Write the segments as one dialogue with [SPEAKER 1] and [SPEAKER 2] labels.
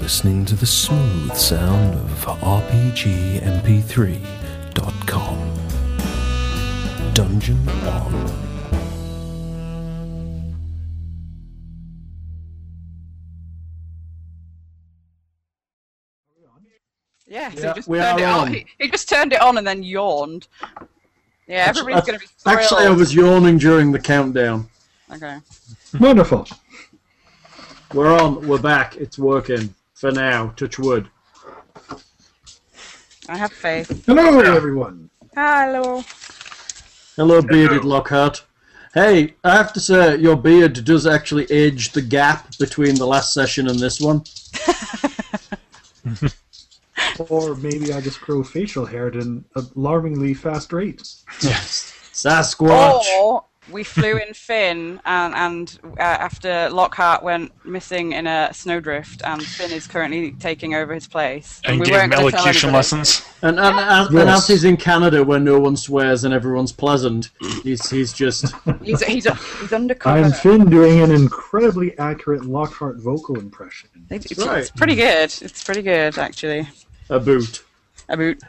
[SPEAKER 1] listening to the smooth sound of RPGMP3.com. Dungeon on.
[SPEAKER 2] Yes,
[SPEAKER 3] Yeah,
[SPEAKER 2] he just
[SPEAKER 3] we
[SPEAKER 2] turned
[SPEAKER 3] are
[SPEAKER 2] it on.
[SPEAKER 3] on.
[SPEAKER 2] He, he just turned it on and then yawned. Yeah,
[SPEAKER 3] Actu-
[SPEAKER 2] everybody's
[SPEAKER 3] ac-
[SPEAKER 2] going to be thrilled.
[SPEAKER 3] Actually, I was yawning during the countdown.
[SPEAKER 2] Okay.
[SPEAKER 4] Wonderful.
[SPEAKER 3] We're on. We're back. It's working for now. Touch wood.
[SPEAKER 2] I have faith.
[SPEAKER 4] Hello, everyone.
[SPEAKER 2] Hello.
[SPEAKER 3] Hello, bearded Lockhart. Hey, I have to say, your beard does actually age the gap between the last session and this one.
[SPEAKER 4] Or maybe I just grow facial hair at an alarmingly fast rate.
[SPEAKER 3] Yes. Sasquatch.
[SPEAKER 2] Or we flew in Finn, and, and uh, after Lockhart went missing in a snowdrift, and Finn is currently taking over his place.
[SPEAKER 5] and
[SPEAKER 2] we
[SPEAKER 5] gave
[SPEAKER 2] weren't
[SPEAKER 5] him
[SPEAKER 2] gonna tell
[SPEAKER 5] elocution
[SPEAKER 2] anybody.
[SPEAKER 5] lessons.
[SPEAKER 3] And, and, and, and as
[SPEAKER 4] Yes.
[SPEAKER 3] he's in Canada where no one swears and everyone's pleasant, he's, he's just.
[SPEAKER 2] He's, he's, he's undercover.
[SPEAKER 4] I'm Finn doing an incredibly accurate Lockhart vocal impression.
[SPEAKER 2] They do- it's,
[SPEAKER 3] Right.
[SPEAKER 2] it's pretty good. It's pretty good, actually.
[SPEAKER 3] a boot.
[SPEAKER 2] A boot.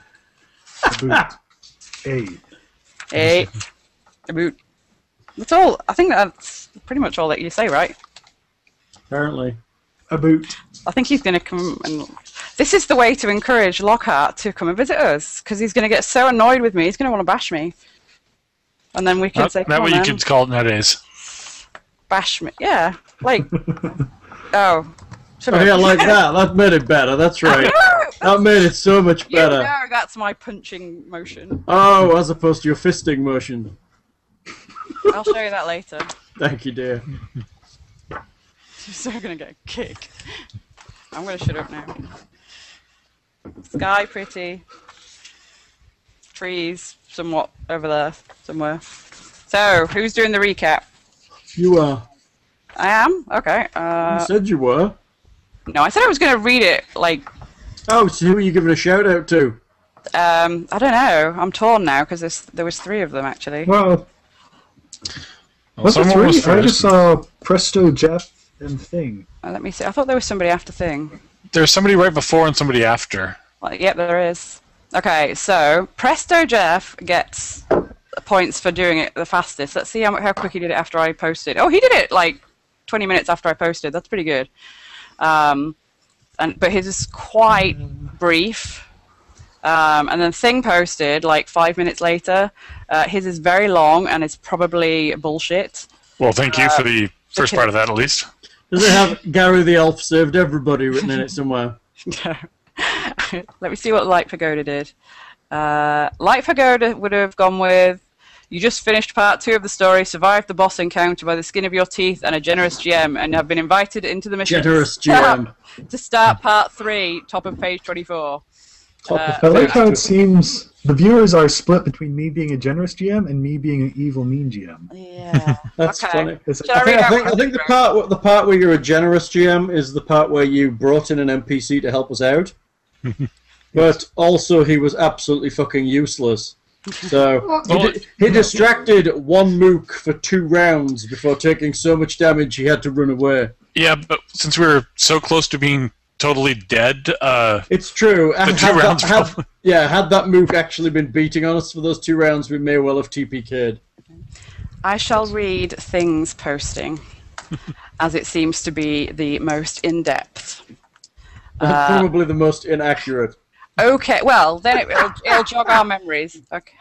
[SPEAKER 4] A
[SPEAKER 2] Ah.
[SPEAKER 4] boot. hey,
[SPEAKER 2] Hey. A boot. That's all. I think that's pretty much all that you say, right?
[SPEAKER 3] Apparently.
[SPEAKER 4] a boot.
[SPEAKER 2] I think he's going to come and. This is the way to encourage Lockhart to come and visit us because he's going to get so annoyed with me. He's going to want to bash me, and then we can
[SPEAKER 5] That,
[SPEAKER 2] say,
[SPEAKER 5] that
[SPEAKER 2] "Come
[SPEAKER 5] way
[SPEAKER 2] on,
[SPEAKER 5] you
[SPEAKER 2] then,
[SPEAKER 5] could call it nowadays.
[SPEAKER 2] bash me." Yeah, like oh, should
[SPEAKER 3] Oh,
[SPEAKER 2] I-
[SPEAKER 3] yeah, like that. That made it better. That's right. That made it so much
[SPEAKER 2] you know
[SPEAKER 3] better.
[SPEAKER 2] that's my punching motion.
[SPEAKER 3] Oh, as opposed to your fisting motion.
[SPEAKER 2] I'll show you that later.
[SPEAKER 3] Thank you, dear.
[SPEAKER 2] He's so going to get a kick. I'm going to shut up now. Sky pretty. Trees somewhat over there somewhere. So, who's doing the recap?
[SPEAKER 3] You are.
[SPEAKER 2] I am? Okay.
[SPEAKER 3] You
[SPEAKER 2] Uh,
[SPEAKER 3] said you were.
[SPEAKER 2] no, I said I was going to read it. Like,
[SPEAKER 3] Oh, so who are you giving a shout out to?
[SPEAKER 2] um, I don't know. I'm torn now because there was three of them, actually.
[SPEAKER 4] Well, was it
[SPEAKER 5] someone
[SPEAKER 4] three?
[SPEAKER 5] was
[SPEAKER 4] I
[SPEAKER 5] first.
[SPEAKER 4] just saw Presto, Jeff, and Thing.
[SPEAKER 2] Uh, let me see. I thought there was somebody after Thing.
[SPEAKER 5] There's somebody right before and somebody after.
[SPEAKER 2] Like, yep, there is. Okay, so Presto Jeff gets points for doing it the fastest. Let's see how, mu- how quick he did it after I posted. Oh, he did it like 20 minutes after I posted. That's pretty good. Um, and but his is quite brief. Um, and then Thing posted like five minutes later. Uh, his is very long and it's probably bullshit.
[SPEAKER 5] Well, thank you for
[SPEAKER 2] Uh,
[SPEAKER 5] the first part of that, at least.
[SPEAKER 3] Does it have Gary the Elf served everybody written in it somewhere?
[SPEAKER 2] Let me see what Light Pagoda did. Uh, Light Pagoda would have gone with You just finished part two of the story, survived the boss encounter by the skin of your teeth and a generous GM, and have been invited into the mission.
[SPEAKER 3] Generous
[SPEAKER 2] to start-
[SPEAKER 3] GM.
[SPEAKER 2] to start part three, top of page 24.
[SPEAKER 3] Top
[SPEAKER 2] Uh,
[SPEAKER 3] of
[SPEAKER 4] I like
[SPEAKER 3] page
[SPEAKER 4] how
[SPEAKER 3] two.
[SPEAKER 4] it seems the viewers are split between me being a generous GM and me being an evil mean GM.
[SPEAKER 2] Yeah.
[SPEAKER 3] That's
[SPEAKER 2] okay.
[SPEAKER 3] funny.
[SPEAKER 4] It's-
[SPEAKER 2] Shall I
[SPEAKER 3] I think,
[SPEAKER 2] read
[SPEAKER 3] I
[SPEAKER 2] out
[SPEAKER 3] think,
[SPEAKER 2] my
[SPEAKER 3] I think the
[SPEAKER 2] background?
[SPEAKER 3] part wh- the part where you're a generous GM is the part where you brought in an NPC to help us out, but also he was absolutely fucking useless. So he,
[SPEAKER 5] Well,
[SPEAKER 3] di- he distracted one mook for two rounds before taking so much damage he had to run away.
[SPEAKER 5] Yeah, but since we were so close to being totally dead, uh,
[SPEAKER 3] It's true. The
[SPEAKER 5] two rounds probably.
[SPEAKER 3] yeah, had that mook actually been beating on us for those two rounds, we may well have TPK'd.
[SPEAKER 2] I shall read things posting, as it seems to be the most in depth. Uh,
[SPEAKER 3] Probably the most inaccurate.
[SPEAKER 2] Okay, well, then it, it'll, it'll jog our memories. Okay,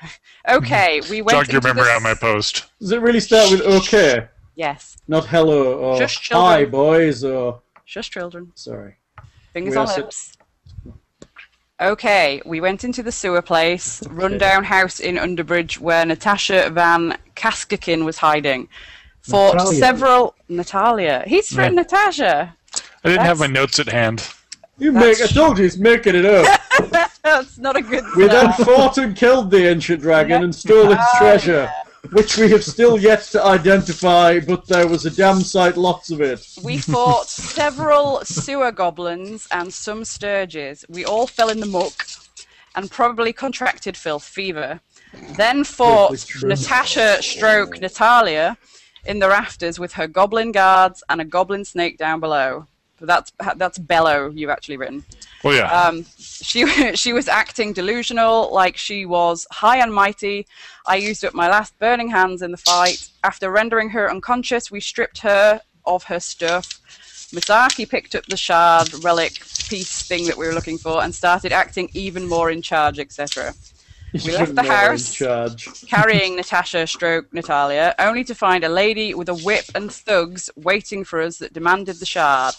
[SPEAKER 2] okay we went.
[SPEAKER 5] jog your
[SPEAKER 2] into
[SPEAKER 5] memory
[SPEAKER 2] this-
[SPEAKER 5] out of my post.
[SPEAKER 3] Does it really start with okay?
[SPEAKER 2] Yes.
[SPEAKER 3] Not hello or
[SPEAKER 2] Just children.
[SPEAKER 3] hi boys or
[SPEAKER 2] Shush, children.
[SPEAKER 3] sorry.
[SPEAKER 2] Fingers
[SPEAKER 3] We
[SPEAKER 2] on
[SPEAKER 3] are sit-
[SPEAKER 2] lips. Okay, we went into the sewer place, rundown house in Underbridge where Natasha Van Kaskakin was hiding. Fought
[SPEAKER 4] Natalia.
[SPEAKER 2] several. Natalia. He's from
[SPEAKER 5] Yeah.
[SPEAKER 2] Natasha.
[SPEAKER 5] I didn't have my
[SPEAKER 2] That's-
[SPEAKER 5] notes at hand.
[SPEAKER 3] You
[SPEAKER 2] That's-
[SPEAKER 3] make I told you he's making it up.
[SPEAKER 2] That's not a good
[SPEAKER 3] We then
[SPEAKER 2] start.
[SPEAKER 3] fought and killed the ancient dragon and stole its treasure. Which we have still yet to identify, but there was a damn sight lots of it.
[SPEAKER 2] We fought several sewer goblins and some sturges. We all fell in the muck and probably contracted filth fever. Then fought
[SPEAKER 3] true.
[SPEAKER 2] Natasha stroke Natalia in the rafters with her goblin guards and a goblin snake down below. That's that's Bello you've actually written.
[SPEAKER 5] Oh yeah.
[SPEAKER 2] Um, she she was acting delusional, like she was high and mighty. I used up my last burning hands in the fight. After rendering her unconscious, we stripped her of her stuff. Misaki picked up the shard relic piece thing that we were looking for and started acting even more in charge, etc. We left the
[SPEAKER 3] You're not
[SPEAKER 2] house.
[SPEAKER 3] In charge.
[SPEAKER 2] Carrying Natasha, stroke Natalia, only to find a lady with a whip and thugs waiting for us that demanded the shard.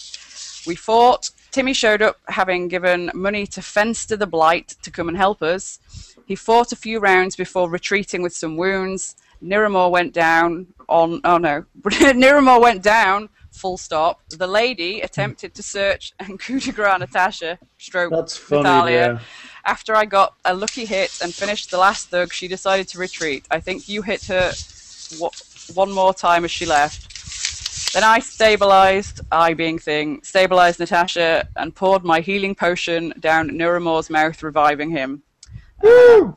[SPEAKER 2] We fought. Timmy showed up having given money to Fenster the Blight to come and help us. He fought a few rounds before retreating with some wounds. Niramore went down on. Oh no. Niramore went down, full stop. The lady attempted to search and coup de grace Natasha, stroke
[SPEAKER 3] That's funny.
[SPEAKER 2] Natalia.
[SPEAKER 3] Yeah.
[SPEAKER 2] After I got a lucky hit and finished the last thug, she decided to retreat. I think you hit her wa- one more time as she left. Then I stabilized, I being thing, stabilized Natasha and poured my healing potion down Niramore's mouth, reviving him. Uh,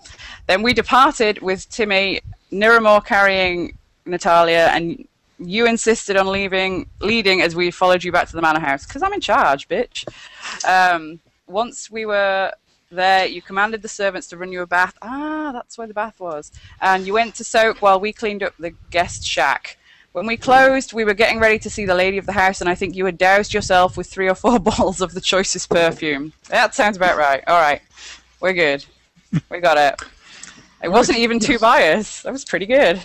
[SPEAKER 2] Then we departed with Timmy, Niramore carrying Natalia, and you insisted on leaving, leading as we followed you back to the manor house. Because I'm in charge, bitch. Um, once we were there, you commanded the servants to run you a bath. Ah, that's where the bath was. And you went to soak while we cleaned up the guest shack. When we closed, we were getting ready to see the lady of the house, and I think you had doused yourself with three or four bottles of the choicest perfume. That sounds about right. All right, we're good. We got it. It wasn't even two biased. That was pretty good.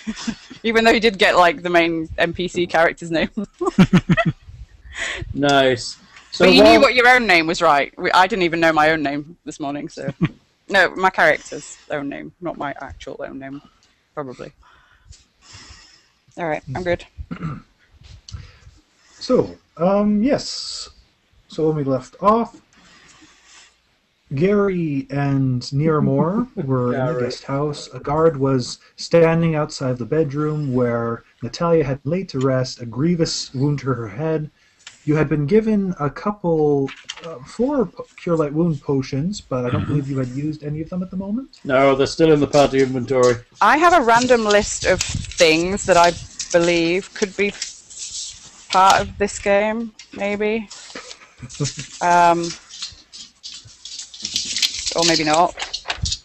[SPEAKER 2] even though you did get like the main NPC character's name,
[SPEAKER 3] Nice. So
[SPEAKER 2] but you
[SPEAKER 3] while,
[SPEAKER 2] knew what your own name was, right? We, I didn't even know my own name this morning, so no, my character's own name, not my actual own name, probably. All right, I'm good.
[SPEAKER 4] So, um, yes. So when we left off, Gary and Nearmore were in the
[SPEAKER 3] Gary.
[SPEAKER 4] guest house. A guard was standing outside the bedroom where Natalia had laid to rest, a grievous wound to her head. You had been given a couple, uh, four po- cure light wound potions, but I don't believe you had used any of them at the moment.
[SPEAKER 3] no, they're still in the party inventory.
[SPEAKER 2] I have a random list of things that I believe could be part of this game, maybe. Um, or maybe not.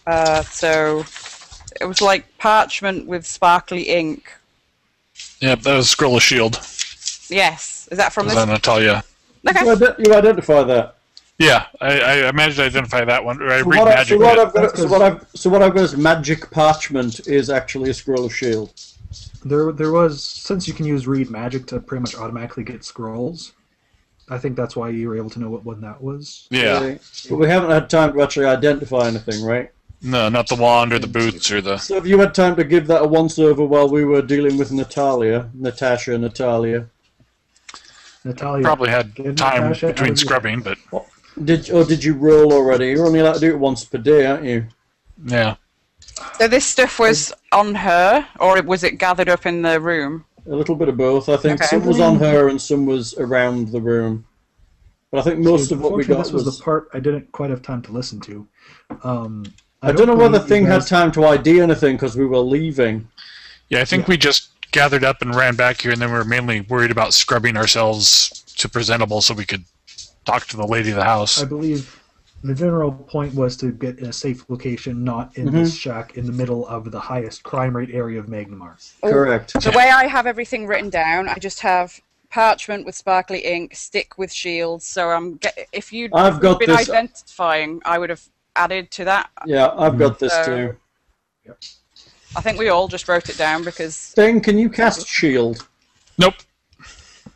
[SPEAKER 2] Uh, so it was like parchment with sparkly ink.
[SPEAKER 5] yeah, that was Scroll of Shield.
[SPEAKER 2] Yes, is that from
[SPEAKER 5] Was
[SPEAKER 2] this?
[SPEAKER 5] that Natalia?
[SPEAKER 2] Okay.
[SPEAKER 3] You, ident- you identify that.
[SPEAKER 5] Yeah, I, I managed to identify that one. I
[SPEAKER 3] So
[SPEAKER 5] read
[SPEAKER 3] what, I, so,
[SPEAKER 5] magic.
[SPEAKER 3] what
[SPEAKER 5] but-
[SPEAKER 3] I've got, so what I've so what I've got is magic parchment is actually a scroll of shield.
[SPEAKER 4] There, there was since you can use read magic to pretty much automatically get scrolls. I think that's why you were able to know what one that was.
[SPEAKER 5] yeah,
[SPEAKER 3] But we haven't had time to actually identify anything, right?
[SPEAKER 5] no, not the wand or the boots or the.
[SPEAKER 3] So if you had time to give that a once over while we were dealing with Natalia, Natasha, Natalia,
[SPEAKER 4] Natalia
[SPEAKER 5] Probably had
[SPEAKER 4] Good,
[SPEAKER 5] time
[SPEAKER 4] Natasha, how
[SPEAKER 5] between
[SPEAKER 4] was your-
[SPEAKER 5] scrubbing, but
[SPEAKER 3] did or did you roll already? You're only allowed to do it once per day, aren't you?
[SPEAKER 5] yeah,
[SPEAKER 2] So this stuff was on her, or was it gathered up in the room?
[SPEAKER 3] A little bit of both, I think.
[SPEAKER 2] Okay.
[SPEAKER 3] Some was on her and some was around the room. But I think most of what we
[SPEAKER 4] Unfortunately,
[SPEAKER 3] got
[SPEAKER 4] this was, the part I didn't quite have time to listen to. Um,
[SPEAKER 3] I don't know whether
[SPEAKER 4] believe you
[SPEAKER 3] Thing had
[SPEAKER 4] guys-
[SPEAKER 3] time to ID anything because we were leaving.
[SPEAKER 5] yeah. I think we just gathered up and ran back here, and then we were mainly worried about scrubbing ourselves to presentable so we could talk to the lady of the house.
[SPEAKER 4] I believe the general point was to get in a safe location, not in
[SPEAKER 3] Mm-hmm.
[SPEAKER 4] this shack in the middle of the highest crime rate area of Magnamar.
[SPEAKER 3] Correct.
[SPEAKER 2] The way I have everything written down, I just have parchment with sparkly ink, stick with shields. So I'm get, if you
[SPEAKER 3] I've got
[SPEAKER 2] been
[SPEAKER 4] uh,
[SPEAKER 3] this-
[SPEAKER 2] identifying, I would have added to that.
[SPEAKER 3] Yeah, I've got this
[SPEAKER 2] So-
[SPEAKER 3] too.
[SPEAKER 2] I think we all just wrote it down because
[SPEAKER 3] Thing, can you
[SPEAKER 2] Mhm.
[SPEAKER 3] cast shield?
[SPEAKER 5] Nope,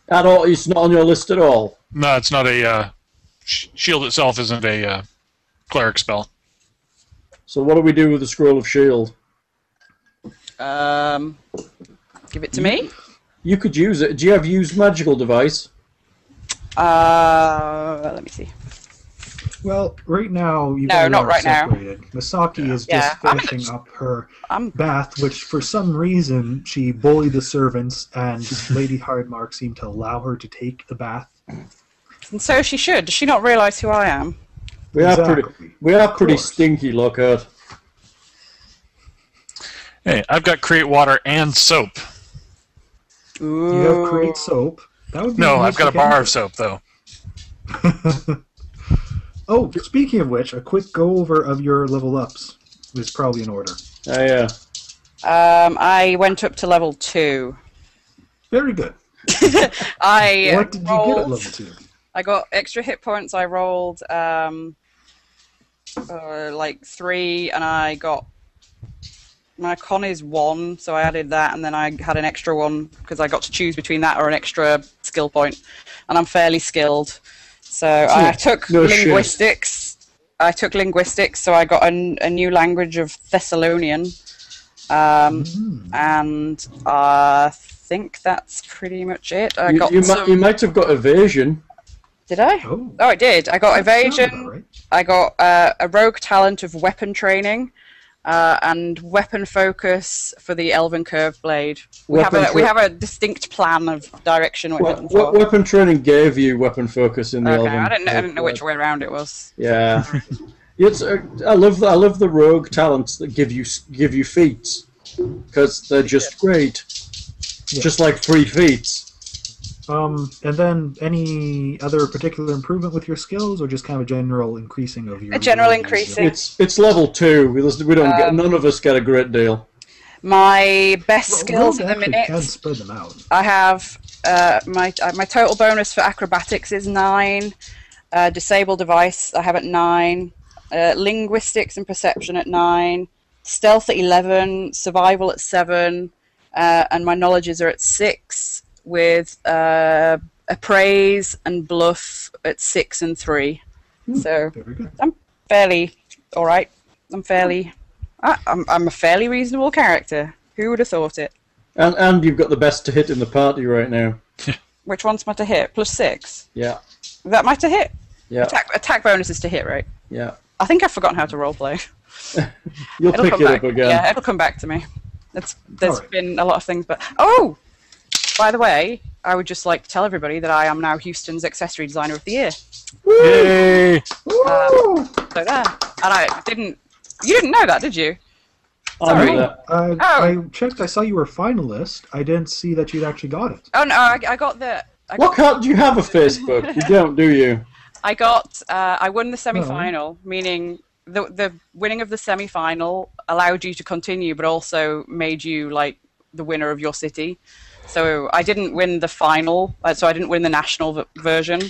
[SPEAKER 3] At all, it's not on your list at all.
[SPEAKER 5] no, it's not a uh, sh- shield itself. Isn't a uh, cleric spell.
[SPEAKER 3] So what do we do with the scroll of shield?
[SPEAKER 2] um, give it to me.
[SPEAKER 3] You could use it. Do you have used magical device?
[SPEAKER 2] Uh, let me see.
[SPEAKER 4] Well, right now you
[SPEAKER 2] No,
[SPEAKER 4] guys
[SPEAKER 2] not
[SPEAKER 4] are
[SPEAKER 2] right now.
[SPEAKER 4] separated. Misaki is
[SPEAKER 2] Yeah,
[SPEAKER 4] just
[SPEAKER 2] I'm-
[SPEAKER 4] finishing up her
[SPEAKER 2] I'm-
[SPEAKER 4] bath, which for some reason she bullied the servants, and Lady Hardmark seemed to allow her to take the bath.
[SPEAKER 2] And so she should. Does she not realise who I am?
[SPEAKER 3] We are
[SPEAKER 4] Exactly.
[SPEAKER 3] pretty. We are pretty
[SPEAKER 4] course.
[SPEAKER 3] stinky, Lockhart.
[SPEAKER 5] Hey, I've got create water and soap.
[SPEAKER 4] You have create soap, That would be
[SPEAKER 5] No,
[SPEAKER 4] nice
[SPEAKER 5] I've got a
[SPEAKER 4] to get-
[SPEAKER 5] bar of soap though.
[SPEAKER 4] Oh, speaking of which, a quick go over of your level ups is probably in order.
[SPEAKER 3] I, uh,
[SPEAKER 2] Um, I went up to level two.
[SPEAKER 4] Very good.
[SPEAKER 2] I
[SPEAKER 4] what did you get at
[SPEAKER 2] rolled,
[SPEAKER 4] level two?
[SPEAKER 2] I got extra hit points. I rolled um, uh, like three, and I got my con is one, so I added that, and then I had an extra one because I got to choose between that or an extra skill point, and I'm fairly skilled, so I took
[SPEAKER 3] Hmm. no shit.
[SPEAKER 2] linguistics. I took linguistics, so I got a, n- a new language of Thessalonian. Um,
[SPEAKER 3] Hmm.
[SPEAKER 2] And I think that's pretty much it. I
[SPEAKER 3] you,
[SPEAKER 2] got
[SPEAKER 3] you,
[SPEAKER 2] some.
[SPEAKER 3] might, you might have got evasion.
[SPEAKER 2] Did I?
[SPEAKER 4] Oh.
[SPEAKER 2] I did. I got
[SPEAKER 4] That sounds
[SPEAKER 2] evasion.
[SPEAKER 4] about right.
[SPEAKER 2] I got uh, a rogue talent of weapon training, uh, and weapon focus for the elven curved blade. We have
[SPEAKER 3] Weapon
[SPEAKER 2] a we
[SPEAKER 3] tra-
[SPEAKER 2] have a distinct plan of direction. We're
[SPEAKER 3] What,
[SPEAKER 2] heading
[SPEAKER 3] what
[SPEAKER 2] for.
[SPEAKER 3] weapon training gave you weapon focus in the
[SPEAKER 2] okay,
[SPEAKER 3] Elven
[SPEAKER 2] I didn't know, I
[SPEAKER 3] Blade?
[SPEAKER 2] didn't know which way around it was.
[SPEAKER 3] Yeah, it's uh, I love the, I love the rogue talents that give you s- give you feats because they're just great.
[SPEAKER 4] Yeah.
[SPEAKER 3] Just like three feats.
[SPEAKER 4] Um, and then any other particular improvement with your skills, or just kind of a general increasing of your
[SPEAKER 2] A general
[SPEAKER 4] abilities?
[SPEAKER 2] increasing.
[SPEAKER 3] It's it's level two. We just- we don't get
[SPEAKER 2] Um,
[SPEAKER 3] none of us get a great deal.
[SPEAKER 2] My best
[SPEAKER 4] Well,
[SPEAKER 2] skills
[SPEAKER 4] rogue
[SPEAKER 2] at the
[SPEAKER 4] actually
[SPEAKER 2] minute.
[SPEAKER 4] Can spread them out.
[SPEAKER 2] I have uh, my uh, my total bonus for acrobatics is nine. Uh, disabled device I have at nine. Uh, linguistics and perception at nine. Stealth at eleven. Survival at seven. Uh, and my knowledges are at six. With uh, appraise and bluff at six and three. So
[SPEAKER 4] Very good.
[SPEAKER 2] I'm fairly all right. I'm fairly. I, I'm I'm a fairly reasonable character. Who would have thought it?
[SPEAKER 3] And and you've got the best to hit in the party right now.
[SPEAKER 2] Which one's my to hit? Plus six.
[SPEAKER 3] Yeah,
[SPEAKER 2] Is that my to hit?
[SPEAKER 3] yeah,
[SPEAKER 2] Attack, attack bonus is to hit, right?
[SPEAKER 3] yeah.
[SPEAKER 2] I think I've forgotten how to roleplay.
[SPEAKER 3] You'll
[SPEAKER 2] It'll
[SPEAKER 3] pick
[SPEAKER 2] come
[SPEAKER 3] it
[SPEAKER 2] back.
[SPEAKER 3] up again.
[SPEAKER 2] Yeah, it'll come back to me. It's, there's
[SPEAKER 4] Alright.
[SPEAKER 2] been a lot of things, but oh, by the way, I would just like to tell everybody that I am now Houston's accessory designer of the year.
[SPEAKER 5] Yay!
[SPEAKER 2] uh, So there, and I didn't. You didn't know that, did you?
[SPEAKER 3] I knew
[SPEAKER 2] Sorry.
[SPEAKER 3] that.
[SPEAKER 4] I,
[SPEAKER 2] Oh.
[SPEAKER 4] I checked. I saw you were a finalist. I didn't see that you'd actually got it.
[SPEAKER 2] Oh no, I, I got the. I
[SPEAKER 3] What
[SPEAKER 2] got,
[SPEAKER 3] card do you have a Facebook? You don't, do you?
[SPEAKER 2] I got. Uh, I won the semi-final, meaning the the winning of the semi-final allowed you to continue, but also made you like the winner of your city. So I didn't win the final, uh, so I didn't win the national v- version,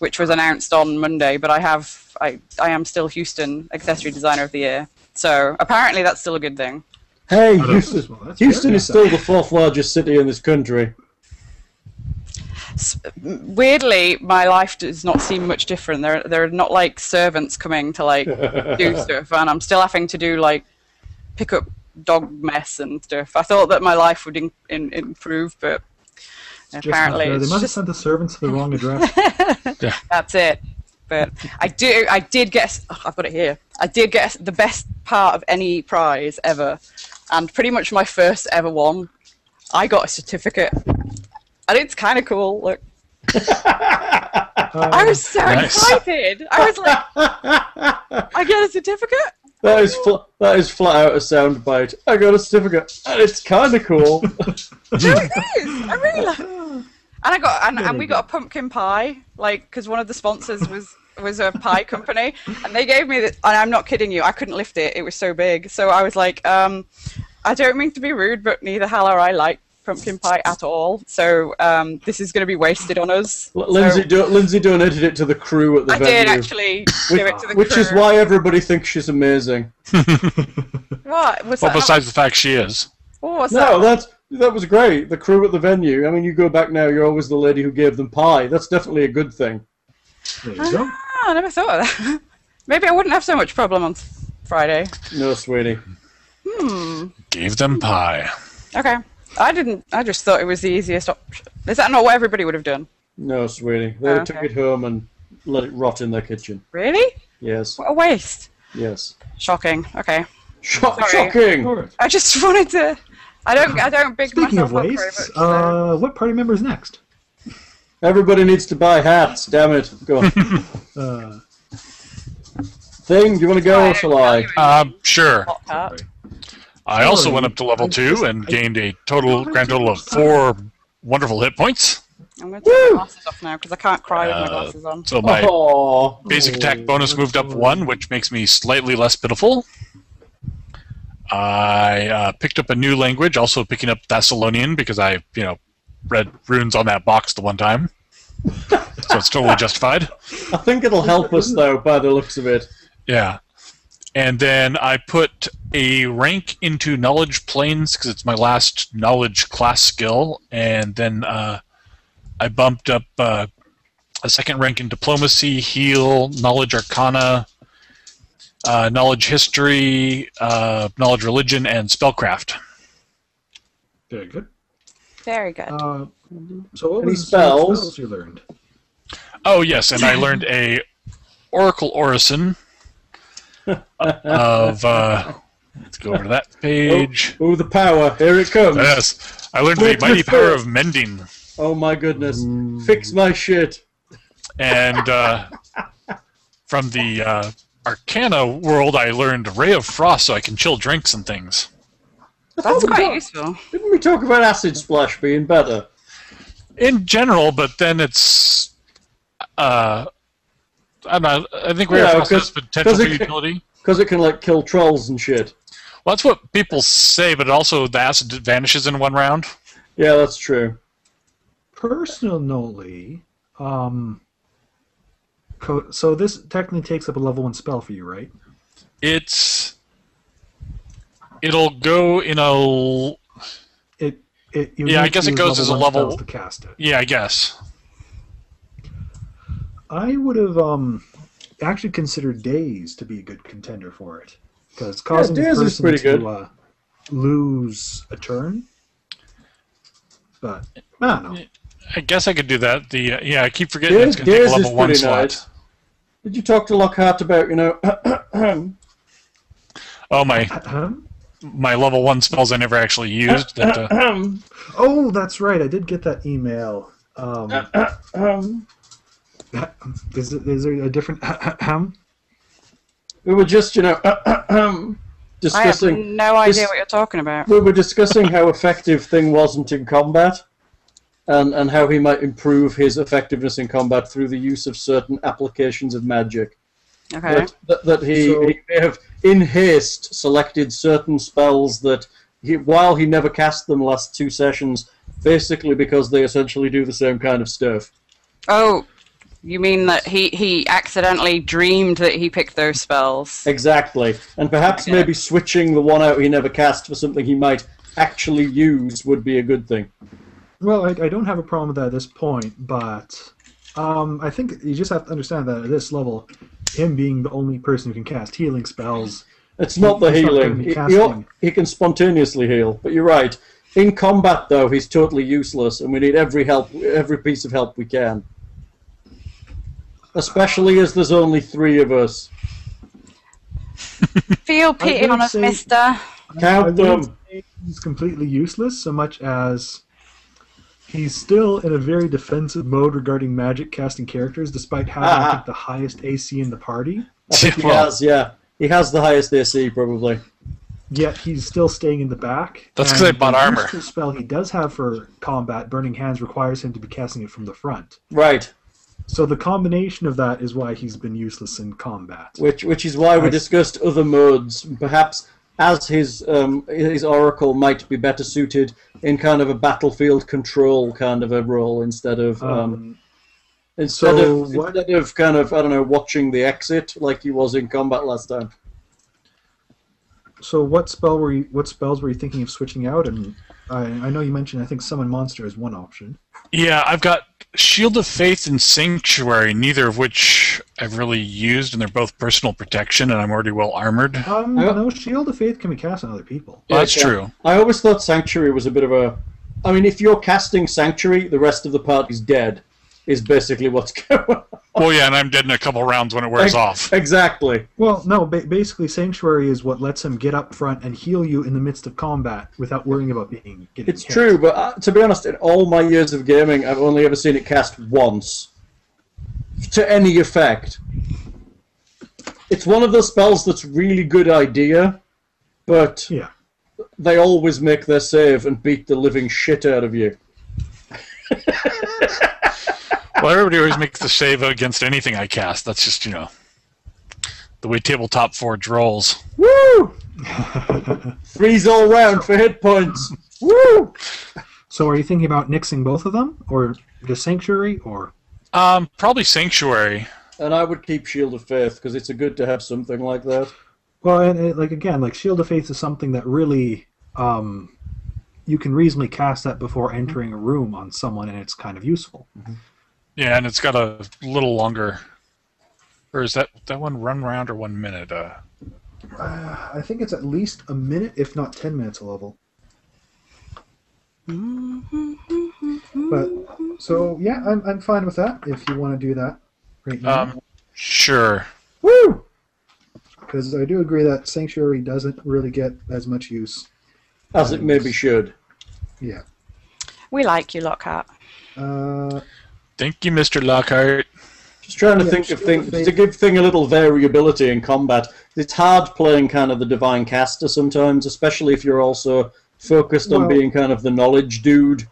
[SPEAKER 2] which was announced on Monday. But I have, I, I am still Houston Accessory Designer of the Year. So apparently that's still a good thing.
[SPEAKER 3] Hey, Houston.
[SPEAKER 4] Well, that's
[SPEAKER 3] Houston
[SPEAKER 4] very
[SPEAKER 3] is still the fourth largest city in this country.
[SPEAKER 2] Weirdly, my life does not seem much different. There, there are not like servants coming to like do stuff, and I'm still having to do like pick up dog mess and stuff. I thought that my life would in, in, improve, but
[SPEAKER 4] Just not
[SPEAKER 2] apparently
[SPEAKER 4] fair. they
[SPEAKER 2] it's
[SPEAKER 4] must have
[SPEAKER 2] just
[SPEAKER 4] sent the servants to the wrong address.
[SPEAKER 2] That's it. But I do. I did get. s- oh, I've got it here. I did get the best part of any prize ever, and pretty much my first ever one. I got a certificate, and it's kind of cool. Look, I was so
[SPEAKER 5] Nice.
[SPEAKER 2] excited. I was like, I get a certificate.
[SPEAKER 3] That is fl- that is flat out a soundbite. I got a certificate, and it's kind of cool.
[SPEAKER 2] It is. I really like. And I got and, and we got a pumpkin pie, like because one of the sponsors was was a pie company, and they gave me the, and I'm not kidding you, I couldn't lift it. It was so big. So I was like, um, I don't mean to be rude, but neither Hal or I like pumpkin pie at all. So um, this is going to be wasted on us.
[SPEAKER 3] L- Lindsay
[SPEAKER 2] So-
[SPEAKER 3] do- Lindsay donated it to the crew at the
[SPEAKER 2] I
[SPEAKER 3] venue,
[SPEAKER 2] did actually give it to the
[SPEAKER 3] which
[SPEAKER 2] crew.
[SPEAKER 3] is why everybody thinks she's amazing.
[SPEAKER 2] What was
[SPEAKER 5] Well,
[SPEAKER 2] that?
[SPEAKER 5] besides the fact she is.
[SPEAKER 2] what was
[SPEAKER 3] No, that's that was great. The crew at the venue. I mean, you go back now, you're always the lady who gave them pie. That's definitely a good thing.
[SPEAKER 4] There you go.
[SPEAKER 2] Oh, I never thought of that. Maybe I wouldn't have so much problem on Friday.
[SPEAKER 3] No, sweetie.
[SPEAKER 5] Gave them pie.
[SPEAKER 2] Okay. I didn't. I just thought it was the easiest option. Is that not what everybody would have done?
[SPEAKER 3] No, sweetie. They
[SPEAKER 2] Oh,
[SPEAKER 3] took
[SPEAKER 2] okay.
[SPEAKER 3] it home and let it rot in their kitchen.
[SPEAKER 2] Really?
[SPEAKER 3] Yes,
[SPEAKER 2] What a waste.
[SPEAKER 3] yes.
[SPEAKER 2] Shocking. Okay.
[SPEAKER 3] Shock-
[SPEAKER 2] Sorry.
[SPEAKER 4] All
[SPEAKER 3] shocking.
[SPEAKER 4] right.
[SPEAKER 2] I just wanted to. I don't. I don't big
[SPEAKER 4] Speaking of
[SPEAKER 2] myself up very
[SPEAKER 4] wastes,
[SPEAKER 2] much, so-
[SPEAKER 4] uh, what party member is next?
[SPEAKER 3] Everybody needs to buy hats. Damn it. Go. on.
[SPEAKER 4] Uh,
[SPEAKER 3] Thing, do you want to go or shall I?
[SPEAKER 5] Um, sure.
[SPEAKER 2] Hot tart.
[SPEAKER 5] I also went up to level two and gained a total grand total of four wonderful hit points.
[SPEAKER 2] I'm going to take my glasses off now because I can't cry with my
[SPEAKER 3] Uh,
[SPEAKER 2] glasses on.
[SPEAKER 5] So
[SPEAKER 3] Oh.
[SPEAKER 5] my
[SPEAKER 3] Aw.
[SPEAKER 5] basic attack bonus moved up one, which makes me slightly less pitiful. I uh, picked up a new language, also picking up Thessalonian because I, you know, read runes on that box the one time. so it's totally justified.
[SPEAKER 3] I think it'll help us though, by the looks of it.
[SPEAKER 5] Yeah. And then I put a rank into knowledge planes because it's my last knowledge class skill. And then uh, I bumped up uh, a second rank in diplomacy, heal, knowledge arcana, uh, knowledge history, uh, knowledge religion, and spellcraft.
[SPEAKER 4] Very good.
[SPEAKER 2] Very good.
[SPEAKER 4] Uh, so what
[SPEAKER 3] Any
[SPEAKER 4] was what
[SPEAKER 3] spells?
[SPEAKER 4] spells you learned?
[SPEAKER 5] Oh yes, and I learned a Oracle Orison of. Uh, let's go over to that page.
[SPEAKER 3] Oh, the power! Here it comes!
[SPEAKER 5] Yes, I learned the mighty power of mending.
[SPEAKER 3] Oh my goodness! Fix my shit!
[SPEAKER 5] and uh, from the uh, Arcana world, I learned Ray of Frost, so I can chill drinks and things.
[SPEAKER 4] oh
[SPEAKER 2] That's quite useful.
[SPEAKER 3] Didn't we talk about acid splash being better?
[SPEAKER 5] In general, but then it's uh, I don't know. I think Ray
[SPEAKER 3] Yeah,
[SPEAKER 5] of Frost has
[SPEAKER 3] 'cause-
[SPEAKER 5] potential
[SPEAKER 3] 'cause
[SPEAKER 5] for
[SPEAKER 3] it-
[SPEAKER 5] utility.
[SPEAKER 3] Because it can like kill trolls and shit.
[SPEAKER 5] Well, that's what people say, but also the acid vanishes in one round.
[SPEAKER 3] Yeah, that's true.
[SPEAKER 4] Personally, um, co- so this technically takes up a level one spell for you, right?
[SPEAKER 5] It's it'll go in a l-
[SPEAKER 4] It, it you
[SPEAKER 5] Yeah, I
[SPEAKER 4] need to
[SPEAKER 5] guess it
[SPEAKER 4] use
[SPEAKER 5] goes as a
[SPEAKER 4] one
[SPEAKER 5] level-
[SPEAKER 4] spells to cast it.
[SPEAKER 5] yeah, I guess.
[SPEAKER 4] I would have um actually considered Days to be a good contender for it because causing
[SPEAKER 3] Days
[SPEAKER 4] the
[SPEAKER 3] is
[SPEAKER 4] person
[SPEAKER 3] pretty
[SPEAKER 4] to
[SPEAKER 3] good.
[SPEAKER 4] Uh, lose a turn. But I don't know.
[SPEAKER 5] I guess I could do that. The uh, yeah, I keep forgetting
[SPEAKER 3] Days-
[SPEAKER 5] it's going to take
[SPEAKER 3] Days
[SPEAKER 5] a
[SPEAKER 3] is
[SPEAKER 5] level one
[SPEAKER 3] pretty
[SPEAKER 5] slot.
[SPEAKER 3] nice. Did you talk to Lockhart about you know?
[SPEAKER 5] Oh my
[SPEAKER 4] Ahem.
[SPEAKER 5] my level one spells I never actually used. That, uh,
[SPEAKER 4] Oh, that's right. I did get that email. Um, is, it, is there a different? ahem?
[SPEAKER 3] we were just you know
[SPEAKER 2] I have
[SPEAKER 3] discussing.
[SPEAKER 2] no idea
[SPEAKER 3] this-
[SPEAKER 2] what you're talking about.
[SPEAKER 3] we were discussing how effective Thing wasn't in combat, and and how he might improve his effectiveness in combat through the use of certain applications of magic.
[SPEAKER 2] Okay.
[SPEAKER 3] That, that, that he,
[SPEAKER 4] So-
[SPEAKER 3] he may have in haste selected certain spells that he, while he never cast them last two sessions, basically because they essentially do the same kind of stuff.
[SPEAKER 2] Oh, you mean that he he accidentally dreamed that he picked those spells?
[SPEAKER 3] Exactly. And perhaps
[SPEAKER 2] Okay.
[SPEAKER 3] maybe switching the one out he never cast for something he might actually use would be a good thing.
[SPEAKER 4] Well, I, I don't have a problem with that at this point, but um, I think you just have to understand that at this level, him being the only person who can cast healing spells
[SPEAKER 3] It's not the
[SPEAKER 4] He's not
[SPEAKER 3] healing.
[SPEAKER 4] gonna be
[SPEAKER 3] He- he,
[SPEAKER 4] casting.
[SPEAKER 3] ought- he can spontaneously heal, but you're right. In combat, though, he's totally useless, and we need every help, every piece of help we can. Especially as there's only three of us.
[SPEAKER 2] Feel pity
[SPEAKER 4] would
[SPEAKER 2] on us,
[SPEAKER 4] say-
[SPEAKER 2] Mister.
[SPEAKER 4] I
[SPEAKER 3] Count
[SPEAKER 4] wouldn't
[SPEAKER 3] them.
[SPEAKER 4] say he's completely useless so much as he's still in a very defensive mode regarding magic casting characters, despite having I
[SPEAKER 3] Ah.
[SPEAKER 4] think, the highest AC in the party.
[SPEAKER 3] I think he
[SPEAKER 5] Well,
[SPEAKER 3] has, yeah. He has the highest AC, probably.
[SPEAKER 4] Yet he's still staying in the back.
[SPEAKER 5] That's
[SPEAKER 4] and
[SPEAKER 5] 'cause I bought
[SPEAKER 4] the
[SPEAKER 5] armor.
[SPEAKER 4] usual spell he does have for combat, Burning Hands, requires him to be casting it from the front.
[SPEAKER 3] Right.
[SPEAKER 4] So the combination of that is why he's been useless in combat.
[SPEAKER 3] Which, which is why we
[SPEAKER 4] I-
[SPEAKER 3] discussed other modes. Perhaps as his um, his oracle might be better suited in kind of a battlefield control kind of a role instead of um,
[SPEAKER 4] Um,
[SPEAKER 3] Instead
[SPEAKER 4] So
[SPEAKER 3] of
[SPEAKER 4] what-
[SPEAKER 3] instead of kind of I don't know watching the exit like he was in combat last time.
[SPEAKER 4] so what spell were you, what spells were you thinking of switching out? And I, I know you mentioned I think summon monster is one option.
[SPEAKER 5] yeah, I've got Shield of Faith and Sanctuary, neither of which I've really used, and they're both personal protection, and I'm already well armored.
[SPEAKER 4] Um,
[SPEAKER 3] I-
[SPEAKER 4] no, Shield of Faith can be cast on other people.
[SPEAKER 5] Well, that's
[SPEAKER 3] Yeah, yeah.
[SPEAKER 5] true.
[SPEAKER 3] uh, I always thought Sanctuary was a bit of a. I mean, if you're casting Sanctuary, the rest of the party's dead. Is basically what's going on.
[SPEAKER 5] Well, yeah, and I'm dead in a couple rounds when it wears off.
[SPEAKER 3] Exactly.
[SPEAKER 4] Well, no, ba- basically Sanctuary is what lets him get up front and heal you in the midst of combat without worrying about being getting
[SPEAKER 3] It's
[SPEAKER 4] hit.
[SPEAKER 3] true, but uh, to be honest, in all my years of gaming, I've only ever seen it cast once. To any effect. It's one of those spells that's really good idea, but
[SPEAKER 4] Yeah.
[SPEAKER 3] they always make their save and beat the living shit out of you.
[SPEAKER 5] Well, everybody always makes the save against anything I cast. That's just, you know, the way Tabletop Forge rolls.
[SPEAKER 3] Woo! Threes all round for hit points. Woo!
[SPEAKER 4] So are you thinking about nixing both of them, or just Sanctuary, or
[SPEAKER 5] Um, probably Sanctuary.
[SPEAKER 3] And I would keep Shield of Faith because it's a good to have something like that.
[SPEAKER 4] well, and, and, like again, like Shield of Faith is something that really, um, you can reasonably cast that before entering a room on someone, and it's kind of useful.
[SPEAKER 5] Yeah, and it's got a little longer. Or is that that one run round or one minute? Uh,
[SPEAKER 4] I think it's at least a minute, if not ten minutes a level. But so yeah, I'm I'm fine with that if you want to do that right now,
[SPEAKER 5] um, sure.
[SPEAKER 3] Woo!
[SPEAKER 4] because I do agree that Sanctuary doesn't really get as much use.
[SPEAKER 3] As it maybe should.
[SPEAKER 4] Yeah.
[SPEAKER 2] We like you, Lockhart.
[SPEAKER 4] Uh,
[SPEAKER 5] Thank you, Mr. Lockhart.
[SPEAKER 3] Just trying to
[SPEAKER 4] Yeah,
[SPEAKER 3] think of
[SPEAKER 4] Shield
[SPEAKER 3] things
[SPEAKER 4] of Faith.
[SPEAKER 3] to give thing a little variability in combat. It's hard playing kind of the divine caster sometimes, especially if you're also focused on
[SPEAKER 4] Well-
[SPEAKER 3] being kind of the knowledge dude.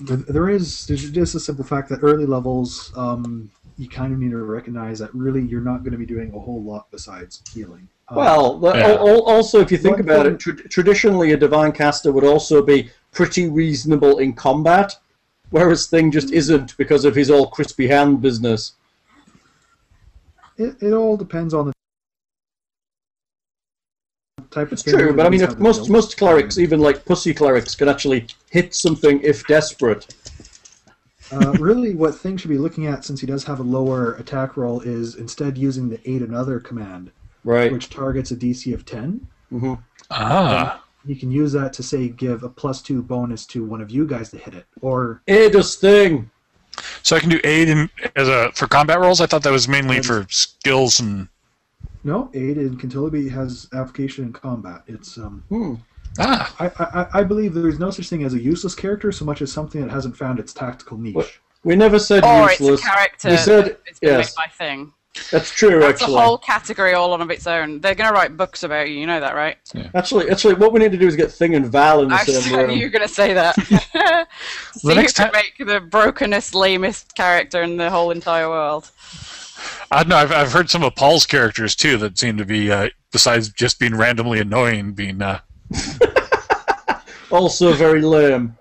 [SPEAKER 4] There- There is there's just the simple fact that early levels, um, you kind of need to recognize that really you're not going to be doing a whole lot besides healing. Um,
[SPEAKER 3] Well, the-
[SPEAKER 5] Yeah.
[SPEAKER 3] al- al- also if you think
[SPEAKER 4] One
[SPEAKER 3] about
[SPEAKER 4] thing-
[SPEAKER 3] it, tra- traditionally a divine caster would also be pretty reasonable in combat, whereas Thing just
[SPEAKER 4] Mm.
[SPEAKER 3] isn't because of his all crispy hand business.
[SPEAKER 4] it, it all depends on the type
[SPEAKER 3] It's
[SPEAKER 4] of. character
[SPEAKER 3] true, but I
[SPEAKER 4] that
[SPEAKER 3] mean,
[SPEAKER 4] he's
[SPEAKER 3] if
[SPEAKER 4] having
[SPEAKER 3] most
[SPEAKER 4] built.
[SPEAKER 3] most clerics,
[SPEAKER 4] Um,
[SPEAKER 3] even like pussy clerics, can actually hit something if desperate.
[SPEAKER 4] uh, really, what Thing should be looking at, since he does have a lower attack roll, is instead using the aid another command,
[SPEAKER 3] Right.
[SPEAKER 4] which targets a DC of ten.
[SPEAKER 3] hmm
[SPEAKER 5] Ah,
[SPEAKER 4] You can use that to say give a plus two bonus to one of you guys to hit it, or
[SPEAKER 3] Aid us Thing.
[SPEAKER 5] so I can do aid in, as a for combat rolls. I thought that was mainly for skills and
[SPEAKER 4] no aid. It can totally be has application in combat. It's um,
[SPEAKER 3] Hmm.
[SPEAKER 5] ah.
[SPEAKER 4] I, I, I believe there is no such thing as a useless character so much as something that hasn't found its tactical niche.
[SPEAKER 3] What? We never said
[SPEAKER 2] Or it's a
[SPEAKER 3] useless.
[SPEAKER 2] character.
[SPEAKER 3] We said
[SPEAKER 2] It's been
[SPEAKER 3] yes.
[SPEAKER 2] made by thing.
[SPEAKER 3] That's true.
[SPEAKER 2] That's
[SPEAKER 3] actually,
[SPEAKER 2] a whole category all on of its own. They're going to write books about you. You know that, right?
[SPEAKER 3] actually, actually, what we need to do is get Thing and Val in the
[SPEAKER 2] I
[SPEAKER 3] same
[SPEAKER 2] knew
[SPEAKER 3] room.
[SPEAKER 2] you were going to say that. See who
[SPEAKER 5] next
[SPEAKER 2] can
[SPEAKER 5] ti-
[SPEAKER 2] make the brokenest, lamest character in the whole entire world.
[SPEAKER 5] I don't know. I've, I've heard some of Paul's characters too that seem to be uh, besides just being randomly annoying, being uh,
[SPEAKER 3] Also very lame.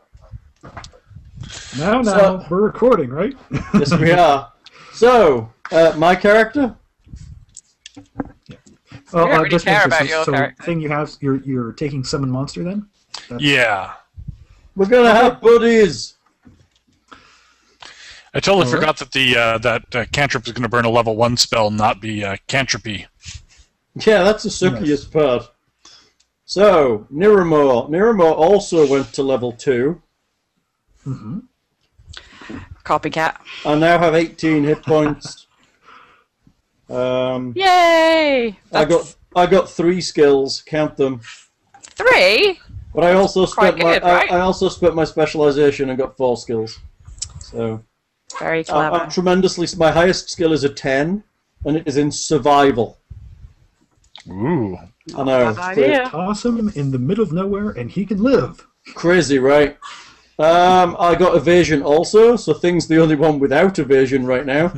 [SPEAKER 3] So-
[SPEAKER 4] Now, now, we're recording, right?
[SPEAKER 3] Yes, we are. So, uh, my character.
[SPEAKER 4] Oh,
[SPEAKER 2] don't really care
[SPEAKER 4] makes
[SPEAKER 2] about
[SPEAKER 4] sense.
[SPEAKER 2] your
[SPEAKER 4] so
[SPEAKER 2] character.
[SPEAKER 4] thing you have, you're you're taking summon monster then.
[SPEAKER 5] yeah.
[SPEAKER 3] We're gonna have buddies.
[SPEAKER 5] I totally
[SPEAKER 4] All right.
[SPEAKER 5] forgot that the uh, that uh, cantrip is going to burn a level one spell, not be uh, cantropy.
[SPEAKER 3] Yeah, that's the suckiest part. So, Niramore. Niramore also went to level two.
[SPEAKER 4] Mm-hmm.
[SPEAKER 2] Copycat.
[SPEAKER 3] I now have 18 hit points. Um,
[SPEAKER 2] Yay!
[SPEAKER 3] I
[SPEAKER 2] That's
[SPEAKER 3] got I got three skills. Count them.
[SPEAKER 2] three.
[SPEAKER 3] But I also
[SPEAKER 2] Quite
[SPEAKER 3] spent my
[SPEAKER 2] good, right?
[SPEAKER 3] I, I also spent my specialization and got four skills. So
[SPEAKER 2] Very
[SPEAKER 3] I- Oh, I'm,
[SPEAKER 2] clever.
[SPEAKER 3] tremendously. My highest skill is a 10, and it is in survival.
[SPEAKER 5] Ooh.
[SPEAKER 3] I know.
[SPEAKER 2] Bad
[SPEAKER 3] it's
[SPEAKER 2] idea.
[SPEAKER 4] Toss him in the middle of nowhere, and he can live.
[SPEAKER 3] Crazy, right? Um, I got evasion also, so thing's the only one without evasion right now.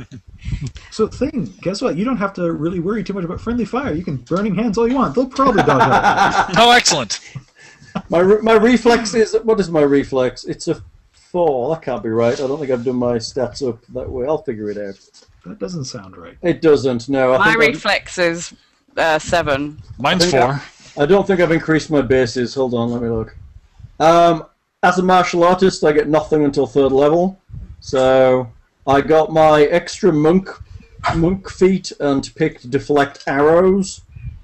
[SPEAKER 4] So thing, guess what? You don't have to really worry too much about friendly fire. You can burning hands all you want. They'll probably dodge out.
[SPEAKER 5] Oh, excellent.
[SPEAKER 3] My re- my reflex is what is my reflex? It's a four. That can't be right. I don't think I've done my stats up that way. I'll figure it out.
[SPEAKER 4] That doesn't sound right.
[SPEAKER 3] It doesn't. No, I
[SPEAKER 2] My
[SPEAKER 3] think I'm-
[SPEAKER 2] reflex is uh, seven.
[SPEAKER 5] Mine's
[SPEAKER 3] think I-
[SPEAKER 5] four.
[SPEAKER 3] I don't think I've increased my bases. Hold on, let me look. Um, as a martial artist, I get nothing until third level. So I got my extra monk monk feet and picked deflect arrows,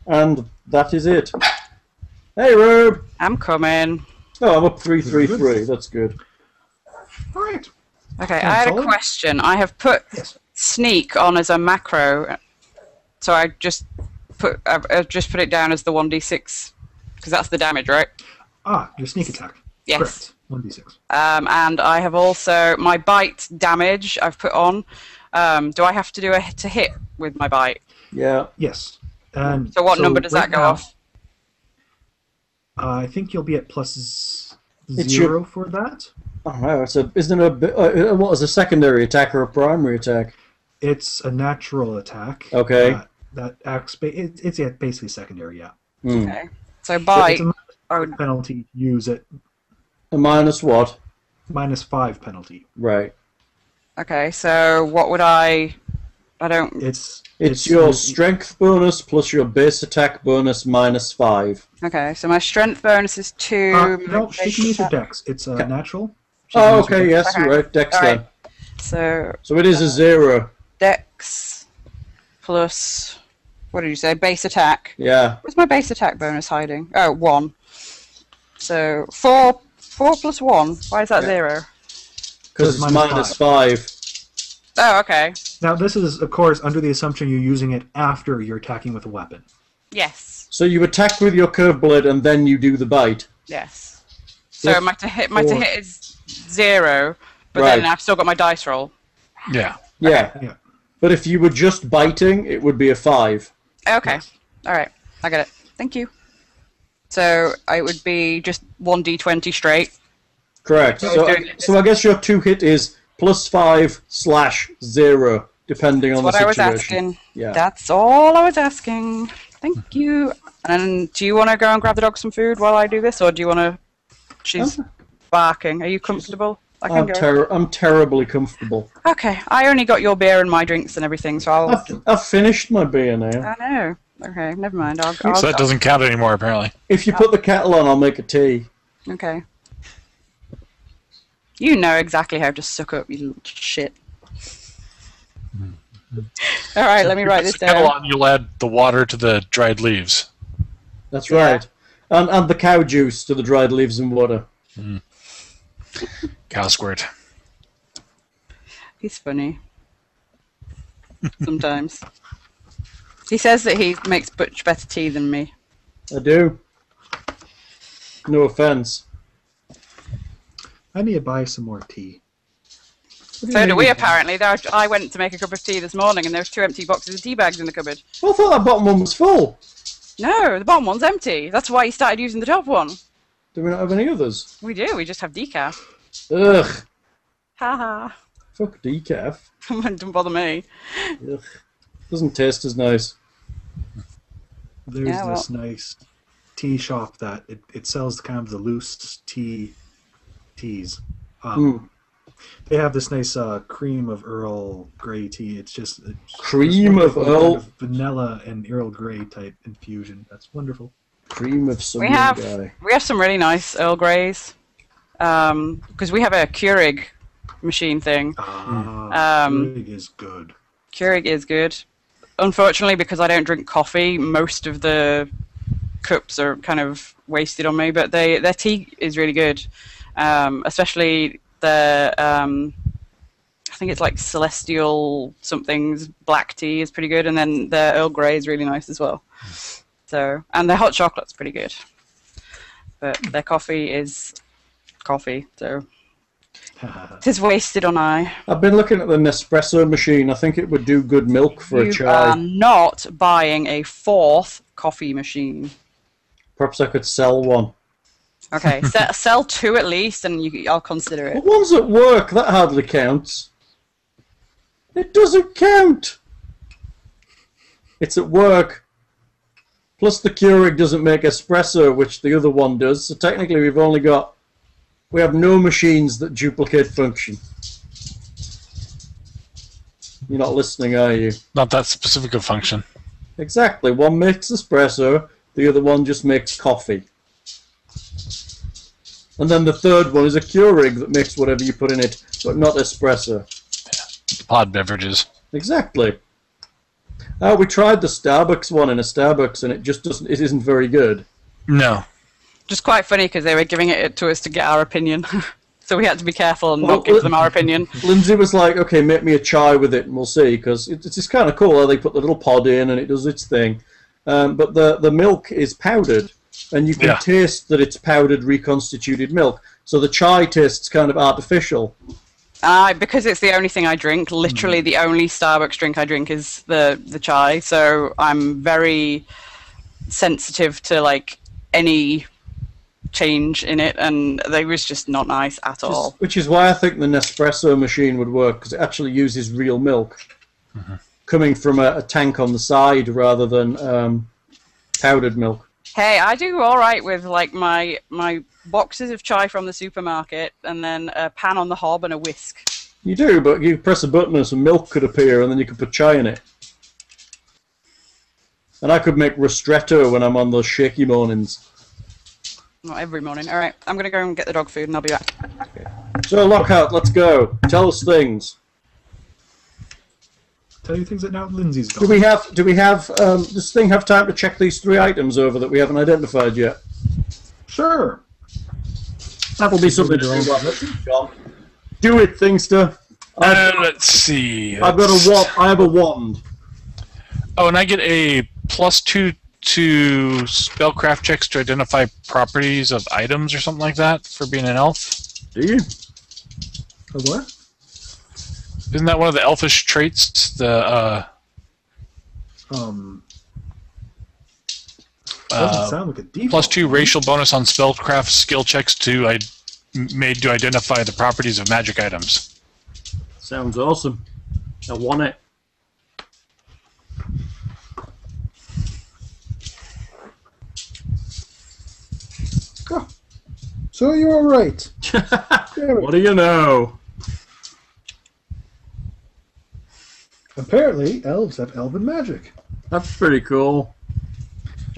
[SPEAKER 3] and that is it. Hey, Rob.
[SPEAKER 2] I'm coming.
[SPEAKER 3] Oh, I'm up three, three, three. That's good.
[SPEAKER 4] All right.
[SPEAKER 2] Okay, I had a
[SPEAKER 4] solid.
[SPEAKER 2] question. I have put
[SPEAKER 4] Yes.
[SPEAKER 2] sneak on as a macro, so I just put I, I just put it down as the one d six because that's the damage, right?
[SPEAKER 4] Ah, your sneak attack.
[SPEAKER 2] Yes.
[SPEAKER 4] Correct. One d six.
[SPEAKER 2] Um, and I have also my bite damage. I've put on. Um, do I have to do a to hit with my bite?
[SPEAKER 3] Yeah.
[SPEAKER 4] Yes. And
[SPEAKER 2] So what number does that
[SPEAKER 4] right
[SPEAKER 2] go
[SPEAKER 4] now,
[SPEAKER 2] off?
[SPEAKER 4] Uh, I think you'll be at plus z-
[SPEAKER 3] It's
[SPEAKER 4] zero for that.
[SPEAKER 3] I don't know. Oh, It's a isn't it a bi- uh, uh, what is a secondary attack or a primary attack?
[SPEAKER 4] It's a natural attack.
[SPEAKER 3] Okay.
[SPEAKER 4] That, that acts. Ba- it, it's yeah, basically secondary. Yeah.
[SPEAKER 3] Hmm.
[SPEAKER 2] Okay. So
[SPEAKER 4] But
[SPEAKER 2] bite.
[SPEAKER 4] It's a minus
[SPEAKER 2] I would,
[SPEAKER 4] penalty. Use it.
[SPEAKER 3] A minus what?
[SPEAKER 4] Minus five penalty.
[SPEAKER 3] Right.
[SPEAKER 2] okay. So what would I? I don't.
[SPEAKER 4] It's.
[SPEAKER 3] It's, your strength bonus plus your base attack bonus minus five.
[SPEAKER 2] Okay. So my strength bonus is two.
[SPEAKER 4] Uh,
[SPEAKER 2] my
[SPEAKER 4] no, she can
[SPEAKER 2] base
[SPEAKER 4] use her
[SPEAKER 2] attack-
[SPEAKER 4] dex. It's uh, natural. She can
[SPEAKER 3] Oh,
[SPEAKER 4] use her
[SPEAKER 3] okay.
[SPEAKER 4] dex.
[SPEAKER 3] Yes, you're right. Dex
[SPEAKER 2] Alright.
[SPEAKER 3] then.
[SPEAKER 2] So
[SPEAKER 3] So it is a zero.
[SPEAKER 2] dex plus. What did you say? Base attack.
[SPEAKER 3] Yeah.
[SPEAKER 2] Where's my base attack bonus hiding? Oh, one. So four, four plus one. Why is that zero?
[SPEAKER 3] Because
[SPEAKER 4] So
[SPEAKER 3] it's
[SPEAKER 4] it's minus
[SPEAKER 3] minus five.
[SPEAKER 2] Oh, okay.
[SPEAKER 4] Now this is, of course, under the assumption you're using it after you're attacking with a weapon.
[SPEAKER 2] Yes,
[SPEAKER 3] So you attack with your curve blade and then you do the bite.
[SPEAKER 2] yes. So
[SPEAKER 4] If
[SPEAKER 2] my to hit, my to
[SPEAKER 4] four-
[SPEAKER 2] hit is zero, but then
[SPEAKER 3] Right.
[SPEAKER 2] I've still got my dice roll.
[SPEAKER 5] Yeah.
[SPEAKER 3] Yeah.
[SPEAKER 4] Yeah.
[SPEAKER 3] But if you were just biting, it would be a five.
[SPEAKER 2] Okay,
[SPEAKER 4] Yes.
[SPEAKER 2] all right, I get it. Thank you. So it would be just one d20 straight.
[SPEAKER 3] Correct.
[SPEAKER 2] So
[SPEAKER 3] So,
[SPEAKER 2] we're
[SPEAKER 3] I,
[SPEAKER 2] doing it
[SPEAKER 3] so I guess your two hit is plus five slash zero, depending on
[SPEAKER 2] What
[SPEAKER 3] the
[SPEAKER 2] I was
[SPEAKER 3] situation.
[SPEAKER 2] asking.
[SPEAKER 3] Yeah.
[SPEAKER 2] That's all I was asking. Thank you. And do you want to go and grab the dog some food while I do this, or do you want to? She's barking. Are you comfortable? I can
[SPEAKER 3] I'm,
[SPEAKER 2] go.
[SPEAKER 3] ter- I'm terribly comfortable.
[SPEAKER 2] Okay, I only got your beer and my drinks and everything, so I'll.
[SPEAKER 3] I've, I've finished my beer now.
[SPEAKER 2] I know. Okay, never mind. I'll. I'll
[SPEAKER 5] So that doesn't count anymore, apparently.
[SPEAKER 3] If you put the kettle on, I'll make a tea.
[SPEAKER 2] Okay. You know exactly how to suck up, you little shit. All right, let me write this
[SPEAKER 5] Put the
[SPEAKER 3] uh,
[SPEAKER 5] kettle
[SPEAKER 2] down.
[SPEAKER 5] on, you'll add the water to the dried leaves.
[SPEAKER 3] That's
[SPEAKER 2] Yeah.
[SPEAKER 3] right. And, and the cow juice to the dried leaves and water.
[SPEAKER 5] Cow squirt.
[SPEAKER 2] He's funny. Sometimes. he says that he makes much better tea than me.
[SPEAKER 3] I do. No offense.
[SPEAKER 4] I need to buy some more tea.
[SPEAKER 2] So do we, apparently. There are- I went to make a cup of tea this morning, and there was two empty boxes of tea bags in the cupboard.
[SPEAKER 3] Well, I thought that bottom one was full.
[SPEAKER 2] No, the bottom one's empty. That's why he started using the top one.
[SPEAKER 3] Do we not have any others?
[SPEAKER 2] We do. We just have decaf.
[SPEAKER 3] Ugh.
[SPEAKER 2] Ha ha.
[SPEAKER 3] Fuck decaf.
[SPEAKER 2] Don't bother me.
[SPEAKER 3] Ugh. Doesn't taste as nice.
[SPEAKER 4] There's
[SPEAKER 2] Yeah, well-
[SPEAKER 4] this nice tea shop that it, it sells kind of the loose tea teas. Um, They have this nice uh, cream of Earl Grey tea. It's just it's
[SPEAKER 3] Cream of
[SPEAKER 4] wonderful kind
[SPEAKER 3] Earl.
[SPEAKER 4] of vanilla and Earl Grey type infusion. That's wonderful.
[SPEAKER 3] Cream of some
[SPEAKER 2] We have
[SPEAKER 3] guy.
[SPEAKER 2] we have some really nice Earl Greys because we have a Keurig machine thing.
[SPEAKER 4] Ah,
[SPEAKER 2] Um,
[SPEAKER 4] Keurig is good.
[SPEAKER 2] Keurig is good. Unfortunately, because I don't drink coffee, most of the cups are kind of wasted on me. But they their tea is really good, um, especially the um, I think it's like Celestial something's black tea is pretty good, and then their Earl Grey is really nice as well. So and their hot chocolate's pretty good, but their coffee is coffee, so it is wasted on I.
[SPEAKER 3] I've been looking at the Nespresso machine. I think it would do good milk for
[SPEAKER 2] you um,
[SPEAKER 3] a
[SPEAKER 2] are
[SPEAKER 3] child.
[SPEAKER 2] not buying a fourth coffee machine.
[SPEAKER 3] Perhaps I could sell one.
[SPEAKER 2] Okay, se- sell two at least, and you, I'll consider it.
[SPEAKER 3] But one's at work. That hardly counts. It doesn't count. It's at work. Plus, the Keurig doesn't make espresso, which the other one does. So technically, we've only got we have no machines that duplicate function. You're not listening, are you?
[SPEAKER 5] Not that specific a function.
[SPEAKER 3] Exactly. One makes espresso, the other one just makes coffee. And then the third one is a Keurig that makes whatever you put in it, but not espresso.
[SPEAKER 5] Pod beverages.
[SPEAKER 3] Exactly. Uh, we tried the Starbucks one in a Starbucks, and it just doesn't. It isn't very good.
[SPEAKER 5] No.
[SPEAKER 2] Just quite funny because they were giving it to us to get our opinion, so we had to be careful and
[SPEAKER 3] Well,
[SPEAKER 2] not give
[SPEAKER 3] well-
[SPEAKER 2] them our opinion.
[SPEAKER 3] Lindsay was like, "Okay, make me a chai with it, and we'll see," because it, it's just kind of cool how they put the little pod in and it does its thing. Um, but the the milk is powdered, and you can
[SPEAKER 5] Yeah.
[SPEAKER 3] taste that it's powdered, reconstituted milk. So the chai tastes kind of artificial.
[SPEAKER 2] I because it's the only thing I drink. Literally, the only Starbucks drink I drink is the the chai. So I'm very sensitive to like any change in it, and they was just not nice at all.
[SPEAKER 3] Which is why I think the Nespresso machine would work because it actually uses real milk coming from a, a tank on the side rather than um, powdered milk.
[SPEAKER 2] Hey, I do all right with like my my boxes of chai from the supermarket, and then a pan on the hob and a whisk.
[SPEAKER 3] You do, but you press a button and some milk could appear, and then you could put chai in it. And I could make ristretto when I'm on those shaky mornings.
[SPEAKER 2] Not every morning. All right, I'm gonna go and get the dog food, and I'll be back.
[SPEAKER 3] So Lockhart, let's go. Tell us things.
[SPEAKER 4] Tell you things that now Lindsay's
[SPEAKER 3] Do
[SPEAKER 4] gone.
[SPEAKER 3] we have? Do we have? Um, does thing have time to check these three items over that we haven't identified yet?
[SPEAKER 4] Sure.
[SPEAKER 3] That'll be something to do. John. Do it, Thingster.
[SPEAKER 5] Uh,
[SPEAKER 3] I've,
[SPEAKER 5] let's see.
[SPEAKER 3] I've got
[SPEAKER 5] Let's-
[SPEAKER 3] a wand. I have a wand.
[SPEAKER 5] Oh, and I get a plus two to spellcraft checks to identify properties of items or something like that for being an elf.
[SPEAKER 3] Do you?
[SPEAKER 4] A what?
[SPEAKER 5] Isn't that one of the elfish traits? The uh,
[SPEAKER 4] Um, doesn't
[SPEAKER 5] uh,
[SPEAKER 4] sound like a default.
[SPEAKER 5] plus two racial bonus on spellcraft skill checks to I made to identify the properties of magic items.
[SPEAKER 3] Sounds awesome. I want it.
[SPEAKER 6] So you're all right.
[SPEAKER 3] What do you know?
[SPEAKER 6] Apparently, elves have elven magic.
[SPEAKER 3] That's pretty cool.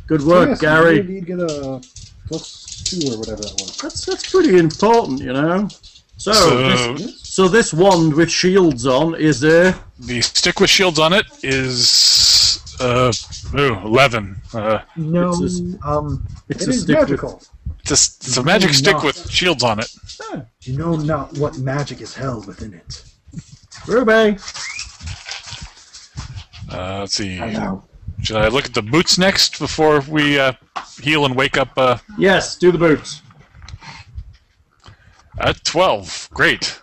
[SPEAKER 3] Good work,
[SPEAKER 6] yes,
[SPEAKER 3] Gary.
[SPEAKER 6] You did indeed get a plus two or whatever that was.
[SPEAKER 3] That's that's pretty important, you know. So,
[SPEAKER 5] So-
[SPEAKER 3] Oh, this, so this wand with shields on is a
[SPEAKER 5] The stick with shields on it is uh, ooh, eleven. Uh,
[SPEAKER 4] No.
[SPEAKER 3] It's a-
[SPEAKER 4] Um,
[SPEAKER 3] it's
[SPEAKER 6] It
[SPEAKER 3] a
[SPEAKER 6] is
[SPEAKER 3] stick
[SPEAKER 6] magical.
[SPEAKER 5] it's a, it's a magic stick with shields on it.
[SPEAKER 6] You know not what magic is held within it.
[SPEAKER 3] with ruby.
[SPEAKER 5] Uh, let's see.
[SPEAKER 6] Now,
[SPEAKER 5] Should I look at the boots next before we uh, heal and wake up? Uh,
[SPEAKER 3] Yes, do the boots.
[SPEAKER 5] At 12. Great.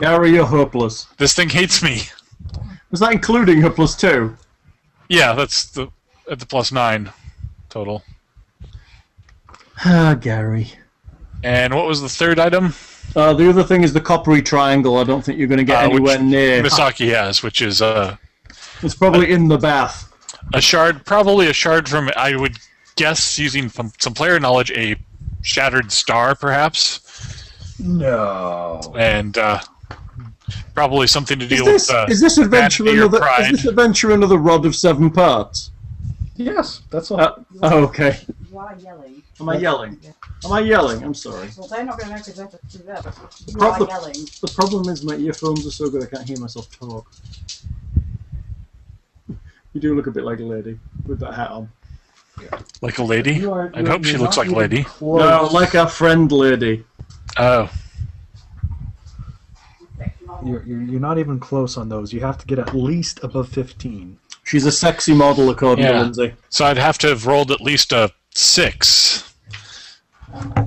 [SPEAKER 3] Gary, you're hopeless.
[SPEAKER 5] This thing hates me.
[SPEAKER 3] Is that including her plus two?
[SPEAKER 5] Yeah, that's the at the plus 9 total.
[SPEAKER 3] Ah, Gary.
[SPEAKER 5] And what was the third item?
[SPEAKER 3] Uh, the other thing is the coppery triangle. I don't think you're going to get
[SPEAKER 5] Uh, which-
[SPEAKER 3] anywhere near.
[SPEAKER 5] Misaki has, which is uh,
[SPEAKER 3] It's probably in the bath.
[SPEAKER 5] a shard, probably a shard from, I would guess, using from some player knowledge, a shattered star, perhaps.
[SPEAKER 6] no.
[SPEAKER 5] And uh, probably something to
[SPEAKER 3] Is
[SPEAKER 5] deal
[SPEAKER 3] this,
[SPEAKER 5] with. Uh,
[SPEAKER 3] is this adventure
[SPEAKER 5] vanity or
[SPEAKER 3] another? Is
[SPEAKER 5] pride.
[SPEAKER 3] this adventure another rod of seven parts?
[SPEAKER 6] Yes, that's all.
[SPEAKER 3] Uh, oh, okay.
[SPEAKER 7] You are yelling.
[SPEAKER 3] Am I yelling? Am I yelling? I'm sorry.
[SPEAKER 7] Well, they're not going to know because they have to do that. You
[SPEAKER 3] Prob-
[SPEAKER 7] are yelling.
[SPEAKER 3] The problem is my earphones are so good I can't hear myself talk. You do look a bit like a lady with that hat on.
[SPEAKER 5] like a lady?
[SPEAKER 6] You are-
[SPEAKER 5] I
[SPEAKER 6] you're-
[SPEAKER 5] hope she
[SPEAKER 6] you're
[SPEAKER 5] looks
[SPEAKER 6] not
[SPEAKER 5] like a lady.
[SPEAKER 6] even close.
[SPEAKER 3] No, like our friend lady.
[SPEAKER 5] Oh.
[SPEAKER 4] you're, you're, you're not even close on those. You have to get at least above 15.
[SPEAKER 3] She's a sexy model, according to
[SPEAKER 5] Yeah.
[SPEAKER 3] Lindsay.
[SPEAKER 5] So I'd have to have rolled at least a 6.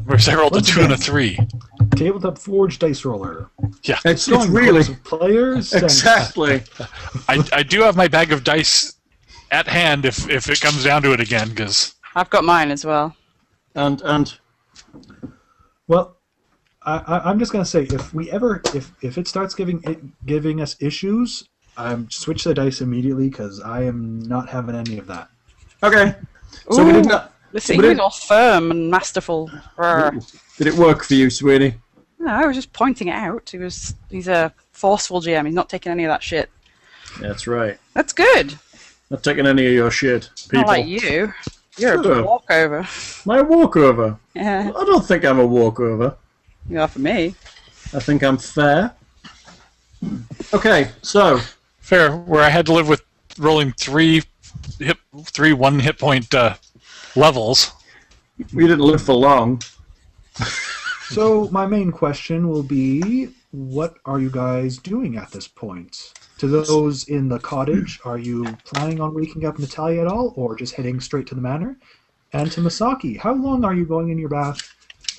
[SPEAKER 5] Whereas I rolled a 2 and a 3.
[SPEAKER 4] Tabletop Forge Dice Roller.
[SPEAKER 3] It's, it's really
[SPEAKER 4] Groups of Players. and-
[SPEAKER 3] exactly.
[SPEAKER 5] I, I do have my bag of dice at hand if, if it comes down to it again, because
[SPEAKER 2] I've got mine as well.
[SPEAKER 3] And and
[SPEAKER 4] Well, I, I, I'm just gonna say if we ever if if it starts giving it giving us issues, I'm switch the dice immediately because I am not having any of that.
[SPEAKER 3] okay. So we
[SPEAKER 2] Ooh.
[SPEAKER 3] did not.
[SPEAKER 2] This
[SPEAKER 3] But it-
[SPEAKER 2] eagle's all firm and masterful. Rrr.
[SPEAKER 3] Did it work for you, sweetie?
[SPEAKER 2] No, I was just pointing it out. He was he's a forceful GM. He's not taking any of that shit.
[SPEAKER 3] That's right.
[SPEAKER 2] That's good.
[SPEAKER 3] Not taking any of your shit, people.
[SPEAKER 2] Not like you. You're
[SPEAKER 3] Shut
[SPEAKER 2] a
[SPEAKER 3] up.
[SPEAKER 2] walkover.
[SPEAKER 3] My walkover.
[SPEAKER 2] Yeah,
[SPEAKER 3] I don't think I'm a walkover.
[SPEAKER 2] you are for me.
[SPEAKER 3] I think I'm fair. Okay, so
[SPEAKER 5] fair, where I had to live with rolling three hit three one hit point uh, levels.
[SPEAKER 3] we didn't live for long.
[SPEAKER 4] So my main question will be, what are you guys doing at this point? To those in the cottage, are you planning on waking up Natalia at all, or just heading straight to the manor? And to Masaki, how long are you going in your bath?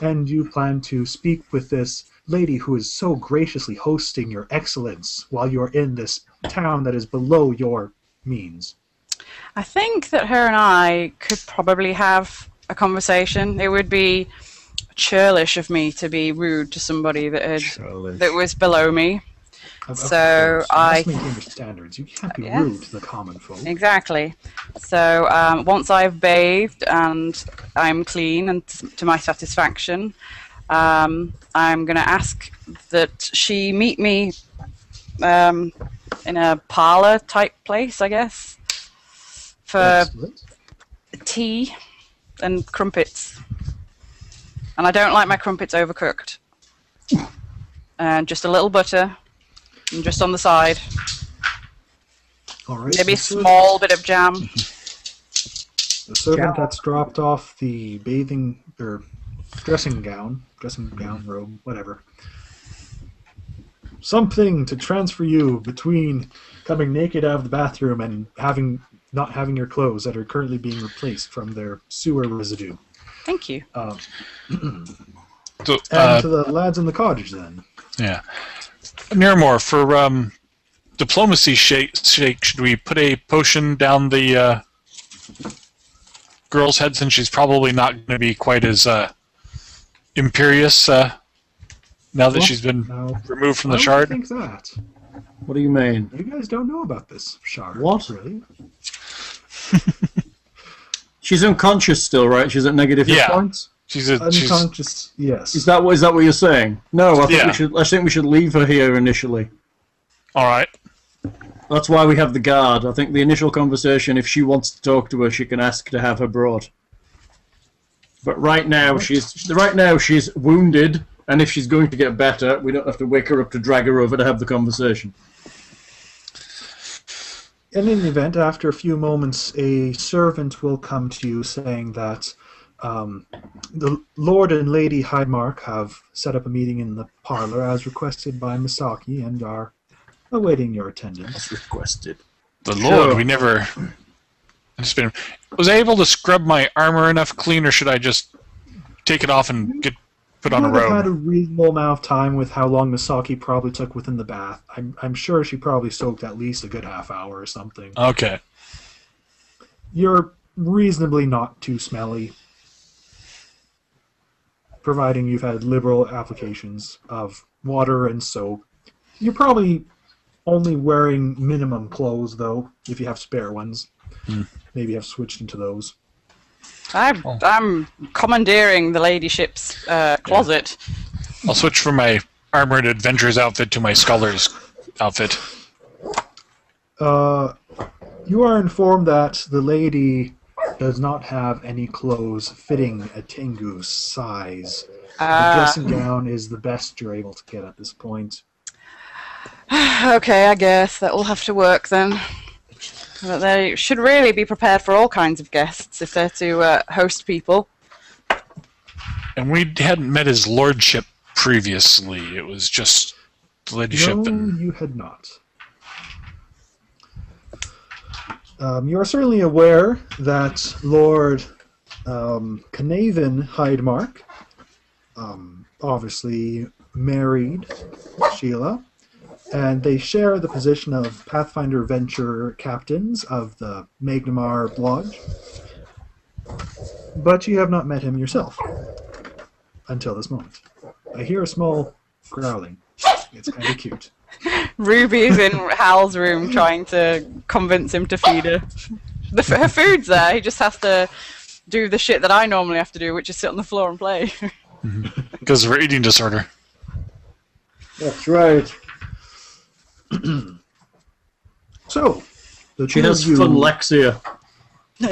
[SPEAKER 4] And do you plan to speak with this lady who is so graciously hosting your excellence while you're in this town that is below your means?
[SPEAKER 2] I think that her and I could probably have a conversation. It would be churlish of me to be rude to somebody that had
[SPEAKER 4] Churlish.
[SPEAKER 2] that was below me.
[SPEAKER 4] Of- of
[SPEAKER 2] so
[SPEAKER 4] course, you
[SPEAKER 2] I-
[SPEAKER 4] must maintain your standards. You can't be
[SPEAKER 2] Yes.
[SPEAKER 4] rude to the common folk.
[SPEAKER 2] Exactly. So um, once I've bathed and I'm clean and t- to my satisfaction, um, I'm going to ask that she meet me um, in a parlor type place, I guess, for
[SPEAKER 4] Excellent.
[SPEAKER 2] tea and crumpets. And I don't like my crumpets overcooked. And just a little butter, and just on the side,
[SPEAKER 4] All right.
[SPEAKER 2] maybe a
[SPEAKER 4] the ser-
[SPEAKER 2] small bit of jam.
[SPEAKER 4] The servant that's dropped off the bathing or dressing gown, dressing gown, robe, whatever. Something to transfer you between coming naked out of the bathroom and having not having your clothes that are currently being replaced from their sewer residue.
[SPEAKER 2] Thank you.
[SPEAKER 4] Um,
[SPEAKER 5] So,
[SPEAKER 4] and
[SPEAKER 5] uh,
[SPEAKER 6] Um,
[SPEAKER 4] to the lads in the cottage, then.
[SPEAKER 5] yeah. Miramore, for um, diplomacy shake, shake, should we put a potion down the uh, girl's head since she's probably not going to be quite as uh, imperious uh, now that
[SPEAKER 4] Well,
[SPEAKER 5] she's been
[SPEAKER 4] No.
[SPEAKER 5] removed from
[SPEAKER 4] Why would
[SPEAKER 5] the
[SPEAKER 4] you
[SPEAKER 5] shard?
[SPEAKER 4] think that?
[SPEAKER 3] What do you mean?
[SPEAKER 4] You guys don't know about this shard.
[SPEAKER 3] What?
[SPEAKER 4] Really?
[SPEAKER 3] She's unconscious still, right? She's at negative hit
[SPEAKER 5] Yeah.
[SPEAKER 3] points.
[SPEAKER 5] She's a, she's,
[SPEAKER 4] Unconscious. Yes.
[SPEAKER 3] Is that what is that what you're saying? No, I think
[SPEAKER 5] Yeah.
[SPEAKER 3] we should. I think we should leave her here initially.
[SPEAKER 5] all right.
[SPEAKER 3] That's why we have the guard. I think the initial conversation, if she wants to talk to her, she can ask to have her brought. But right now she's right now she's wounded, and if she's going to get better, we don't have to wake her up to drag her over to have the conversation.
[SPEAKER 4] In any event, after a few moments, a servant will come to you saying that um, the Lord and Lady Hydemark have set up a meeting in the parlor as requested by Misaki and are awaiting your attendance.
[SPEAKER 3] Requested.
[SPEAKER 5] The
[SPEAKER 3] Sure.
[SPEAKER 5] Lord, we never. I just been. Was I able to scrub my armor enough clean, or should I just take it off and get put on a
[SPEAKER 4] I've had
[SPEAKER 5] robe?
[SPEAKER 4] a reasonable amount of time with how long Misaki probably took within the bath. I'm, I'm sure she probably soaked at least a good half hour or something.
[SPEAKER 5] Okay.
[SPEAKER 4] You're reasonably not too smelly, providing you've had liberal applications of water and soap. You're probably only wearing minimum clothes, though, if you have spare ones. Maybe have switched into those.
[SPEAKER 2] I'm, I'm commandeering the ladyship's uh, closet.
[SPEAKER 5] I'll switch from my armored adventurer's outfit to my scholar's outfit.
[SPEAKER 4] Uh, you are informed that the lady does not have any clothes fitting a Tengu's size. the
[SPEAKER 2] Ah,
[SPEAKER 4] dressing gown is the best you're able to get at this point.
[SPEAKER 2] okay, I guess that will have to work then. But they should really be prepared for all kinds of guests if they're to uh, host people.
[SPEAKER 5] And we hadn't met his lordship previously. It was just the ladyship.
[SPEAKER 4] No,
[SPEAKER 5] And,
[SPEAKER 4] you had not. Um, you are certainly aware that Lord um, Canavan Hydemark um, obviously married Sheila, and they share the position of Pathfinder Venture captains of the Magnamar Lodge. But you have not met him yourself until this moment. I hear a small growling. It's kind of cute.
[SPEAKER 2] Ruby is in Hal's room trying to convince him to feed her. The, f- her food's there, he just has to do the shit that I normally have to do, which is sit on the floor and play.
[SPEAKER 5] because of her eating disorder.
[SPEAKER 3] That's right.
[SPEAKER 4] So, the
[SPEAKER 3] She
[SPEAKER 4] two
[SPEAKER 3] has
[SPEAKER 4] of you,
[SPEAKER 3] funlexia.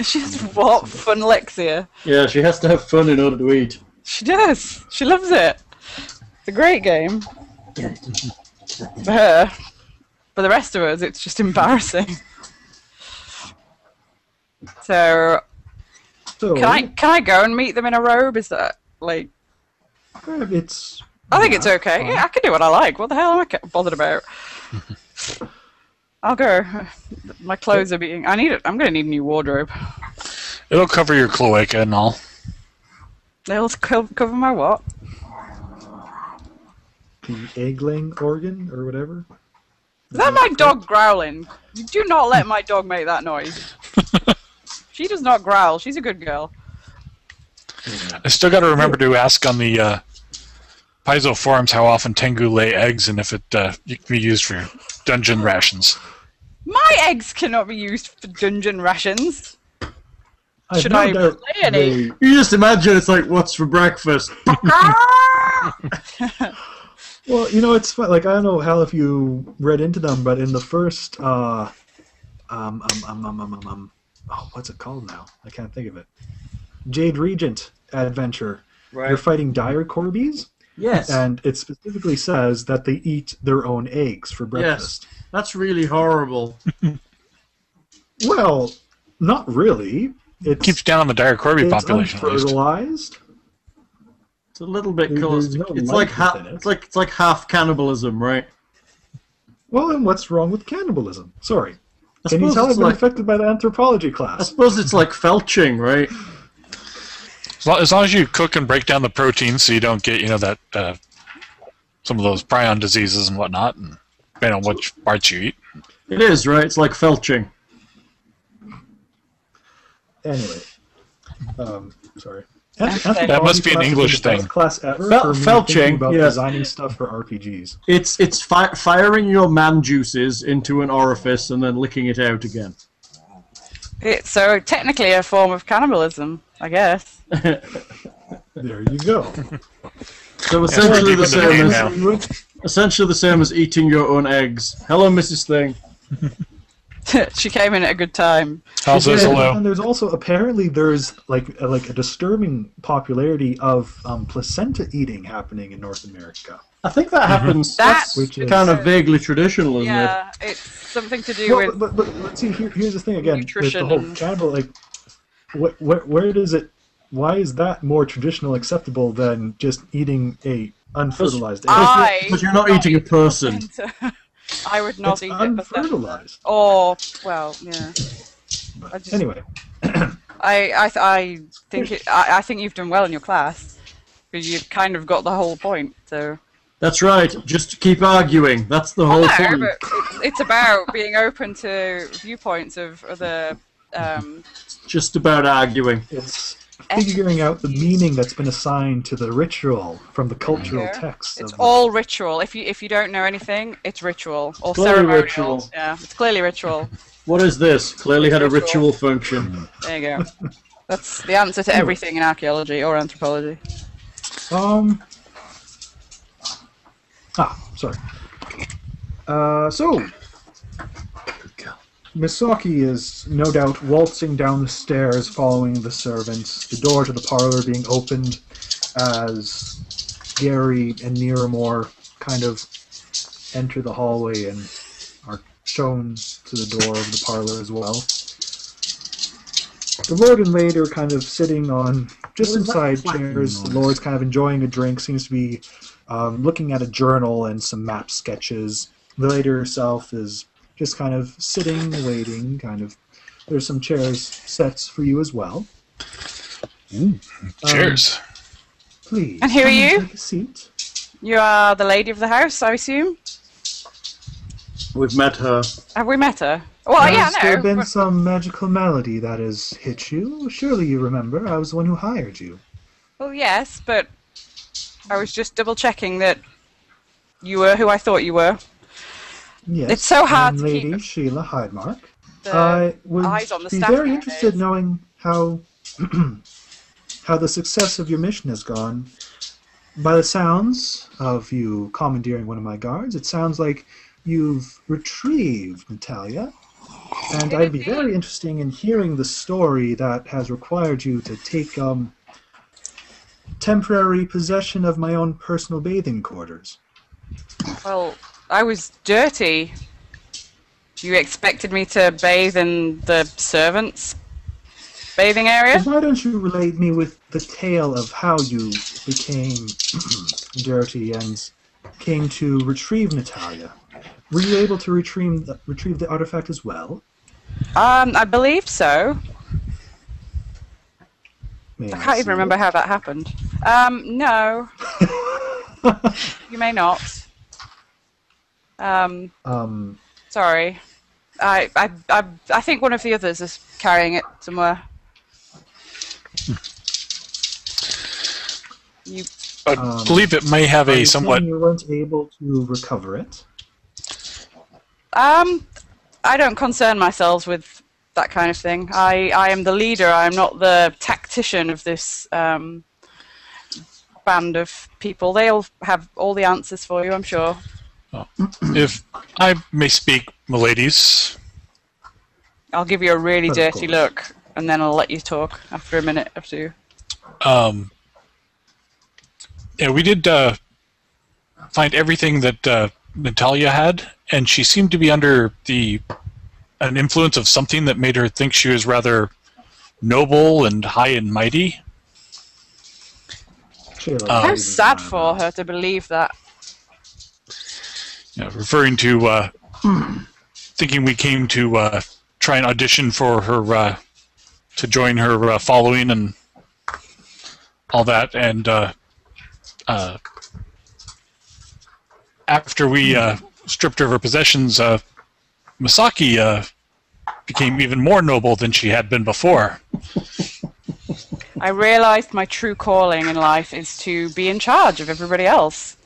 [SPEAKER 2] She's what? Funlexia.
[SPEAKER 3] Yeah, she has to have fun in order to eat.
[SPEAKER 2] She does. She loves it. It's a great game. For her. For the rest of us, it's just embarrassing. So
[SPEAKER 4] so,
[SPEAKER 2] can I can I go and meet them in a robe? Is that like
[SPEAKER 4] uh, It's.
[SPEAKER 2] I think it's
[SPEAKER 4] yeah,
[SPEAKER 2] okay.
[SPEAKER 4] fine.
[SPEAKER 2] Yeah, I can do what I like. What the hell am I ca- bothered about? I'll go. My clothes are being. I need it. I'm gonna need a new wardrobe.
[SPEAKER 5] It'll cover your cloaca and all.
[SPEAKER 2] They'll co- cover my what?
[SPEAKER 4] The egg laying organ or whatever.
[SPEAKER 2] Is that my dog growling? You do not let my dog make that noise. she does not growl. She's a good girl.
[SPEAKER 5] I still got to remember to ask on the uh, Paizo forums how often Tengu lay eggs and if it, uh, it can be used for dungeon rations.
[SPEAKER 2] My eggs cannot be used for dungeon rations.
[SPEAKER 4] I've
[SPEAKER 2] Should
[SPEAKER 4] no
[SPEAKER 2] I
[SPEAKER 4] doubt
[SPEAKER 2] play any?
[SPEAKER 4] they-
[SPEAKER 3] You just imagine it's like, what's for breakfast?
[SPEAKER 4] Well, you know, it's fun. like I don't know how if you read into them, but in the first, uh, um, um, um, um, um, um, um oh, what's it called now? I can't think of it. Jade Regent adventure. You're fighting dire corbies,
[SPEAKER 3] Yes.
[SPEAKER 4] and it specifically says that they eat their own eggs for breakfast.
[SPEAKER 3] That's really horrible.
[SPEAKER 4] Well, not really. It's,
[SPEAKER 5] Keeps down on the dire Corby
[SPEAKER 4] it's
[SPEAKER 5] population at least.
[SPEAKER 4] unfertilized.
[SPEAKER 3] It's a little bit
[SPEAKER 4] There- there's
[SPEAKER 3] caustic.
[SPEAKER 4] no
[SPEAKER 3] it's like
[SPEAKER 4] life
[SPEAKER 3] ha-
[SPEAKER 4] within it.
[SPEAKER 3] it's like it's like half cannibalism, right?
[SPEAKER 4] Well, then what's wrong with cannibalism? Sorry. Can you
[SPEAKER 3] suppose
[SPEAKER 4] tell
[SPEAKER 3] it's
[SPEAKER 4] I've been
[SPEAKER 3] like-
[SPEAKER 4] affected by the anthropology
[SPEAKER 3] I
[SPEAKER 4] class?
[SPEAKER 3] suppose it's like felching, right?
[SPEAKER 5] As long, as long as you cook and break down the proteins so you don't get, you know, that uh, some of those prion diseases and whatnot, and depending on which parts you eat.
[SPEAKER 3] It is, right? It's like felching.
[SPEAKER 4] Anyway, um, sorry.
[SPEAKER 2] That
[SPEAKER 4] Anthropology
[SPEAKER 5] must be
[SPEAKER 4] class
[SPEAKER 5] an
[SPEAKER 4] has
[SPEAKER 5] English
[SPEAKER 4] been the
[SPEAKER 5] thing.
[SPEAKER 4] best Class ever
[SPEAKER 3] Fel-
[SPEAKER 4] for me
[SPEAKER 3] felching,
[SPEAKER 4] thinking about
[SPEAKER 3] yes.
[SPEAKER 4] designing stuff for RPGs.
[SPEAKER 3] It's it's fi- firing your man juices into an orifice and then licking it out again.
[SPEAKER 2] It's so technically a form of cannibalism, I guess.
[SPEAKER 4] There you go.
[SPEAKER 3] So
[SPEAKER 5] it's pretty
[SPEAKER 3] essentially
[SPEAKER 5] deep
[SPEAKER 3] the
[SPEAKER 5] in the game
[SPEAKER 3] same
[SPEAKER 5] now.
[SPEAKER 3] as essentially the same as eating your own eggs. Hello, Mrs. Thing.
[SPEAKER 2] she came in at a good time.
[SPEAKER 5] Hal says hello.
[SPEAKER 4] And there's also apparently there's like like a disturbing popularity of um, placenta eating happening in North America.
[SPEAKER 3] I think that happens.
[SPEAKER 2] That's-
[SPEAKER 4] Mm-hmm. Which is-
[SPEAKER 3] kind of vaguely traditional, isn't it?
[SPEAKER 2] Yeah, it's something to do
[SPEAKER 4] Well,
[SPEAKER 2] with.
[SPEAKER 4] but, but, but see, here, here's the thing again. There's the
[SPEAKER 2] Nutrition
[SPEAKER 4] whole
[SPEAKER 2] and-
[SPEAKER 4] cannibal, like, wh- wh- where does it? Why is that more traditional acceptable than just eating a unfertilized egg?
[SPEAKER 2] Ah, I
[SPEAKER 3] Because you're not eating a person.
[SPEAKER 2] I would not
[SPEAKER 4] it's
[SPEAKER 2] eat it. But
[SPEAKER 4] unfertilized.
[SPEAKER 2] or well, yeah. I just,
[SPEAKER 4] Anyway,
[SPEAKER 2] I I, th- I think it, I, I think you've done well in your class because you've kind of got the whole point. So
[SPEAKER 3] That's right. Just keep arguing. That's the whole
[SPEAKER 2] no,
[SPEAKER 3] thing.
[SPEAKER 2] but it's, it's about being open to viewpoints of other. Um,
[SPEAKER 3] Just about arguing.
[SPEAKER 4] it's figuring out the meaning that's been assigned to the ritual from the cultural
[SPEAKER 2] Yeah.
[SPEAKER 4] texts.
[SPEAKER 2] it's
[SPEAKER 4] of the-
[SPEAKER 2] all ritual. If you if you don't know anything, it's ritual or
[SPEAKER 3] Clearly
[SPEAKER 2] ceremonial.
[SPEAKER 3] ritual.
[SPEAKER 2] Yeah, it's clearly ritual.
[SPEAKER 3] What is this? Clearly had a
[SPEAKER 2] Ritual.
[SPEAKER 3] ritual function.
[SPEAKER 2] There you go. That's the answer to everything in archaeology or anthropology.
[SPEAKER 4] Um. Ah, sorry. Uh, so, Misaki is no doubt waltzing down the stairs, following the servants. The door to the parlor being opened as Gary and Niramore kind of enter the hallway and are shown to the door of the parlor as well. The Lord and Lady are kind of sitting on just inside chairs. The Lord's kind of enjoying a drink, seems to be um, looking at a journal and some map sketches. The Lady herself is just kind of sitting, waiting, kind of. There's some chairs sets for you as well. Um,
[SPEAKER 5] Cheers.
[SPEAKER 4] Please.
[SPEAKER 2] And who are
[SPEAKER 4] come
[SPEAKER 2] you?
[SPEAKER 4] Take a seat.
[SPEAKER 2] You are the lady of the house, I assume.
[SPEAKER 3] We've met her.
[SPEAKER 2] Have we met her? Well,
[SPEAKER 4] Has
[SPEAKER 2] yeah,
[SPEAKER 4] there
[SPEAKER 2] no.
[SPEAKER 4] been some magical malady that has hit you? Surely you remember. I was the one who hired you.
[SPEAKER 2] Well, yes, but I was just double checking that you were who I thought you were.
[SPEAKER 4] Yes.
[SPEAKER 2] It's so hard
[SPEAKER 4] I'm
[SPEAKER 2] to keep
[SPEAKER 4] Lady Sheila Hydemark.
[SPEAKER 2] The-
[SPEAKER 4] I would
[SPEAKER 2] eyes on the
[SPEAKER 4] be
[SPEAKER 2] staff
[SPEAKER 4] very
[SPEAKER 2] nowadays.
[SPEAKER 4] interested knowing how how the success of your mission has gone. By the sounds of you commandeering one of my guards, it sounds like you've retrieved Natalia. And I'd be very interested in hearing the story that has required you to take um, temporary possession of my own personal bathing quarters.
[SPEAKER 2] Well, I was dirty. You expected me to bathe in the servants' bathing area?
[SPEAKER 4] Why don't you relate me with the tale of how you became dirty and came to retrieve Natalia? Were you able to retrieve the, retrieve the artifact as well?
[SPEAKER 2] Um, I believe so.
[SPEAKER 4] May
[SPEAKER 2] I can't even remember how that happened. Um, no. you may not. Um,
[SPEAKER 4] Um,
[SPEAKER 2] sorry. I, I, I, I think one of the others is carrying it somewhere.
[SPEAKER 5] I
[SPEAKER 4] Um,
[SPEAKER 5] believe it may have
[SPEAKER 4] Are you
[SPEAKER 5] a
[SPEAKER 4] saying
[SPEAKER 5] somewhat.
[SPEAKER 4] You weren't able to recover it.
[SPEAKER 2] Um, I don't concern myself with that kind of thing. I, I am the leader. I am not the tactician of this um, band of people. They'll have all the answers for you, I'm sure.
[SPEAKER 5] If I may speak, miladies,
[SPEAKER 2] I'll give you a really
[SPEAKER 4] Of
[SPEAKER 2] dirty
[SPEAKER 4] course.
[SPEAKER 2] look, and then I'll let you talk after a minute or two.
[SPEAKER 5] um, yeah, we did uh, find everything that uh, Natalia had, and she seemed to be under the an influence of something that made her think she was rather noble and high and mighty.
[SPEAKER 4] Shayla,
[SPEAKER 5] Oh.
[SPEAKER 2] How
[SPEAKER 4] you
[SPEAKER 2] sad
[SPEAKER 4] were-
[SPEAKER 2] for her to believe that.
[SPEAKER 5] Yeah, referring to uh, thinking we came to uh, try and audition for her uh, to join her uh, following and all that, and uh, uh, after we uh, stripped her of her possessions, uh, Masaki uh, became even more noble than she had been before.
[SPEAKER 2] I realized my true calling in life is to be in charge of everybody else.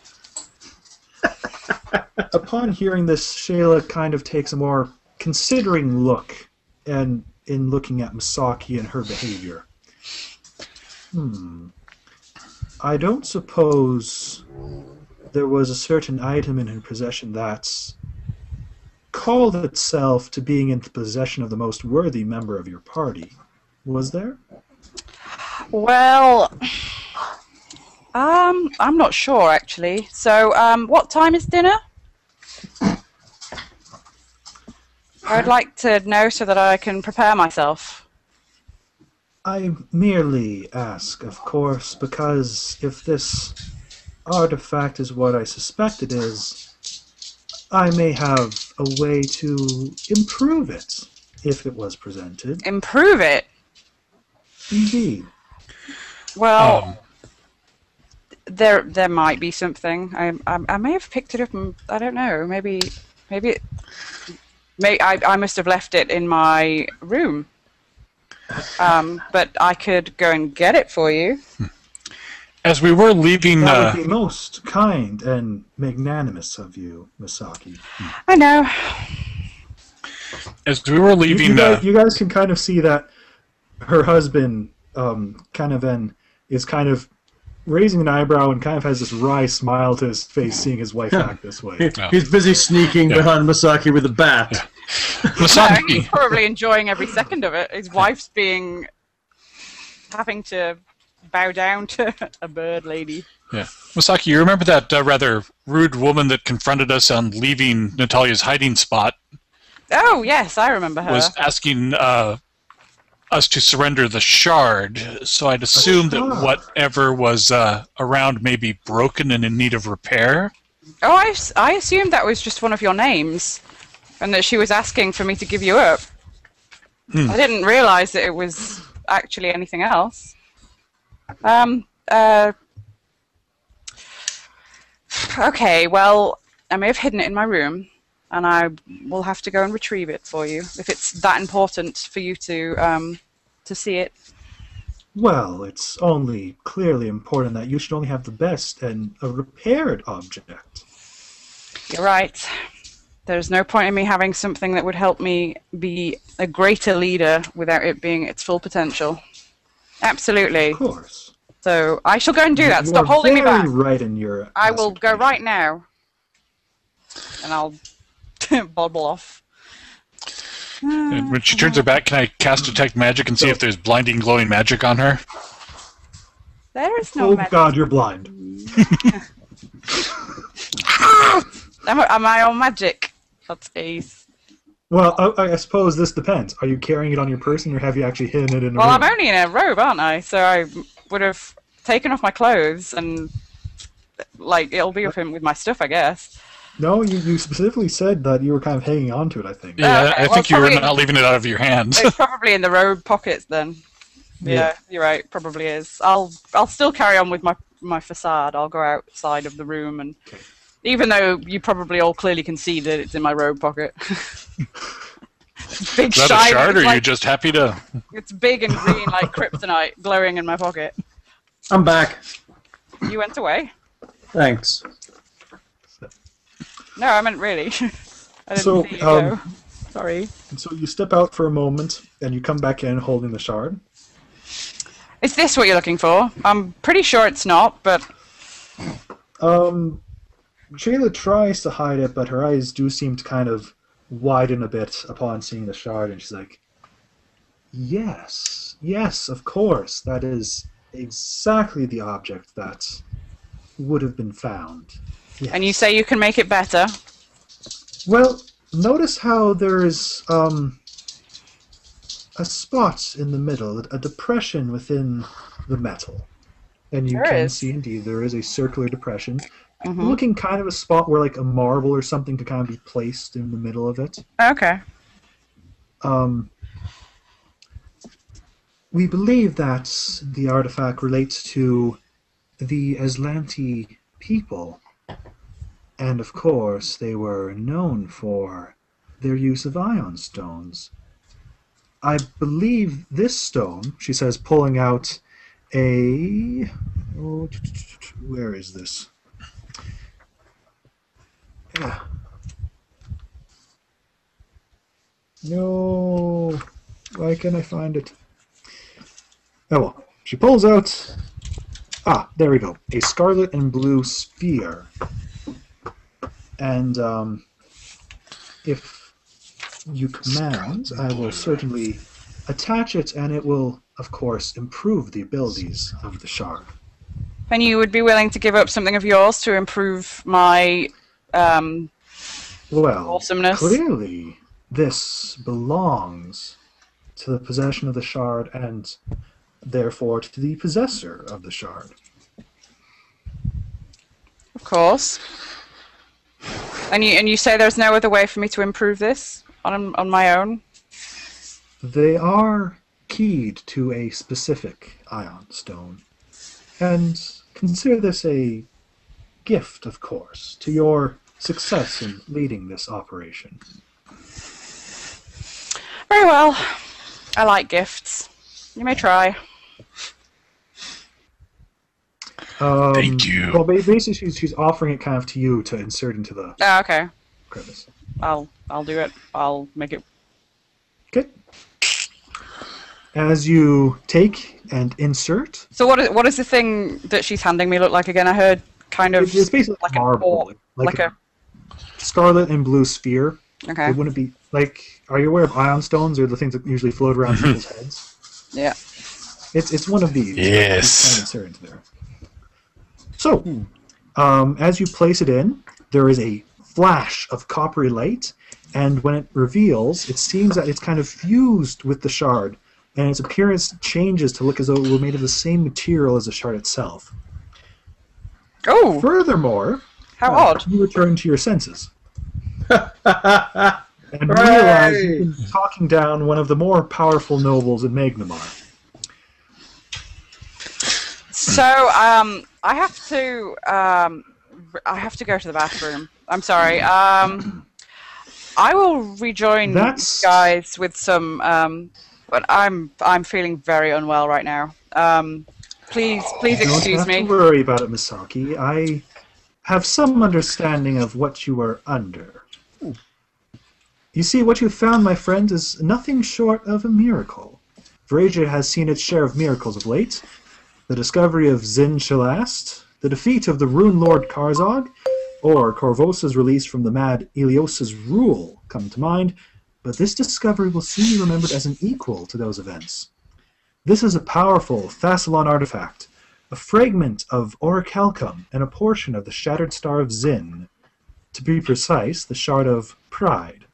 [SPEAKER 4] Upon hearing this, Shayla kind of takes a more considering look, and in looking at Masaki and her behavior. Hmm. I don't suppose there was a certain item in her possession that's called itself to being in the possession of the most worthy member of your party, was there?
[SPEAKER 2] Well, um, I'm not sure actually. So, um, what time is dinner? I'd like to know so that I can prepare myself.
[SPEAKER 4] I merely ask, of course, because if this artifact is what I suspect it is, I may have a way to improve it if it was presented.
[SPEAKER 2] Improve it.
[SPEAKER 4] Indeed.
[SPEAKER 2] Well,
[SPEAKER 5] Um,
[SPEAKER 2] there there might be something. I, I I may have picked it up. And, I don't know. Maybe maybe it. May I I must have left it in my room. Um, but I could go and get it for you.
[SPEAKER 5] as we were leaving, uh,
[SPEAKER 4] That would be most kind and magnanimous of you, Misaki.
[SPEAKER 2] I know.
[SPEAKER 5] as we were
[SPEAKER 4] You,
[SPEAKER 5] leaving,
[SPEAKER 4] you
[SPEAKER 5] uh,
[SPEAKER 4] guys, you guys can kind of see that her husband um, kind of an, is kind of raising an eyebrow and kind of has this wry smile to his face seeing his wife act this way.
[SPEAKER 3] He's busy sneaking
[SPEAKER 5] Yeah.
[SPEAKER 3] behind Masaki with a bat.
[SPEAKER 2] No, he's
[SPEAKER 5] Masaki.
[SPEAKER 2] probably enjoying every second of it. His wife's being having to bow down to a bird lady.
[SPEAKER 5] Yeah. Masaki, you remember that uh, rather rude woman that confronted us on leaving Natalia's hiding spot
[SPEAKER 2] Oh yes, I remember her.
[SPEAKER 5] was asking uh, us to surrender the shard. So I'd assume that
[SPEAKER 4] shard.
[SPEAKER 5] whatever was uh, around may be broken and in need of repair.
[SPEAKER 2] Oh, I, s- I assumed that was just one of your names, and that she was asking for me to give you up. I didn't realize that it was actually anything else. Um. Uh. Okay. Well, I may have hidden it in my room, and I will have to go and retrieve it for you if it's that important for you to um to see it.
[SPEAKER 4] Well, it's only clearly important that you should only have the best and a repaired object.
[SPEAKER 2] You're right. There's no point in me having something that would help me be a greater leader without it being its full potential. Absolutely.
[SPEAKER 4] Of course.
[SPEAKER 2] So I shall go and do that.
[SPEAKER 4] You
[SPEAKER 2] Stop
[SPEAKER 4] are
[SPEAKER 2] holding me
[SPEAKER 4] very
[SPEAKER 2] back.
[SPEAKER 4] Right in your
[SPEAKER 2] I will go
[SPEAKER 4] assertion.
[SPEAKER 2] right now. And I'll bobble off.
[SPEAKER 5] And when she turns her back, can I cast detect magic and see if there's blinding, glowing magic on her?
[SPEAKER 2] There is no
[SPEAKER 4] Oh
[SPEAKER 2] magic.
[SPEAKER 4] God, you're blind.
[SPEAKER 2] Am, I- am I on magic? That's ace.
[SPEAKER 4] Well, I, I suppose this depends. Are you carrying it on your person, or have you actually hidden it in a
[SPEAKER 2] Well,
[SPEAKER 4] room?
[SPEAKER 2] I'm only in a robe, aren't I? So I would have taken off my clothes and, like, it'll be up in- with my stuff, I guess.
[SPEAKER 4] No, you, you specifically said that you were kind of hanging on to it. I think.
[SPEAKER 5] Yeah,
[SPEAKER 2] okay.
[SPEAKER 5] I think
[SPEAKER 2] Well,
[SPEAKER 5] you were
[SPEAKER 2] probably-
[SPEAKER 5] not leaving it out of your hands.
[SPEAKER 2] It's probably in the robe pockets then. Yeah, you're right. Probably is. I'll I'll still carry on with my my facade. I'll go outside of the room and. Even though you probably all clearly can see that it's in my robe pocket. big
[SPEAKER 5] Is that a
[SPEAKER 2] shiny,
[SPEAKER 5] shard, or
[SPEAKER 2] it's,
[SPEAKER 5] are you
[SPEAKER 2] like-
[SPEAKER 5] just happy to?
[SPEAKER 2] it's big and green like kryptonite glowing in my pocket.
[SPEAKER 3] I'm back.
[SPEAKER 2] You went away?
[SPEAKER 3] Thanks.
[SPEAKER 2] No, I meant really. I didn't
[SPEAKER 4] So,
[SPEAKER 2] see you
[SPEAKER 4] um,
[SPEAKER 2] go. Sorry.
[SPEAKER 4] And so you step out for a moment, and you come back in holding the shard.
[SPEAKER 2] Is this what you're looking for? I'm pretty sure it's not, but
[SPEAKER 4] Um, Jayla tries to hide it, but her eyes do seem to kind of widen a bit upon seeing the shard, and she's like, "Yes, yes, of course. That is exactly the object that would have been found."
[SPEAKER 2] and you say you can make it better.
[SPEAKER 4] Well, notice how there is um, a spot in the middle, a depression within the metal. And you
[SPEAKER 2] There
[SPEAKER 4] can
[SPEAKER 2] is.
[SPEAKER 4] see indeed there is a circular depression,
[SPEAKER 2] Mhm.
[SPEAKER 4] looking kind of a spot where like a marble or something could kind of be placed in the middle of it.
[SPEAKER 2] Okay.
[SPEAKER 4] Um, we believe that the artifact relates to the Aslanti people. And of course, they were known for their use of ion stones. I believe this stone, she says, pulling out a. Oh, where is this? Yeah. No. Why can't I find it? Oh well. She pulls out. Ah, there we go. A scarlet and blue sphere. And um, if you command, I will certainly attach it, and it will, of course, improve the abilities of the shard.
[SPEAKER 2] And you would be willing to give up something of yours to improve my um,
[SPEAKER 4] Well,
[SPEAKER 2] awesomeness?
[SPEAKER 4] Clearly, this belongs to the possession of the shard and therefore to the possessor of the shard.
[SPEAKER 2] Of course. And you and you say there's no other way for me to improve this on on my own.
[SPEAKER 4] They are keyed to a specific ion stone. And consider this a gift, of course, to your success in leading this operation.
[SPEAKER 2] Very well. I like gifts. You may try.
[SPEAKER 4] Um,
[SPEAKER 5] Thank you.
[SPEAKER 4] Well, ba- basically, she's, she's offering it kind of to you to insert into the
[SPEAKER 2] Oh, okay.
[SPEAKER 4] crevice.
[SPEAKER 2] I'll I'll do it. I'll make it.
[SPEAKER 4] Okay. As you take and insert,
[SPEAKER 2] So what is what is the thing that she's handing me look like again? I heard kind of
[SPEAKER 4] it's, it's basically
[SPEAKER 2] like
[SPEAKER 4] like
[SPEAKER 2] a
[SPEAKER 4] marble,
[SPEAKER 2] orb,
[SPEAKER 4] like,
[SPEAKER 2] like
[SPEAKER 4] a, scarlet and blue sphere.
[SPEAKER 2] okay.
[SPEAKER 4] It wouldn't be like. Are you aware of ion stones or the things that usually float around people's heads?
[SPEAKER 2] Yeah.
[SPEAKER 4] It's it's one of these.
[SPEAKER 5] Yes.
[SPEAKER 4] You can insert into there. So, um, as you place it in, there is a flash of coppery light, and when it reveals, it seems that it's kind of fused with the shard, and its appearance changes to look as though it were made of the same material as the shard itself.
[SPEAKER 2] Oh,
[SPEAKER 4] Furthermore,
[SPEAKER 2] how odd.
[SPEAKER 4] you return to your senses. and
[SPEAKER 3] Hooray!
[SPEAKER 4] realize you've been talking down one of the more powerful nobles in Magnamar.
[SPEAKER 2] So um, I have to um, r- I have to go to the bathroom. I'm sorry. Um, I will rejoin
[SPEAKER 4] That's-
[SPEAKER 2] you guys with some. Um, but I'm I'm feeling very unwell right now. Um, please please
[SPEAKER 4] Don't
[SPEAKER 2] excuse
[SPEAKER 4] have
[SPEAKER 2] me.
[SPEAKER 4] to worry about it, Misaki. I have some understanding of what you are under. You see, what you found, my friend, is nothing short of a miracle. Veragia has seen its share of miracles of late. The discovery of Zin Shalast, the defeat of the Rune Lord Karzog, or Corvosa's release from the mad Elios's rule come to mind, but this discovery will soon be remembered as an equal to those events. This is a powerful Thassalon artifact, a fragment of Orichalcum and a portion of the shattered star of Zin. To be precise, the shard of Pride.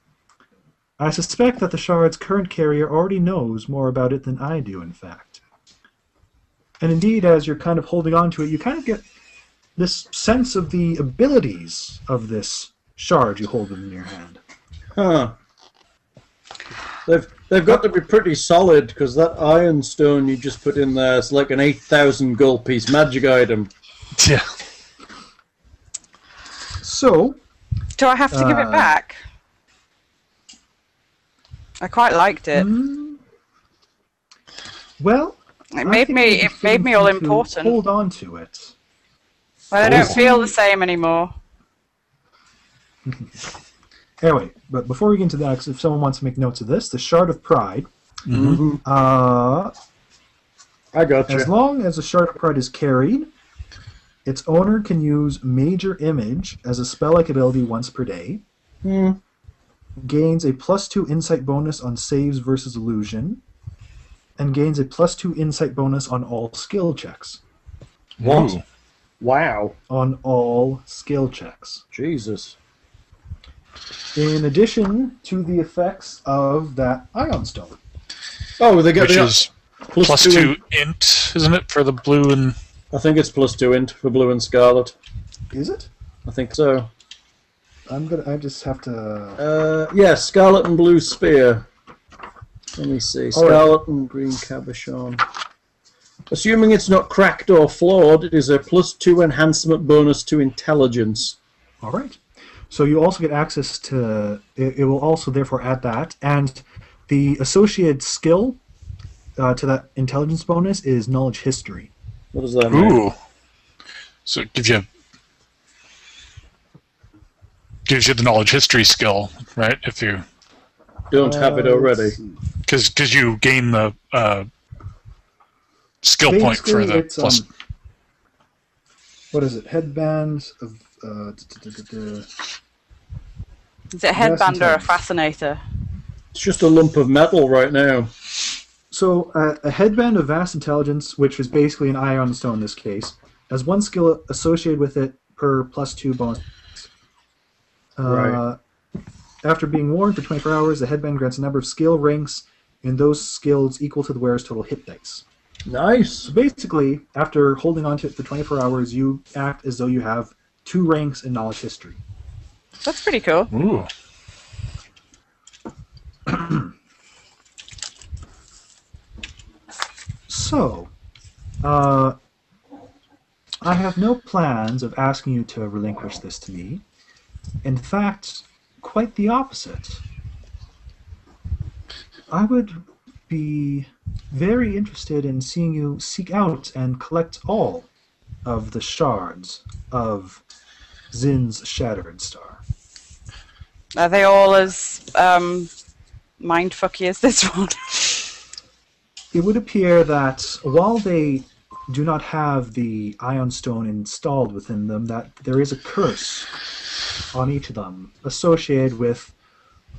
[SPEAKER 4] I suspect that the shard's current carrier already knows more about it than I do, in fact. And indeed, as you're kind of holding on to it, you kind of get this sense of the abilities of this shard you hold in your hand.
[SPEAKER 3] Huh. They've they've got to be pretty solid because that iron stone you just put in there is like an eight thousand gold piece magic item.
[SPEAKER 5] Yeah.
[SPEAKER 4] So,
[SPEAKER 2] Do I have to give it
[SPEAKER 4] Uh,
[SPEAKER 2] back? I quite liked it.
[SPEAKER 4] mm, well,
[SPEAKER 2] It
[SPEAKER 4] I
[SPEAKER 2] made
[SPEAKER 4] think
[SPEAKER 2] me
[SPEAKER 4] it'd be
[SPEAKER 2] it made me
[SPEAKER 4] fitting
[SPEAKER 2] all
[SPEAKER 4] for you to
[SPEAKER 2] important.
[SPEAKER 4] Hold on to it
[SPEAKER 2] But I don't feel the same anymore.
[SPEAKER 4] Anyway, but before we get into that, 'cause if someone wants to make notes of this, the Shard of Pride. Uh,
[SPEAKER 3] I got
[SPEAKER 4] as
[SPEAKER 3] you.
[SPEAKER 4] long as the Shard of Pride is carried, its owner can use Major Image as a spell-like ability once per day.
[SPEAKER 3] Hmm.
[SPEAKER 4] Gains a plus two insight bonus on saves versus illusion, and gains a plus two insight bonus on all skill checks.
[SPEAKER 3] What? Wow.
[SPEAKER 4] On all skill checks.
[SPEAKER 3] Jesus.
[SPEAKER 4] In addition to the effects of that Ion Stone.
[SPEAKER 3] Oh, they got
[SPEAKER 5] which
[SPEAKER 3] the
[SPEAKER 5] is plus two int, isn't it, for the blue and
[SPEAKER 3] I think it's plus two int for blue and scarlet.
[SPEAKER 4] Is it?
[SPEAKER 3] I think so.
[SPEAKER 4] I'm gonna. I just have to.
[SPEAKER 3] Uh, yeah, scarlet and blue spear. Let me see.
[SPEAKER 4] All right.
[SPEAKER 3] Scarlet and green cabochon. Assuming it's not cracked or flawed, it is a plus two enhancement bonus to intelligence.
[SPEAKER 4] All right. So you also get access to. It, it will also therefore add that, and the associated skill uh, to that intelligence bonus is knowledge history.
[SPEAKER 3] What does that mean?
[SPEAKER 5] ooh? So it gives you gives you the knowledge history skill, right? If you
[SPEAKER 3] Don't have it
[SPEAKER 4] Uh,
[SPEAKER 3] already.
[SPEAKER 4] let's see.
[SPEAKER 5] because because you gain the uh, skill point for
[SPEAKER 4] Basically,
[SPEAKER 5] the
[SPEAKER 4] it's,
[SPEAKER 5] plus.
[SPEAKER 4] um, What is it? Headbands of. Uh, d- d- d- d-
[SPEAKER 2] Is it a headband or a
[SPEAKER 4] sometimes.
[SPEAKER 2] fascinator?
[SPEAKER 3] It's just a lump of metal right now.
[SPEAKER 4] So, uh, a headband of vast intelligence, which is basically an eye on the stone in this case, has one skill associated with it per plus two bonus. Uh,
[SPEAKER 3] Right.
[SPEAKER 4] After being worn for 24 hours, the headband grants a number of skill ranks and those skills equal to the wearer's total hit dice.
[SPEAKER 3] Nice.
[SPEAKER 4] So basically, after holding onto it for 24 hours, you act as though you have two ranks in knowledge history.
[SPEAKER 2] That's pretty cool.
[SPEAKER 5] Ooh.
[SPEAKER 4] So, uh, I have no plans of asking you to relinquish this to me. In fact, quite the opposite. I would be very interested in seeing you seek out and collect all of the shards of Zin's Shattered Star.
[SPEAKER 2] Are they all as um, mindfucky as this one?
[SPEAKER 4] it would appear that while they do not have the ion stone installed within them, that there is a curse on each of them associated with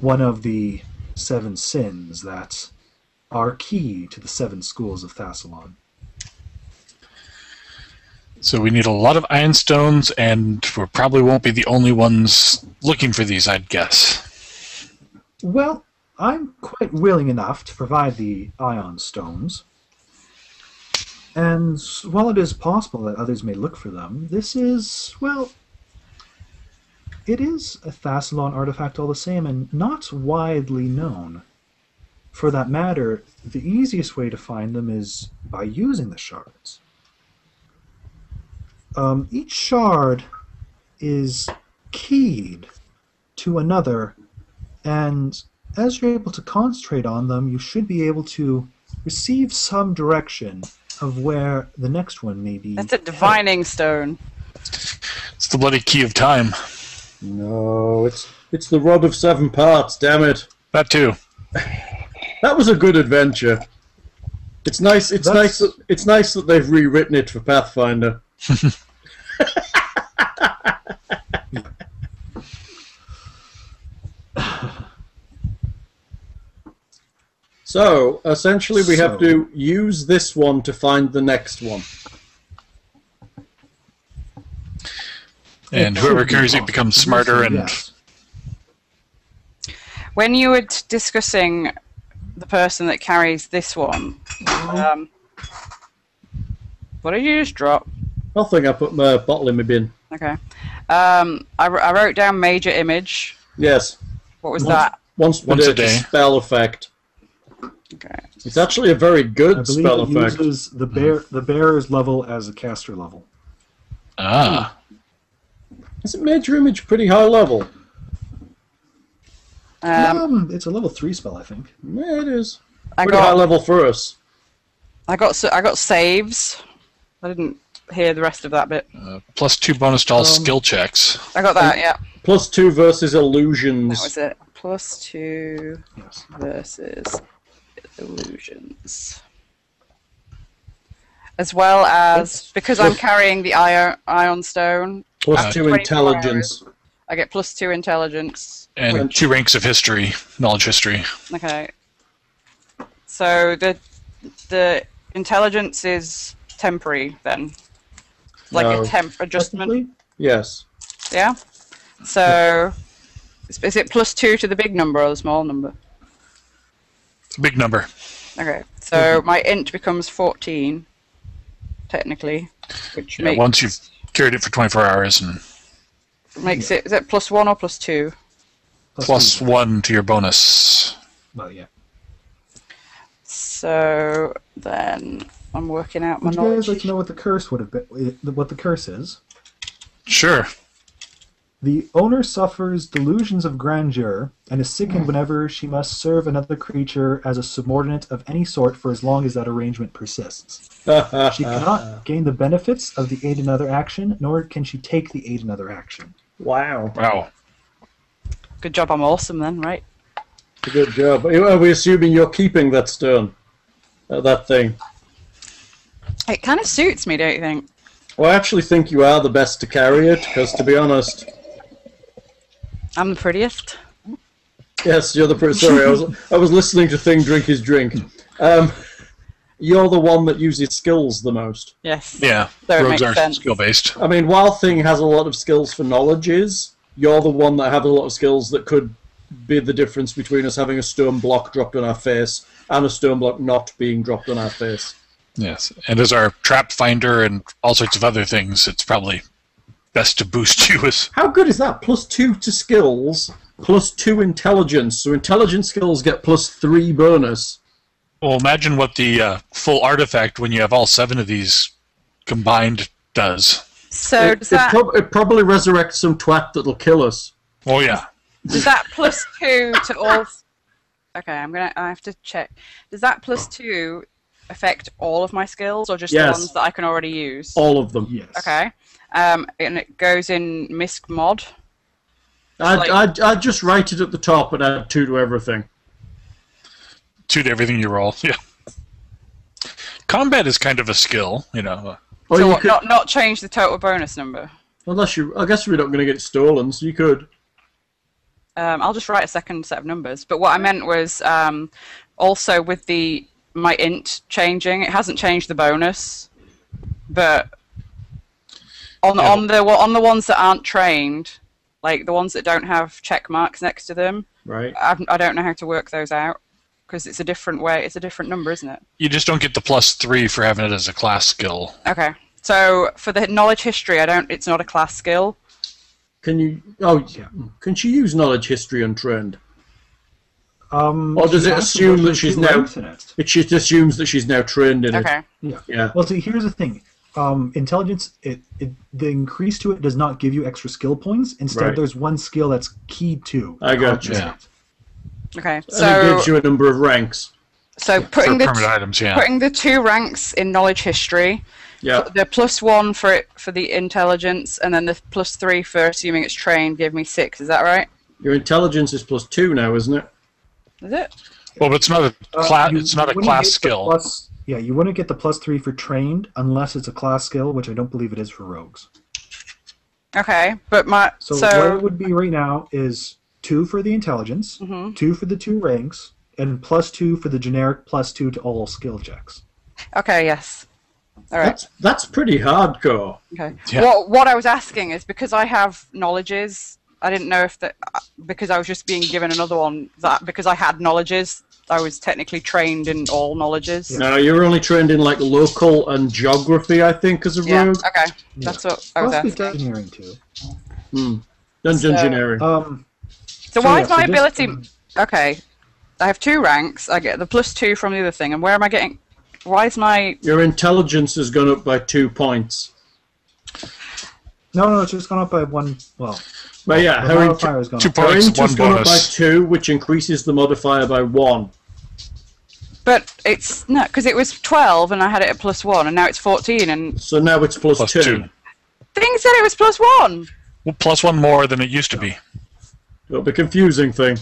[SPEAKER 4] one of the seven sins that are key to the seven schools of Thassalon.
[SPEAKER 5] So we need a lot of iron stones, and we probably won't be the only ones looking for these, I'd guess.
[SPEAKER 4] Well, I'm quite willing enough to provide the ion stones. And while it is possible that others may look for them, this is, well, it is a Thassalon artifact all the same and not widely known. For that matter, the easiest way to find them is by using the shards. Um, each shard is keyed to another and as you're able to concentrate on them, you should be able to receive some direction of where the next one may be.
[SPEAKER 2] That's a divining stone.
[SPEAKER 5] It's the bloody key of time.
[SPEAKER 3] No, it's it's the rod of seven parts. Damn it.
[SPEAKER 5] That too.
[SPEAKER 3] That was a good adventure. It's nice. It's nice.
[SPEAKER 4] That's-
[SPEAKER 3] That, it's nice that they've rewritten it for Pathfinder. so essentially, we have
[SPEAKER 4] So-
[SPEAKER 3] to use this one to find the next one.
[SPEAKER 5] And whoever carries it becomes smarter and
[SPEAKER 4] Yes.
[SPEAKER 2] When you were t- discussing the person that carries this one, um, what did you just drop?
[SPEAKER 3] Nothing. I put my bottle in my bin.
[SPEAKER 2] Okay. Um, I, wr- I wrote down major image.
[SPEAKER 3] Yes,
[SPEAKER 2] What was that?
[SPEAKER 3] once per
[SPEAKER 5] Once
[SPEAKER 3] day,
[SPEAKER 5] a day.
[SPEAKER 3] it's a spell effect.
[SPEAKER 2] Okay.
[SPEAKER 3] It's actually a very
[SPEAKER 4] I
[SPEAKER 3] good
[SPEAKER 4] believe
[SPEAKER 3] spell
[SPEAKER 4] it
[SPEAKER 3] effect.
[SPEAKER 4] uses the bear the bearer's level as a caster level.
[SPEAKER 5] ah,
[SPEAKER 3] Isn't Major Image pretty high level?
[SPEAKER 2] Um,
[SPEAKER 4] Um, it's a level three spell, I think.
[SPEAKER 3] Yeah, it is.
[SPEAKER 2] I
[SPEAKER 3] Pretty high
[SPEAKER 2] got
[SPEAKER 3] level for us.
[SPEAKER 2] I got s- I got saves. I didn't hear the rest of that bit.
[SPEAKER 5] Plus two bonus
[SPEAKER 4] Um,
[SPEAKER 5] to all skill checks.
[SPEAKER 2] I got that. Yeah,
[SPEAKER 3] Plus two versus
[SPEAKER 2] Oh, that
[SPEAKER 3] illusions.
[SPEAKER 2] was it. Plus two
[SPEAKER 4] Yes.
[SPEAKER 2] versus illusions, as well as because I'm carrying the iron iron stone,
[SPEAKER 3] Plus
[SPEAKER 5] Uh,
[SPEAKER 3] two
[SPEAKER 2] 24
[SPEAKER 3] intelligence.
[SPEAKER 2] I get plus two intelligence.
[SPEAKER 5] And two ranks of history, knowledge history.
[SPEAKER 2] Okay. So the the intelligence is temporary then, like
[SPEAKER 3] No.
[SPEAKER 2] a temp adjustment.
[SPEAKER 3] Yes.
[SPEAKER 2] Yeah. So is, is it plus two to the big number or the small number?
[SPEAKER 5] Big number.
[SPEAKER 2] Okay. So
[SPEAKER 5] Mm-hmm.
[SPEAKER 2] my int becomes fourteen, technically, which
[SPEAKER 5] Yeah,
[SPEAKER 2] makes
[SPEAKER 5] once you've carried it for 24 hours and
[SPEAKER 2] makes it is it plus one or plus two?
[SPEAKER 5] plus one to your bonus.
[SPEAKER 4] Well, yeah.
[SPEAKER 2] So then I'm working out my
[SPEAKER 4] Would you guys
[SPEAKER 2] knowledge.
[SPEAKER 4] like to know what the curse would have been? What the curse is?
[SPEAKER 5] Sure.
[SPEAKER 4] The owner suffers delusions of grandeur and is sickened whenever she must serve another creature as a subordinate of any sort for as long as that arrangement persists. She cannot gain the benefits of the aid another action, nor can she take the aid another action.
[SPEAKER 3] wow.
[SPEAKER 5] Wow.
[SPEAKER 2] Good job, I'm awesome then, right?
[SPEAKER 3] Good job. Are we assuming you're keeping that stone? Uh, that thing?
[SPEAKER 2] It kind of suits me, don't you think?
[SPEAKER 3] Well, I actually think you are the best to carry it, because to be honest,
[SPEAKER 2] I'm the prettiest.
[SPEAKER 3] yes, you're the. Pre- sorry, I was I was listening to Thing drink his drink. Um, you're the one that uses skills the most.
[SPEAKER 2] Yes.
[SPEAKER 5] Yeah.
[SPEAKER 2] So it
[SPEAKER 5] Rogues
[SPEAKER 2] makes
[SPEAKER 5] are
[SPEAKER 2] sense.
[SPEAKER 5] skill based.
[SPEAKER 3] I mean, while Thing has a lot of skills for knowledges, you're the one that have a lot of skills that could be the difference between us having a stone block dropped on our face and a stone block not being dropped on our face.
[SPEAKER 5] Yes. And as our trap finder and all sorts of other things, it's probably best to boost you with
[SPEAKER 3] How good is that? Plus two to skills, plus two intelligence. So intelligence skills get plus three bonus.
[SPEAKER 5] Well, imagine what the uh, full artifact when you have all seven of these combined does.
[SPEAKER 2] So
[SPEAKER 3] it,
[SPEAKER 2] does
[SPEAKER 3] it
[SPEAKER 2] that
[SPEAKER 3] prob- it probably resurrects some twat that'll kill us.
[SPEAKER 5] Oh yeah,
[SPEAKER 2] does that plus two to all? Okay, I'm gonna. I have to check. Does that plus two affect all of my skills or just
[SPEAKER 3] Yes.
[SPEAKER 2] the ones that I can already use?
[SPEAKER 3] All of them.
[SPEAKER 4] Yes.
[SPEAKER 2] Okay. Um, and it goes in misc mod.
[SPEAKER 3] I'd,
[SPEAKER 2] Like-
[SPEAKER 3] I'd, I'd just write it at the top and add two to everything.
[SPEAKER 5] two to everything you roll. Yeah. Combat is kind of a skill, you know.
[SPEAKER 3] Or
[SPEAKER 2] so
[SPEAKER 3] you
[SPEAKER 2] what,
[SPEAKER 3] could,
[SPEAKER 2] not not change the total bonus number.
[SPEAKER 3] unless you, I guess we're not going to get it stolen, so you could.
[SPEAKER 2] Um, I'll just write a second set of numbers. But what I meant was um, also with the my int changing, it hasn't changed the bonus, but on
[SPEAKER 5] Yeah.
[SPEAKER 2] on the on the ones that aren't trained, like the ones that don't have check marks next to them,
[SPEAKER 3] Right.
[SPEAKER 2] I, I don't know how to work those out because it's a different way. It's a different number, isn't it?
[SPEAKER 5] You just don't get the plus three for having it as a class skill.
[SPEAKER 2] Okay. So for the knowledge history, I don't. It's not a class skill.
[SPEAKER 3] Can you? Oh, yeah. Can she use knowledge history untrained?
[SPEAKER 4] Um,
[SPEAKER 3] Or does
[SPEAKER 4] she
[SPEAKER 3] it
[SPEAKER 4] asked
[SPEAKER 3] assume
[SPEAKER 4] whether
[SPEAKER 3] that she's
[SPEAKER 4] she
[SPEAKER 3] now-
[SPEAKER 4] ranked in it?
[SPEAKER 3] It just assumes that she's now trained in
[SPEAKER 2] Okay.
[SPEAKER 3] it. Yeah.
[SPEAKER 4] Well, see, here's the thing. Um, intelligence, it, it the increase to it does not give you extra skill points. Instead,
[SPEAKER 3] Right.
[SPEAKER 4] there's one skill that's key to.
[SPEAKER 3] I got you.
[SPEAKER 4] consciousness.
[SPEAKER 5] Yeah.
[SPEAKER 2] Okay.
[SPEAKER 3] and it
[SPEAKER 2] So
[SPEAKER 3] gives you a number of ranks.
[SPEAKER 2] so
[SPEAKER 5] For
[SPEAKER 2] putting
[SPEAKER 5] permanent
[SPEAKER 2] the
[SPEAKER 5] items, yeah.
[SPEAKER 2] putting the two ranks in knowledge history.
[SPEAKER 3] Yeah.
[SPEAKER 2] the plus one for it for the intelligence, and then the plus three for assuming it's trained gave me six. Is that right?
[SPEAKER 3] Your intelligence is plus two now, isn't it?
[SPEAKER 2] Is it?
[SPEAKER 5] Well, but it's not a
[SPEAKER 4] Uh,
[SPEAKER 5] class.
[SPEAKER 4] you-
[SPEAKER 5] It's not
[SPEAKER 4] you
[SPEAKER 5] a
[SPEAKER 4] wouldn't
[SPEAKER 5] class
[SPEAKER 4] get the
[SPEAKER 5] skill.
[SPEAKER 4] plus- yeah, you wouldn't get the plus three for trained unless it's a class skill, which I don't believe it is for rogues.
[SPEAKER 2] Okay, but my
[SPEAKER 4] So,
[SPEAKER 2] so,
[SPEAKER 4] what it would be right now is two for the intelligence,
[SPEAKER 2] Mhm.
[SPEAKER 4] two for the two ranks, and plus two for the generic plus two to all skill checks.
[SPEAKER 2] okay, yes, all right,
[SPEAKER 3] That's that's pretty hardcore.
[SPEAKER 2] okay.
[SPEAKER 5] Yeah.
[SPEAKER 2] What what I was asking is because I have knowledges, I didn't know if that because I was just being given another one that because I had knowledges, I was technically trained in all knowledges.
[SPEAKER 3] No, you're only trained in like local and geography, I think, as a
[SPEAKER 2] Yeah,
[SPEAKER 3] rogue.
[SPEAKER 2] okay, that's what I was
[SPEAKER 4] Plus the
[SPEAKER 2] asking.
[SPEAKER 4] engineering too.
[SPEAKER 3] And
[SPEAKER 2] So-
[SPEAKER 3] engineering.
[SPEAKER 4] Um,
[SPEAKER 2] So why
[SPEAKER 4] yeah,
[SPEAKER 2] is
[SPEAKER 4] so
[SPEAKER 2] my
[SPEAKER 4] just-
[SPEAKER 2] ability? Okay, I have two ranks. I get the plus two from the other thing, and where am I getting? Why is my
[SPEAKER 3] Your intelligence has gone up by two points.
[SPEAKER 4] no, no, it's just gone up by one. Well,
[SPEAKER 3] But yeah,
[SPEAKER 4] the
[SPEAKER 3] her, int-
[SPEAKER 4] modifier has gone
[SPEAKER 5] Two
[SPEAKER 4] up.
[SPEAKER 3] her
[SPEAKER 5] points,
[SPEAKER 3] int
[SPEAKER 5] one
[SPEAKER 3] has gone up by
[SPEAKER 5] bonus.
[SPEAKER 3] two, which increases the modifier by one.
[SPEAKER 2] But it's no, because it was 12 and I had it at plus one, and now it's 14, and
[SPEAKER 3] So now it's plus,
[SPEAKER 5] Plus
[SPEAKER 3] two.
[SPEAKER 5] two.
[SPEAKER 2] thing said it was plus one.
[SPEAKER 5] Well, plus one more than it used to be.
[SPEAKER 3] It'll be confusing thing.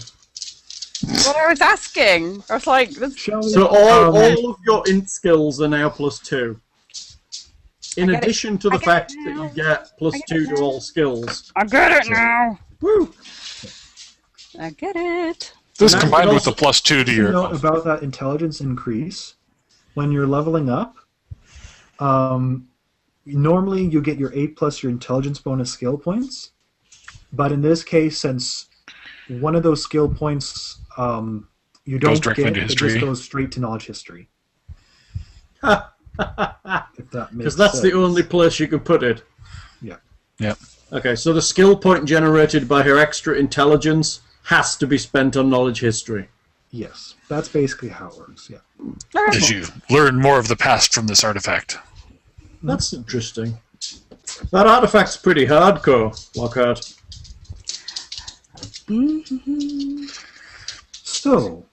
[SPEAKER 2] What I was asking, I was like, this-
[SPEAKER 4] Shall we?
[SPEAKER 3] So all,
[SPEAKER 4] um,
[SPEAKER 3] all of your int skills are now plus two. In
[SPEAKER 2] I get it.
[SPEAKER 3] addition to
[SPEAKER 2] I
[SPEAKER 3] the
[SPEAKER 2] get it
[SPEAKER 3] fact that
[SPEAKER 2] now.
[SPEAKER 3] you get plus
[SPEAKER 2] I get
[SPEAKER 3] two
[SPEAKER 2] it
[SPEAKER 3] to
[SPEAKER 2] now.
[SPEAKER 3] all skills.
[SPEAKER 2] I get it now.
[SPEAKER 3] Woo!
[SPEAKER 2] I get it.
[SPEAKER 5] This
[SPEAKER 3] And I
[SPEAKER 5] combined
[SPEAKER 3] can
[SPEAKER 5] with the
[SPEAKER 3] also-
[SPEAKER 5] plus two to
[SPEAKER 4] you
[SPEAKER 5] your.
[SPEAKER 4] know about that intelligence increase when you're leveling up um, normally you get your 8 plus your intelligence bonus skill points but in this case since one of those skill points um, you
[SPEAKER 5] Goes
[SPEAKER 4] don't
[SPEAKER 5] directly
[SPEAKER 4] get
[SPEAKER 5] into
[SPEAKER 4] it
[SPEAKER 5] history.
[SPEAKER 4] just goes straight to knowledge history if that makes
[SPEAKER 3] Because that's the
[SPEAKER 4] sense.
[SPEAKER 3] only place you can put it.
[SPEAKER 4] Yeah.
[SPEAKER 5] Yep.
[SPEAKER 3] Okay, so the skill point generated by her extra intelligence has to be spent on knowledge history.
[SPEAKER 4] yes that's basically how it works yeah
[SPEAKER 5] As you learn more of the past from this artifact.
[SPEAKER 3] That's interesting. That artifact's pretty hardcore, Lockhart.
[SPEAKER 4] So,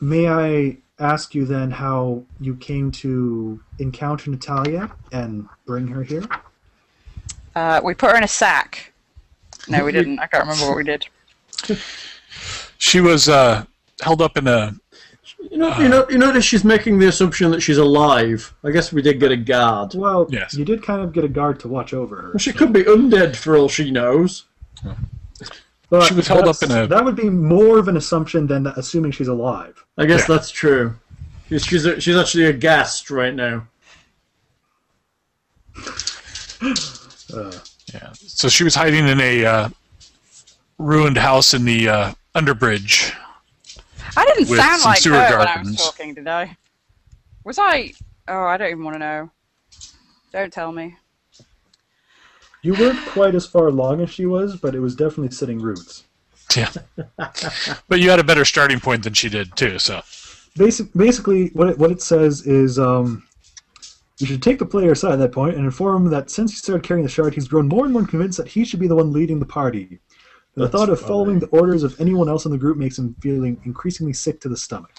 [SPEAKER 4] may I ask you then how you came to encounter Natalia and bring her here?
[SPEAKER 2] Uh, we put her in a sack. No, we didn't. I can't remember what we did.
[SPEAKER 5] She was uh, held up in a.
[SPEAKER 3] You know, you know, you notice she's making the assumption that she's alive. I guess we did get a guard.
[SPEAKER 4] Well,
[SPEAKER 5] Yes.
[SPEAKER 4] you did kind of get a guard to watch over her.
[SPEAKER 3] Well, she could be undead for all she knows.
[SPEAKER 4] But
[SPEAKER 5] She was held up
[SPEAKER 4] that's-
[SPEAKER 5] in a-
[SPEAKER 4] That would be more of an assumption than that, assuming she's alive.
[SPEAKER 3] I guess
[SPEAKER 5] Yeah.
[SPEAKER 3] that's true. She's she's, a, she's actually aghast right now.
[SPEAKER 5] Yeah. So she was hiding in a uh, ruined house in the uh, underbridge.
[SPEAKER 2] I didn't
[SPEAKER 5] With
[SPEAKER 2] sound
[SPEAKER 5] some
[SPEAKER 2] like her
[SPEAKER 5] sewer
[SPEAKER 2] when I was
[SPEAKER 5] gardens.
[SPEAKER 2] talking, did I? Was I? Oh, I don't even want to know. Don't tell me.
[SPEAKER 4] You weren't quite as far along as she was, but it was definitely sitting roots.
[SPEAKER 5] Yeah. but you had a better starting point than she did, too, so.
[SPEAKER 4] Basic, basically, what it, what it says is um, you should take the player aside at that point and inform him that since he started carrying the shard, he's grown more and more convinced that he should be the one leading the party. The
[SPEAKER 3] That's
[SPEAKER 4] thought of
[SPEAKER 3] funny.
[SPEAKER 4] following the orders of anyone else in the group makes him feeling increasingly sick to the stomach.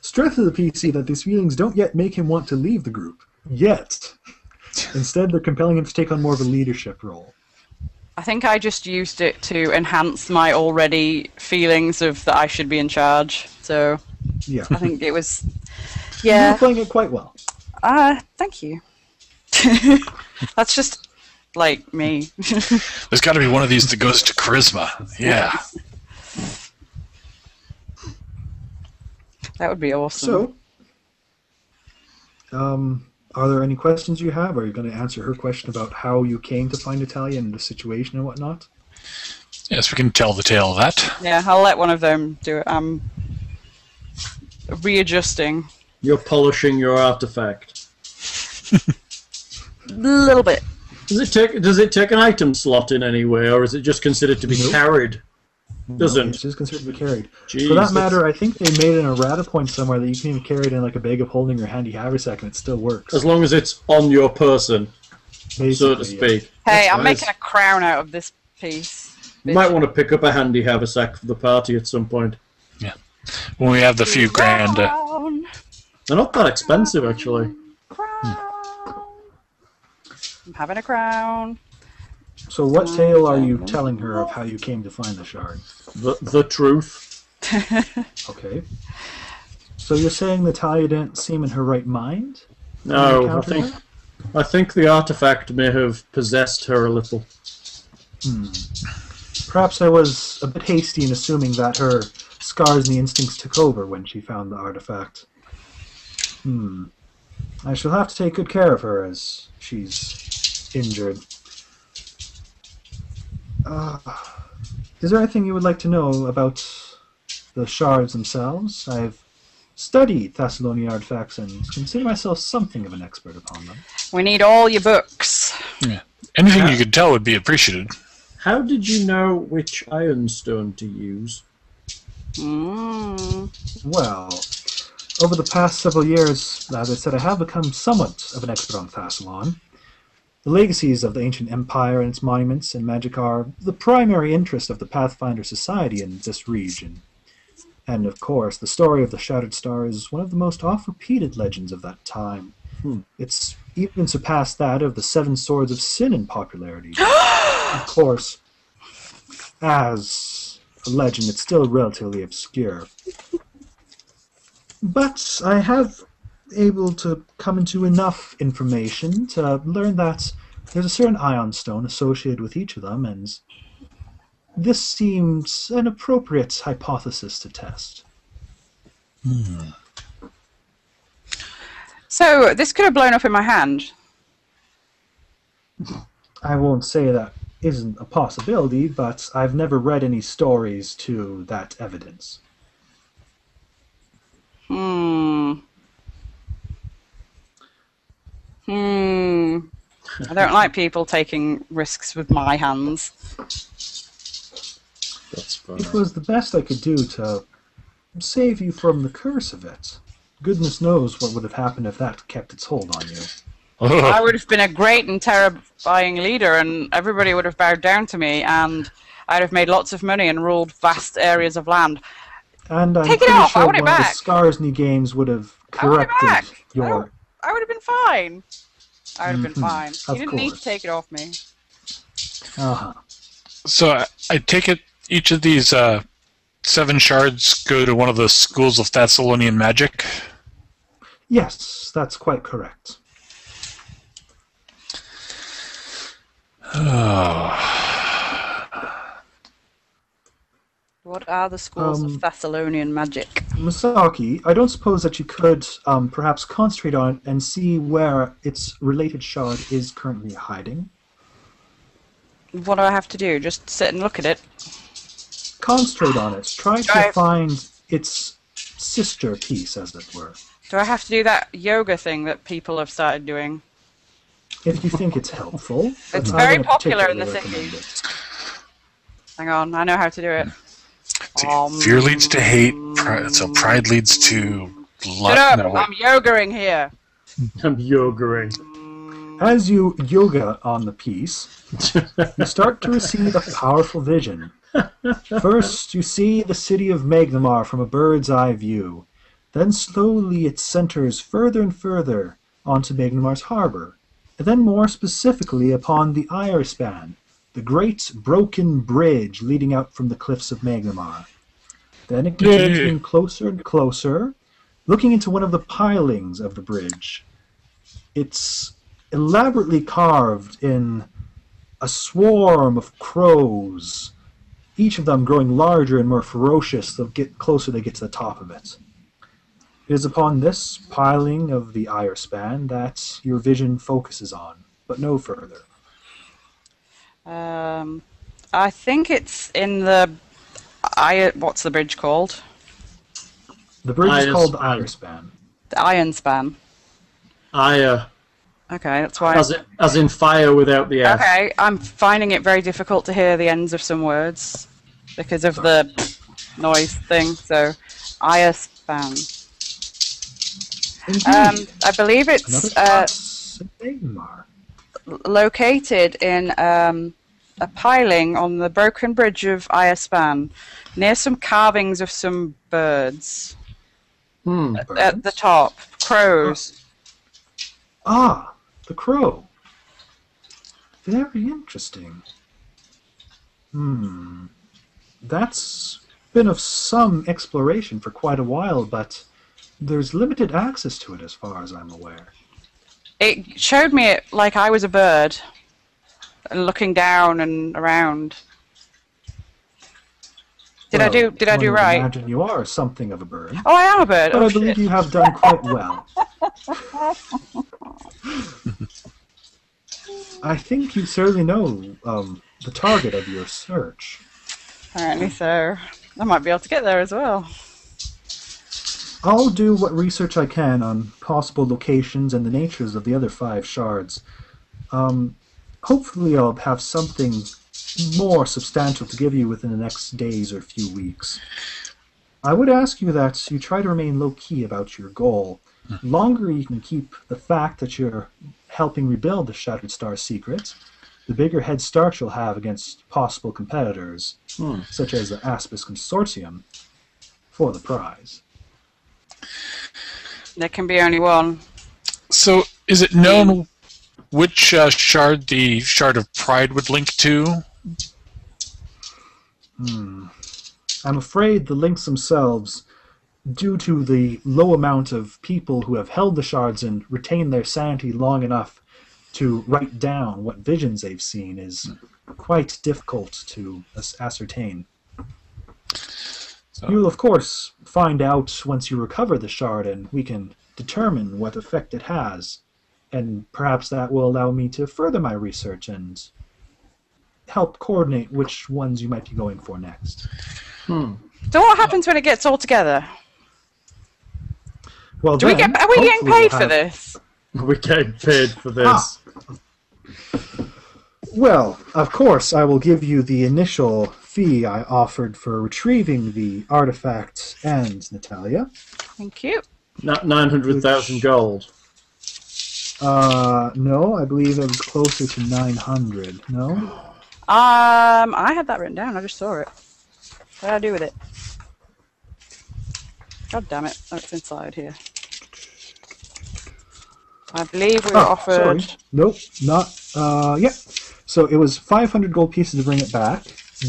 [SPEAKER 4] Stress to the PC that these feelings don't yet make him want to leave the group. Yet. Instead, they're compelling him to take on more of a leadership role.
[SPEAKER 2] I think I just used it to enhance my already feelings of that I should be in charge. So
[SPEAKER 4] Yeah.
[SPEAKER 2] I think it was.
[SPEAKER 4] You're
[SPEAKER 2] Yeah.
[SPEAKER 4] playing it quite well.
[SPEAKER 2] Uh, thank you. That's just like me.
[SPEAKER 5] There's got to be one of these that goes to charisma. Yeah.
[SPEAKER 2] that would be awesome.
[SPEAKER 4] So, um, are there any questions you have? Are you going to answer her question about how you came to find Italia and the situation and whatnot?
[SPEAKER 5] Yes, we can tell the tale of that.
[SPEAKER 2] yeah, I'll let one of them do it. I'm readjusting
[SPEAKER 3] You're polishing your artifact.
[SPEAKER 2] a little bit.
[SPEAKER 3] Does it take does it take an item slot in any way, or is it just considered to be
[SPEAKER 4] Nope.
[SPEAKER 3] carried? Doesn't.
[SPEAKER 4] It's just considered to be carried.
[SPEAKER 3] Jeez,
[SPEAKER 4] For
[SPEAKER 3] that's-
[SPEAKER 4] that matter, I think they made an errata point somewhere that you can even carry it in like a bag of holding or handy haversack and it still works.
[SPEAKER 3] As long as it's on your person, so to
[SPEAKER 4] basically, yeah.
[SPEAKER 3] speak.
[SPEAKER 2] Hey,
[SPEAKER 3] That's
[SPEAKER 2] I'm
[SPEAKER 3] nice.
[SPEAKER 2] making a crown out of this piece.
[SPEAKER 3] You might want to pick up a handy haversack for the party at some point.
[SPEAKER 5] When we have the few grand. Uh,
[SPEAKER 2] Crown,
[SPEAKER 3] They're not that expensive, actually.
[SPEAKER 2] crown. I'm having a crown.
[SPEAKER 4] So, what tale are you telling her of how you came to find the shard?
[SPEAKER 3] The the truth.
[SPEAKER 4] Okay. So, you're saying Natalia didn't seem in her right mind? when
[SPEAKER 3] No,
[SPEAKER 4] you
[SPEAKER 3] I
[SPEAKER 4] encountered
[SPEAKER 3] think
[SPEAKER 4] her?
[SPEAKER 3] I think the artifact may have possessed her a little.
[SPEAKER 4] Perhaps I was a bit hasty in assuming that her scars and the instincts took over when she found the artifact. Hmm. I shall have to take good care of her as she's injured. Uh, is there anything you would like to know about the shards themselves? I've studied Thessalonian artifacts and consider myself something of an expert upon them.
[SPEAKER 2] We need all your books.
[SPEAKER 5] anything you could tell would be appreciated.
[SPEAKER 3] How did you know which ironstone to use?
[SPEAKER 2] Mm.
[SPEAKER 4] Well, over the past several years, as I said, I have become somewhat of an expert on Thassalon. The legacies of the ancient empire and its monuments and magic are the primary interest of the Pathfinder Society in this region. And of course, the story of the Shattered Star is one of the most oft repeated legends of that time. It's even surpassed that of the Seven Swords of Sin in popularity. of course, as a legend, it's still relatively obscure. But I have able to come into enough information to learn that there's a certain ion stone associated with each of them, and this seems an appropriate hypothesis to test.
[SPEAKER 2] So this could have blown up in my hand.
[SPEAKER 4] I won't say that isn't a possibility, but I've never read any stories to that evidence.
[SPEAKER 2] Hmm. Hmm. I don't like people taking risks with my hands.
[SPEAKER 8] That's fine.
[SPEAKER 4] It was the best I could do to save you from the curse of it. Goodness knows what would have happened if that kept its hold on you.
[SPEAKER 2] I would have been a great and terrifying leader, and everybody would have bowed down to me, and I'd have made lots of money and ruled vast areas of land.
[SPEAKER 4] And I'm
[SPEAKER 2] Take it
[SPEAKER 4] pretty
[SPEAKER 2] off, I
[SPEAKER 4] sure
[SPEAKER 2] want it
[SPEAKER 4] one of
[SPEAKER 2] back.
[SPEAKER 4] the Scarsny games would have
[SPEAKER 2] I want it back.
[SPEAKER 4] corrected
[SPEAKER 2] I
[SPEAKER 4] your
[SPEAKER 2] don't- I would have been fine. I would have been
[SPEAKER 4] Mhm,
[SPEAKER 2] fine. You
[SPEAKER 4] of
[SPEAKER 2] didn't need to
[SPEAKER 4] course.
[SPEAKER 2] take it off me. Oh.
[SPEAKER 4] uh-huh.
[SPEAKER 5] So I, I take it each of these uh, seven shards go to one of the schools of Thessalonian magic.
[SPEAKER 4] Yes, that's quite correct.
[SPEAKER 2] What are the schools
[SPEAKER 4] Um,
[SPEAKER 2] of Thessalonian magic?
[SPEAKER 4] Masaki, I don't suppose that you could um, perhaps concentrate on it and see where its related shard is currently hiding.
[SPEAKER 2] What do I have to do? Just sit and look at it.
[SPEAKER 4] Concentrate on it. Try to
[SPEAKER 2] Drive.
[SPEAKER 4] find its sister piece, as it were,
[SPEAKER 2] Do I have to do that yoga thing that people have started doing?
[SPEAKER 4] if you think it's helpful. but
[SPEAKER 2] It's
[SPEAKER 4] I
[SPEAKER 2] very
[SPEAKER 4] wouldn't
[SPEAKER 2] popular in the
[SPEAKER 4] particularly
[SPEAKER 2] city.
[SPEAKER 4] recommend
[SPEAKER 2] Hang on, I know how to do it.
[SPEAKER 5] See,
[SPEAKER 2] Um,
[SPEAKER 5] Fear leads to hate. Pride, so pride leads to
[SPEAKER 2] Shut
[SPEAKER 5] love.
[SPEAKER 2] up!
[SPEAKER 5] No, wait.
[SPEAKER 2] I'm yogaing here.
[SPEAKER 3] I'm yogering.
[SPEAKER 4] it. As you yoga on the piece, you start to receive a powerful vision. First, you see the city of Magnemar from a bird's eye view. Then, slowly, it centers further and further onto Magnemar's harbor, and then more specifically upon the Irispan, the great broken bridge leading out from the cliffs of Magnemar. Then it continues
[SPEAKER 5] Yay.
[SPEAKER 4] getting closer and closer, looking into one of the pilings of the bridge. It's elaborately carved in a swarm of crows, each of them growing larger and more ferocious the get closer they get to the top of it. It is upon this piling of the ire span that your vision focuses on, but no further.
[SPEAKER 2] Um, I think it's in the. I what's the bridge called?
[SPEAKER 4] The bridge
[SPEAKER 3] Ire
[SPEAKER 4] is called the
[SPEAKER 3] Span.
[SPEAKER 4] ire span.
[SPEAKER 2] The Iron Span.
[SPEAKER 3] Ire,
[SPEAKER 2] Okay, that's why.
[SPEAKER 3] uh, as in, as in fire without the F.
[SPEAKER 2] Okay, I'm finding it very difficult to hear the ends of some words because of the noise thing. So, Iron Span. Um,
[SPEAKER 4] Indeed,
[SPEAKER 2] I believe
[SPEAKER 4] another
[SPEAKER 2] it's uh,
[SPEAKER 4] class in Magnemar.
[SPEAKER 2] located in um, a piling on the broken bridge of Iaspan, near some carvings of some birds
[SPEAKER 3] Hmm.
[SPEAKER 2] at the top, crows.
[SPEAKER 4] Ah, the crow. Very interesting. Hmm. That's been of some exploration for quite a while, but there's limited access to it as far as I'm aware.
[SPEAKER 2] It showed me it like I was a bird, and looking down and around. Did I
[SPEAKER 4] Well,
[SPEAKER 2] do? Did I
[SPEAKER 4] one
[SPEAKER 2] do
[SPEAKER 4] would
[SPEAKER 2] right?
[SPEAKER 4] Imagine you are something of a bird,
[SPEAKER 2] Oh, I am a bird.
[SPEAKER 4] but
[SPEAKER 2] Oh,
[SPEAKER 4] I believe
[SPEAKER 2] shit.
[SPEAKER 4] you have done quite well. I think you certainly know um, the target of your search.
[SPEAKER 2] Apparently so. I might be able to get there as well.
[SPEAKER 4] I'll do what research I can on possible locations and the natures of the other five shards. Um, hopefully, I'll have something more substantial to give you within the next days or few weeks. I would ask you that you try to remain low key about your goal. Longer you can keep the fact that you're helping rebuild the Shattered Star secret, the bigger head start you'll have against possible competitors, such as the Aspis Consortium. for the prize.
[SPEAKER 2] There can be only one.
[SPEAKER 5] So, is it known which uh, shard the shard of pride would link to?
[SPEAKER 4] I'm afraid the links themselves, due to the low amount of people who have held the shards and retained their sanity long enough to write down what visions they've seen, is quite difficult to as- ascertain.
[SPEAKER 5] So-
[SPEAKER 4] You'll, of course, find out once you recover the shard, and we can determine what effect it has. And perhaps that will allow me to further my research and help coordinate which ones you might be going for next.
[SPEAKER 2] So what happens when it gets all together?
[SPEAKER 4] Well,
[SPEAKER 2] Do we
[SPEAKER 4] then,
[SPEAKER 2] get? Are we getting
[SPEAKER 4] hopefully we'll
[SPEAKER 2] paid for
[SPEAKER 4] have-
[SPEAKER 2] this?
[SPEAKER 3] We get paid for this.
[SPEAKER 4] Ah. Well, of course, I will give you the initial fee I offered for retrieving the artifact and Natalia.
[SPEAKER 2] Thank you.
[SPEAKER 3] Not 900,000 gold.
[SPEAKER 4] Uh, no, I believe it was closer to 900. No? Oh,
[SPEAKER 2] Um, I had that written down. I just saw it. What did I do with it? God damn it! Oh, it's inside here. I believe we were
[SPEAKER 4] Oh,
[SPEAKER 2] offered.
[SPEAKER 4] sorry. Nope, not. Uh, yeah. So it was 500 gold pieces to bring it back,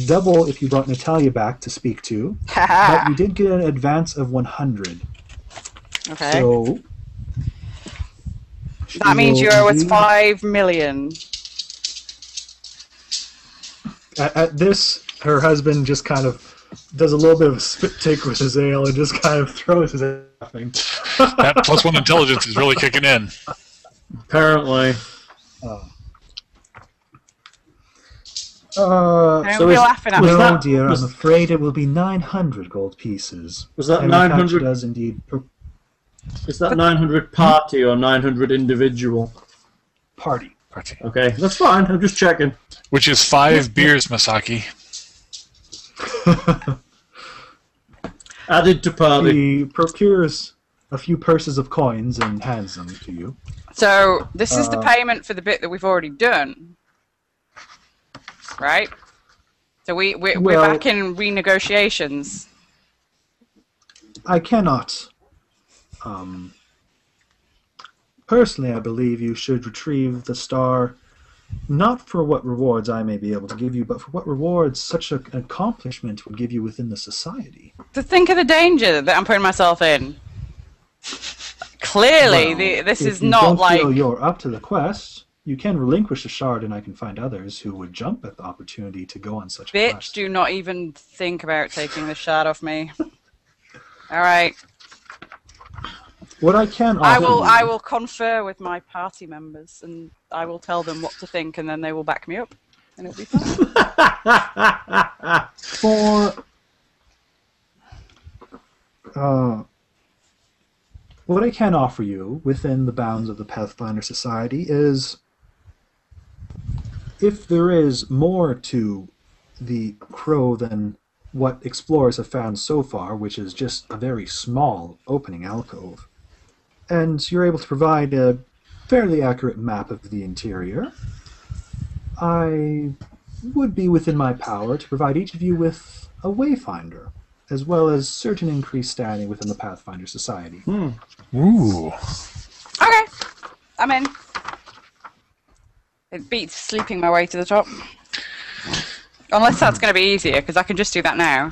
[SPEAKER 4] double if you brought Natalia back to speak to, but
[SPEAKER 2] Haha.
[SPEAKER 4] you did get an advance of 100.
[SPEAKER 2] okay.
[SPEAKER 4] So.
[SPEAKER 2] that means
[SPEAKER 4] she
[SPEAKER 2] you
[SPEAKER 4] will
[SPEAKER 2] owe us
[SPEAKER 4] indeed-
[SPEAKER 2] five million.
[SPEAKER 4] at, at this, her husband just kind of does a little bit of a spit take with his ale and just kind of throws his ale at nothing.
[SPEAKER 5] That plus one intelligence is really kicking in.
[SPEAKER 3] Apparently.
[SPEAKER 4] Uh,
[SPEAKER 2] Don't
[SPEAKER 3] So
[SPEAKER 2] be
[SPEAKER 3] is-
[SPEAKER 2] laughing at
[SPEAKER 3] was
[SPEAKER 2] me.
[SPEAKER 4] no,
[SPEAKER 3] that-
[SPEAKER 4] dear,
[SPEAKER 3] was-
[SPEAKER 4] I'm afraid it will be 900 gold pieces.
[SPEAKER 3] Was that
[SPEAKER 4] Every pouch
[SPEAKER 3] 900?
[SPEAKER 4] does indeed per
[SPEAKER 3] Is that 900 party or 900 individual?
[SPEAKER 4] party.
[SPEAKER 3] Okay, that's fine. I'm just checking.
[SPEAKER 5] Which is five beers, Masaki.
[SPEAKER 3] Added to party.
[SPEAKER 4] He procures a few purses of coins and hands them to you.
[SPEAKER 2] So this is the
[SPEAKER 4] Uh,
[SPEAKER 2] payment for the bit that we've already done, right? So we we're, we're
[SPEAKER 4] Well-
[SPEAKER 2] back in renegotiations.
[SPEAKER 4] I cannot. Um, personally, I believe you should retrieve the star not for what rewards I may be able to give you, but for what rewards such a, an accomplishment would give you within the society.
[SPEAKER 2] To think of the danger that I'm putting myself in. Clearly, the, this
[SPEAKER 4] If
[SPEAKER 2] is
[SPEAKER 4] you
[SPEAKER 2] not
[SPEAKER 4] don't
[SPEAKER 2] like
[SPEAKER 4] feel you're up to the quest. You can relinquish the shard, and I can find others who would jump at the opportunity to go on such a
[SPEAKER 2] bitch.
[SPEAKER 4] quest.
[SPEAKER 2] Do not even think about taking the shard off me. All right,
[SPEAKER 4] What I can offer
[SPEAKER 2] I will.
[SPEAKER 4] you-
[SPEAKER 2] I will confer with my party members, and I will tell them what to think, and then they will back me up, and it'll be fine.
[SPEAKER 4] for uh, what I can offer you within the bounds of the Pathfinder Society is if there is more to the crow than what explorers have found so far, which is just a very small opening alcove, and you're able to provide a fairly accurate map of the interior, I would be within my power to provide each of you with a wayfinder, as well as certain increased standing within the Pathfinder Society.
[SPEAKER 5] Ooh.
[SPEAKER 2] Okay, I'm in. It beats sleeping my way to the top. Unless that's going to be easier, because I can just do that now.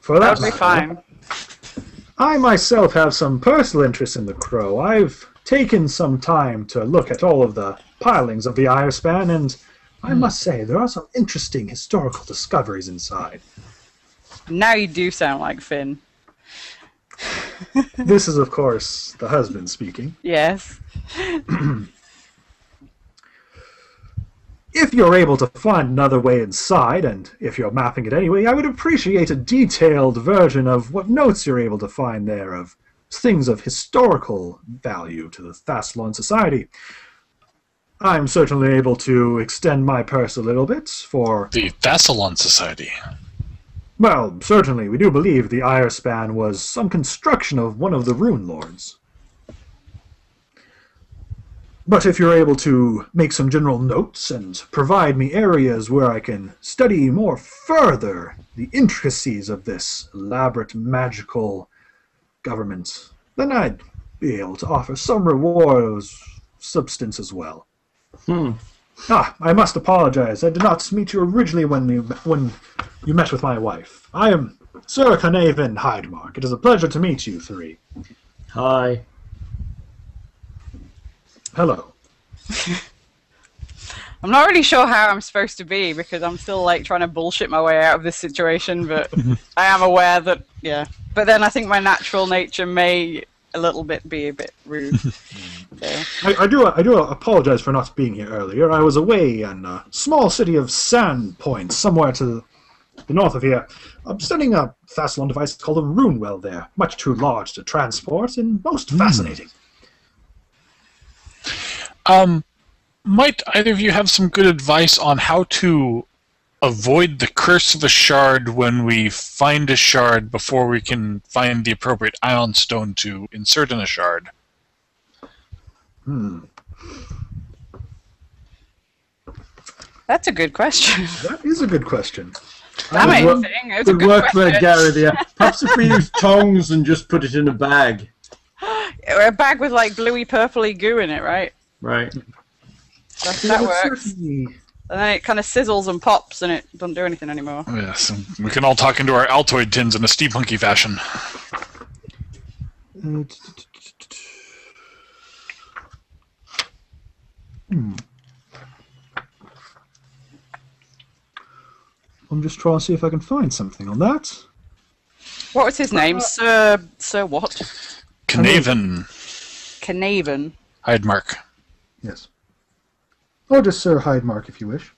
[SPEAKER 4] For
[SPEAKER 2] That
[SPEAKER 4] that
[SPEAKER 2] would be
[SPEAKER 4] matter,
[SPEAKER 2] fine.
[SPEAKER 4] I myself have some personal interest in the crow. I've taken some time to look at all of the pilings of the Irispan, and I must say there are some interesting historical discoveries inside.
[SPEAKER 2] Now you do sound like Finn.
[SPEAKER 4] this is, of course, the husband speaking.
[SPEAKER 2] Yes.
[SPEAKER 4] If you're able to find another way inside, and if you're mapping it anyway, I would appreciate a detailed version of what notes you're able to find there of things of historical value to the Thassalon Society. I'm certainly able to extend my purse a little bit for,
[SPEAKER 5] The Thassalon Society.
[SPEAKER 4] well, certainly we do believe the Irespan was some construction of one of the Rune Lords. But if you're able to make some general notes and provide me areas where I can study more further the intricacies of this elaborate magical government, then I'd be able to offer some reward of s- substance as well. Hmm. Ah, I must apologize. I did not meet you originally when you, when you met with my wife. I am Sir Carnavin Hydemark. It is a pleasure to meet you three. Hmm.
[SPEAKER 3] Hi.
[SPEAKER 4] Hello.
[SPEAKER 2] I'm not really sure how I'm supposed to be because I'm still like trying to bullshit my way out of this situation, but I am aware that yeah. But then I think my natural nature may a little bit be a bit rude. so,
[SPEAKER 4] I, I do I do apologize for not being here earlier. I was away in a small city of Sand Point, somewhere to the north of here. I'm studying a Thassalon device called a Runewell there, much too large to transport and
[SPEAKER 2] Hmm.
[SPEAKER 4] most fascinating.
[SPEAKER 5] Um, might either of you have some good advice on how to avoid the curse of a shard when we find a shard before we can find the appropriate ion stone to insert in a shard?
[SPEAKER 2] that's a good question.
[SPEAKER 4] That is a good question.
[SPEAKER 2] Damn
[SPEAKER 3] would
[SPEAKER 2] it,
[SPEAKER 3] wo-
[SPEAKER 2] thing. It's a
[SPEAKER 3] Good
[SPEAKER 2] good
[SPEAKER 3] work
[SPEAKER 2] question.
[SPEAKER 3] there, Gary. There. Perhaps if we use tongs and just put it in a bag,
[SPEAKER 2] A bag with like bluey purpley goo in it, right?
[SPEAKER 3] right?
[SPEAKER 2] That, that
[SPEAKER 4] That's
[SPEAKER 2] works.
[SPEAKER 4] certainly-
[SPEAKER 2] And then it kind of sizzles and pops, and it doesn't do anything anymore.
[SPEAKER 5] Yes, and Um, we can all talk into our Altoid tins in a Steve Hunky fashion.
[SPEAKER 4] uh, t- t- t- t- t- Hmm. I'm just trying to see if I can find something on that.
[SPEAKER 2] What was his name? Sir Sir what?
[SPEAKER 5] Canavan,
[SPEAKER 2] Canavan.
[SPEAKER 5] Hydemark.
[SPEAKER 4] Yes. Or just Sir Hydemark if you wish.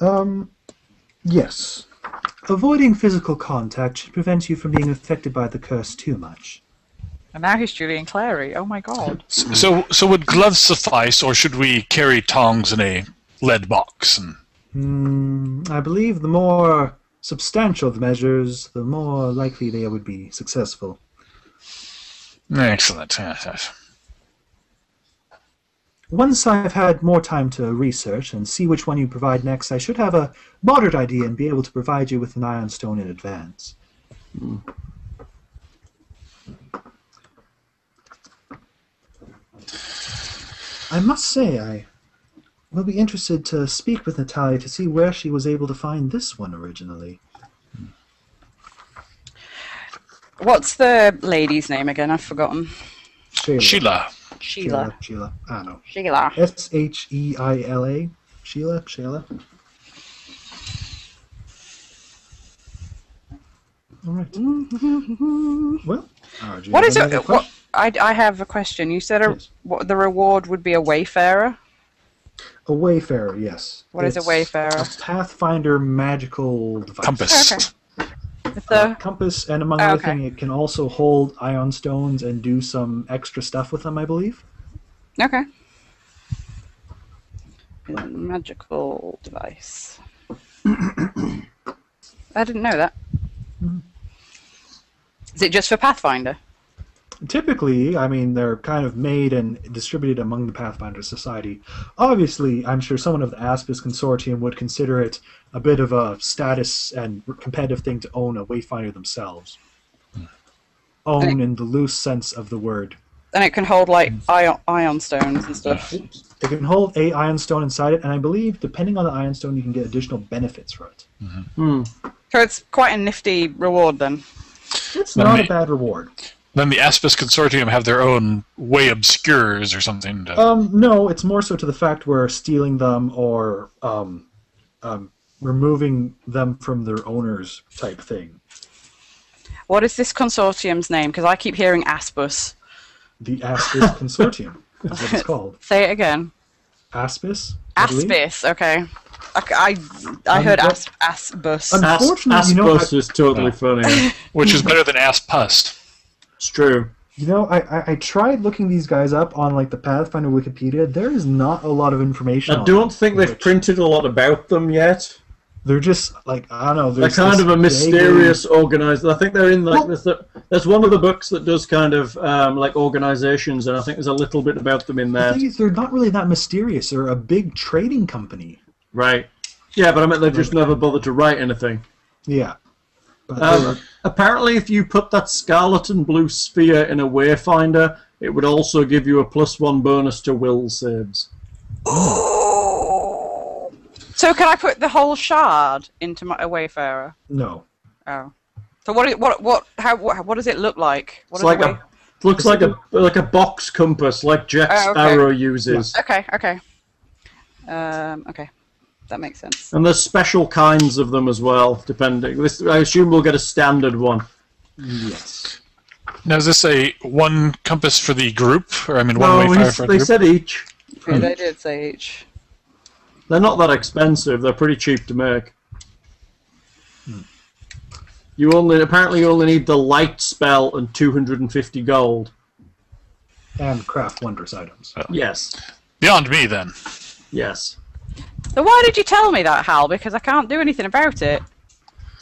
[SPEAKER 4] Um, yes. Avoiding physical contact should prevent you from being affected by the curse too much.
[SPEAKER 2] And now he's Julian Clary. Oh my god.
[SPEAKER 5] So, so would gloves suffice, or should we carry tongs in a lead box? And
[SPEAKER 4] Hmm, I believe the more substantial the measures, the more likely they would be successful.
[SPEAKER 5] excellent. Yes, yes.
[SPEAKER 4] Once I've had more time to research and see which one you provide next, I should have a moderate idea and be able to provide you with an iron stone in advance. Hmm. I must say, I will be interested to speak with Natalia to see where she was able to find this one originally.
[SPEAKER 2] What's the lady's name again? I've forgotten.
[SPEAKER 4] Sheila.
[SPEAKER 5] Sheila.
[SPEAKER 2] Sheila.
[SPEAKER 4] Sheila. Ah, I know.
[SPEAKER 2] Sheila.
[SPEAKER 4] S H E I L A. Sheila. Sheila. All right. Well, uh, do you
[SPEAKER 2] Mm-hmm. What
[SPEAKER 4] have
[SPEAKER 2] is it?
[SPEAKER 4] another
[SPEAKER 2] What,
[SPEAKER 4] question?
[SPEAKER 2] I, I have a question. You said a,
[SPEAKER 4] Yes.
[SPEAKER 2] what the reward would be a wayfarer.
[SPEAKER 4] A wayfarer, yes.
[SPEAKER 2] What is a
[SPEAKER 4] It's
[SPEAKER 2] wayfarer?
[SPEAKER 4] A pathfinder magical device.
[SPEAKER 5] Compass.
[SPEAKER 2] Okay. If
[SPEAKER 4] Uh,
[SPEAKER 2] the,
[SPEAKER 4] compass, and among
[SPEAKER 2] Oh,
[SPEAKER 4] other
[SPEAKER 2] okay.
[SPEAKER 4] things, it can also hold ion stones and do some extra stuff with them, I believe.
[SPEAKER 2] okay. Magical device. I didn't know that.
[SPEAKER 4] Hmm.
[SPEAKER 2] Is it just for Pathfinder?
[SPEAKER 4] typically, I mean, they're kind of made and distributed among the Pathfinder Society. Obviously, I'm sure someone of the Aspis Consortium would consider it a bit of a status and competitive thing to own a Wayfinder themselves.
[SPEAKER 5] Hmm.
[SPEAKER 4] Own in the loose sense of the word.
[SPEAKER 2] And it can hold like ion, ion stones and stuff.
[SPEAKER 4] It can hold a ion stone inside it, and I believe, depending on the ion stone, you can get additional benefits for it.
[SPEAKER 2] So it's quite a nifty reward then.
[SPEAKER 4] It's
[SPEAKER 5] Let
[SPEAKER 4] not
[SPEAKER 5] me-
[SPEAKER 4] a bad reward.
[SPEAKER 5] Then the Aspis Consortium have their own way obscures or something. uh,
[SPEAKER 3] Uh,
[SPEAKER 5] To,
[SPEAKER 4] Um, no, it's more so to the fact we're stealing them or um, um, removing them from their owners type thing.
[SPEAKER 2] What is this consortium's name? Because I keep hearing Aspus.
[SPEAKER 4] The Aspis Consortium is what it's called.
[SPEAKER 2] Say it again.
[SPEAKER 4] Aspis. I believe?
[SPEAKER 2] Aspis. Okay. I, I, I heard
[SPEAKER 4] Um,
[SPEAKER 2] asp, Aspus.
[SPEAKER 4] Um,
[SPEAKER 3] As-
[SPEAKER 4] Unfortunately, you know,
[SPEAKER 3] Aspus is totally funny.
[SPEAKER 5] which is better than Aspust.
[SPEAKER 3] It's true.
[SPEAKER 4] You know, I, I I tried looking these guys up on like the Pathfinder Wikipedia. There is not a lot of information.
[SPEAKER 3] I
[SPEAKER 4] on
[SPEAKER 3] don't think
[SPEAKER 4] them.
[SPEAKER 3] they've printed a lot about them yet.
[SPEAKER 4] They're just like I don't know.
[SPEAKER 3] They're
[SPEAKER 4] There's
[SPEAKER 3] kind
[SPEAKER 4] this
[SPEAKER 3] of a
[SPEAKER 4] vague-
[SPEAKER 3] mysterious organized. I think they're in like there's, the, there's one of the books that does kind of um, like organizations, and I think there's a little bit about them in
[SPEAKER 4] The
[SPEAKER 3] there.
[SPEAKER 4] thing is, they're not really that mysterious. They're a big trading company.
[SPEAKER 3] Right. Yeah, but I meant they've just never bothered to write anything.
[SPEAKER 4] Yeah. But
[SPEAKER 3] Um,
[SPEAKER 4] they're-
[SPEAKER 3] apparently, if you put that scarlet and blue sphere in a wayfinder, it would also give you a plus one bonus to will saves.
[SPEAKER 2] So can I put the whole shard into my a Wayfarer?
[SPEAKER 4] no.
[SPEAKER 2] Oh. So what? i- What? What? How? What, what does it look like? What
[SPEAKER 3] It's
[SPEAKER 2] is
[SPEAKER 3] like
[SPEAKER 2] a
[SPEAKER 3] a it looks like a like a box compass, like Jack
[SPEAKER 2] Oh, okay.
[SPEAKER 3] Sparrow uses.
[SPEAKER 2] wa- okay. Okay. Um. Okay. That makes sense.
[SPEAKER 3] And there's special kinds of them as well, depending. This, I assume we'll get a standard one.
[SPEAKER 4] Yes.
[SPEAKER 5] Now, is this a one compass for the group, or I mean, one
[SPEAKER 3] no,
[SPEAKER 5] wayfarer
[SPEAKER 3] he's-
[SPEAKER 5] for the
[SPEAKER 3] they
[SPEAKER 5] group?
[SPEAKER 3] said each.
[SPEAKER 2] Yeah,
[SPEAKER 4] Mm.
[SPEAKER 2] they did say each.
[SPEAKER 3] They're not that expensive. They're pretty cheap to make.
[SPEAKER 5] Hmm.
[SPEAKER 3] You only apparently you only need the light spell and 250 gold.
[SPEAKER 4] And craft wondrous items.
[SPEAKER 3] Yes,
[SPEAKER 5] Beyond me, then.
[SPEAKER 3] yes.
[SPEAKER 2] So why did you tell me that, Hal? Because I can't do anything about it.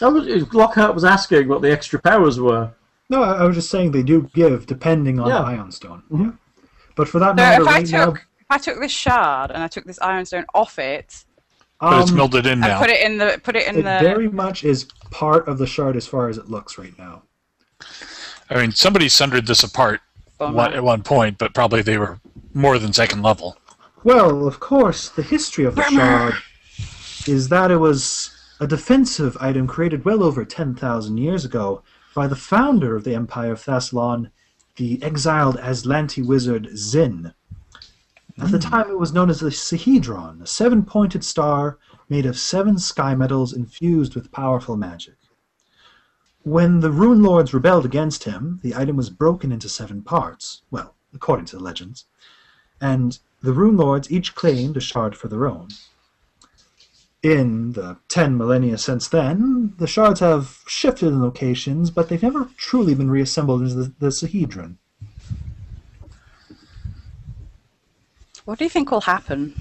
[SPEAKER 3] That was Lockhart was asking what the extra powers were.
[SPEAKER 4] No, I, I was just saying they do give depending on
[SPEAKER 3] Yeah.
[SPEAKER 4] ion stone. Yeah. But for that
[SPEAKER 2] So
[SPEAKER 4] matter,
[SPEAKER 2] if I
[SPEAKER 4] right
[SPEAKER 2] took
[SPEAKER 4] now,
[SPEAKER 2] if I took this shard and I took this iron stone off it
[SPEAKER 5] But it's
[SPEAKER 4] um,
[SPEAKER 5] melded in
[SPEAKER 2] and
[SPEAKER 5] now.
[SPEAKER 2] put it in the put it in
[SPEAKER 4] it
[SPEAKER 2] the
[SPEAKER 4] very much is part of the shard as far as it looks right now.
[SPEAKER 5] I mean, somebody sundered this apart
[SPEAKER 3] Uh-huh.
[SPEAKER 2] Bummer.
[SPEAKER 5] one, at one point, but probably they were more than second level.
[SPEAKER 4] Well, of course, the history of the shard is that it was a defensive item created well over 10,000 years ago by the founder of the Empire of Thassalon, the exiled Aslanti wizard Zin. At the time, it was known as the Sahedron, a seven pointed star made of seven sky metals infused with powerful magic. When the Rune Lords rebelled against him, the item was broken into seven parts, well, according to the legends, and the Rune Lords each claimed a shard for their own. In the ten millennia since then, the shards have shifted in locations, but they've never truly been reassembled into the, the Sahedron.
[SPEAKER 2] What do you think will happen?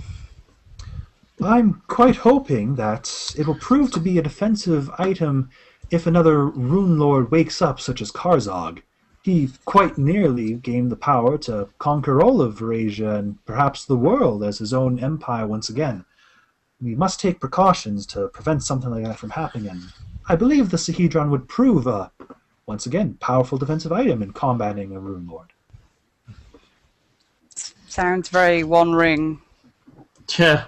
[SPEAKER 4] I'm quite hoping that it will prove to be a defensive item if another Rune Lord wakes up, such as Karzog. He quite nearly gained the power to conquer all of Verasia and perhaps the world as his own empire once again. We must take precautions to prevent something like that from happening, and I believe the Sahedron would prove a, once again, powerful defensive item in combating a Rune Lord.
[SPEAKER 2] Sounds very One Ring.
[SPEAKER 3] Yeah,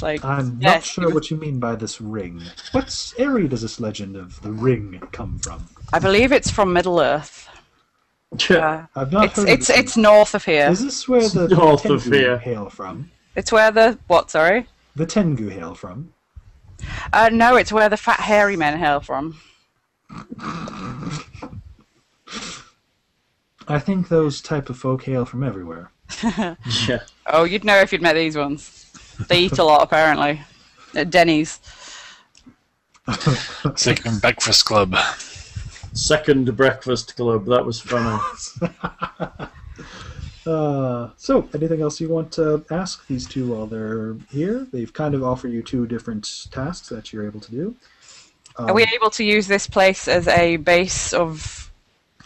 [SPEAKER 2] Like
[SPEAKER 4] I'm not
[SPEAKER 2] yes,
[SPEAKER 4] sure
[SPEAKER 2] it was-
[SPEAKER 4] what you mean by this ring. What area does this legend of the ring come from?
[SPEAKER 2] I believe it's from Middle Earth.
[SPEAKER 3] yeah.
[SPEAKER 4] I've not
[SPEAKER 2] it's
[SPEAKER 4] heard.
[SPEAKER 2] it's
[SPEAKER 4] of this.
[SPEAKER 2] it's north of here.
[SPEAKER 4] Is this where the
[SPEAKER 3] north
[SPEAKER 4] Tengu
[SPEAKER 3] of here.
[SPEAKER 4] hail from?
[SPEAKER 2] It's where the what? Sorry.
[SPEAKER 4] The Tengu hail from?
[SPEAKER 2] Uh, no, it's where the fat hairy men hail from.
[SPEAKER 4] I think those type of folk hail from everywhere.
[SPEAKER 3] yeah.
[SPEAKER 2] Oh, you'd know if you'd met these ones. They eat a lot apparently. At Denny's.
[SPEAKER 5] Second Breakfast Club.
[SPEAKER 3] Second breakfast club. That was funny.
[SPEAKER 4] Uh, so, anything else you want to ask these two while they're here? They've kind of offer you two different tasks that you're able to do.
[SPEAKER 2] Are
[SPEAKER 4] Oh.
[SPEAKER 2] we able to use this place as a base of?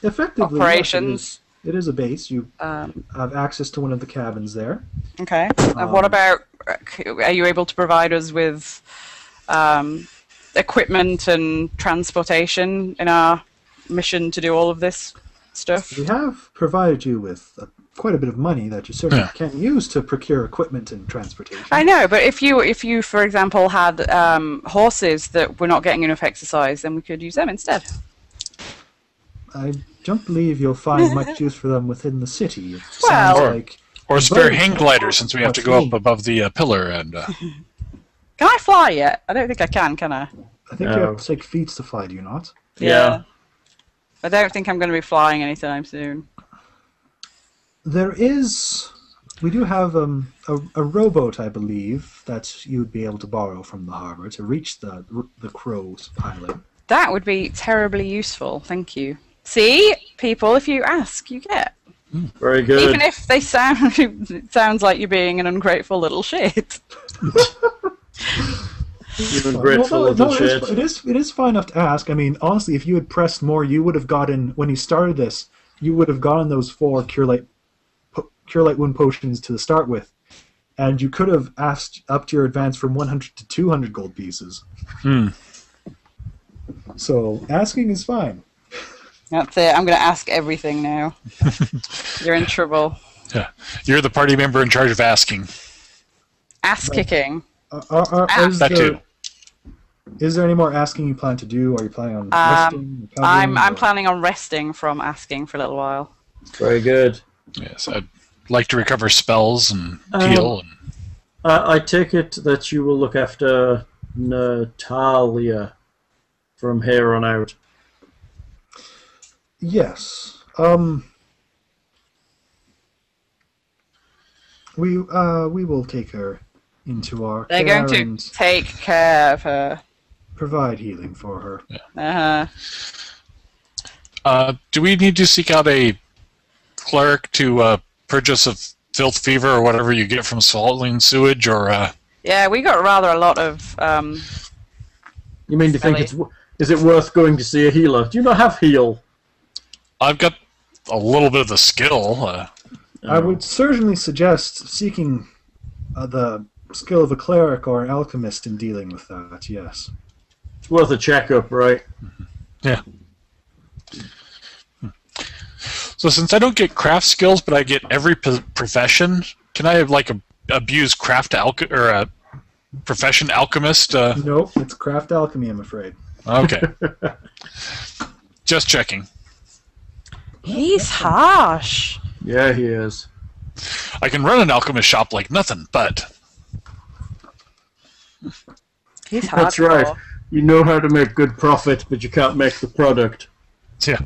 [SPEAKER 4] Effectively, yes, it
[SPEAKER 2] Operations.
[SPEAKER 4] is- it is a base. You
[SPEAKER 2] Um,
[SPEAKER 4] have access to one of the cabins there.
[SPEAKER 2] okay. and
[SPEAKER 4] Um.
[SPEAKER 2] what about? uh, Are you able to provide us with um, equipment and transportation in our mission to do all of this stuff?
[SPEAKER 4] We have provided you with uh quite a bit of money that you certainly
[SPEAKER 5] Yeah.
[SPEAKER 4] can use to procure equipment and transportation.
[SPEAKER 2] I know, but if you, if you, for example, had um, horses that were not getting enough exercise, then we could use them instead.
[SPEAKER 4] I don't believe you'll find much use for them within the city. It sounds
[SPEAKER 2] Well-
[SPEAKER 4] like
[SPEAKER 5] Or spare
[SPEAKER 4] Right.
[SPEAKER 5] hang glider, since we have to go up above the uh, pillar. And uh,
[SPEAKER 2] Can I fly yet? I don't think I can. Can I?
[SPEAKER 4] I think you
[SPEAKER 3] No.
[SPEAKER 4] have to take feats to fly, do you not?
[SPEAKER 3] Yeah.
[SPEAKER 2] I don't think I'm going to be flying anytime soon.
[SPEAKER 4] There is we do have um, a, a rowboat, I believe, that you would be able to borrow from the harbor to reach the the crow's pilot.
[SPEAKER 2] That would be terribly useful. Thank you. See, people, if you ask, you get.
[SPEAKER 3] Very good.
[SPEAKER 2] Even if they sound it sounds like you're being an ungrateful little shit.
[SPEAKER 3] Human bread full
[SPEAKER 4] Although,
[SPEAKER 3] of the
[SPEAKER 4] no, it is-
[SPEAKER 3] shit.
[SPEAKER 4] it is it is fine enough to ask. I mean, honestly, if you had pressed more, you would have gotten when you started this, you would have gotten those four cure light po- cure light wound potions to start with, and you could have asked upped your advance from 100 to 200 gold pieces.
[SPEAKER 5] Hmm.
[SPEAKER 4] So asking is fine.
[SPEAKER 2] That's it. I'm going to ask everything now. You're in trouble.
[SPEAKER 5] You're the party member in charge of asking.
[SPEAKER 2] Ass kicking.
[SPEAKER 4] Are, are, are-
[SPEAKER 2] Ah.
[SPEAKER 4] Uh, is,
[SPEAKER 5] That
[SPEAKER 4] there,
[SPEAKER 5] too.
[SPEAKER 4] is there any more asking you plan to do? Are you planning on resting? or
[SPEAKER 2] I'm
[SPEAKER 4] covering,
[SPEAKER 2] Um, I'm
[SPEAKER 4] or-
[SPEAKER 2] planning on resting from asking for a little while.
[SPEAKER 3] Very good.
[SPEAKER 5] Yes, I'd like to recover spells and
[SPEAKER 3] Uh,
[SPEAKER 5] heal. And,
[SPEAKER 3] I I take it that you will look after Natalia from here on out.
[SPEAKER 4] Yes. Um. We uh we will take her into our
[SPEAKER 2] They're
[SPEAKER 4] care
[SPEAKER 2] going to
[SPEAKER 4] and
[SPEAKER 2] take care of her.
[SPEAKER 4] provide healing for her.
[SPEAKER 2] Uh-huh.
[SPEAKER 5] uh, do we need to seek out a cleric to uh, purge us of filth fever or whatever you get from swallowing sewage? Or uh,
[SPEAKER 2] Yeah, we got rather a lot of. Um,
[SPEAKER 3] You mean to think
[SPEAKER 2] Sally.
[SPEAKER 3] it's wo- is it worth going to see a healer? Do you not have heal?
[SPEAKER 5] I've got a little bit of the skill. Uh,
[SPEAKER 4] I would certainly suggest seeking uh, the skill of a cleric or an alchemist in dealing with that. Yes.
[SPEAKER 3] It's worth a checkup, right?
[SPEAKER 5] Hmm. So since I don't get craft skills, but I get every p- profession, can I like ab- abuse craft alch or uh, profession alchemist? Uh,
[SPEAKER 4] Nope. It's craft alchemy. I'm afraid.
[SPEAKER 5] okay, just checking.
[SPEAKER 2] he's harsh.
[SPEAKER 3] Yeah, he is.
[SPEAKER 5] I can run an alchemist shop like nothing, but
[SPEAKER 2] He's hardcore.
[SPEAKER 3] That's right. You know how to make good profit, but you can't make the product.
[SPEAKER 5] yeah,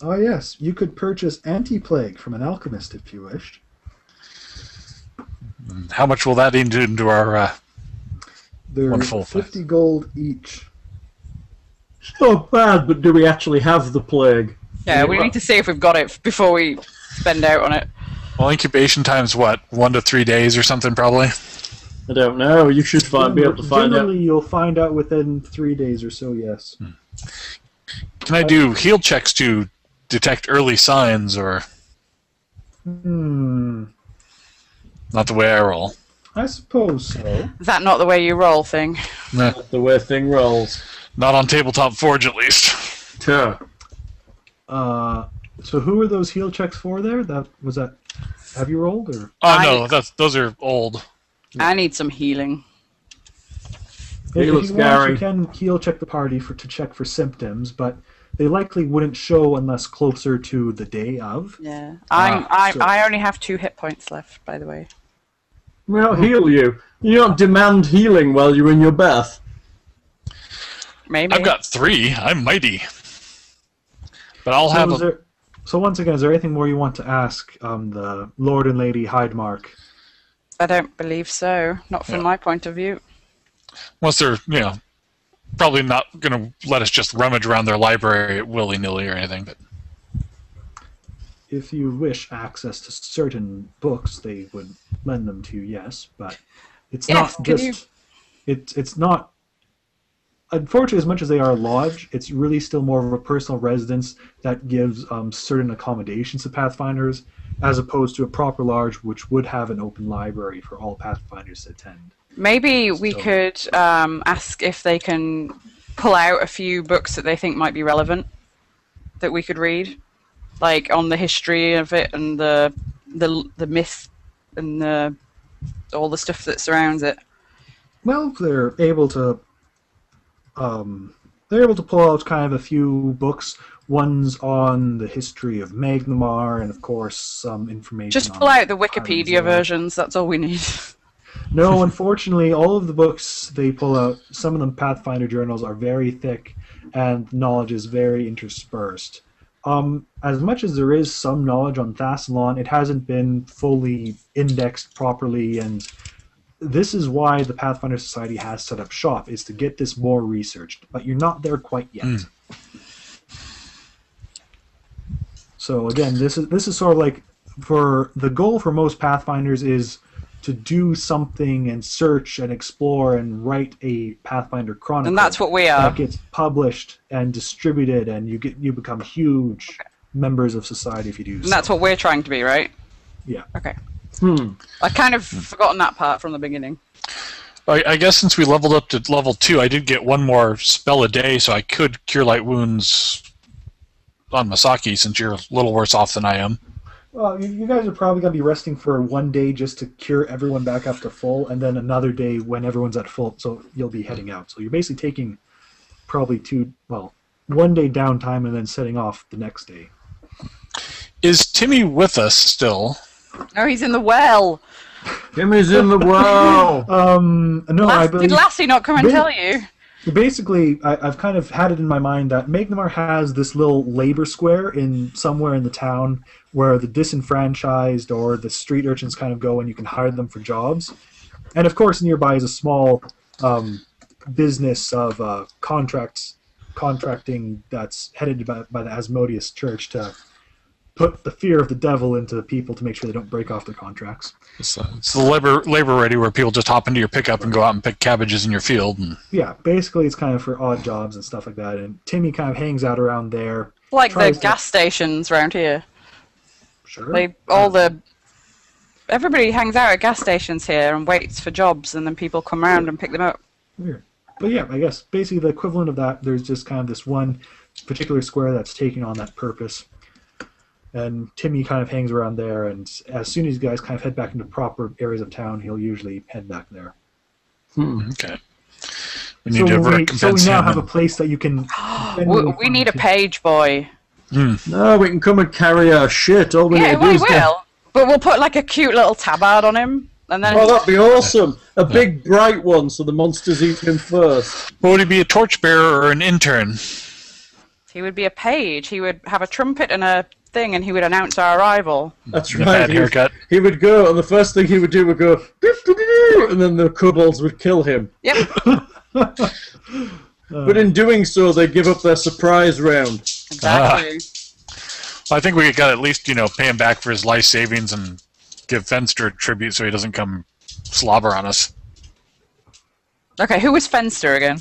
[SPEAKER 4] Oh yes, you could purchase anti-plague from an alchemist if you wished.
[SPEAKER 5] how much will that into into our? Uh,
[SPEAKER 4] They're
[SPEAKER 5] Wonderful.
[SPEAKER 4] fifty gold each.
[SPEAKER 3] It's not bad, but do we actually have the plague?
[SPEAKER 2] Yeah, we need to see if we've got it before we spend out on it.
[SPEAKER 5] well, incubation time's what one to three days or something probably.
[SPEAKER 3] I don't know. You should find, be able to find
[SPEAKER 4] Generally,
[SPEAKER 3] out.
[SPEAKER 4] you'll find out within three days or so. Yes.
[SPEAKER 5] Can I do heal checks to detect early signs, or
[SPEAKER 4] Hmm.
[SPEAKER 5] not the way I roll?
[SPEAKER 4] I suppose so.
[SPEAKER 2] Is that not the way you roll thing?
[SPEAKER 5] Nah,
[SPEAKER 3] The way thing rolls.
[SPEAKER 5] not on tabletop forge at least.
[SPEAKER 3] Tuh.
[SPEAKER 4] Uh, so who are those heal checks for? There, that was that. Have you rolled or?
[SPEAKER 5] Oh
[SPEAKER 2] I-
[SPEAKER 5] no, that's those are old.
[SPEAKER 2] I need some healing.
[SPEAKER 4] If you
[SPEAKER 3] Heal
[SPEAKER 4] want,
[SPEAKER 3] is Gary.
[SPEAKER 4] you can heal check the party for to check for symptoms, but they likely wouldn't show unless closer to the day of.
[SPEAKER 2] Yeah, I'm.
[SPEAKER 5] Ah,
[SPEAKER 2] I,
[SPEAKER 4] so-
[SPEAKER 2] I only have two hit points left, by the way.
[SPEAKER 3] We don't heal you. You don't demand healing while you're in your bath.
[SPEAKER 2] Maybe.
[SPEAKER 5] I've got three. I'm mighty. But I'll have
[SPEAKER 4] so,
[SPEAKER 5] a,
[SPEAKER 4] is there, so once again, is there anything more you want to ask um, the Lord and Lady Hydemark?
[SPEAKER 2] I don't believe so. Not from
[SPEAKER 5] Yeah.
[SPEAKER 2] my point of view.
[SPEAKER 5] once they're you know probably not going to let us just rummage around their library willy nilly or anything. But
[SPEAKER 4] If you wish access to certain books, they would lend them to you. Yes, but it's
[SPEAKER 2] Yes,
[SPEAKER 4] not
[SPEAKER 2] can
[SPEAKER 4] just. It's it's not. Unfortunately, as much as they are a lodge, it's really still more of a personal residence that gives um, certain accommodations to pathfinders, as opposed to a proper lodge, which would have an open library for all pathfinders to attend.
[SPEAKER 2] Maybe we
[SPEAKER 5] So-
[SPEAKER 2] could um, ask if they can pull out a few books that they think might be relevant that we could read, like on the history of it and the the the myth and the all the stuff that surrounds it.
[SPEAKER 4] Well, they're able to. Um, they're able to pull out kind of a few books. One's on the history of Magnemar, and of course, some information.
[SPEAKER 2] Just
[SPEAKER 4] on
[SPEAKER 2] pull out the
[SPEAKER 4] Highlands
[SPEAKER 2] Wikipedia
[SPEAKER 4] Inn.
[SPEAKER 2] versions. That's all we need.
[SPEAKER 4] No, unfortunately, all of the books they pull out, some of them Pathfinder journals, are very thick, and knowledge is very interspersed. Um, as much as there is some knowledge on Thassalon, it hasn't been fully indexed properly, and this is why the Pathfinder Society has set up shop is to get this more researched. But you're not there quite yet.
[SPEAKER 5] Mm.
[SPEAKER 4] So again, this is this is sort of like for the goal for most Pathfinders is to do something and search and explore and write a Pathfinder chronicle.
[SPEAKER 2] And that's what we are.
[SPEAKER 4] that gets published and distributed, and you get you become huge members of society if you do.
[SPEAKER 2] And that's what we're trying to be, right?
[SPEAKER 4] Yeah.
[SPEAKER 2] Okay.
[SPEAKER 4] Hmm.
[SPEAKER 2] I've kind of forgotten that part from the beginning.
[SPEAKER 5] I, I guess since we leveled up to level two, I did get one more spell a day, so I could cure light wounds on Masaki since you're a little worse off than I am.
[SPEAKER 4] Well, you, you guys are probably gonna be resting for one day just to cure everyone back up to full, and then another day when everyone's at full. So you'll be heading out. So you're basically taking probably two, well, one day downtime and then setting off the next day.
[SPEAKER 5] Is Timmy with us still?
[SPEAKER 2] No, Oh, he's in the well.
[SPEAKER 3] Timmy's in the well.
[SPEAKER 4] Um, no, I
[SPEAKER 2] Lass-
[SPEAKER 4] believe
[SPEAKER 2] did Lassie not come and
[SPEAKER 4] Really?
[SPEAKER 2] tell you?
[SPEAKER 4] basically I, I've kind of had it in my mind that Magnemar has this little labor square in somewhere in the town where the disenfranchised or the street urchins kind of go and you can hire them for jobs. And of course, nearby is a small um, business of uh, contracts contracting that's headed by, by the Asmodeus Church to put the fear of the devil into the people to make sure they don't break off their contracts.
[SPEAKER 5] It's, uh, it's the labor labor ready where people just hop into your pickup and go out and pick cabbages in your field. And
[SPEAKER 4] Yeah, basically, it's kind of for odd jobs and stuff like that. And Timmy kind of hangs out around there.
[SPEAKER 2] Like the
[SPEAKER 4] Tries to-
[SPEAKER 2] gas stations around here.
[SPEAKER 4] Sure.
[SPEAKER 2] They all the everybody hangs out at gas stations here and waits for jobs, and then people come around and pick them up.
[SPEAKER 4] Weird. But yeah, I guess basically the equivalent of that, there's just kind of this one particular square that's taking on that purpose. And Timmy kind of hangs around there, and as soon as you guys kind of head back into proper areas of town, he'll usually head back there.
[SPEAKER 5] okay, we need to
[SPEAKER 4] when we, so
[SPEAKER 5] recompense
[SPEAKER 4] we now
[SPEAKER 5] him.
[SPEAKER 4] have a place that you can.
[SPEAKER 2] We, we need a page boy.
[SPEAKER 3] no, Oh, we can come and carry our shit. All we
[SPEAKER 2] Yeah,
[SPEAKER 3] need
[SPEAKER 2] we
[SPEAKER 3] is the-
[SPEAKER 2] will. But we'll put like a cute little tabard on him, and then
[SPEAKER 3] Oh, that'd be awesome! A big bright one, so the monsters eat him first.
[SPEAKER 5] But would he be a torchbearer or an intern?
[SPEAKER 2] he would be a page. He would have a trumpet and a thing, and he would announce our arrival.
[SPEAKER 3] That's
[SPEAKER 5] And a
[SPEAKER 3] right.
[SPEAKER 5] bad
[SPEAKER 3] he would-
[SPEAKER 5] haircut.
[SPEAKER 3] He would go, and the first thing he would do would go, "Doo-doo-doo-doo," and then the kobolds would kill him.
[SPEAKER 2] Yep.
[SPEAKER 5] Oh.
[SPEAKER 3] But in doing so, they give up their surprise round.
[SPEAKER 2] Exactly.
[SPEAKER 5] I think we got to at least you know pay him back for his life savings and give Fenster a tribute so he doesn't come slobber on us.
[SPEAKER 2] Okay, who was Fenster again?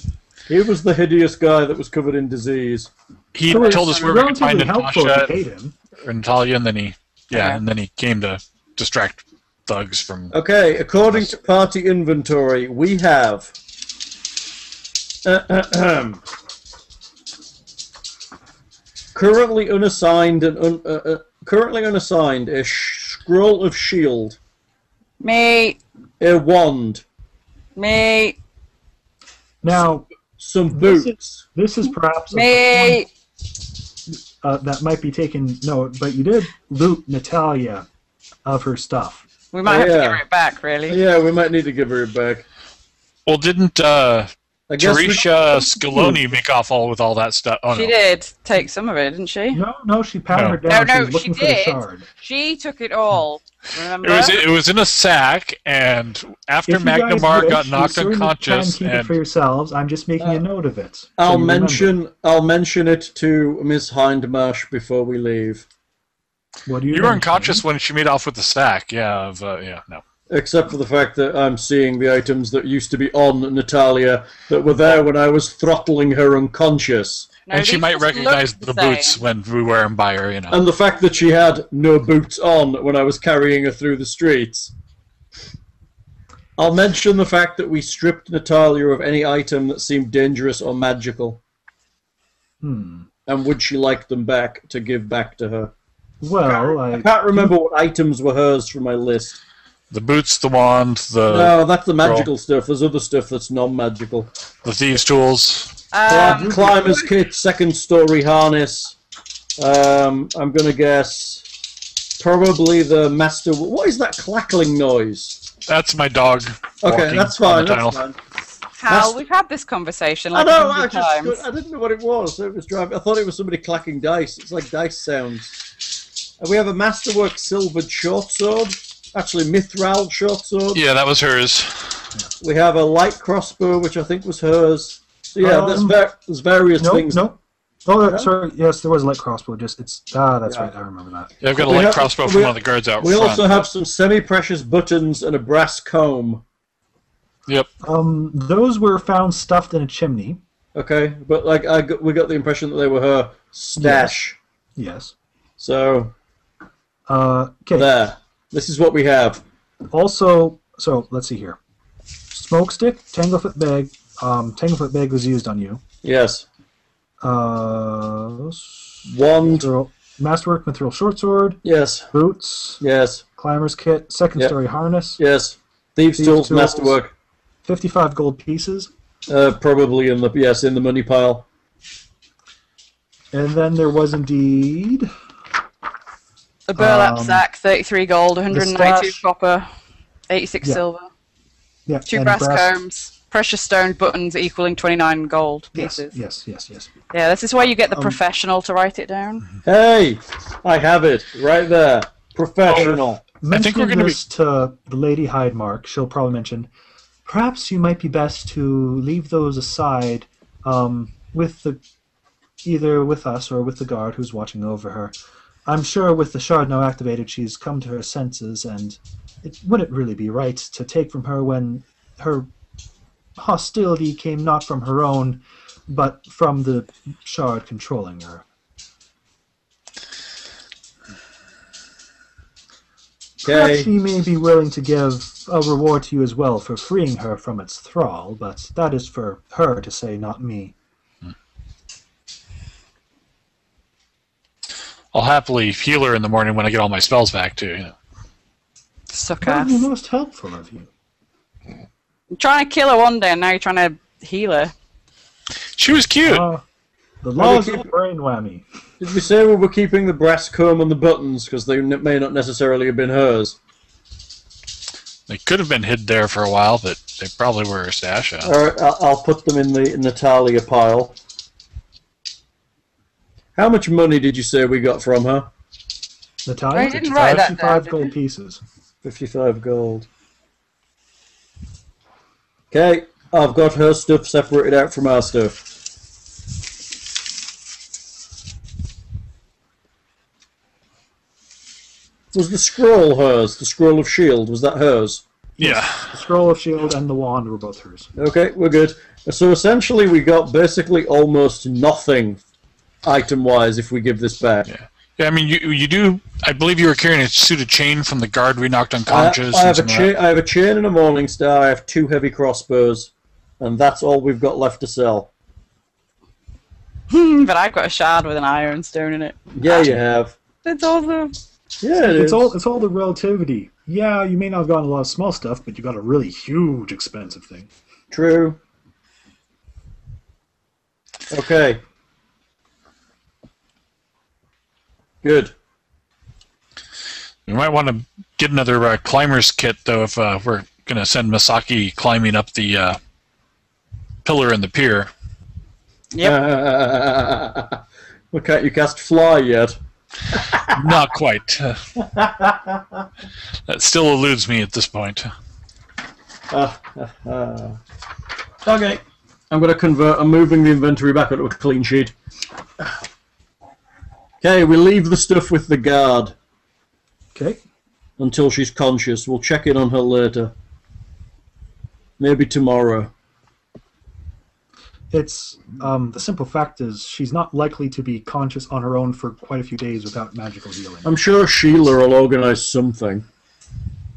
[SPEAKER 3] He was the hideous guy that was covered in disease.
[SPEAKER 5] He
[SPEAKER 4] It was
[SPEAKER 5] told us where we could find
[SPEAKER 4] relatively helpful if you
[SPEAKER 5] Natasha
[SPEAKER 4] paid him.
[SPEAKER 5] or Natalia, and then he yeah,
[SPEAKER 2] Okay.
[SPEAKER 5] and then he came to distract thugs from.
[SPEAKER 3] Okay, according to party inventory, we have. currently unassigned and un, uh, uh, currently unassigned a sh- scroll of shield,
[SPEAKER 2] Me,
[SPEAKER 3] a wand,
[SPEAKER 2] me,
[SPEAKER 4] Now,
[SPEAKER 3] some
[SPEAKER 4] This is-
[SPEAKER 3] boots.
[SPEAKER 4] this is perhaps a
[SPEAKER 2] me.
[SPEAKER 4] uh, that might be taken note, but you did loot Natalia of her stuff.
[SPEAKER 2] We might
[SPEAKER 3] Oh,
[SPEAKER 2] have to
[SPEAKER 3] yeah.
[SPEAKER 2] give it back, really.
[SPEAKER 3] Yeah, we might need to give her it back.
[SPEAKER 5] Well, didn't uh,
[SPEAKER 3] I guess we-
[SPEAKER 5] Teresha Scaloni make off all with all that stuff? Oh,
[SPEAKER 2] She
[SPEAKER 5] no.
[SPEAKER 2] did take some of it, didn't she?
[SPEAKER 4] No, no, she patted
[SPEAKER 5] No.
[SPEAKER 4] her down.
[SPEAKER 2] No, no,
[SPEAKER 4] she was looking
[SPEAKER 2] she
[SPEAKER 4] for the
[SPEAKER 2] did.
[SPEAKER 4] shard.
[SPEAKER 2] She took it all. Remember?
[SPEAKER 5] It was it was in a sack, and after
[SPEAKER 4] If you guys
[SPEAKER 5] Magnemar
[SPEAKER 4] wish,
[SPEAKER 5] got
[SPEAKER 4] you
[SPEAKER 5] knocked
[SPEAKER 4] certainly can
[SPEAKER 5] unconscious,
[SPEAKER 4] keep it for
[SPEAKER 5] and
[SPEAKER 4] yourselves. I'm just making a note of it. so
[SPEAKER 3] Uh, I'll
[SPEAKER 4] you remember.
[SPEAKER 3] mention I'll mention it to Miss Hindmarsh before we leave.
[SPEAKER 4] What do you?
[SPEAKER 5] you were
[SPEAKER 4] mention?
[SPEAKER 5] unconscious when she made off with the sack. Yeah, of, uh, yeah, no.
[SPEAKER 3] Except for the fact that I'm seeing the items that used to be on Natalia that were there when I was throttling her unconscious.
[SPEAKER 2] No,
[SPEAKER 5] and she
[SPEAKER 2] these
[SPEAKER 5] might
[SPEAKER 2] just looked
[SPEAKER 5] recognize the
[SPEAKER 2] same.
[SPEAKER 5] boots when we wear them by her. You know,
[SPEAKER 3] And the fact that she had no boots on when I was carrying her through the streets. I'll mention the fact that we stripped Natalia of any item that seemed dangerous or magical. And would she like them back to give back to her?
[SPEAKER 4] Well, I,
[SPEAKER 3] I can't remember what items were hers from my list.
[SPEAKER 5] the boots, the wand, the
[SPEAKER 3] No, that's the magical stuff. There's other stuff that's non-magical.
[SPEAKER 5] the thieves' tools.
[SPEAKER 2] Um,
[SPEAKER 3] Clim- Climbers kit, second story harness. Um, I'm gonna guess probably the master. What is that clackling noise?
[SPEAKER 5] That's my dog.
[SPEAKER 3] Okay,
[SPEAKER 5] walking
[SPEAKER 3] that's fine.
[SPEAKER 5] on the
[SPEAKER 3] That's
[SPEAKER 5] tile.
[SPEAKER 3] fine.
[SPEAKER 2] Hal,
[SPEAKER 3] That's-
[SPEAKER 2] we've had this conversation
[SPEAKER 3] I
[SPEAKER 2] like
[SPEAKER 3] know.
[SPEAKER 2] a
[SPEAKER 3] I
[SPEAKER 2] hundred
[SPEAKER 3] just
[SPEAKER 2] times.
[SPEAKER 3] could- I didn't know what it was. It was driving. I thought it was somebody clacking dice. It's like dice sounds. And we have a masterwork silvered short sword. Actually, mithril short sword.
[SPEAKER 5] Yeah, that was hers.
[SPEAKER 3] We have a light crossbow, which I think was hers. So yeah, there's,
[SPEAKER 4] Um,
[SPEAKER 3] va- there's various
[SPEAKER 4] no,
[SPEAKER 3] things.
[SPEAKER 4] no. Oh, that- sorry. Yes, there was a light crossbow. Just it's ah, that's
[SPEAKER 3] Yeah.
[SPEAKER 4] right. I remember that.
[SPEAKER 5] Yeah, I've got a
[SPEAKER 3] We
[SPEAKER 5] light
[SPEAKER 3] have-
[SPEAKER 5] crossbow
[SPEAKER 3] we-
[SPEAKER 5] from one of the guards out
[SPEAKER 3] We
[SPEAKER 5] front.
[SPEAKER 3] also have some semi-precious buttons and a brass comb.
[SPEAKER 5] Yep.
[SPEAKER 4] Um, those were found stuffed in a chimney.
[SPEAKER 3] Okay, but like I got, we got the impression that they were her stash.
[SPEAKER 4] Yes.
[SPEAKER 3] So
[SPEAKER 4] Uh, okay.
[SPEAKER 3] there, this is what we have.
[SPEAKER 4] Also, so let's see here. Smoke stick, tanglefoot bag. Um, tanglefoot bag was used on you.
[SPEAKER 3] Yes,
[SPEAKER 4] Uh, s-
[SPEAKER 3] wand.
[SPEAKER 4] mithril- masterwork, mithril short sword,
[SPEAKER 3] Yes,
[SPEAKER 4] boots,
[SPEAKER 3] yes,
[SPEAKER 4] climber's kit, second
[SPEAKER 3] Yep.
[SPEAKER 4] story harness,
[SPEAKER 3] yes. Thieves'
[SPEAKER 4] Thieves'
[SPEAKER 3] tools,
[SPEAKER 4] tools.
[SPEAKER 3] masterwork.
[SPEAKER 4] 55 gold pieces.
[SPEAKER 3] Uh, probably in the yes in the money pile.
[SPEAKER 4] And then there was indeed
[SPEAKER 2] The burlap
[SPEAKER 4] Um,
[SPEAKER 2] sack, 33 gold, 192
[SPEAKER 4] stash.
[SPEAKER 2] copper, 86
[SPEAKER 4] Yeah.
[SPEAKER 2] silver,
[SPEAKER 4] yeah,
[SPEAKER 2] two
[SPEAKER 4] and
[SPEAKER 2] brass, combs, precious stone buttons equaling 29 gold
[SPEAKER 4] Yes,
[SPEAKER 2] pieces.
[SPEAKER 4] yes, yes, yes.
[SPEAKER 2] Yeah, this is where you get the
[SPEAKER 4] Um,
[SPEAKER 2] professional to write it
[SPEAKER 5] Mm-hmm.
[SPEAKER 2] down.
[SPEAKER 3] Hey, I have it right there. Professional.
[SPEAKER 5] I think we're
[SPEAKER 4] Mentioning
[SPEAKER 5] gonna be-
[SPEAKER 4] this to the Lady Hydemark, she'll probably mention, perhaps you might be best to leave those aside um, with the either with us or with the guard who's watching over her. I'm sure with the shard now activated, she's come to her senses, and it wouldn't really be right to take from her when her hostility came not from her own, but from the shard controlling her. Perhaps
[SPEAKER 3] Okay.
[SPEAKER 4] she may be willing to give a reward to you as well for freeing her from its thrall, but that is for her to say, not me.
[SPEAKER 5] I'll happily heal her in the morning when I get all my spells back too. You know.
[SPEAKER 2] Sucker.
[SPEAKER 4] Probably most helpful of you.
[SPEAKER 2] I'm trying to kill her one day, and now you're trying to heal her.
[SPEAKER 5] She was cute.
[SPEAKER 3] Uh,
[SPEAKER 4] Ah, the laws
[SPEAKER 3] keep-
[SPEAKER 4] of brain whammy.
[SPEAKER 3] Did we say we were keeping the brass comb and the buttons because they n- may not necessarily have been hers?
[SPEAKER 5] they could have been hid there for a while, but they probably were her stash. out.
[SPEAKER 3] All right, I- I'll put them in the Natalia pile. How much money did you say we got from her?
[SPEAKER 4] The
[SPEAKER 2] I
[SPEAKER 4] time
[SPEAKER 2] didn't write that down, did
[SPEAKER 4] gold pieces.
[SPEAKER 3] Fifty-five gold. Okay, I've got her stuff separated out from our stuff. Was the scroll hers? The scroll of shield was that hers?
[SPEAKER 5] yeah.
[SPEAKER 4] The scroll of shield and the wand were both hers.
[SPEAKER 3] Okay, we're good. So essentially, we got basically almost nothing item wise if we give this back.
[SPEAKER 5] Yeah, I mean, you you do. I believe you were carrying a suit of chain from the guard we knocked
[SPEAKER 3] I,
[SPEAKER 5] unconscious.
[SPEAKER 3] I
[SPEAKER 5] and
[SPEAKER 3] have a
[SPEAKER 5] some uh, of
[SPEAKER 3] chain. I have a chain and a morning star. I have two heavy crossbows, and that's all we've got left to sell.
[SPEAKER 4] Mm.
[SPEAKER 2] Hmm, but I've got a shard with an iron stone in it.
[SPEAKER 3] Yeah, you have.
[SPEAKER 2] That's awesome.
[SPEAKER 3] Yeah, it
[SPEAKER 4] It's
[SPEAKER 3] is.
[SPEAKER 4] all it's all the relativity. Yeah, you may not have gotten a lot of small stuff, but you got a really huge, expensive thing.
[SPEAKER 3] true. Okay. Good.
[SPEAKER 5] We might want to get another uh, climber's kit, though, if uh, we're going to send Masaki climbing up the uh, pillar in the pier.
[SPEAKER 3] Well, can't you cast fly yet?
[SPEAKER 5] Not quite. Uh, that still eludes me at this point.
[SPEAKER 3] Okay. I'm going to convert. I'm moving the inventory back onto a clean sheet. Okay, we leave the stuff with the guard
[SPEAKER 4] Okay.
[SPEAKER 3] until she's conscious. We'll check in on her later. Maybe tomorrow.
[SPEAKER 4] It's um, the simple fact is she's not likely to be conscious on her own for quite a few days without magical healing.
[SPEAKER 3] I'm sure Sheila will organise something.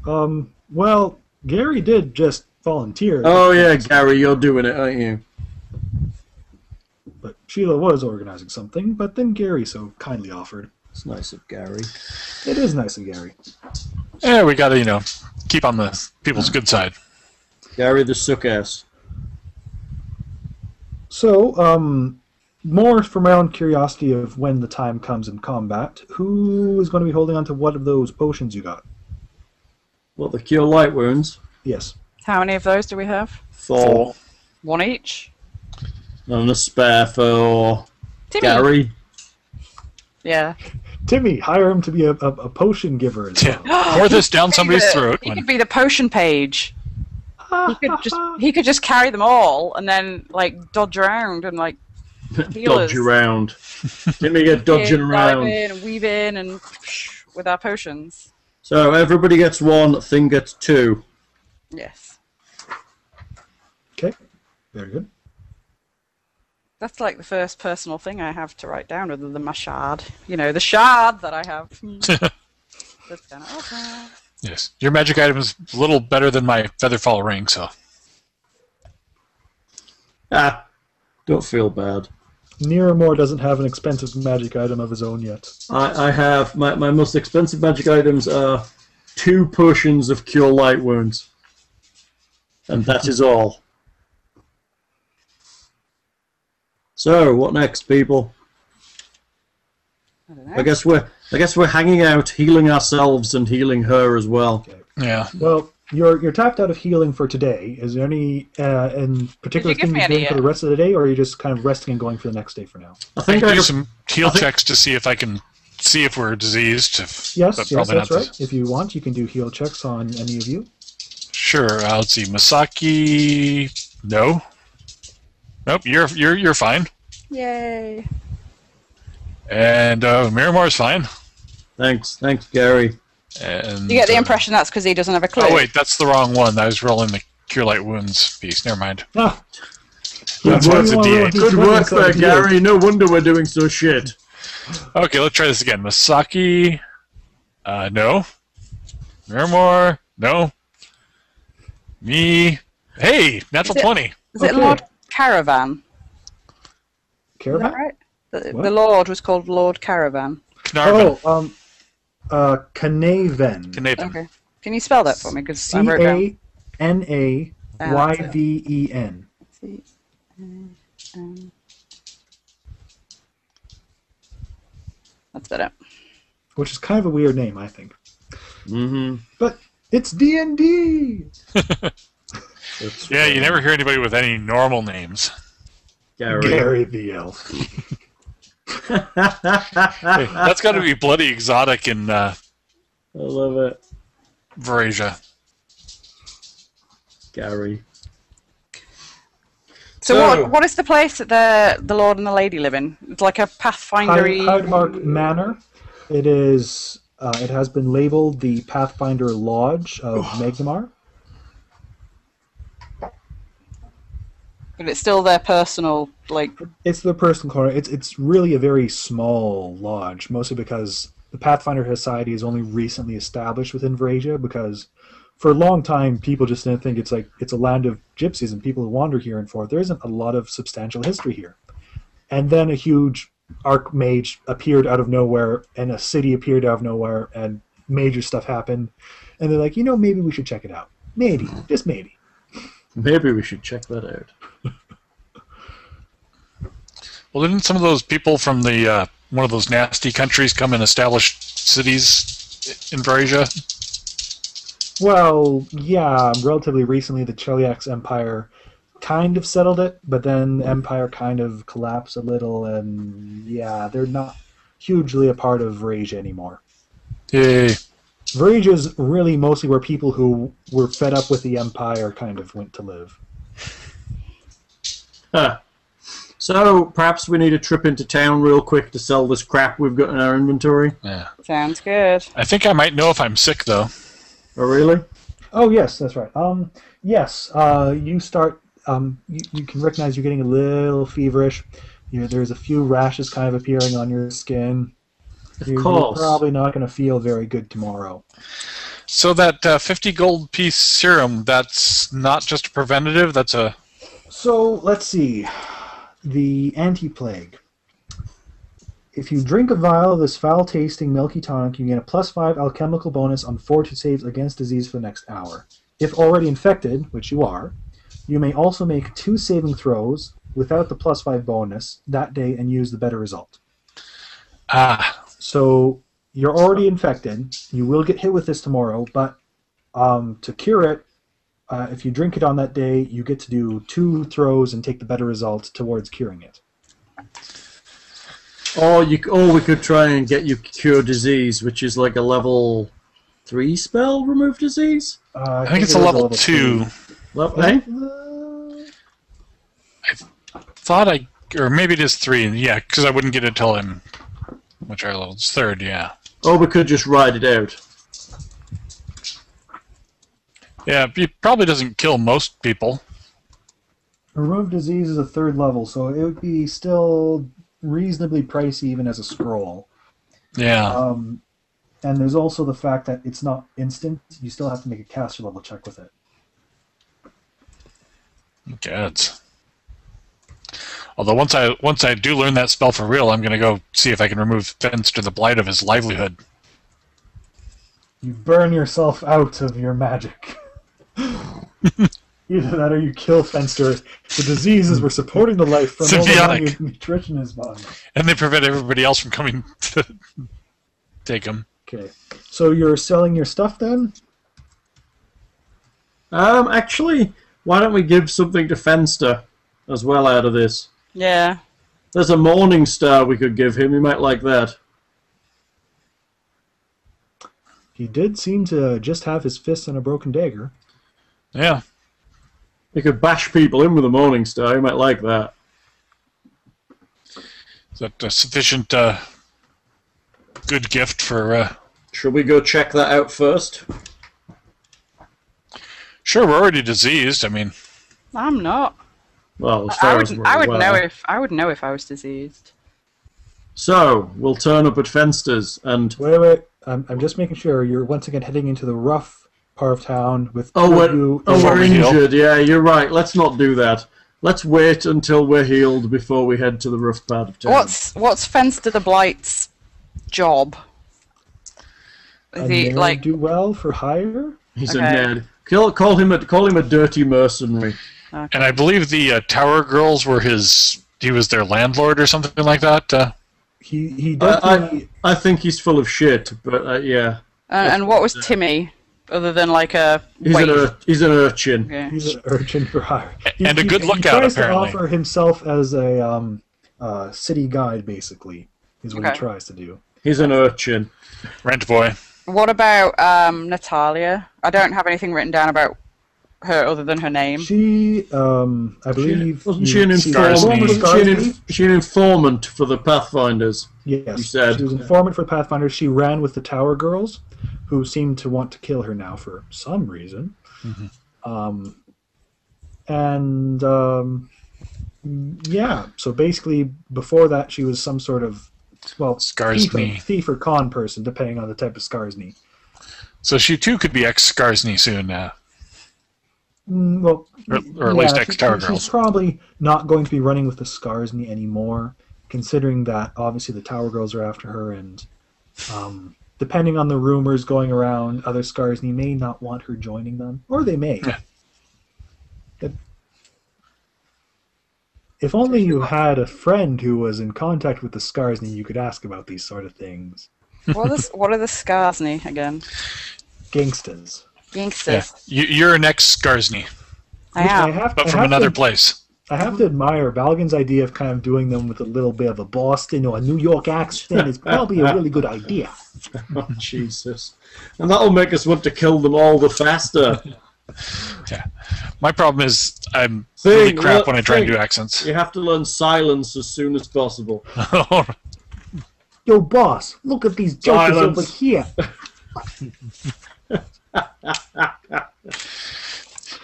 [SPEAKER 4] Um, well, Gary did just volunteer,
[SPEAKER 3] Oh yeah, Gary, you're doing it, aren't you?
[SPEAKER 4] but Sheila was organizing something, but then Gary so kindly offered.
[SPEAKER 3] It's nice of Gary.
[SPEAKER 4] It is nice of Gary.
[SPEAKER 5] Yeah, we got to, you know, keep on the people's good side.
[SPEAKER 3] Gary the suck ass.
[SPEAKER 4] So, um, more from my own curiosity of when the time comes in combat, who is going to be holding on to what of those potions you got?
[SPEAKER 3] What the cure light wounds?
[SPEAKER 4] Yes.
[SPEAKER 2] How many of those do we have?
[SPEAKER 3] Thor
[SPEAKER 2] One each?
[SPEAKER 3] and a spare for
[SPEAKER 2] Timmy.
[SPEAKER 3] Gary.
[SPEAKER 2] Yeah.
[SPEAKER 4] Timmy, hire him to be a, a, a potion giver as well.
[SPEAKER 5] Pour this down somebody's
[SPEAKER 2] He could-
[SPEAKER 5] throat.
[SPEAKER 2] He
[SPEAKER 5] when-
[SPEAKER 2] could be the potion page. He could just he could just carry them all and then like dodge around and like healers.
[SPEAKER 3] Dodge around. Didn't we get dodging
[SPEAKER 2] Yeah,
[SPEAKER 3] around?
[SPEAKER 2] Dive in and weave in and with our potions.
[SPEAKER 3] So everybody gets one, thing gets two.
[SPEAKER 2] Yes.
[SPEAKER 4] Okay. Very good.
[SPEAKER 2] That's like the first personal thing I have to write down other than my shard. You know, the shard that I have. Hmm. That's kind of awesome.
[SPEAKER 5] Yes. Your magic item is a little better than my Featherfall ring, so.
[SPEAKER 3] Ah, don't feel bad.
[SPEAKER 4] Niramore doesn't have an expensive magic item of his own yet.
[SPEAKER 3] I, I have my, my most expensive magic items are two potions of cure light wounds, and that is all. So what next, people?
[SPEAKER 2] I don't
[SPEAKER 3] I
[SPEAKER 2] know.
[SPEAKER 3] guess we're I guess we're hanging out, healing ourselves and healing her as well.
[SPEAKER 5] Yeah.
[SPEAKER 4] Well, you're you're tapped out of healing for today. Is there any uh, in particular
[SPEAKER 2] Did you give
[SPEAKER 4] thing
[SPEAKER 2] me
[SPEAKER 4] you're doing
[SPEAKER 2] any uh,
[SPEAKER 4] for the
[SPEAKER 2] yet?
[SPEAKER 4] rest of the day, or are you just kind of resting and going for the next day for now?
[SPEAKER 3] I
[SPEAKER 5] I
[SPEAKER 3] think
[SPEAKER 5] can
[SPEAKER 3] I
[SPEAKER 5] do
[SPEAKER 3] could-
[SPEAKER 5] some heal checks to see if I can see if we're diseased. If,
[SPEAKER 4] Yes,
[SPEAKER 5] but
[SPEAKER 4] yes,
[SPEAKER 5] probably
[SPEAKER 4] that's
[SPEAKER 5] not
[SPEAKER 4] right. If you want, you can do heal checks on any of you.
[SPEAKER 5] Sure. Uh, let's see. Masaki. No. Nope. You're you're you're fine.
[SPEAKER 2] Yay.
[SPEAKER 5] And uh, Miramore's fine.
[SPEAKER 3] thanks, thanks, Gary.
[SPEAKER 5] And
[SPEAKER 2] You get the
[SPEAKER 5] uh,
[SPEAKER 2] impression that's because he doesn't have a clue.
[SPEAKER 5] Oh wait, that's the wrong one. I was rolling the cure light wounds piece. Never mind.
[SPEAKER 4] Ah,
[SPEAKER 5] That's
[SPEAKER 4] why
[SPEAKER 5] what's
[SPEAKER 4] you wanna
[SPEAKER 5] a
[SPEAKER 4] roll
[SPEAKER 5] D8.
[SPEAKER 4] these
[SPEAKER 3] Good work
[SPEAKER 4] 27
[SPEAKER 3] there,
[SPEAKER 4] to you?
[SPEAKER 3] Gary. No wonder we're doing so shit.
[SPEAKER 5] Okay, let's try this again. Masaki. Uh, no. Miramore. No. Me. Hey, natural
[SPEAKER 2] Is it-
[SPEAKER 5] twenty.
[SPEAKER 2] Is it
[SPEAKER 4] okay.
[SPEAKER 2] Lord Caravan? Is
[SPEAKER 4] Caravan?
[SPEAKER 2] that right? The,
[SPEAKER 4] What?
[SPEAKER 2] the Lord was called Lord Caravan.
[SPEAKER 5] Carnarvon.
[SPEAKER 4] Oh, um, uh, Canaven.
[SPEAKER 5] Canapin.
[SPEAKER 2] Okay. Can you spell that for me? Because
[SPEAKER 4] C
[SPEAKER 2] I wrote it down.
[SPEAKER 4] A N A Y V E N.
[SPEAKER 2] C- um, um. That's better.
[SPEAKER 4] which is kind of a weird name, I think.
[SPEAKER 3] Mm-hmm.
[SPEAKER 4] But it's D and D.
[SPEAKER 5] Yeah, you never hear anybody with any normal names.
[SPEAKER 3] Gary.
[SPEAKER 4] Gary the Elf.
[SPEAKER 3] I
[SPEAKER 5] That's got to be bloody exotic in uh,
[SPEAKER 3] love it,
[SPEAKER 5] Verasia.
[SPEAKER 3] Gary.
[SPEAKER 2] So,
[SPEAKER 3] So-
[SPEAKER 2] what, what is the place that the the Lord and the Lady live in? It's like a Pathfindery.
[SPEAKER 4] Hydemark Manor. It is. Uh, it has been labeled the Pathfinder Lodge of Magnemar.
[SPEAKER 2] But it's still their personal, like.
[SPEAKER 4] It's the person corner. It's it's really a very small lodge, mostly because the Pathfinder Society is only recently established within Verasia. Because for a long time, people just didn't think it's like it's a land of gypsies and people who wander here and forth. There isn't a lot of substantial history here. And then a huge archmage appeared out of nowhere, and a city appeared out of nowhere, and major stuff happened. And they're like, you know, maybe we should check it out. Maybe, just maybe.
[SPEAKER 3] Maybe we should check that out.
[SPEAKER 5] Well, didn't some of those people from the uh, one of those nasty countries come and establish cities in Verasia?
[SPEAKER 4] Well, yeah, relatively recently the Cheliax Empire kind of settled it, but then the Empire kind of collapsed a little, and yeah, they're not hugely a part of Verasia anymore.
[SPEAKER 5] Yay!
[SPEAKER 4] Verasia is really mostly where people who were fed up with the Empire kind of went to live.
[SPEAKER 3] Huh. So perhaps we need a trip into town real quick to sell this crap we've got in our inventory.
[SPEAKER 5] Yeah.
[SPEAKER 2] Sounds good.
[SPEAKER 5] I think I might know if I'm sick though.
[SPEAKER 3] Oh, really?
[SPEAKER 4] Oh yes, that's right. Um, yes. Uh, you start. Um, you, you can recognize you're getting a little feverish. You, there's a few rashes kind of appearing on your skin.
[SPEAKER 3] Of
[SPEAKER 4] You're-
[SPEAKER 3] course.
[SPEAKER 4] You're probably not going to feel very good tomorrow.
[SPEAKER 5] So that uh, 50 gold piece serum, that's not just a preventative. That's a
[SPEAKER 4] So let's see. The anti plague. If you drink a vial of this foul tasting milky tonic, you gain a plus five alchemical bonus on fortitude saves against disease for the next hour. If already infected, which you are, you may also make two saving throws without the plus five bonus that day and use the better result.
[SPEAKER 5] ah.
[SPEAKER 4] So you're already infected. You will get hit with this tomorrow, but um, to cure it, uh, if you drink it on that day, you get to do two throws and take the better result towards curing it.
[SPEAKER 3] Or you, c- or we could try and get you cure disease, which is like a level three spell, remove disease.
[SPEAKER 4] Uh,
[SPEAKER 5] I think it's
[SPEAKER 4] it
[SPEAKER 5] a
[SPEAKER 4] is
[SPEAKER 5] level two.
[SPEAKER 3] Level,
[SPEAKER 4] three.
[SPEAKER 3] eh?
[SPEAKER 4] Uh,
[SPEAKER 5] Thought I or maybe it is three. Yeah, because I wouldn't get it till I'm which I leveled third. Yeah,
[SPEAKER 3] Or we could just ride it out.
[SPEAKER 5] yeah. It probably doesn't kill most people.
[SPEAKER 4] Remove disease is a third level, so it would be still reasonably pricey even as a scroll.
[SPEAKER 5] Yeah,
[SPEAKER 4] Um, and there's also the fact that it's not instant. You still have to make a caster level check with it.
[SPEAKER 5] good. Although once I once I do learn that spell for real, I'm gonna go see if I can remove fence to the blight of his livelihood.
[SPEAKER 4] You burn yourself out of your magic. Either that or you kill Fenster. The diseases were supporting the life from all the value
[SPEAKER 5] Symbiotic.
[SPEAKER 4] of nutrition in his body.
[SPEAKER 5] and they prevent everybody else from coming to take them.
[SPEAKER 4] Okay. So you're selling your stuff then?
[SPEAKER 3] Um, actually, why don't we give something to Fenster as well out of this?
[SPEAKER 2] Yeah.
[SPEAKER 3] There's a Morning Star we could give him. He might like that.
[SPEAKER 4] He did seem to just have his fist and a broken dagger.
[SPEAKER 5] Yeah,
[SPEAKER 3] He could bash people in with a Morning Star. He might like that.
[SPEAKER 5] is that a sufficient uh, good gift for? Uh...
[SPEAKER 3] Should we go check that out first?
[SPEAKER 5] Sure, we're already diseased. I mean,
[SPEAKER 2] I'm not.
[SPEAKER 3] Well, as
[SPEAKER 2] I
[SPEAKER 3] far as
[SPEAKER 2] would.
[SPEAKER 3] we're
[SPEAKER 2] I would
[SPEAKER 3] aware.
[SPEAKER 2] know if. I would know if I was diseased.
[SPEAKER 3] So we'll turn up at Fenster's and
[SPEAKER 4] Wait, wait. I'm, I'm just making sure you're once again heading into the rough part of town with
[SPEAKER 3] oh,
[SPEAKER 4] two of
[SPEAKER 3] we're,
[SPEAKER 4] you.
[SPEAKER 3] oh, we're
[SPEAKER 5] Over heal.
[SPEAKER 3] injured. Yeah, you're right. Let's not do that. Let's wait until we're healed before we head to the rough part of town.
[SPEAKER 2] What's What's Fence to the Blight's job? Is he like?
[SPEAKER 4] do well for hire?
[SPEAKER 3] He's
[SPEAKER 2] okay.
[SPEAKER 3] a nerd. Call, call him a call him a dirty mercenary.
[SPEAKER 5] and I believe the uh, Tower Girls were his. He was their landlord or something like that. Uh,
[SPEAKER 4] He he
[SPEAKER 3] Uh,
[SPEAKER 4] definitely
[SPEAKER 3] I, I, I think he's full of shit, but uh, yeah,
[SPEAKER 2] And, and what was Timmy? Other than like a
[SPEAKER 3] he's
[SPEAKER 2] wait.
[SPEAKER 3] an ur- he's an urchin.
[SPEAKER 2] Yeah.
[SPEAKER 4] he's an urchin for hire. He-
[SPEAKER 5] And a
[SPEAKER 4] he-
[SPEAKER 5] good
[SPEAKER 4] he
[SPEAKER 5] lookout,
[SPEAKER 4] tries
[SPEAKER 5] apparently.
[SPEAKER 4] to offer himself as a um, uh, city guide, basically, is what
[SPEAKER 2] Okay.
[SPEAKER 4] he tries to do.
[SPEAKER 3] He's an urchin.
[SPEAKER 5] rent boy.
[SPEAKER 2] What about um, Natalia? I don't have anything written down about her other than her name.
[SPEAKER 4] She, um, I believe,
[SPEAKER 3] Wasn't
[SPEAKER 4] you
[SPEAKER 3] she an
[SPEAKER 4] see-
[SPEAKER 5] Scarsby.
[SPEAKER 3] informant? Wasn't she an,
[SPEAKER 4] Scarsby?
[SPEAKER 3] inf- she an informant for the Pathfinders?
[SPEAKER 4] Yes,
[SPEAKER 3] You said.
[SPEAKER 4] she was an informant for Pathfinder. She ran with the Tower Girls, who seem to want to kill her now for some reason. Um, and um, yeah, so basically, before that, she was some sort of well thief or,
[SPEAKER 5] Scarsby.
[SPEAKER 4] thief or con person, depending on the type of Scarsney.
[SPEAKER 5] So she too could be ex Scarsney soon. Uh,
[SPEAKER 4] Mm, Well,
[SPEAKER 5] Or- or at least
[SPEAKER 4] she-
[SPEAKER 5] ex-Tower
[SPEAKER 4] she-
[SPEAKER 5] Girls.
[SPEAKER 4] She's probably not going to be running with the Scarsney anymore, considering that obviously the Tower Girls are after her, and um, depending on the rumors going around, other Scarsney may not want her joining them, or they may.
[SPEAKER 5] Yeah.
[SPEAKER 4] That- If only you had a friend who was in contact with the Scarsney, you could ask about these sort of things.
[SPEAKER 2] What are the, what are the Skarsny again?
[SPEAKER 4] Gangsters.
[SPEAKER 5] yeah.
[SPEAKER 2] Gangsters.
[SPEAKER 5] you, you're an ex Scarsney,
[SPEAKER 2] I am.
[SPEAKER 4] have,
[SPEAKER 5] but
[SPEAKER 4] I
[SPEAKER 5] from
[SPEAKER 4] have to
[SPEAKER 5] another place.
[SPEAKER 4] I have to admire Balgan's idea of kind of doing them with a little bit of a Boston or a New York accent is probably a really good idea.
[SPEAKER 3] Oh, Jesus! And that'll make us want to kill them all the faster.
[SPEAKER 5] My problem is I'm
[SPEAKER 3] Thing,
[SPEAKER 5] really crap
[SPEAKER 3] well,
[SPEAKER 5] when I try and
[SPEAKER 3] thing.
[SPEAKER 5] do accents.
[SPEAKER 3] you have to learn silence as soon as possible.
[SPEAKER 4] Yo, boss, look at these jokers
[SPEAKER 3] Silence.
[SPEAKER 4] over here.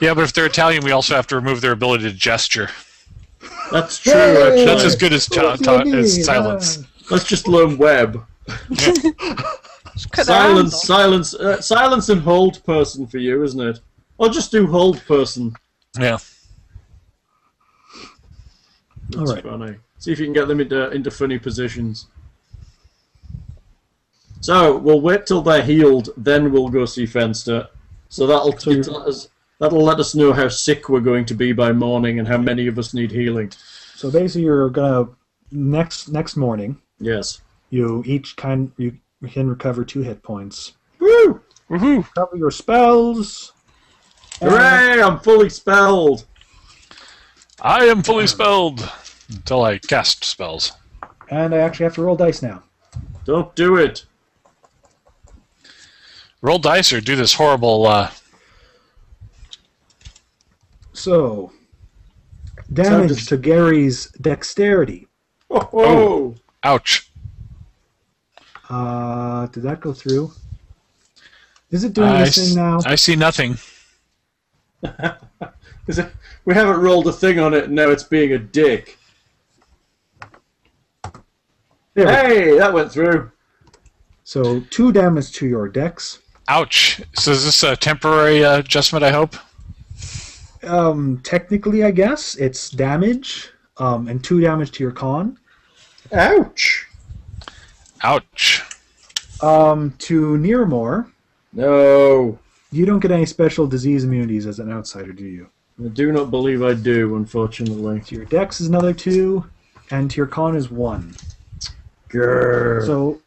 [SPEAKER 5] yeah, but if they're Italian, we also have to remove their ability to gesture.
[SPEAKER 3] That's true.
[SPEAKER 4] Yay!
[SPEAKER 3] Actually,
[SPEAKER 5] That's as good as, ta-
[SPEAKER 4] Look at
[SPEAKER 5] ta-
[SPEAKER 4] me,
[SPEAKER 5] as silence.
[SPEAKER 4] ah.
[SPEAKER 3] Let's just learn web.
[SPEAKER 2] Cut their arms
[SPEAKER 3] Silence,
[SPEAKER 2] off.
[SPEAKER 3] silence, uh, silence, and hold person for you, isn't it? Or just do hold person.
[SPEAKER 5] Yeah.
[SPEAKER 4] All
[SPEAKER 3] That's
[SPEAKER 4] right.
[SPEAKER 3] funny. See if you can get them into into funny positions. So we'll wait till they're healed, then we'll go see Fenster. So that'll
[SPEAKER 4] So you're-
[SPEAKER 3] that'll let us- that'll let us know how sick we're going to be by morning and how many of us need healing.
[SPEAKER 4] So basically, you're gonna next next morning.
[SPEAKER 3] Yes.
[SPEAKER 4] You each kind you can recover two hit points.
[SPEAKER 3] Woo!
[SPEAKER 4] Recover your spells. and
[SPEAKER 3] Hooray! I'm fully spelled.
[SPEAKER 5] I am fully spelled until I cast spells.
[SPEAKER 4] And I actually have to roll dice now.
[SPEAKER 3] Don't do it.
[SPEAKER 5] Roll dice or do this horrible. Uh,
[SPEAKER 4] So, damage
[SPEAKER 6] does-
[SPEAKER 4] to Gary's dexterity.
[SPEAKER 3] Whoa! whoa.
[SPEAKER 5] Ouch.
[SPEAKER 4] Uh, did that go through? Is it doing
[SPEAKER 5] I
[SPEAKER 4] this
[SPEAKER 5] s-
[SPEAKER 4] thing now?
[SPEAKER 5] I see nothing.
[SPEAKER 3] Is it- We haven't rolled a thing on it, and now it's being a dick.
[SPEAKER 4] There we go.
[SPEAKER 3] Hey, that went through.
[SPEAKER 4] So two damage to your dex.
[SPEAKER 5] Ouch. So is this a temporary uh, adjustment? I hope.
[SPEAKER 4] Um, technically, I guess it's damage, um, and two damage to your con.
[SPEAKER 3] Ouch!
[SPEAKER 5] Ouch.
[SPEAKER 4] Um, to Nearmore,
[SPEAKER 3] No,
[SPEAKER 4] you don't get any special disease immunities as an outsider, do you?
[SPEAKER 3] I do not believe I do, unfortunately.
[SPEAKER 4] To your dex is another two, and to your con is one.
[SPEAKER 3] Grr.
[SPEAKER 4] So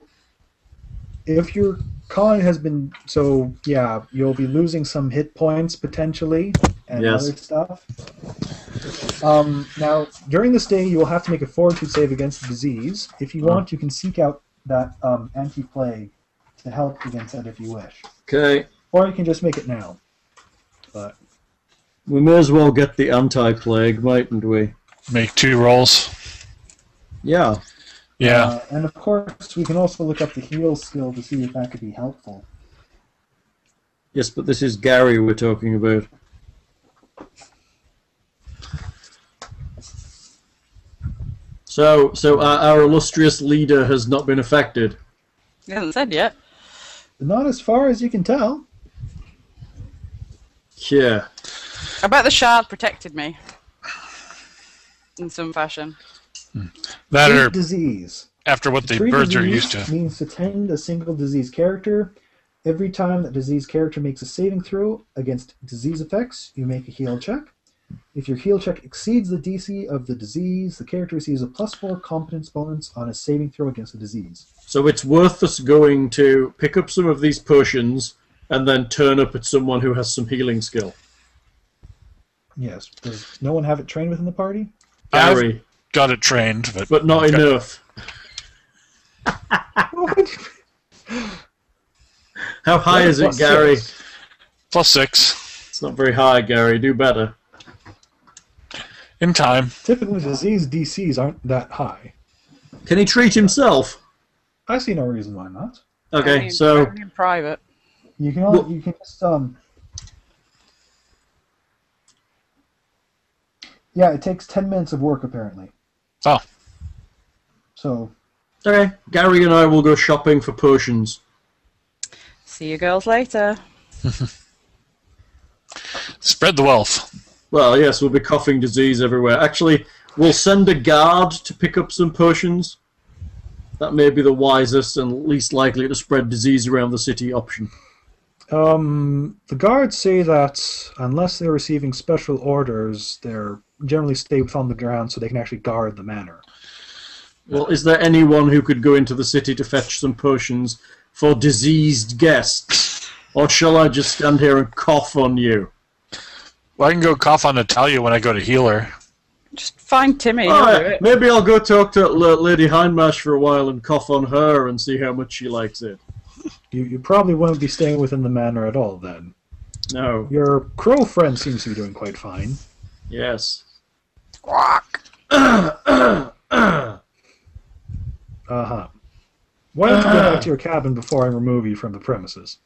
[SPEAKER 4] if your con has been so yeah, you'll be losing some hit points potentially and
[SPEAKER 3] Yes.
[SPEAKER 4] other stuff. Um, now during this day you will have to make a fortitude save against the disease. If you want, you can seek out that um, anti plague to help against that if you wish.
[SPEAKER 3] okay,
[SPEAKER 4] Or you can just make it now. But
[SPEAKER 3] we may as well get the anti-plague, mightn't we?
[SPEAKER 5] Make two rolls.
[SPEAKER 3] Yeah.
[SPEAKER 5] Yeah.
[SPEAKER 4] uh, and of course we can also look up the heal skill to see if that could be helpful.
[SPEAKER 3] Yes, but this is Gary we're talking about. So, so our, our illustrious leader has not been affected.
[SPEAKER 2] He hasn't said yet.
[SPEAKER 4] Not as far as you can tell.
[SPEAKER 3] Yeah.
[SPEAKER 2] I bet the shard protected me in some fashion.
[SPEAKER 5] that
[SPEAKER 4] Treat
[SPEAKER 5] or
[SPEAKER 4] disease.
[SPEAKER 5] after what the
[SPEAKER 4] Treat
[SPEAKER 5] birds are
[SPEAKER 4] disease
[SPEAKER 5] used to.
[SPEAKER 4] means to tend a single disease character. Every time that disease character makes a saving throw against disease effects, you make a heal check. If your heal check exceeds the DC of the disease, the character receives a plus four competence bonus on a saving throw against the disease.
[SPEAKER 3] So it's worth us going to pick up some of these potions and then turn up at someone who has some healing skill.
[SPEAKER 4] Yes. Does no one have it trained within the party?
[SPEAKER 5] I've-
[SPEAKER 3] Gary,
[SPEAKER 5] Got it trained, but
[SPEAKER 3] but not enough. How high is it,
[SPEAKER 4] Plus
[SPEAKER 3] Gary?
[SPEAKER 4] six.
[SPEAKER 5] plus six
[SPEAKER 3] It's not very high, Gary. Do better.
[SPEAKER 5] in time.
[SPEAKER 4] Typically, disease DCs aren't that high.
[SPEAKER 3] Can he treat himself?
[SPEAKER 4] I see no reason why not.
[SPEAKER 3] Okay,
[SPEAKER 2] Only-
[SPEAKER 3] so
[SPEAKER 2] only in private.
[SPEAKER 4] You can
[SPEAKER 3] Well-
[SPEAKER 4] only, you can just um. Yeah, it takes ten minutes of work apparently.
[SPEAKER 5] Oh,
[SPEAKER 4] So
[SPEAKER 3] okay, Gary and I will go shopping for potions.
[SPEAKER 2] See you girls later.
[SPEAKER 5] spread the wealth.
[SPEAKER 3] Well, yes, we'll be coughing disease everywhere. Actually, we'll send a guard to pick up some potions. That may be the wisest and least likely to spread disease around the city option.
[SPEAKER 4] um, the guards say that unless they're receiving special orders, they're generally stay on the ground so they can actually guard the manor.
[SPEAKER 3] Well, is there anyone who could go into the city to fetch some potions for diseased guests? Or shall I just stand here and cough on you?
[SPEAKER 5] Well, I can go cough on Natalia when I go to heal her.
[SPEAKER 2] Just find Timmy. he'll do
[SPEAKER 3] Alright,
[SPEAKER 2] it.
[SPEAKER 3] maybe I'll go talk to La- Lady Hindmarsh for a while and cough on her and see how much she likes it.
[SPEAKER 4] You you probably won't be staying within the manor at all then.
[SPEAKER 3] No.
[SPEAKER 4] Your crow friend seems to be doing quite fine.
[SPEAKER 3] Yes.
[SPEAKER 2] Quack.
[SPEAKER 4] Uh huh. Why don't you go back to your cabin before I remove you from the premises?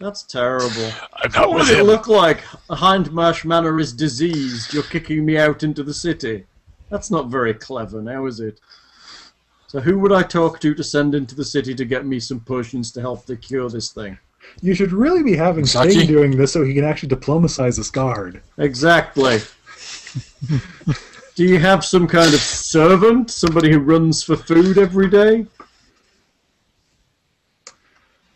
[SPEAKER 3] That's terrible.
[SPEAKER 5] I'm not
[SPEAKER 3] What
[SPEAKER 5] with
[SPEAKER 3] does it
[SPEAKER 5] him.
[SPEAKER 3] look like? Hindmarsh Manor is diseased. You're kicking me out into the city. That's not very clever now, is it? So who would I talk to to send into the city to get me some potions to help to cure this thing?
[SPEAKER 4] You should really be having
[SPEAKER 5] Saki?
[SPEAKER 4] Sting doing this so he can actually diplomacize this guard.
[SPEAKER 3] Exactly. Do you have some kind of servant? Somebody who runs for food every day?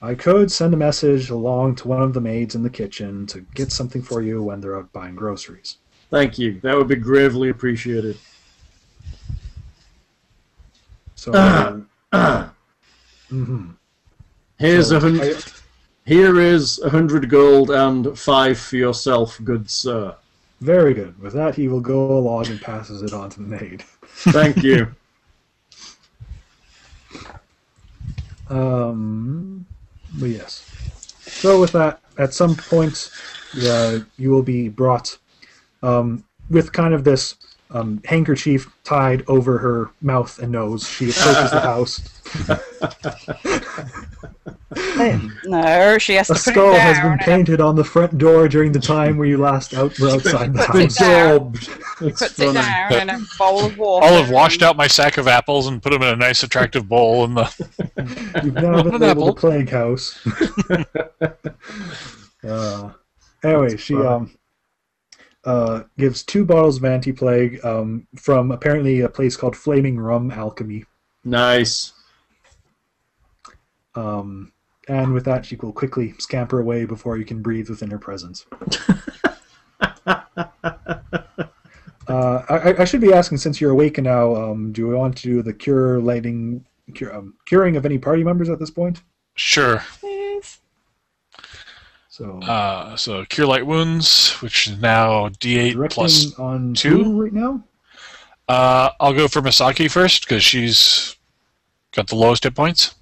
[SPEAKER 4] I could send a message along to one of the maids in the kitchen to get something for you when they're out buying groceries.
[SPEAKER 3] Thank you. That would be gravely appreciated.
[SPEAKER 4] So,
[SPEAKER 2] Ah.
[SPEAKER 3] Here's
[SPEAKER 4] So,
[SPEAKER 3] a hundred. Here is a hundred gold and five for yourself, good sir.
[SPEAKER 4] very good. With that, he will go along and passes it on to the maid.
[SPEAKER 3] Thank you.
[SPEAKER 4] Um, but yes. So with that, at some point, uh, you will be brought. Um, with kind of this um, handkerchief tied over her mouth and nose, she approaches the house.
[SPEAKER 2] No, she has to
[SPEAKER 4] A
[SPEAKER 2] put
[SPEAKER 4] skull
[SPEAKER 2] it down.
[SPEAKER 4] has been painted on the front door during the time where you last out were outside the
[SPEAKER 2] Puts it
[SPEAKER 4] house.
[SPEAKER 2] down.
[SPEAKER 3] Absorbed.
[SPEAKER 2] Puts it down in a bowl of water.
[SPEAKER 5] Olive washed out my sack of apples and put them in a nice, attractive bowl. And the
[SPEAKER 4] You've now been
[SPEAKER 5] An
[SPEAKER 4] labeled
[SPEAKER 5] apple.
[SPEAKER 4] the plague house. uh, anyway, she um, uh, gives two bottles of anti-plague um, from apparently a place called Flaming Rum Alchemy.
[SPEAKER 3] Nice.
[SPEAKER 4] Um, and with that, she will quickly scamper away before you can breathe within her presence. uh, I, I- I should be asking, since you're awake now, um, do we want to do the cure lighting, cure, um, curing of any party members at this point?
[SPEAKER 5] sure,
[SPEAKER 2] Please.
[SPEAKER 4] So
[SPEAKER 5] uh, so cure light wounds, which is now D8
[SPEAKER 4] directing
[SPEAKER 5] plus.
[SPEAKER 4] on
[SPEAKER 5] two?
[SPEAKER 4] who right now.
[SPEAKER 5] Uh, I'll go for Masaki first because she's got the lowest hit points.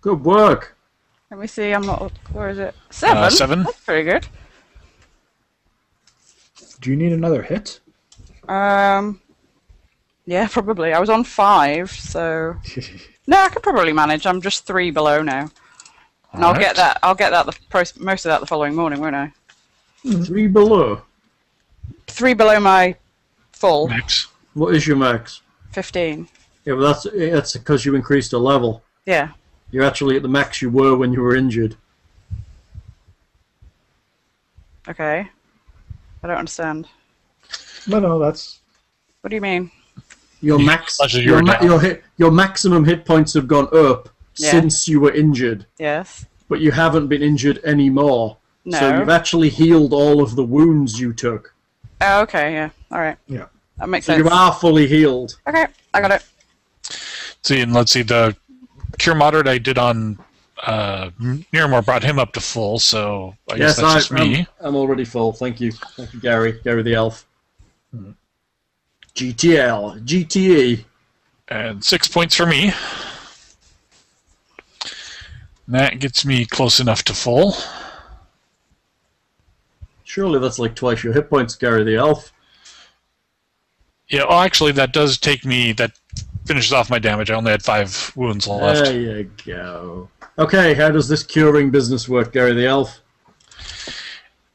[SPEAKER 3] Good work.
[SPEAKER 2] Let me see. I'm not. Where is it? Seven.
[SPEAKER 5] Uh, seven.
[SPEAKER 2] That's pretty good.
[SPEAKER 4] Do you need another hit?
[SPEAKER 2] Um. Yeah, probably. I was on five, so no, I could probably manage. I'm just three below now, and I'll
[SPEAKER 5] Alright.
[SPEAKER 2] get that. I'll get that the pro- most of that the following morning, won't I?
[SPEAKER 3] Three below.
[SPEAKER 2] Three below my full
[SPEAKER 5] Max.
[SPEAKER 3] What is your max?
[SPEAKER 2] fifteen.
[SPEAKER 3] Yeah, but that's that's because you increased a level.
[SPEAKER 2] Yeah.
[SPEAKER 3] You're actually at the max you were when you were injured.
[SPEAKER 2] Okay. I don't understand.
[SPEAKER 4] No, no, that's
[SPEAKER 2] What do you mean?
[SPEAKER 3] Your
[SPEAKER 5] Yeah,
[SPEAKER 3] max,
[SPEAKER 5] actually, you
[SPEAKER 3] your,
[SPEAKER 5] were
[SPEAKER 3] ma-
[SPEAKER 5] down.
[SPEAKER 3] your, hit, your maximum hit points have gone up
[SPEAKER 2] Yeah.
[SPEAKER 3] since you were injured,
[SPEAKER 2] Yes.
[SPEAKER 3] but you haven't been injured anymore. So
[SPEAKER 2] No.
[SPEAKER 3] you've actually healed all of the wounds you took.
[SPEAKER 2] Oh, okay. Yeah. All right.
[SPEAKER 4] Yeah.
[SPEAKER 2] That makes
[SPEAKER 3] So
[SPEAKER 2] sense.
[SPEAKER 3] you are fully healed.
[SPEAKER 2] Okay. I got it.
[SPEAKER 5] See, and let's see, the cure moderate I did on uh, Miramore brought him up to full, so I guess that's just me.
[SPEAKER 3] I'm, I'm already full. Thank you. Thank you, Gary. Gary the Elf.
[SPEAKER 5] Hmm.
[SPEAKER 3] GTL. GTE.
[SPEAKER 5] And six points for me. That gets me close enough to full.
[SPEAKER 3] Surely that's like twice your hit points, Gary the Elf.
[SPEAKER 5] Yeah, oh, actually, that does take me, that finishes off my damage. I only had five wounds left.
[SPEAKER 3] There you go. Okay, how does this curing business work, Gary the Elf?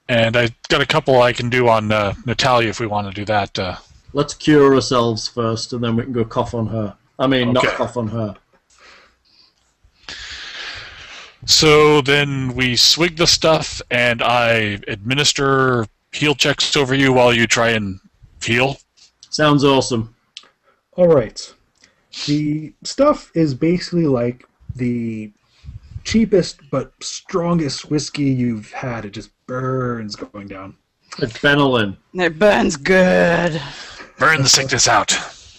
[SPEAKER 5] And I got a couple I can do on uh, Natalia if we want to do that. Uh,
[SPEAKER 3] Let's cure ourselves first, and then we can go cough on her. I mean, not
[SPEAKER 5] Okay.
[SPEAKER 3] cough on her.
[SPEAKER 5] So then we swig the stuff, and I administer heal checks over you while you try and heal.
[SPEAKER 3] Sounds awesome.
[SPEAKER 4] All right. The stuff is basically like the cheapest but strongest whiskey you've had. It just burns going down.
[SPEAKER 3] It's Benelin.
[SPEAKER 2] It burns good.
[SPEAKER 5] Burn the sickness out.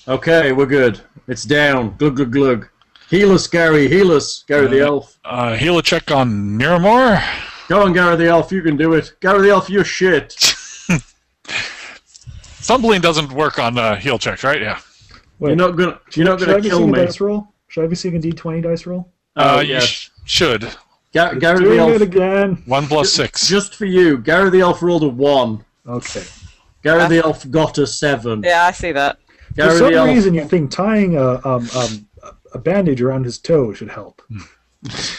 [SPEAKER 3] Okay, we're good. It's down. Glug glug glug. Heal us, Gary. Heal us, Gary the
[SPEAKER 5] Uh,
[SPEAKER 3] Elf.
[SPEAKER 5] Uh, heal a check on Miramore.
[SPEAKER 3] Go on, Gary the Elf. You can do it. Gary the Elf, you're shit.
[SPEAKER 5] Stumbling doesn't work on uh, heal checks, right? Yeah.
[SPEAKER 4] Wait,
[SPEAKER 3] You're not gonna. You're not
[SPEAKER 4] should I
[SPEAKER 3] gonna
[SPEAKER 4] be
[SPEAKER 3] kill
[SPEAKER 4] seeing a
[SPEAKER 3] me.
[SPEAKER 4] dice roll? Should I be seeing a D20 dice roll?
[SPEAKER 3] Oh
[SPEAKER 5] Uh, you
[SPEAKER 3] yes.
[SPEAKER 5] sh- should.
[SPEAKER 3] Ga- Gary the
[SPEAKER 4] Doing it
[SPEAKER 3] Elf.
[SPEAKER 4] again.
[SPEAKER 5] One plus six.
[SPEAKER 3] Just for you, Gary the Elf rolled a one.
[SPEAKER 4] Okay.
[SPEAKER 3] Gary the
[SPEAKER 2] That's-
[SPEAKER 3] Elf got a seven.
[SPEAKER 2] Yeah, I see that.
[SPEAKER 3] Gary
[SPEAKER 4] For
[SPEAKER 3] the
[SPEAKER 4] some
[SPEAKER 3] Elf.
[SPEAKER 4] reason, you think tying a um, um, a bandage around his toe should help.
[SPEAKER 3] Thanks,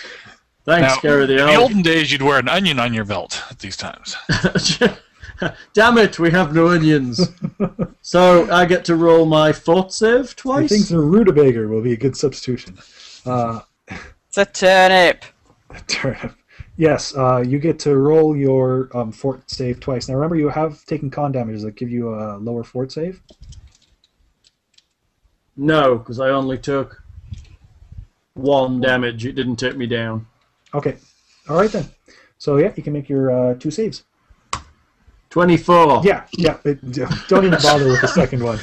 [SPEAKER 5] Now,
[SPEAKER 3] Gary the
[SPEAKER 5] in the
[SPEAKER 3] Elf.
[SPEAKER 5] olden days, you'd wear an onion on your belt at these times.
[SPEAKER 3] Damn it, we have no onions. so I get to roll my fort save
[SPEAKER 4] I
[SPEAKER 3] twice.
[SPEAKER 4] think the rutabaga will be a good substitution. Uh,
[SPEAKER 2] It's a turnip.
[SPEAKER 4] turnip. Yes, uh, you get to roll your um, fort save twice. Now remember, you have taken con damages that give you a lower fort save.
[SPEAKER 3] No, because I only took one damage. It didn't take me down.
[SPEAKER 4] Okay, all right then. So yeah, you can make your uh, two saves.
[SPEAKER 3] 24.
[SPEAKER 4] Yeah, yeah. It, don't even bother with the second one.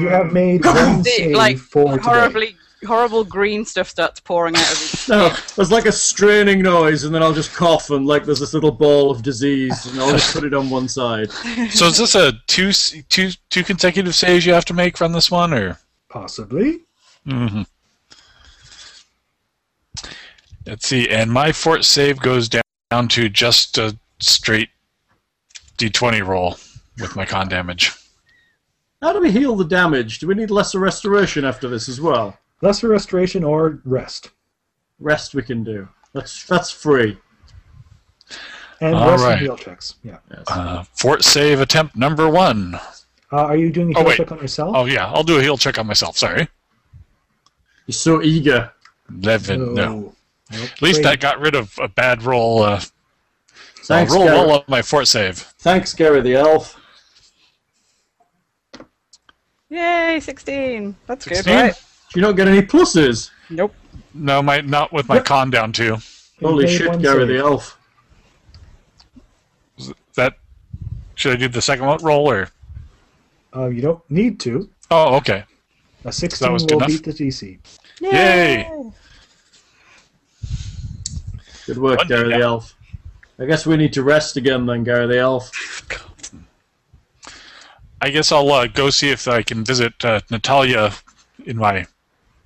[SPEAKER 4] you have made one
[SPEAKER 2] The,
[SPEAKER 4] save
[SPEAKER 2] like
[SPEAKER 4] for today.
[SPEAKER 2] horribly horrible green stuff starts pouring out of his
[SPEAKER 3] No, there's like a straining noise, and then I'll just cough, and like there's this little ball of disease, and I'll just put it on one side.
[SPEAKER 5] so is this a two s- two two consecutive saves you have to make from this one, or?
[SPEAKER 4] Possibly.
[SPEAKER 5] hmm Let's see. And my fort save goes down down to just a straight d20 roll with my con damage.
[SPEAKER 3] How do we heal the damage? Do we need lesser restoration after this as well?
[SPEAKER 4] Lesser restoration or rest.
[SPEAKER 3] Rest we can do. That's that's free.
[SPEAKER 4] And
[SPEAKER 5] All
[SPEAKER 4] rest
[SPEAKER 5] right.
[SPEAKER 4] and heal checks. Yeah.
[SPEAKER 3] Yes.
[SPEAKER 5] Uh, fort save attempt number one.
[SPEAKER 4] Uh, are you doing a
[SPEAKER 5] Oh,
[SPEAKER 4] heal
[SPEAKER 5] wait.
[SPEAKER 4] check on yourself?
[SPEAKER 5] Oh yeah, I'll do a heal check on myself. Sorry,
[SPEAKER 3] He's so eager.
[SPEAKER 5] eleven. No,
[SPEAKER 4] No. Nope.
[SPEAKER 5] at least
[SPEAKER 4] Wait,
[SPEAKER 5] I got rid of a bad roll. Uh, I'll
[SPEAKER 3] Thanks,
[SPEAKER 5] roll
[SPEAKER 3] Gary.
[SPEAKER 5] well on my fort save.
[SPEAKER 3] Thanks, Gary the elf.
[SPEAKER 2] Yay, 16. That's good,
[SPEAKER 5] 16?
[SPEAKER 2] right?
[SPEAKER 3] You don't get any pluses.
[SPEAKER 2] Nope.
[SPEAKER 5] No, my not with my con down too.
[SPEAKER 4] you
[SPEAKER 3] Holy
[SPEAKER 4] made
[SPEAKER 3] shit,
[SPEAKER 4] one
[SPEAKER 3] Gary
[SPEAKER 4] save.
[SPEAKER 3] the elf.
[SPEAKER 5] That should I do the second one roll or?
[SPEAKER 4] Uh, you don't need to.
[SPEAKER 5] Oh, okay.
[SPEAKER 4] A 16
[SPEAKER 5] was
[SPEAKER 4] will
[SPEAKER 5] good enough.
[SPEAKER 4] beat the DC.
[SPEAKER 5] Yay!
[SPEAKER 3] Good work,
[SPEAKER 5] One
[SPEAKER 3] Gary
[SPEAKER 5] down.
[SPEAKER 3] the elf. I guess we need to rest again then, Gary the elf.
[SPEAKER 5] I guess I'll uh, go see if I can visit uh, Natalia in my.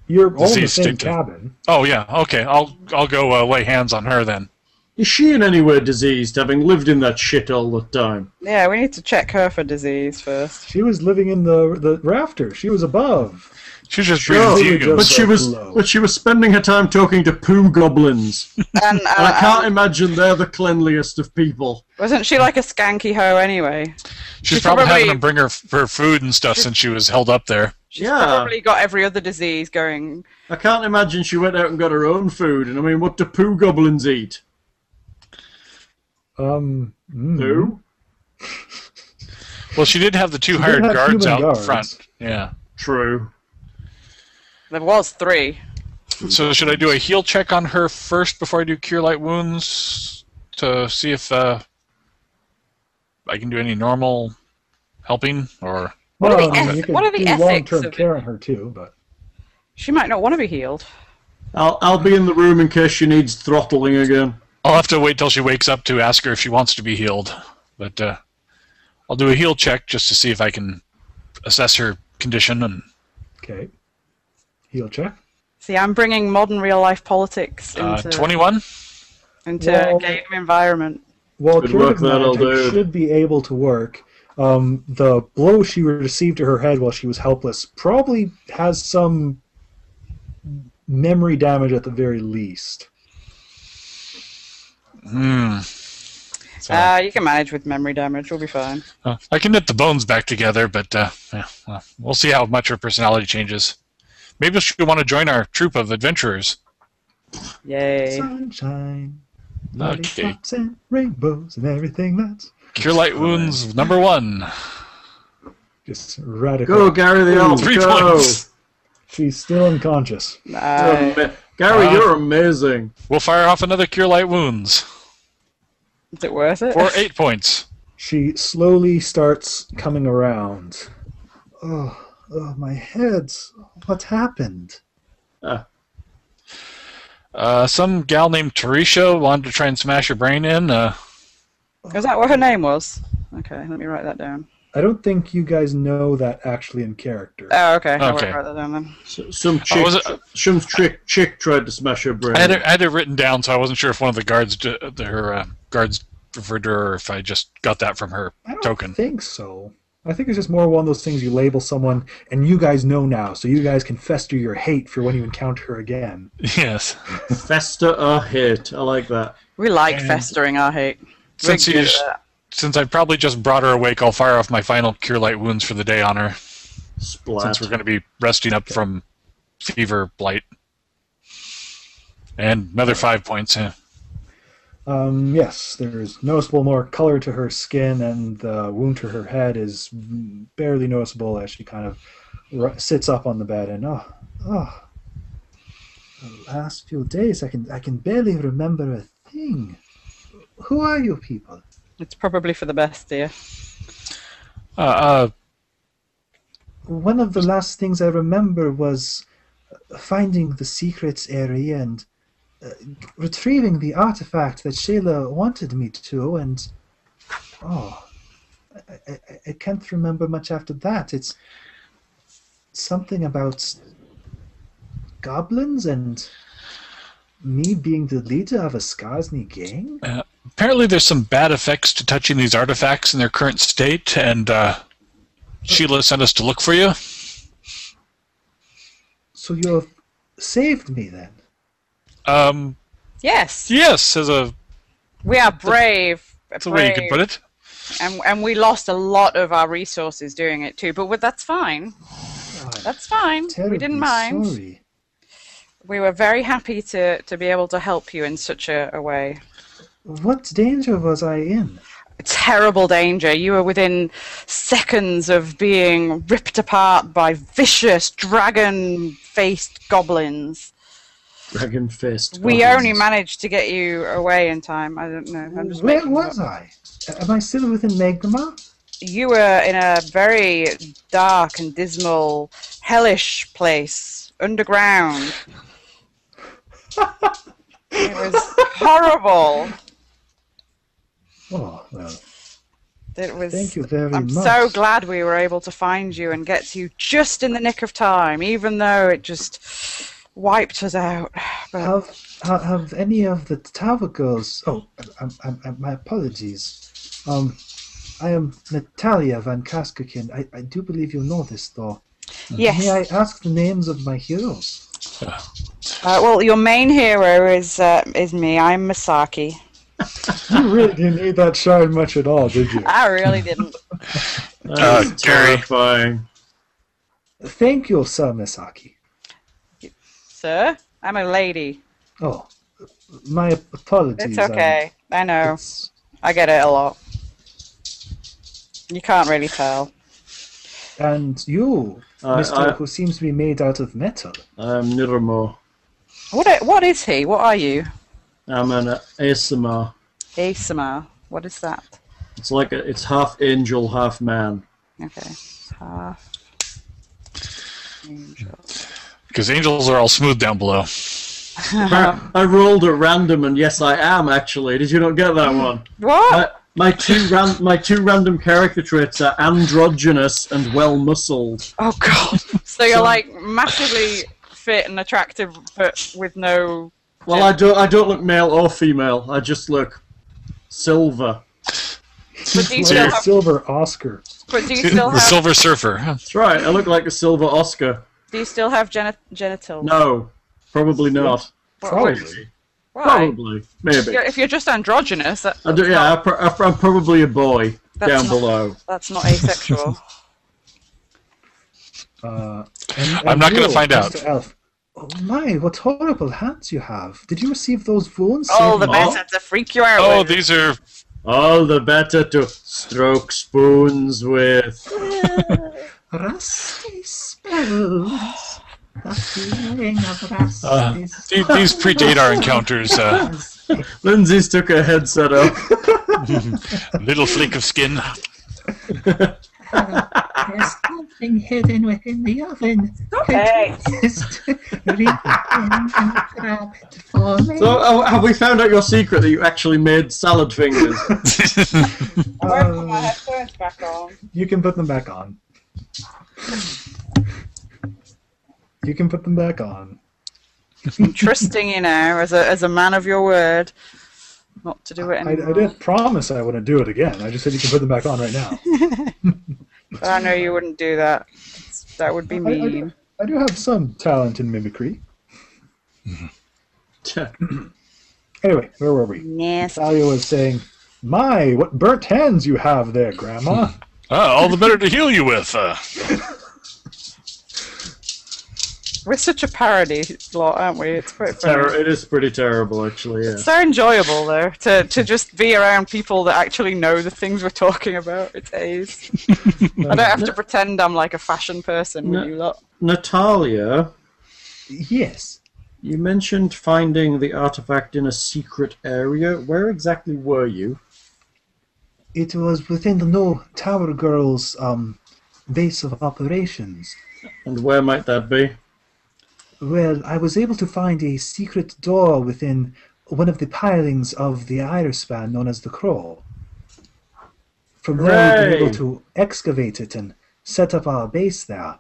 [SPEAKER 4] You're all in the
[SPEAKER 5] Disease
[SPEAKER 4] same
[SPEAKER 5] stick to-
[SPEAKER 4] cabin.
[SPEAKER 5] Oh yeah, okay. I'll I'll go uh, lay hands on her then.
[SPEAKER 3] Is she in any way diseased, having lived in that shit all the time?
[SPEAKER 2] Yeah, we need to check her for disease first.
[SPEAKER 4] She was living in the the rafters. She was above.
[SPEAKER 5] She's just
[SPEAKER 4] Sure,
[SPEAKER 5] breathing
[SPEAKER 4] we
[SPEAKER 5] fumes.
[SPEAKER 3] But
[SPEAKER 4] just- uh,
[SPEAKER 3] she was
[SPEAKER 4] Low.
[SPEAKER 3] but she was spending her time talking to poo goblins. And
[SPEAKER 2] And, uh,
[SPEAKER 3] I can't
[SPEAKER 2] um,
[SPEAKER 3] imagine they're the cleanliest of people.
[SPEAKER 2] wasn't she like a skanky hoe anyway?
[SPEAKER 5] She's
[SPEAKER 2] She's
[SPEAKER 5] probably,
[SPEAKER 2] probably-
[SPEAKER 5] having them bring her her food and stuff since she was held up there.
[SPEAKER 2] She's
[SPEAKER 3] Yeah.
[SPEAKER 2] probably got every other disease going.
[SPEAKER 3] I can't imagine she went out and got her own food. And I mean, what do poo goblins eat?
[SPEAKER 4] Um, mm.
[SPEAKER 3] Poo?
[SPEAKER 5] Well, she did have the two
[SPEAKER 4] did
[SPEAKER 5] hired
[SPEAKER 4] have
[SPEAKER 5] guards
[SPEAKER 4] human
[SPEAKER 5] out
[SPEAKER 4] guards.
[SPEAKER 5] front. Yeah.
[SPEAKER 3] True.
[SPEAKER 2] There was three.
[SPEAKER 5] So should I do a heal check on her first before I do cure light wounds to see if uh, I can do any normal helping or
[SPEAKER 2] What are
[SPEAKER 4] well,
[SPEAKER 2] the
[SPEAKER 4] I mean,
[SPEAKER 2] eth-
[SPEAKER 4] you could
[SPEAKER 2] what are the
[SPEAKER 4] do
[SPEAKER 2] ethics
[SPEAKER 4] long-term
[SPEAKER 2] of it?
[SPEAKER 4] care on her too, but
[SPEAKER 2] She might not want to be healed.
[SPEAKER 3] I'll I'll be in the room in case she needs throttling again.
[SPEAKER 5] I'll have to wait till she wakes up to ask her if she wants to be healed. But uh, I'll do a heal check just to see if I can assess her condition and
[SPEAKER 4] okay. Heal check.
[SPEAKER 2] See, I'm bringing modern real life politics
[SPEAKER 5] uh,
[SPEAKER 2] into,
[SPEAKER 5] 21.
[SPEAKER 2] into
[SPEAKER 4] Well-
[SPEAKER 2] game environment.
[SPEAKER 4] Well,
[SPEAKER 3] Good
[SPEAKER 4] curative
[SPEAKER 3] work, that'll
[SPEAKER 4] magic
[SPEAKER 3] do.
[SPEAKER 4] should be able to work. Um, the blow she received to her head while she was helpless probably has some memory damage at the very least.
[SPEAKER 5] Hmm. So,
[SPEAKER 2] Uh, you can manage with memory damage. We'll be fine.
[SPEAKER 5] uh, I can knit the bones back together, but uh, yeah, well, we'll see how much her personality changes. Maybe she'll want to join our troop of adventurers.
[SPEAKER 2] Yay.
[SPEAKER 4] Sunshine,
[SPEAKER 5] Okay.
[SPEAKER 4] lollipops and rainbows and everything that's
[SPEAKER 5] Cure light wounds number one.
[SPEAKER 4] just radical.
[SPEAKER 3] Go, Gary the elf.
[SPEAKER 5] Three
[SPEAKER 3] go.
[SPEAKER 5] points.
[SPEAKER 4] She's still unconscious.
[SPEAKER 3] You're
[SPEAKER 2] Nice.
[SPEAKER 3] ama- Gary,
[SPEAKER 5] Uh,
[SPEAKER 3] you're amazing.
[SPEAKER 5] We'll fire off another cure light wounds
[SPEAKER 2] Is it worth it?
[SPEAKER 5] for eight points.
[SPEAKER 4] She slowly starts coming around. Oh, oh my head. What happened?
[SPEAKER 5] Uh, some gal named Tarisha wanted to try and smash her brain in. Uh,
[SPEAKER 2] Is that what her name was? Okay, let me write that down.
[SPEAKER 4] I don't think you guys know that actually in character.
[SPEAKER 2] Oh, okay. I
[SPEAKER 5] Okay.
[SPEAKER 2] won't write that down then.
[SPEAKER 3] S- Some
[SPEAKER 5] I
[SPEAKER 3] chick,
[SPEAKER 5] was-
[SPEAKER 3] some chick, chick tried to smash her brain.
[SPEAKER 5] I had, it, I had it written down, so I wasn't sure if one of the guards, d- her uh, guards, referred to her, or if I just got that from her
[SPEAKER 4] I don't
[SPEAKER 5] token.
[SPEAKER 4] think so. I think it's just more one of those things you label someone, and you guys know now, so you guys can fester your hate for when you encounter her again.
[SPEAKER 5] Yes,
[SPEAKER 3] Fester or hate. I like that.
[SPEAKER 2] We like
[SPEAKER 5] And-
[SPEAKER 2] festering our hate. We're
[SPEAKER 5] Since
[SPEAKER 2] good at
[SPEAKER 4] uh,
[SPEAKER 5] he's-
[SPEAKER 2] that.
[SPEAKER 5] since I probably just brought her awake, I'll fire off my final cure light wounds for the day on her,
[SPEAKER 3] Splat.
[SPEAKER 5] since we're going to be resting up from fever blight. And another five points. Yeah.
[SPEAKER 4] Um, yes, there's noticeable more color to her skin, and the wound to her head is barely noticeable as she kind of r- sits up on the bed. And oh, oh, the last few days, I can I can barely remember a thing. Who are you people?
[SPEAKER 2] It's probably for the best, dear.
[SPEAKER 5] Uh, uh,
[SPEAKER 4] One of the last things I remember was uh, finding the secrets area and uh, retrieving the artifact that Shayla wanted me to, and oh, I, I, I- I can't remember much after that. It's something about goblins and me being the leader of a Skarsny gang.
[SPEAKER 5] apparently there's some bad effects to touching these artifacts in their current state, and uh, Sheila sent us to look for you.
[SPEAKER 4] So you have saved me then.
[SPEAKER 5] Um,
[SPEAKER 2] Yes,
[SPEAKER 5] yes, as a
[SPEAKER 2] we are brave.
[SPEAKER 5] that's the way you could put it.
[SPEAKER 2] And, and we lost a lot of our resources doing it too, but that's fine. That's fine. We
[SPEAKER 4] Terribly
[SPEAKER 2] didn't mind.
[SPEAKER 4] Sorry.
[SPEAKER 2] We were very happy to, to be able to help you in such a, a way.
[SPEAKER 4] What danger was I in?
[SPEAKER 2] terrible danger. You were within seconds of being ripped apart by vicious dragon faced goblins.
[SPEAKER 3] Dragon fist.
[SPEAKER 2] We
[SPEAKER 4] Oh,
[SPEAKER 3] goblins.
[SPEAKER 2] only managed to get you away in time. I don't know. I'm just
[SPEAKER 4] Where
[SPEAKER 2] making it
[SPEAKER 4] was
[SPEAKER 2] up.
[SPEAKER 4] I? Am I still within Magma?
[SPEAKER 2] You were in a very dark and dismal, hellish place underground. it was horrible.
[SPEAKER 4] Oh well.
[SPEAKER 2] It was
[SPEAKER 4] Thank you very
[SPEAKER 2] I'm
[SPEAKER 4] much.
[SPEAKER 2] so glad we were able to find you and get to you just in the nick of time, even though it just wiped us out. But
[SPEAKER 4] Have, ha- have any of the Tava girls? Oh, I, I, I, my apologies. Um, I am Natalia van Kaskakin. I, I do believe you know this, though. May I
[SPEAKER 2] yes,
[SPEAKER 4] ask the names of my heroes?
[SPEAKER 2] uh, well, your main hero is uh, is me. I'm Masaki.
[SPEAKER 4] You really didn't need that shine much at all, did you?
[SPEAKER 2] I really didn't.
[SPEAKER 5] Uh,
[SPEAKER 3] That's
[SPEAKER 5] Gary.
[SPEAKER 3] terrifying.
[SPEAKER 4] Thank you, Sir Misaki.
[SPEAKER 2] Sir, I'm a lady.
[SPEAKER 4] Oh, my apologies.
[SPEAKER 2] It's okay. I
[SPEAKER 4] Um,
[SPEAKER 2] know.
[SPEAKER 4] it's-
[SPEAKER 2] I get it a lot. You can't really tell.
[SPEAKER 4] and you,
[SPEAKER 3] I-
[SPEAKER 4] Mister,
[SPEAKER 3] I-
[SPEAKER 4] who seems to be made out of metal.
[SPEAKER 3] I'm Nirmo.
[SPEAKER 2] What i- what is he? What are you?
[SPEAKER 3] I'm an ASMR.
[SPEAKER 2] Asamar. What is that?
[SPEAKER 3] It's like a, it's half angel, half man.
[SPEAKER 2] Okay. Half angel.
[SPEAKER 5] Because angels are all smooth down below.
[SPEAKER 2] Uh-huh.
[SPEAKER 3] I rolled at random, and yes, I am actually. Did you not get that one?
[SPEAKER 2] What?
[SPEAKER 3] My, my two ran, my two random character traits are androgynous and well muscled.
[SPEAKER 2] Oh god! So you're like massively fit and attractive, but with no.
[SPEAKER 3] Well, I don't I don't look male or female. I just look silver.
[SPEAKER 2] But do you
[SPEAKER 4] Like
[SPEAKER 2] still
[SPEAKER 4] a
[SPEAKER 2] have?
[SPEAKER 4] silver Oscar.
[SPEAKER 2] But do you still
[SPEAKER 5] the
[SPEAKER 2] have?
[SPEAKER 5] Silver Surfer.
[SPEAKER 3] That's right. I look like a silver Oscar.
[SPEAKER 2] Do you still have geni- genitals?
[SPEAKER 3] No, probably not.
[SPEAKER 2] What-
[SPEAKER 4] Probably.
[SPEAKER 2] Why?
[SPEAKER 3] Probably, maybe.
[SPEAKER 2] Yeah, If you're just androgynous, that,
[SPEAKER 3] I do, yeah, I pro- I pro- I'm probably a boy
[SPEAKER 2] That's
[SPEAKER 3] down
[SPEAKER 2] not-
[SPEAKER 3] below.
[SPEAKER 2] that's not asexual.
[SPEAKER 4] Uh, and-
[SPEAKER 5] I'm
[SPEAKER 4] and
[SPEAKER 5] not gonna
[SPEAKER 4] you,
[SPEAKER 5] find out.
[SPEAKER 4] Mr. Elf. Oh my, what horrible hands you have. Did you receive those wounds?
[SPEAKER 2] oh,
[SPEAKER 4] saving
[SPEAKER 2] the
[SPEAKER 4] you?
[SPEAKER 2] better to freak you out.
[SPEAKER 5] Oh,
[SPEAKER 2] with.
[SPEAKER 5] these are
[SPEAKER 3] All the better to stroke spoons with.
[SPEAKER 6] Rusty spoons. The feeling of rusty
[SPEAKER 5] Uh,
[SPEAKER 6] spoons.
[SPEAKER 5] the- these predate our encounters. Uh,
[SPEAKER 3] Lindsay's took her headset off.
[SPEAKER 5] little flake of skin.
[SPEAKER 6] There's something hidden within the oven. Could
[SPEAKER 2] Hey.
[SPEAKER 6] you Just reach in and grab it for me.
[SPEAKER 3] So, oh, have we found out your secret that you actually made salad fingers?
[SPEAKER 2] Where put my headphones back on?
[SPEAKER 4] You can put them back on. You can put them back on.
[SPEAKER 2] I'm trusting you now as a as a man of your word, not to do it
[SPEAKER 4] I, I
[SPEAKER 2] anymore.
[SPEAKER 4] didn't promise I wouldn't do it again. I just said you can put them back on right now.
[SPEAKER 2] But I know you wouldn't do that. That would be
[SPEAKER 4] I, I
[SPEAKER 2] mean.
[SPEAKER 4] do, I do have some talent in mimicry. Anyway, where were we?
[SPEAKER 2] Nasty.
[SPEAKER 4] Talia was saying, My, what burnt hands you have there, Grandma.
[SPEAKER 5] Ah, all the better to heal you with. Uh,
[SPEAKER 2] We're such a parody lot, aren't we? It's quite funny.
[SPEAKER 3] Terri- it is pretty terrible, actually. Yeah.
[SPEAKER 2] so enjoyable though to, to just be around people that actually know the things we're talking about. It's ace. I don't have to pretend I'm like a fashion person with
[SPEAKER 3] No.
[SPEAKER 2] you lot.
[SPEAKER 3] Natalia,
[SPEAKER 4] yes.
[SPEAKER 3] you mentioned finding the artifact in a secret area. Where exactly were you?
[SPEAKER 4] It was within the No Tower Girls um, base of operations.
[SPEAKER 3] And where might that be?
[SPEAKER 4] Well, I was able to find a secret door within one of the pilings of the iris span known as the Crow. From there, we were
[SPEAKER 3] Hooray!
[SPEAKER 4] able to excavate it and set up our base there.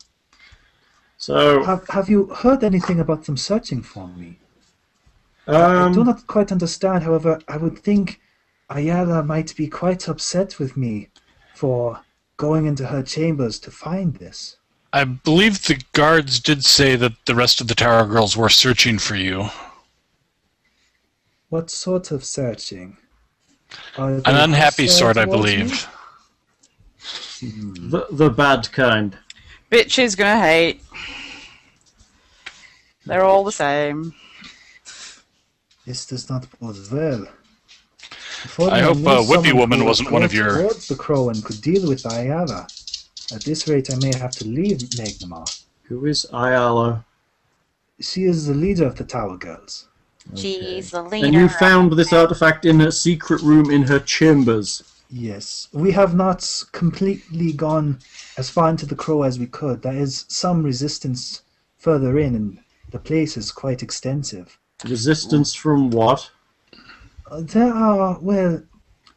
[SPEAKER 3] So,
[SPEAKER 4] Have, have you heard anything about them searching for me? I do
[SPEAKER 3] um,
[SPEAKER 4] not quite understand, however, I would think Ayala might be quite upset with me for going into her chambers to find this.
[SPEAKER 5] I believe the guards did say that the rest of the Tower Girls were searching for you.
[SPEAKER 4] What sort of searching? An
[SPEAKER 5] An unhappy sort, I believe.
[SPEAKER 3] The, the bad kind.
[SPEAKER 2] Bitches gonna hate. They're all the same.
[SPEAKER 4] This does not bode well. If only
[SPEAKER 5] I hope,
[SPEAKER 4] knew
[SPEAKER 5] uh, Whippy
[SPEAKER 4] someone
[SPEAKER 5] Woman
[SPEAKER 4] who was
[SPEAKER 5] wasn't one of
[SPEAKER 4] close
[SPEAKER 5] your-
[SPEAKER 4] towards the crow and could deal with Ayala. At this rate, I may have to leave Magnemar.
[SPEAKER 3] Who is Ayala?
[SPEAKER 4] She is the leader of the Tower Girls.
[SPEAKER 8] She's the leader.
[SPEAKER 3] And you
[SPEAKER 8] of-
[SPEAKER 3] found this artifact in a secret room in her chambers.
[SPEAKER 4] Yes, we have not completely gone as far into the crow as we could. There is some resistance further in, and the place is quite extensive.
[SPEAKER 3] Resistance from what?
[SPEAKER 4] Uh, There are, well,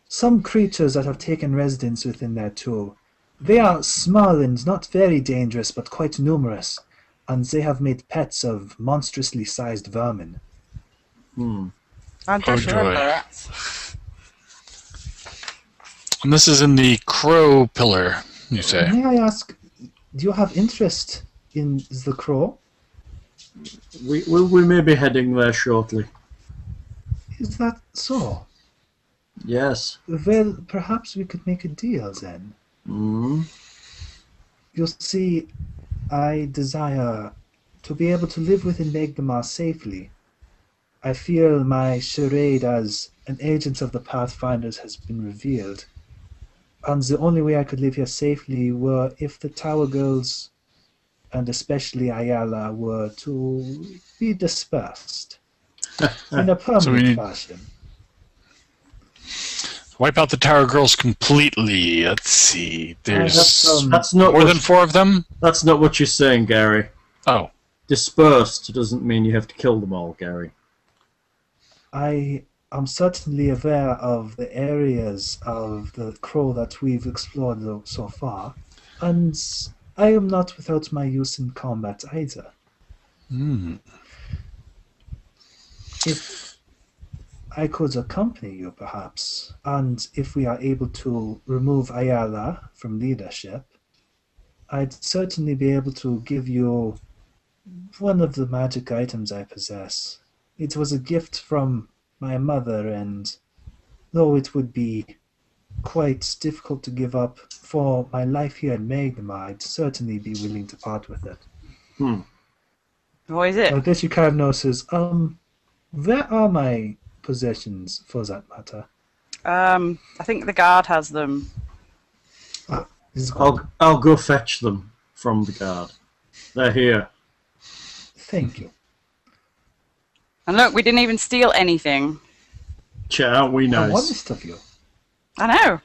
[SPEAKER 4] some creatures that have taken residence within there too. They are small and not very dangerous, but quite numerous, and they have made pets of monstrously sized vermin.
[SPEAKER 2] I
[SPEAKER 5] Oh,
[SPEAKER 2] just
[SPEAKER 5] joy.
[SPEAKER 2] remember that.
[SPEAKER 5] And this is in the Crow Pillar, you say.
[SPEAKER 4] May I ask, do you have interest in the crow?
[SPEAKER 3] We, we, we may be heading there shortly.
[SPEAKER 4] Is that so?
[SPEAKER 3] Yes.
[SPEAKER 4] Well, perhaps we could make a deal then.
[SPEAKER 3] Mm.
[SPEAKER 4] You see, I desire to be able to live within Magnemar safely. I feel my charade as an agent of the Pathfinders has been revealed. And the only way I could live here safely were if the Tower Girls, and especially Ayala, were to be dispersed in a permanent
[SPEAKER 5] need-
[SPEAKER 4] fashion.
[SPEAKER 5] Wipe out the Tower Girls completely. Let's see. There's
[SPEAKER 4] some-
[SPEAKER 3] That's not
[SPEAKER 5] more
[SPEAKER 3] what,
[SPEAKER 5] than four of them?
[SPEAKER 3] that's not what you're saying, Gary.
[SPEAKER 5] Oh.
[SPEAKER 3] Dispersed doesn't mean you have to kill them all, Gary.
[SPEAKER 4] I am certainly aware of the areas of the crow that we've explored tho- so far, and I am not without my use in combat either. If I could accompany you, perhaps, and if we are able to remove Ayala from leadership, I'd certainly be able to give you one of the magic items I possess. It was a gift from my mother, and though it would be quite difficult to give up for my life here in Magnemar, I'd certainly be willing to part with it.
[SPEAKER 2] What is it?
[SPEAKER 4] Now, this you kind of notices, um, where are my possessions, for that matter?
[SPEAKER 2] Um, I think the guard has them.
[SPEAKER 4] Is-
[SPEAKER 3] I'll, I'll go fetch them from the guard. They're here.
[SPEAKER 4] Thank you.
[SPEAKER 2] And look, we didn't even steal anything.
[SPEAKER 3] Chat, aren't we
[SPEAKER 4] How
[SPEAKER 3] nice?
[SPEAKER 4] honest of you.
[SPEAKER 2] I know.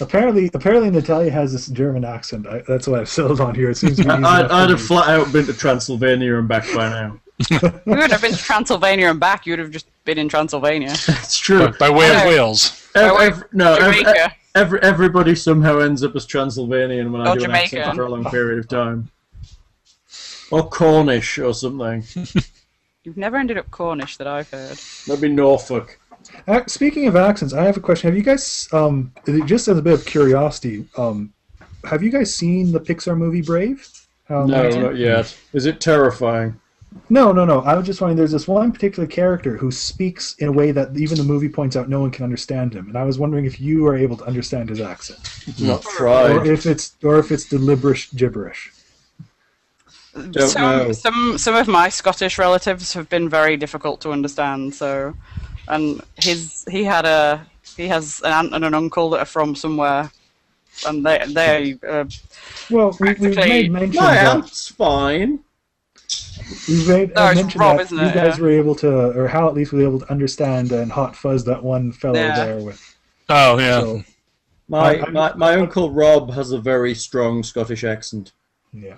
[SPEAKER 9] Apparently, apparently Natalia has this German accent. I, that's why I've settled on here. It seems to be
[SPEAKER 3] I-
[SPEAKER 9] easy
[SPEAKER 3] I'd,
[SPEAKER 9] enough for
[SPEAKER 3] I'd
[SPEAKER 9] me.
[SPEAKER 3] have flat out been to Transylvania and back by now.
[SPEAKER 2] We would have been to Transylvania and back. You would have just been in Transylvania.
[SPEAKER 3] It's true.
[SPEAKER 5] By, by way of
[SPEAKER 2] Alright.
[SPEAKER 5] Wales.
[SPEAKER 3] Ev-
[SPEAKER 2] Or
[SPEAKER 3] ev- no, ev-
[SPEAKER 2] Jamaica.
[SPEAKER 3] every, everybody somehow ends up as Transylvanian when I
[SPEAKER 2] Or
[SPEAKER 3] do an accent
[SPEAKER 2] Jamaican.
[SPEAKER 3] for a long period of time. Or Cornish or something.
[SPEAKER 2] You've never ended up Cornish that I've heard.
[SPEAKER 3] That'd be Norfolk.
[SPEAKER 9] Ac- Uh, Speaking of accents, I have a question. Have you guys, um, just as a bit of curiosity, um, have you guys seen the Pixar movie Brave? How
[SPEAKER 3] No, not yet. Is it terrifying?
[SPEAKER 9] No, no, no. I was just wondering. There's this one particular character who speaks in a way that even the movie points out no one can understand him, and I was wondering if you are able to understand his accent,
[SPEAKER 3] Not
[SPEAKER 9] or
[SPEAKER 3] tried.
[SPEAKER 9] if it's or if it's deliberate gibberish.
[SPEAKER 3] Don't
[SPEAKER 2] some,
[SPEAKER 3] know.
[SPEAKER 2] some some of my Scottish relatives have been very difficult to understand. So, and his he had a he has an aunt and an uncle that are from somewhere, and they they uh,
[SPEAKER 9] Well, we, we've
[SPEAKER 2] Practically-
[SPEAKER 9] made mention
[SPEAKER 3] My
[SPEAKER 9] that
[SPEAKER 3] aunt's fine.
[SPEAKER 9] we've made
[SPEAKER 2] No,
[SPEAKER 9] uh,
[SPEAKER 2] it's
[SPEAKER 9] mentioned
[SPEAKER 2] Rob,
[SPEAKER 9] that
[SPEAKER 2] isn't
[SPEAKER 9] you
[SPEAKER 2] it?
[SPEAKER 9] guys
[SPEAKER 2] Yeah.
[SPEAKER 9] were able to, or how at least were able to understand and hot fuzz that one fellow
[SPEAKER 2] Yeah.
[SPEAKER 9] there with.
[SPEAKER 5] Oh, yeah.
[SPEAKER 9] So,
[SPEAKER 3] My,
[SPEAKER 9] I- I'm-
[SPEAKER 3] my my uncle Rob has a very strong Scottish accent.
[SPEAKER 9] yeah.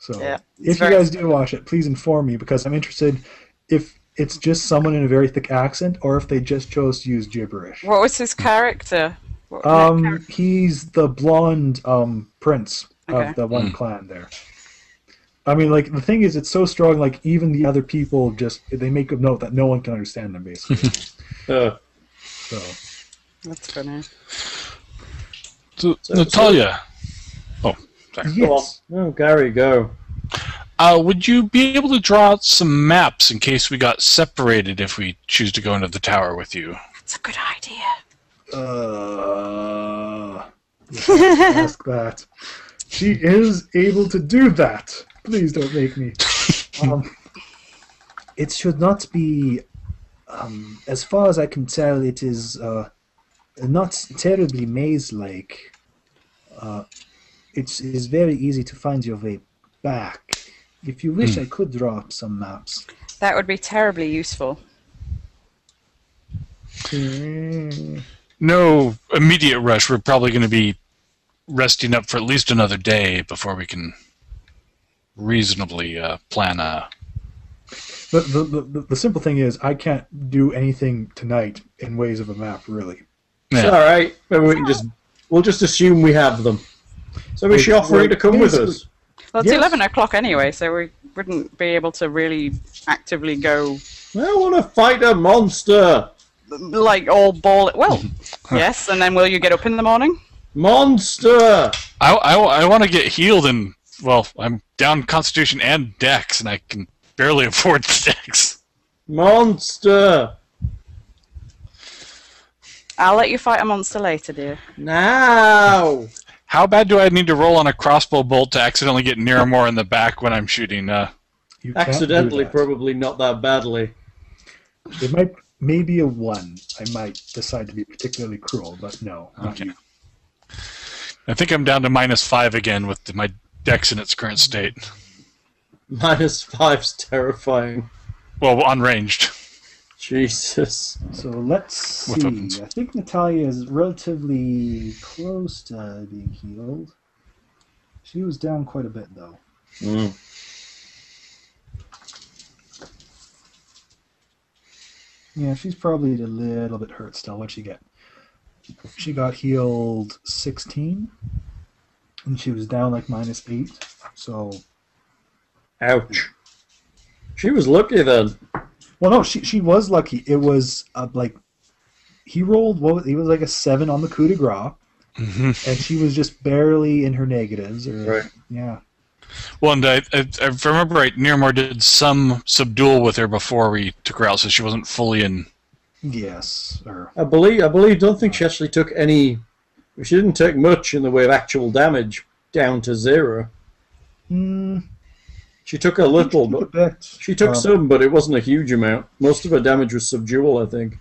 [SPEAKER 9] So
[SPEAKER 2] Yeah, it's
[SPEAKER 9] if you
[SPEAKER 2] very-
[SPEAKER 9] guys do watch it, please inform me because I'm interested if it's just someone in a very thick accent or if they just chose to use gibberish.
[SPEAKER 2] what was his character? What-
[SPEAKER 9] Um, he's the blonde um prince
[SPEAKER 2] Okay.
[SPEAKER 9] of the one clan there. I mean, like the thing is, it's so strong. Like even the other people just they make a note that no one can understand them. Basically,
[SPEAKER 3] Uh,
[SPEAKER 4] So
[SPEAKER 2] That's funny.
[SPEAKER 5] So, Natalia,
[SPEAKER 4] yes,
[SPEAKER 3] Go on. Oh, Gary, go.
[SPEAKER 5] uh, would you be able to draw out some maps in case we got separated if we choose to go into the tower with you?
[SPEAKER 2] That's a good idea.
[SPEAKER 4] uh, if I ask that. She is able to do that. Please don't make me.
[SPEAKER 6] Um, it should not be. Um, as far as I can tell, it is uh, not terribly maze-like. Uh, it's, it is very easy to find your way back. If you
[SPEAKER 4] Hmm.
[SPEAKER 6] wish, I could draw up some maps.
[SPEAKER 2] That would be terribly useful.
[SPEAKER 5] No immediate rush. We're probably going to be resting up for at least another day before we can reasonably uh, plan a.
[SPEAKER 4] The, the, the, the simple thing is, I can't do anything tonight in ways of a map, really.
[SPEAKER 3] It's all right. Maybe we can just we'll just assume we have them. So is she offering to come with us?
[SPEAKER 2] Well, it's
[SPEAKER 4] Yes.
[SPEAKER 2] 11 o'clock anyway, so we wouldn't be able to really actively go
[SPEAKER 3] I want to fight a monster.
[SPEAKER 2] like all ball. Well, yes, and then will you get up in the morning?
[SPEAKER 3] Monster.
[SPEAKER 5] I, I, I want to get healed and well, I'm down Constitution and Dex, and I can barely afford the Dex.
[SPEAKER 3] Monster.
[SPEAKER 2] I'll let you fight a monster later, dear.
[SPEAKER 3] Now.
[SPEAKER 5] How bad do I need to roll on a crossbow bolt to accidentally get Niramore in the back when I'm shooting? Uh,
[SPEAKER 4] You can't do
[SPEAKER 3] Accidentally,
[SPEAKER 4] that.
[SPEAKER 3] probably not that badly.
[SPEAKER 4] It might maybe a one. I might decide to be particularly cruel, but no. not
[SPEAKER 5] Okay.
[SPEAKER 4] you.
[SPEAKER 5] I think I'm down to minus five again with my Dex in its current state.
[SPEAKER 3] Minus five's terrifying.
[SPEAKER 5] Well, unranged.
[SPEAKER 3] Jesus.
[SPEAKER 6] So let's
[SPEAKER 5] With
[SPEAKER 6] see.
[SPEAKER 5] weapons.
[SPEAKER 6] I think Natalia is relatively close to being healed. She was down quite a bit, though.
[SPEAKER 4] Yeah, she's probably a little bit hurt still. What'd she get? She got healed 16, and she was down like minus 8. So,
[SPEAKER 3] Ouch. She was lucky then.
[SPEAKER 4] well, no, she, she was lucky. It was uh, like he rolled, what was, he was like a 7 on the coup de grace, and she was just barely in her negatives. Or,
[SPEAKER 3] Right.
[SPEAKER 4] Yeah.
[SPEAKER 5] Well, and I, I, I remember right, Niramore did some subdual with her before we took her out, so she wasn't fully in.
[SPEAKER 4] Yes. Or
[SPEAKER 3] I believe. I believe. Don't think she actually took any. She didn't take much in the way of actual damage, down to zero.
[SPEAKER 4] Mm,
[SPEAKER 3] She took a little,
[SPEAKER 4] a
[SPEAKER 3] but
[SPEAKER 4] bit.
[SPEAKER 3] she took
[SPEAKER 4] Um,
[SPEAKER 3] some, but it wasn't a huge amount. Most of her damage was subdual, I think.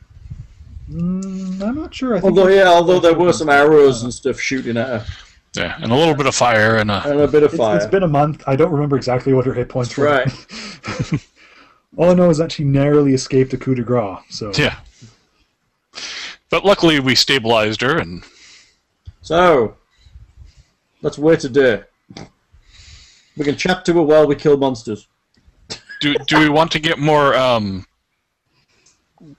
[SPEAKER 4] Mm, I'm not sure. I think
[SPEAKER 3] Although,
[SPEAKER 4] it-
[SPEAKER 3] yeah, although there were some arrows and stuff shooting at her,
[SPEAKER 5] Yeah, and a little bit of fire and uh, a.
[SPEAKER 3] and a bit of
[SPEAKER 4] It's-
[SPEAKER 3] fire.
[SPEAKER 4] it's been a month. I don't remember exactly what her hit points were.
[SPEAKER 3] right.
[SPEAKER 4] All I know is that she narrowly escaped a coup de grace. So
[SPEAKER 5] Yeah. But luckily, we stabilized her, and
[SPEAKER 3] So, let's wait a day. We can chat to her while we kill monsters.
[SPEAKER 5] do do we want to get more um? Uh,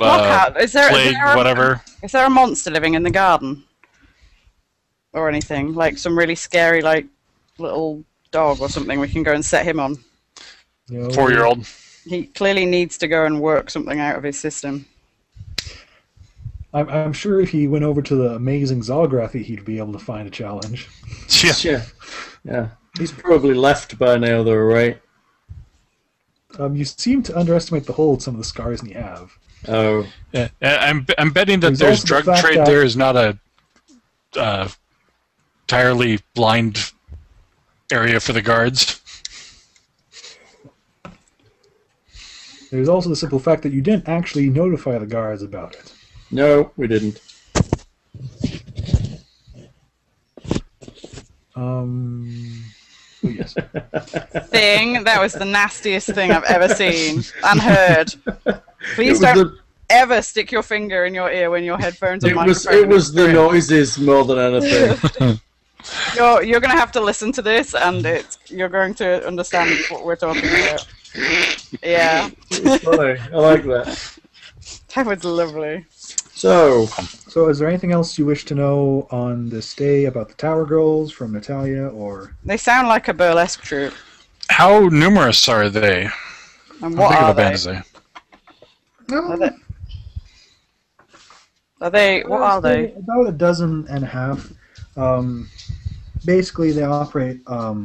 [SPEAKER 3] Uh,
[SPEAKER 2] Lockhart, is there, is
[SPEAKER 5] plague,
[SPEAKER 2] there a,
[SPEAKER 5] whatever.
[SPEAKER 2] is there a monster living in the garden or anything like some really scary like little dog or something? We can go and set him on.
[SPEAKER 4] No.
[SPEAKER 5] Four-year-old.
[SPEAKER 2] He clearly needs to go and work something out of his system.
[SPEAKER 4] I'm, I'm sure if he went over to the amazing Zography, he'd be able to find a challenge.
[SPEAKER 5] Yeah.
[SPEAKER 3] Yeah. Yeah. He's probably left by now, though, right?
[SPEAKER 4] Um, you seem to underestimate the hold some of the scars you have.
[SPEAKER 3] Oh.
[SPEAKER 5] Yeah, and I'm I'm betting that
[SPEAKER 4] There's
[SPEAKER 5] there's
[SPEAKER 4] also the
[SPEAKER 5] drug
[SPEAKER 4] fact
[SPEAKER 5] trade
[SPEAKER 4] that-
[SPEAKER 5] there is not a uh, entirely blind area for the guards.
[SPEAKER 4] There's also the simple fact that you didn't actually notify the guards about it.
[SPEAKER 3] No, we didn't.
[SPEAKER 4] Um, oh, yes.
[SPEAKER 2] Thing that was the nastiest thing I've ever seen and heard. Please
[SPEAKER 3] it was
[SPEAKER 2] don't
[SPEAKER 3] the,
[SPEAKER 2] ever stick your finger in your ear when your headphones or
[SPEAKER 3] it was,
[SPEAKER 2] microphone.
[SPEAKER 3] it was the noises more than anything.
[SPEAKER 2] You're, you're going to have to listen to this, and it's, you're going to understand what we're talking about. Yeah,
[SPEAKER 3] It's funny. I like that.
[SPEAKER 2] that was lovely.
[SPEAKER 3] So,
[SPEAKER 4] so, is there anything else you wish to know on this day about the Tower Girls from Natalia, or
[SPEAKER 2] They sound like a burlesque troupe.
[SPEAKER 5] How numerous are they?
[SPEAKER 2] And
[SPEAKER 4] uh,
[SPEAKER 5] How
[SPEAKER 2] what
[SPEAKER 5] big of
[SPEAKER 2] are
[SPEAKER 5] a band
[SPEAKER 2] they?
[SPEAKER 5] is they?
[SPEAKER 2] Are they? Are they? What are they?
[SPEAKER 4] About a dozen and a half. Um, basically, they operate um,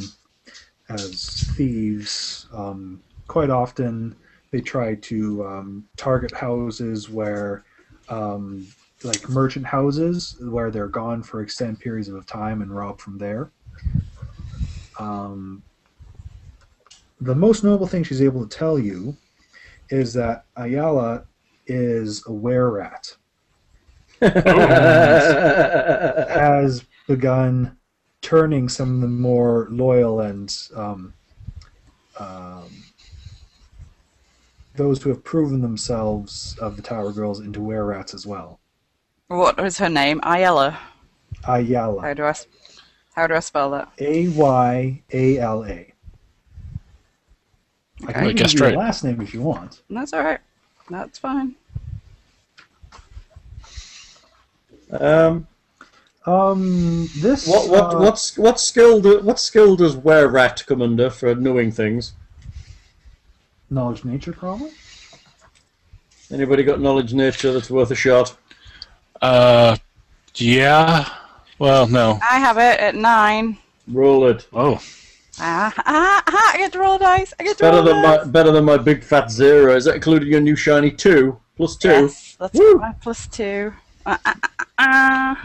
[SPEAKER 4] as thieves. Um, quite often, they try to um, target houses where, um, like merchant houses, where they're gone for extended periods of time and rob from there. Um, the most notable thing she's able to tell you is that Ayala is a were rat has begun turning some of the more loyal and um, um, those who have proven themselves of the Tower Girls into were rats as well.
[SPEAKER 2] What is her name? Ayala. How
[SPEAKER 4] Ayala.
[SPEAKER 2] do I? s- How do I spell that?
[SPEAKER 4] A Y A L A. I
[SPEAKER 2] Okay.
[SPEAKER 4] can
[SPEAKER 5] I
[SPEAKER 4] give
[SPEAKER 5] guessed
[SPEAKER 4] you
[SPEAKER 5] right.
[SPEAKER 4] your last name if you want.
[SPEAKER 2] That's all right. That's fine.
[SPEAKER 3] Um,
[SPEAKER 4] Um, this.
[SPEAKER 3] what what
[SPEAKER 4] uh,
[SPEAKER 3] what's what skill do, what skill does were rat come under for knowing things?
[SPEAKER 4] Knowledge nature, probably?
[SPEAKER 3] Anybody got knowledge nature that's worth a shot?
[SPEAKER 5] Uh, yeah. Well, no.
[SPEAKER 2] I have it at nine.
[SPEAKER 3] Roll it.
[SPEAKER 5] Oh,
[SPEAKER 2] Ah, ah, ah, I get to roll dice. I get to
[SPEAKER 3] Better
[SPEAKER 2] roll
[SPEAKER 3] than
[SPEAKER 2] dice.
[SPEAKER 3] my better than my big fat zero. Is that including your new shiny two plus two?
[SPEAKER 2] Yes, that's
[SPEAKER 3] Woo.
[SPEAKER 2] my plus two. Uh, uh, uh, uh.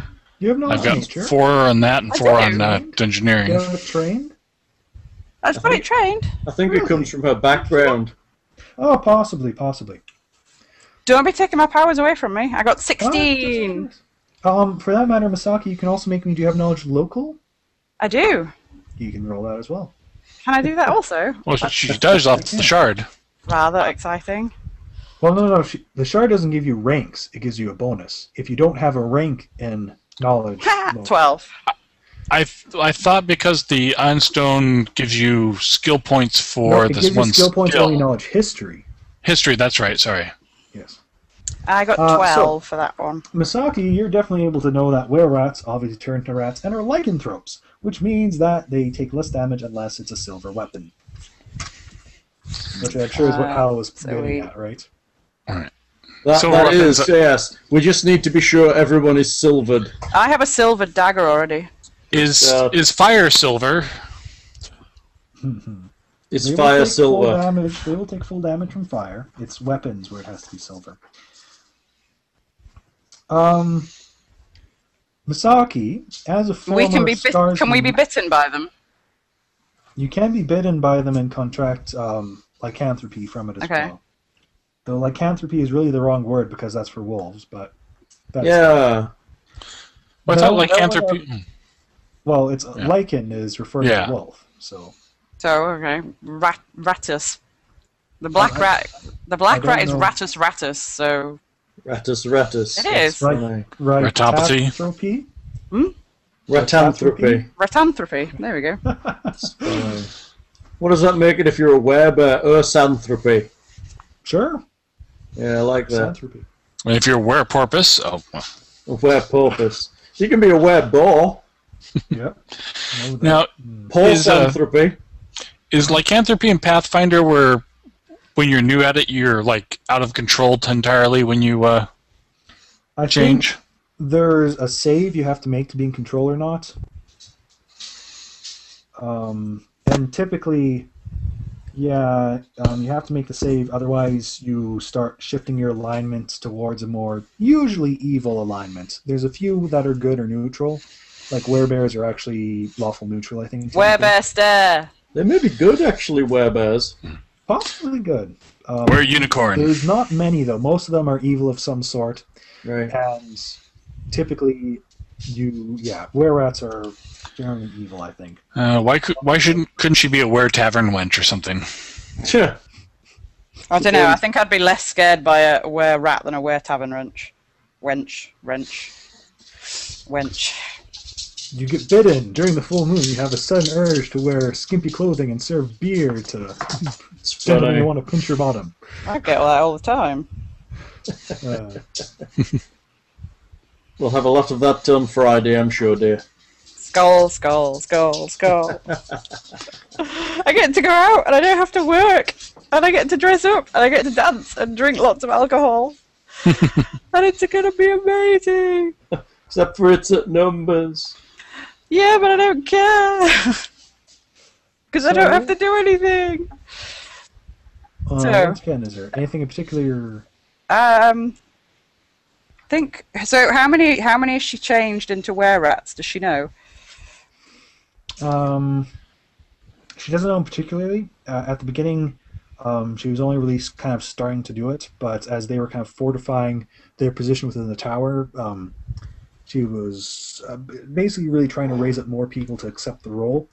[SPEAKER 4] You have knowledge
[SPEAKER 5] I've got
[SPEAKER 4] nature.
[SPEAKER 5] four on that and
[SPEAKER 2] I
[SPEAKER 5] four
[SPEAKER 2] do.
[SPEAKER 5] on uh, engineering.
[SPEAKER 4] You have trained?
[SPEAKER 2] That's right, trained.
[SPEAKER 3] I think it comes from her background.
[SPEAKER 4] Oh, possibly, possibly.
[SPEAKER 2] Don't be taking my powers away from me. I got
[SPEAKER 4] Oh,
[SPEAKER 2] 16.
[SPEAKER 4] that's nice. Um, for that matter, Masaki, you can also make me. Do you have knowledge local?
[SPEAKER 2] I do.
[SPEAKER 4] You can roll that as well.
[SPEAKER 2] Can I do that also?
[SPEAKER 5] Well, that's what she does off the shard.
[SPEAKER 2] Rather exciting.
[SPEAKER 4] Well, no, no. She, the shard doesn't give you ranks; it gives you a bonus. If you don't have a rank in knowledge,
[SPEAKER 2] Ha!
[SPEAKER 4] local-
[SPEAKER 2] 12.
[SPEAKER 5] I, I thought because the ironstone gives you skill points
[SPEAKER 4] No,
[SPEAKER 5] for
[SPEAKER 4] it
[SPEAKER 5] this
[SPEAKER 4] gives
[SPEAKER 5] one
[SPEAKER 4] you skill points
[SPEAKER 5] skill.
[SPEAKER 4] only knowledge history.
[SPEAKER 5] History, that's right, sorry.
[SPEAKER 4] Yes,
[SPEAKER 2] I got
[SPEAKER 4] Uh, so-
[SPEAKER 2] 12 for that one.
[SPEAKER 4] Misaki, you're definitely able to know that were rats obviously turn to rats and are lycanthropes, which means that they take less damage unless it's a silver weapon. Which I'm sure is what
[SPEAKER 2] Uh,
[SPEAKER 4] Hal was
[SPEAKER 2] so
[SPEAKER 4] getting
[SPEAKER 2] we-
[SPEAKER 4] at, right?
[SPEAKER 3] That,
[SPEAKER 5] So
[SPEAKER 3] that
[SPEAKER 5] what
[SPEAKER 3] is
[SPEAKER 5] happens-
[SPEAKER 3] yes. We just need to be sure everyone is silvered.
[SPEAKER 2] I have a silver dagger already.
[SPEAKER 5] Is
[SPEAKER 3] Uh,
[SPEAKER 5] is fire silver?
[SPEAKER 3] It's
[SPEAKER 4] They will
[SPEAKER 3] fire
[SPEAKER 4] take full
[SPEAKER 3] silver.
[SPEAKER 4] Damage, they will take full damage from fire. It's weapons where it has to be silver. Um, Misaki, as a former
[SPEAKER 2] we can be bit- can we be
[SPEAKER 4] starsman,
[SPEAKER 2] bitten by them?
[SPEAKER 4] You can be bitten by them and contract um, lycanthropy from it as
[SPEAKER 2] Okay.
[SPEAKER 4] well. Though lycanthropy is really the wrong word because that's for wolves, but that's,
[SPEAKER 3] Yeah.
[SPEAKER 5] Well, I thought
[SPEAKER 4] No, no,
[SPEAKER 5] lycanthropy.
[SPEAKER 4] Well, it's
[SPEAKER 5] Yeah.
[SPEAKER 4] lichen is referred
[SPEAKER 5] Yeah.
[SPEAKER 4] to wolf, so
[SPEAKER 2] So, okay. Rat- ratus. The black rat. The black
[SPEAKER 4] Uh, don't
[SPEAKER 2] rat is
[SPEAKER 4] know.
[SPEAKER 2] ratus ratus, so
[SPEAKER 3] Ratus ratus.
[SPEAKER 2] it is.
[SPEAKER 4] right, right.
[SPEAKER 5] Ratopathy.
[SPEAKER 4] lycanthropy?
[SPEAKER 3] Ratanthropy.
[SPEAKER 2] Ratanthropy. There we go.
[SPEAKER 3] What does that make it if you're a uh, werebear? Ursanthropy.
[SPEAKER 4] Sure,
[SPEAKER 3] Yeah, I like that.
[SPEAKER 4] lycanthropy.
[SPEAKER 5] And if you're aware porpoise, oh, well.
[SPEAKER 3] A werepulpus. You can be a werebore.
[SPEAKER 4] Yep. Know that.
[SPEAKER 5] now Is, uh,
[SPEAKER 3] Porphanthropy.
[SPEAKER 5] is lycanthropy and Pathfinder where when you're new at it, you're like out of control entirely when you uh,
[SPEAKER 4] I think
[SPEAKER 5] change.
[SPEAKER 4] there's a save you have to make to be in control or not. Um, and typically, yeah, um, you have to make the save. Otherwise, you start shifting your alignments towards a more usually evil alignment. There's a few that are good or neutral. Like werebears are actually lawful neutral, I think.
[SPEAKER 2] Werebear stare.
[SPEAKER 3] They may be good actually, werebears.
[SPEAKER 4] Possibly good. Um,
[SPEAKER 5] We're a unicorn.
[SPEAKER 4] there's not many though. Most of them are evil of some sort.
[SPEAKER 3] Right.
[SPEAKER 4] and typically you yeah were rats are generally evil i think
[SPEAKER 5] Uh, why could why shouldn't couldn't she be a were tavern wench or something?
[SPEAKER 3] Yeah.
[SPEAKER 2] I don't know. I think I'd be less scared by a were rat than a were tavern wrench. Wench, wrench, wench.
[SPEAKER 4] you get bitten during the full moon you have a sudden urge to wear skimpy clothing and serve beer to gentlemen
[SPEAKER 3] funny.
[SPEAKER 4] who want to pinch your bottom
[SPEAKER 2] I get that all the time.
[SPEAKER 4] uh,
[SPEAKER 3] We'll have a lot of that done Friday, I'm sure, dear.
[SPEAKER 2] Skull, skull, skull, skull. I get to go out and I don't have to work. And I get to dress up and I get to dance and drink lots of alcohol. and it's gonna be amazing.
[SPEAKER 3] Except for it's at numbers.
[SPEAKER 2] Yeah, but I don't care. Because I don't have to do anything.
[SPEAKER 4] Uh,
[SPEAKER 2] So-
[SPEAKER 4] once again, is there anything in particular? you're-
[SPEAKER 2] Um, think so. How many? How many has she changed into were rats? Does she know?
[SPEAKER 4] Um, she doesn't know him particularly. Uh, at the beginning, um, she was only really kind of starting to do it, but as they were kind of fortifying their position within the tower, um, she was uh, b- basically really trying to raise up more people to accept the role.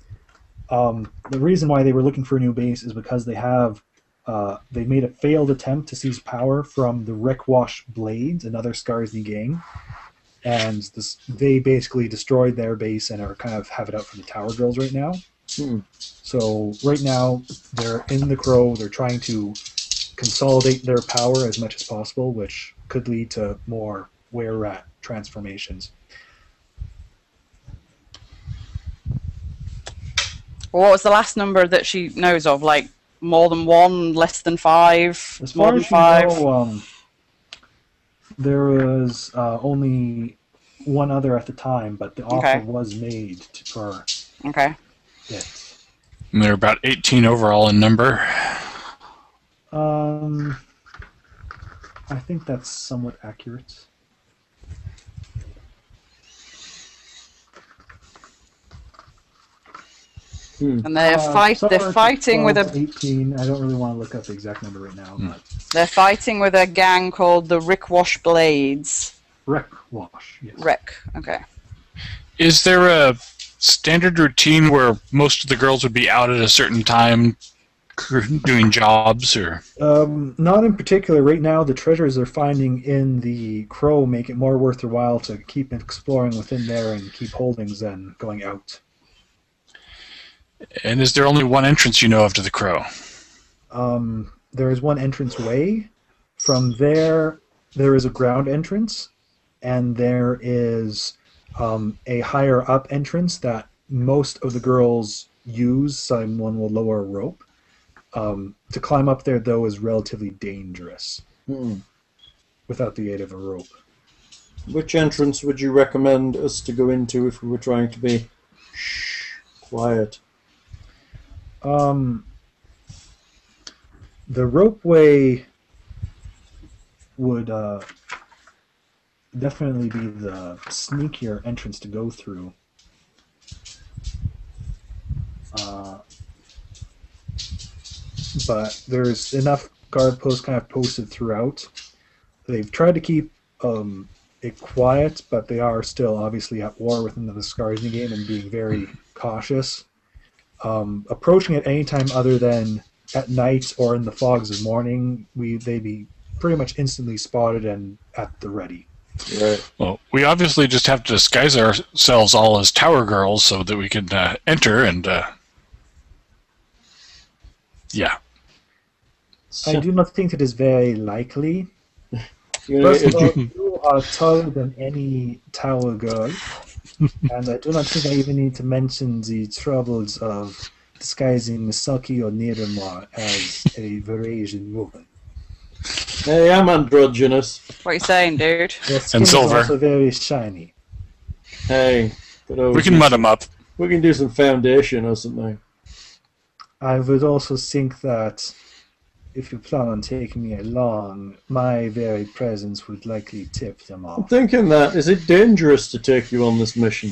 [SPEAKER 4] Um, the reason why they were looking for a new base is because they have. Uh, they made a failed attempt to seize power from the Rickwash Blades, another Scarsny gang, and this, they basically destroyed their base and are kind of have it out for the tower girls right now.
[SPEAKER 3] Hmm.
[SPEAKER 4] So right now they're in the crow. They're trying to consolidate their power as much as possible, which could lead to more were rat transformations.
[SPEAKER 2] Or what was the last number that she knows of? Like more than one, less than five,
[SPEAKER 4] As
[SPEAKER 2] more
[SPEAKER 4] far
[SPEAKER 2] than
[SPEAKER 4] as you
[SPEAKER 2] five.
[SPEAKER 4] know, um, there was uh, only one other at the time, but the offer
[SPEAKER 2] Okay.
[SPEAKER 4] was made to, for
[SPEAKER 2] Okay.
[SPEAKER 4] it.
[SPEAKER 5] And they're about 18 overall in number.
[SPEAKER 4] Um, I think that's somewhat accurate.
[SPEAKER 2] And they're
[SPEAKER 4] Uh,
[SPEAKER 2] fight.
[SPEAKER 4] somewhere
[SPEAKER 2] They're
[SPEAKER 4] to
[SPEAKER 2] fighting with
[SPEAKER 4] 12
[SPEAKER 2] a.
[SPEAKER 4] to 18. I don't really want to look up the exact number right now, but
[SPEAKER 2] They're fighting with a gang called the Rickwash Blades.
[SPEAKER 4] wreck wash. Yes.
[SPEAKER 2] Rick. Okay.
[SPEAKER 5] Is there a standard routine where most of the girls would be out at a certain time cr- doing jobs or
[SPEAKER 4] Um, not in particular. Right now, the treasures they're finding in the crow make it more worth their while to keep exploring within there and keep holdings than going out.
[SPEAKER 5] and is there only one entrance you know of to the crow?
[SPEAKER 4] Um, there is one entrance way. From there, there is a ground entrance, and there is um, a higher up entrance that most of the girls use. Someone will lower a rope. Um, to climb up there, though, is relatively dangerous
[SPEAKER 3] Hmm.
[SPEAKER 4] without the aid of a rope.
[SPEAKER 3] Which entrance would you recommend us to go into if we were trying to be shh, quiet?
[SPEAKER 4] Um, the ropeway would uh, definitely be the sneakier entrance to go through. Uh, but there's enough guard posts kind of posted throughout. They've tried to keep um, it quiet, but they are still obviously at war within the Scarsny game and being very cautious um, approaching at any time other than at night or in the fogs of morning, we they'd be pretty much instantly spotted and at the ready.
[SPEAKER 3] Right.
[SPEAKER 5] Well, we obviously just have to disguise ourselves all as tower girls so that we can uh, enter and uh, yeah.
[SPEAKER 4] I do not think it is very likely.
[SPEAKER 3] You know,
[SPEAKER 4] First
[SPEAKER 3] it-
[SPEAKER 4] of all, you are taller than any tower girl, and I do not think I even need to mention the troubles of disguising Misaki or Niramar as a Eurasian woman.
[SPEAKER 3] Hey, I'm androgynous.
[SPEAKER 2] What are you saying, dude?
[SPEAKER 4] Your skin is
[SPEAKER 5] silver.
[SPEAKER 4] also very shiny.
[SPEAKER 3] Hey, good old-
[SPEAKER 5] We can mud them up.
[SPEAKER 3] we can do some foundation or something.
[SPEAKER 4] I would also think that if you plan on taking me along, my very presence would likely tip them
[SPEAKER 3] I'm
[SPEAKER 4] off.
[SPEAKER 3] thinking that is it dangerous to take you on this mission?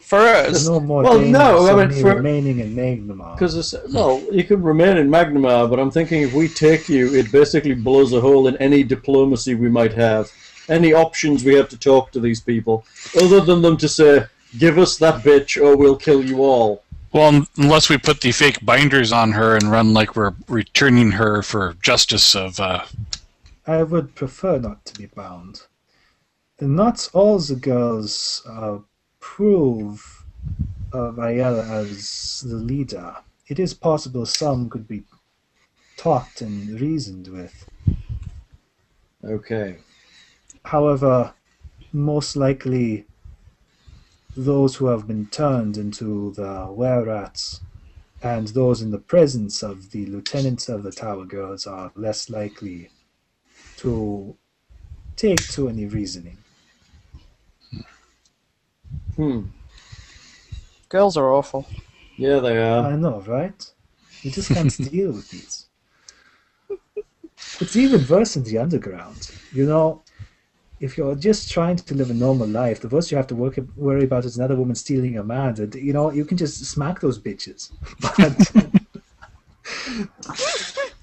[SPEAKER 2] For us.
[SPEAKER 4] No more
[SPEAKER 3] Well,
[SPEAKER 4] danger
[SPEAKER 3] no, I
[SPEAKER 4] than
[SPEAKER 3] mean,
[SPEAKER 4] me
[SPEAKER 3] for-
[SPEAKER 4] remaining in Magnamar.
[SPEAKER 3] Because well, you could remain in Magnamar, but I'm thinking if we take you, it basically blows a hole in any diplomacy we might have, any options we have to talk to these people, other than them to say, "Give us that bitch, or we'll kill you all."
[SPEAKER 5] Well, un- unless we put the fake binders on her and run like we're returning her for justice of uh,
[SPEAKER 4] I would prefer not to be bound. And not all the girls uh, approve of Ayala as the leader. It is possible some could be taught and reasoned with.
[SPEAKER 3] Okay.
[SPEAKER 4] However, most likely those who have been turned into the were-rats and those in the presence of the lieutenants of the Tower Girls are less likely to take to any reasoning.
[SPEAKER 3] Hmm.
[SPEAKER 2] Girls are awful.
[SPEAKER 3] Yeah, they are.
[SPEAKER 4] I know, right? You just can't deal with these. It's even worse in the underground. You know, if you're just trying to live a normal life, the worst you have to work, worry about is another woman stealing your man. And, you know, you can just smack those bitches. But,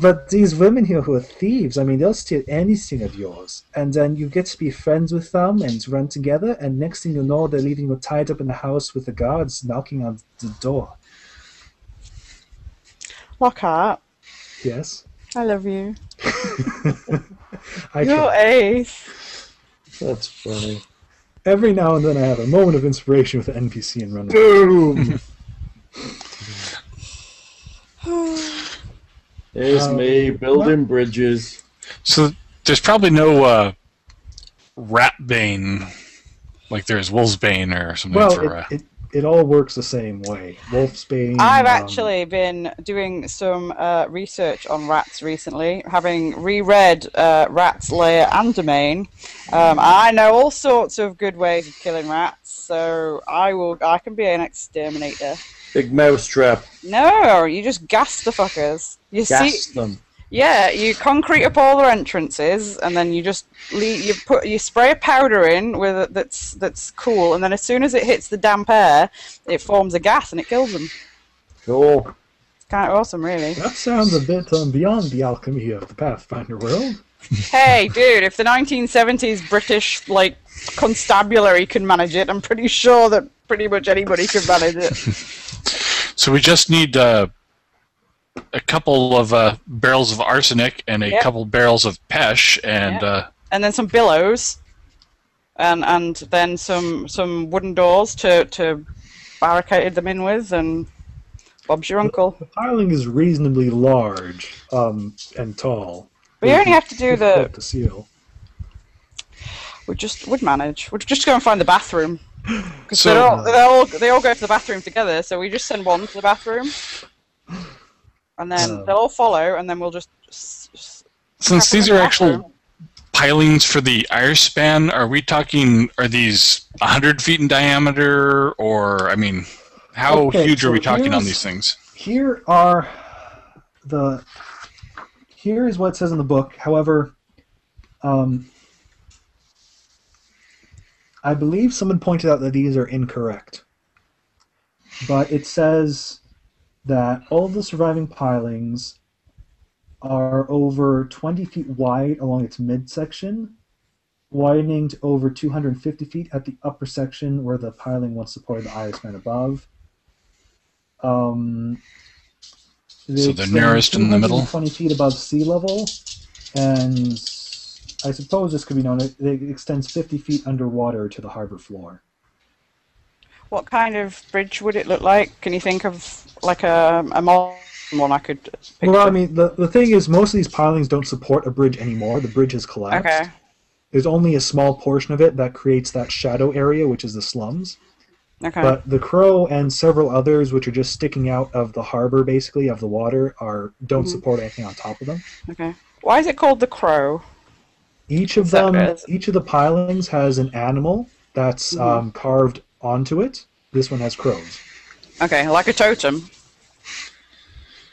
[SPEAKER 4] but these women here who are thieves, I mean, they'll steal anything of yours. And then you get to be friends with them and run together. And next thing you know, they're leaving you tied up in the house with the guards knocking on the door.
[SPEAKER 2] Lockhart,
[SPEAKER 4] Yes?
[SPEAKER 2] I love you.
[SPEAKER 4] I
[SPEAKER 2] You're
[SPEAKER 4] try.
[SPEAKER 2] ace.
[SPEAKER 3] That's funny.
[SPEAKER 4] Every now and then I have a moment of inspiration with an NPC and run. with it.
[SPEAKER 3] Boom. There's me building bridges.
[SPEAKER 5] So there's probably no uh, rat bane like there's wolves bane or something
[SPEAKER 4] Well,
[SPEAKER 5] for uh,
[SPEAKER 4] it, it, it all works the same way. Wolfsbane.
[SPEAKER 2] I've
[SPEAKER 4] um,
[SPEAKER 2] actually been doing some uh, research on rats recently, having reread uh, Rat's Lair and Domain. Um, I know all sorts of good ways of killing rats, so I will. I can be an exterminator.
[SPEAKER 3] Big mouse trap.
[SPEAKER 2] No, you just gas the fuckers. You
[SPEAKER 3] Gas
[SPEAKER 2] see,
[SPEAKER 3] them.
[SPEAKER 2] yeah, you concrete up all their entrances, and then you just le you put you spray a powder in with it that's that's cool, and then as soon as it hits the damp air, it forms a gas and it kills them.
[SPEAKER 3] Cool.
[SPEAKER 2] It's kind of awesome, really.
[SPEAKER 4] That sounds a bit um, beyond the alchemy of the Pathfinder world.
[SPEAKER 2] Hey, dude, if the 1970s British like constabulary can manage it, I'm pretty sure that pretty much anybody can manage it.
[SPEAKER 5] so we just need uh, a couple of uh, barrels of arsenic and a
[SPEAKER 2] Yep.
[SPEAKER 5] couple barrels of pesh and
[SPEAKER 2] Yep.
[SPEAKER 5] uh,
[SPEAKER 2] And then some billows, and and then some some wooden doors to to barricade them in with, and Bob's your uncle.
[SPEAKER 4] The piling is reasonably large um, and tall.
[SPEAKER 2] But you only have to do the.
[SPEAKER 4] Difficult to seal.
[SPEAKER 2] We just would manage. We'd just go and find the bathroom. Because
[SPEAKER 5] So-
[SPEAKER 2] they're all, they're all, they all go to the bathroom together, so we just send one to the bathroom. And then
[SPEAKER 4] Um.
[SPEAKER 2] they'll all follow, and then we'll just. s- s-
[SPEAKER 5] since
[SPEAKER 2] Crap in
[SPEAKER 5] these
[SPEAKER 2] the
[SPEAKER 5] are actual
[SPEAKER 2] bathroom.
[SPEAKER 5] pilings for the iron span are we talking are these 100 feet in diameter or i mean how
[SPEAKER 4] Okay,
[SPEAKER 5] huge are we
[SPEAKER 4] so
[SPEAKER 5] talking on
[SPEAKER 4] here's-
[SPEAKER 5] these things
[SPEAKER 4] Here are the. Here is what it says in the book. However, um, I believe someone pointed out that these are incorrect. But it says that all the surviving pilings are over 20 feet wide along its midsection, widening to over 250 feet at the upper section where the piling once supported the iris man above. Um, uh, they
[SPEAKER 5] So the
[SPEAKER 4] extend
[SPEAKER 5] nearest in the middle?
[SPEAKER 4] 220 feet above sea level, and I suppose this could be known. It it extends 50 feet underwater to the harbor floor.
[SPEAKER 2] What kind of bridge would it look like? Can you think of like a, a modern one I could picture?
[SPEAKER 4] Well, I mean, the, the thing is, most of these pilings don't support a bridge anymore. The bridge has collapsed.
[SPEAKER 2] okay.
[SPEAKER 4] There's only a small portion of it that creates that shadow area, which is the slums.
[SPEAKER 2] Okay.
[SPEAKER 4] But the crow and several others, which are just sticking out of the harbor, basically of the water, are don't
[SPEAKER 2] Mm-hmm.
[SPEAKER 4] support anything on top of them.
[SPEAKER 2] okay. Why is it called the crow?
[SPEAKER 4] Each of
[SPEAKER 2] Is that
[SPEAKER 4] them,
[SPEAKER 2] right?
[SPEAKER 4] each of the pilings has an animal that's
[SPEAKER 2] Mm-hmm.
[SPEAKER 4] um, carved onto it. This one has crows.
[SPEAKER 2] Okay, like a totem.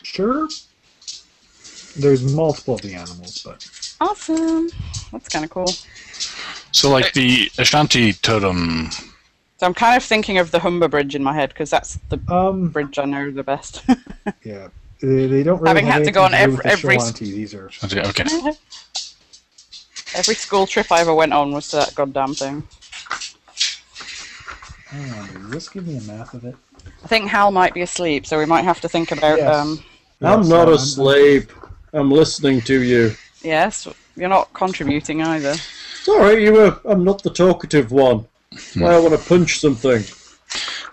[SPEAKER 4] Sure. There's multiple of the animals, but
[SPEAKER 2] Awesome. That's kind of cool.
[SPEAKER 5] so like the ashanti totem
[SPEAKER 2] So I'm kind of thinking of the Humber Bridge in my head because that's the
[SPEAKER 4] um,
[SPEAKER 2] bridge I know the best.
[SPEAKER 4] yeah, they, they don't really
[SPEAKER 2] Having
[SPEAKER 4] have
[SPEAKER 2] had to go
[SPEAKER 4] anything
[SPEAKER 2] on
[SPEAKER 4] do with
[SPEAKER 2] ev-
[SPEAKER 4] the
[SPEAKER 2] every-
[SPEAKER 4] Shawanti. These are
[SPEAKER 5] okay
[SPEAKER 2] Every school trip I ever went on was to that goddamn thing.
[SPEAKER 4] Hang on, dude, Just give me a map of it.
[SPEAKER 2] I think Hal might be asleep, so we might have to think about.
[SPEAKER 4] Yes.
[SPEAKER 2] Um,
[SPEAKER 3] I'm not
[SPEAKER 4] a
[SPEAKER 3] asleep. I'm listening to you.
[SPEAKER 2] yes, you're not contributing either.
[SPEAKER 3] Sorry, you were. I'm not the talkative one. That's why I want to punch something.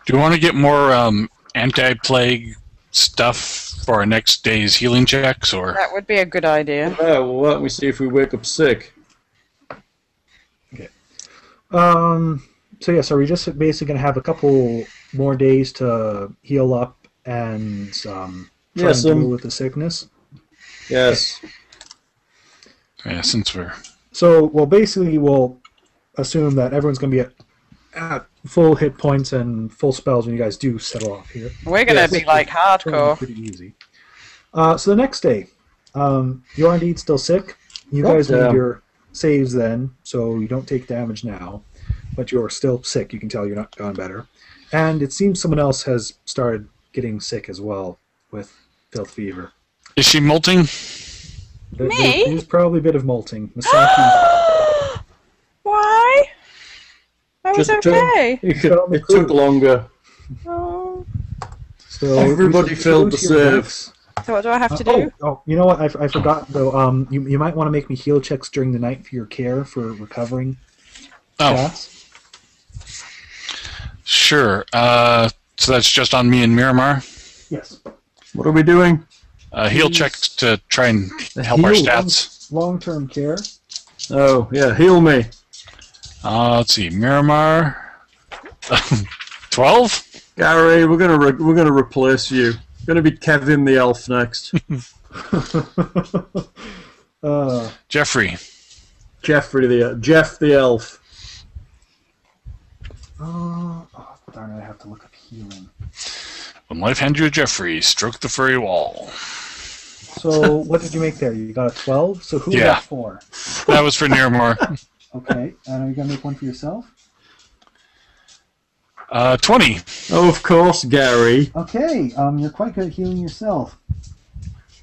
[SPEAKER 5] Do you want to get more um, anti-plague stuff for our next day's healing checks, or
[SPEAKER 2] That would be a good idea.
[SPEAKER 3] Oh, well, why don't we see if we wake up sick?
[SPEAKER 4] Um. So yes, are we just basically gonna have a couple more days to heal up and um, try
[SPEAKER 3] Yes,
[SPEAKER 4] and deal
[SPEAKER 3] um,
[SPEAKER 4] with the sickness?
[SPEAKER 3] Yes.
[SPEAKER 5] yeah, since we're
[SPEAKER 4] So well, basically, we'll assume that everyone's going to be at, at full hit points and full spells when you guys do settle off here.
[SPEAKER 2] We're gonna
[SPEAKER 4] Yes.
[SPEAKER 2] be like
[SPEAKER 4] Totally
[SPEAKER 2] hardcore.
[SPEAKER 4] Pretty easy. Uh, so the next day, um, you are indeed still sick. You
[SPEAKER 3] Oh,
[SPEAKER 4] guys made
[SPEAKER 3] damn.
[SPEAKER 4] your saves then, so you don't take damage now, but you're still sick. You can tell you're not gone better. And it seems someone else has started getting sick as well with filth fever.
[SPEAKER 5] Is she molting?
[SPEAKER 4] There- there-
[SPEAKER 2] Me?
[SPEAKER 4] There's probably a bit of molting. Misaki,
[SPEAKER 2] Why? I was
[SPEAKER 3] Just turn-
[SPEAKER 2] okay.
[SPEAKER 3] It, could- it took longer.
[SPEAKER 2] Oh.
[SPEAKER 4] so
[SPEAKER 3] Everybody
[SPEAKER 4] you should
[SPEAKER 3] failed
[SPEAKER 4] go
[SPEAKER 3] to
[SPEAKER 4] to your
[SPEAKER 3] serve.
[SPEAKER 4] next-
[SPEAKER 2] So what do I have to
[SPEAKER 4] Oh,
[SPEAKER 2] do?
[SPEAKER 4] oh, you know what? I, f- I forgot though. Um, you, you might want to make me heal checks during the night for your care for recovering.
[SPEAKER 5] Oh,
[SPEAKER 4] Chas.
[SPEAKER 5] sure. Uh, so that's just on me and Miramar.
[SPEAKER 4] Yes.
[SPEAKER 3] What are we doing?
[SPEAKER 5] Uh, heal checks to try and help our
[SPEAKER 3] Heal.
[SPEAKER 5] stats.
[SPEAKER 4] Long term care.
[SPEAKER 3] Oh, yeah, heal me.
[SPEAKER 5] Uh, let's see, Miramar. Twelve.
[SPEAKER 3] Gary, we're gonna re- we're gonna replace you. Gonna be Kevin the elf next.
[SPEAKER 4] Uh,
[SPEAKER 5] Jeffrey.
[SPEAKER 3] Jeffrey the Jeff the elf.
[SPEAKER 4] oh, oh, darn it, I have to look up healing.
[SPEAKER 5] When life hands you a Jeffrey, stroke the furry wall.
[SPEAKER 4] So, what did you make there? You got a 12? So, who
[SPEAKER 5] Yeah.
[SPEAKER 4] got 4?
[SPEAKER 5] That was for Miramar.
[SPEAKER 4] Okay. And are you going to make one for yourself?
[SPEAKER 5] Uh, Twenty.
[SPEAKER 3] Oh, of course, Gary.
[SPEAKER 4] Okay. Um, You're quite good at healing yourself.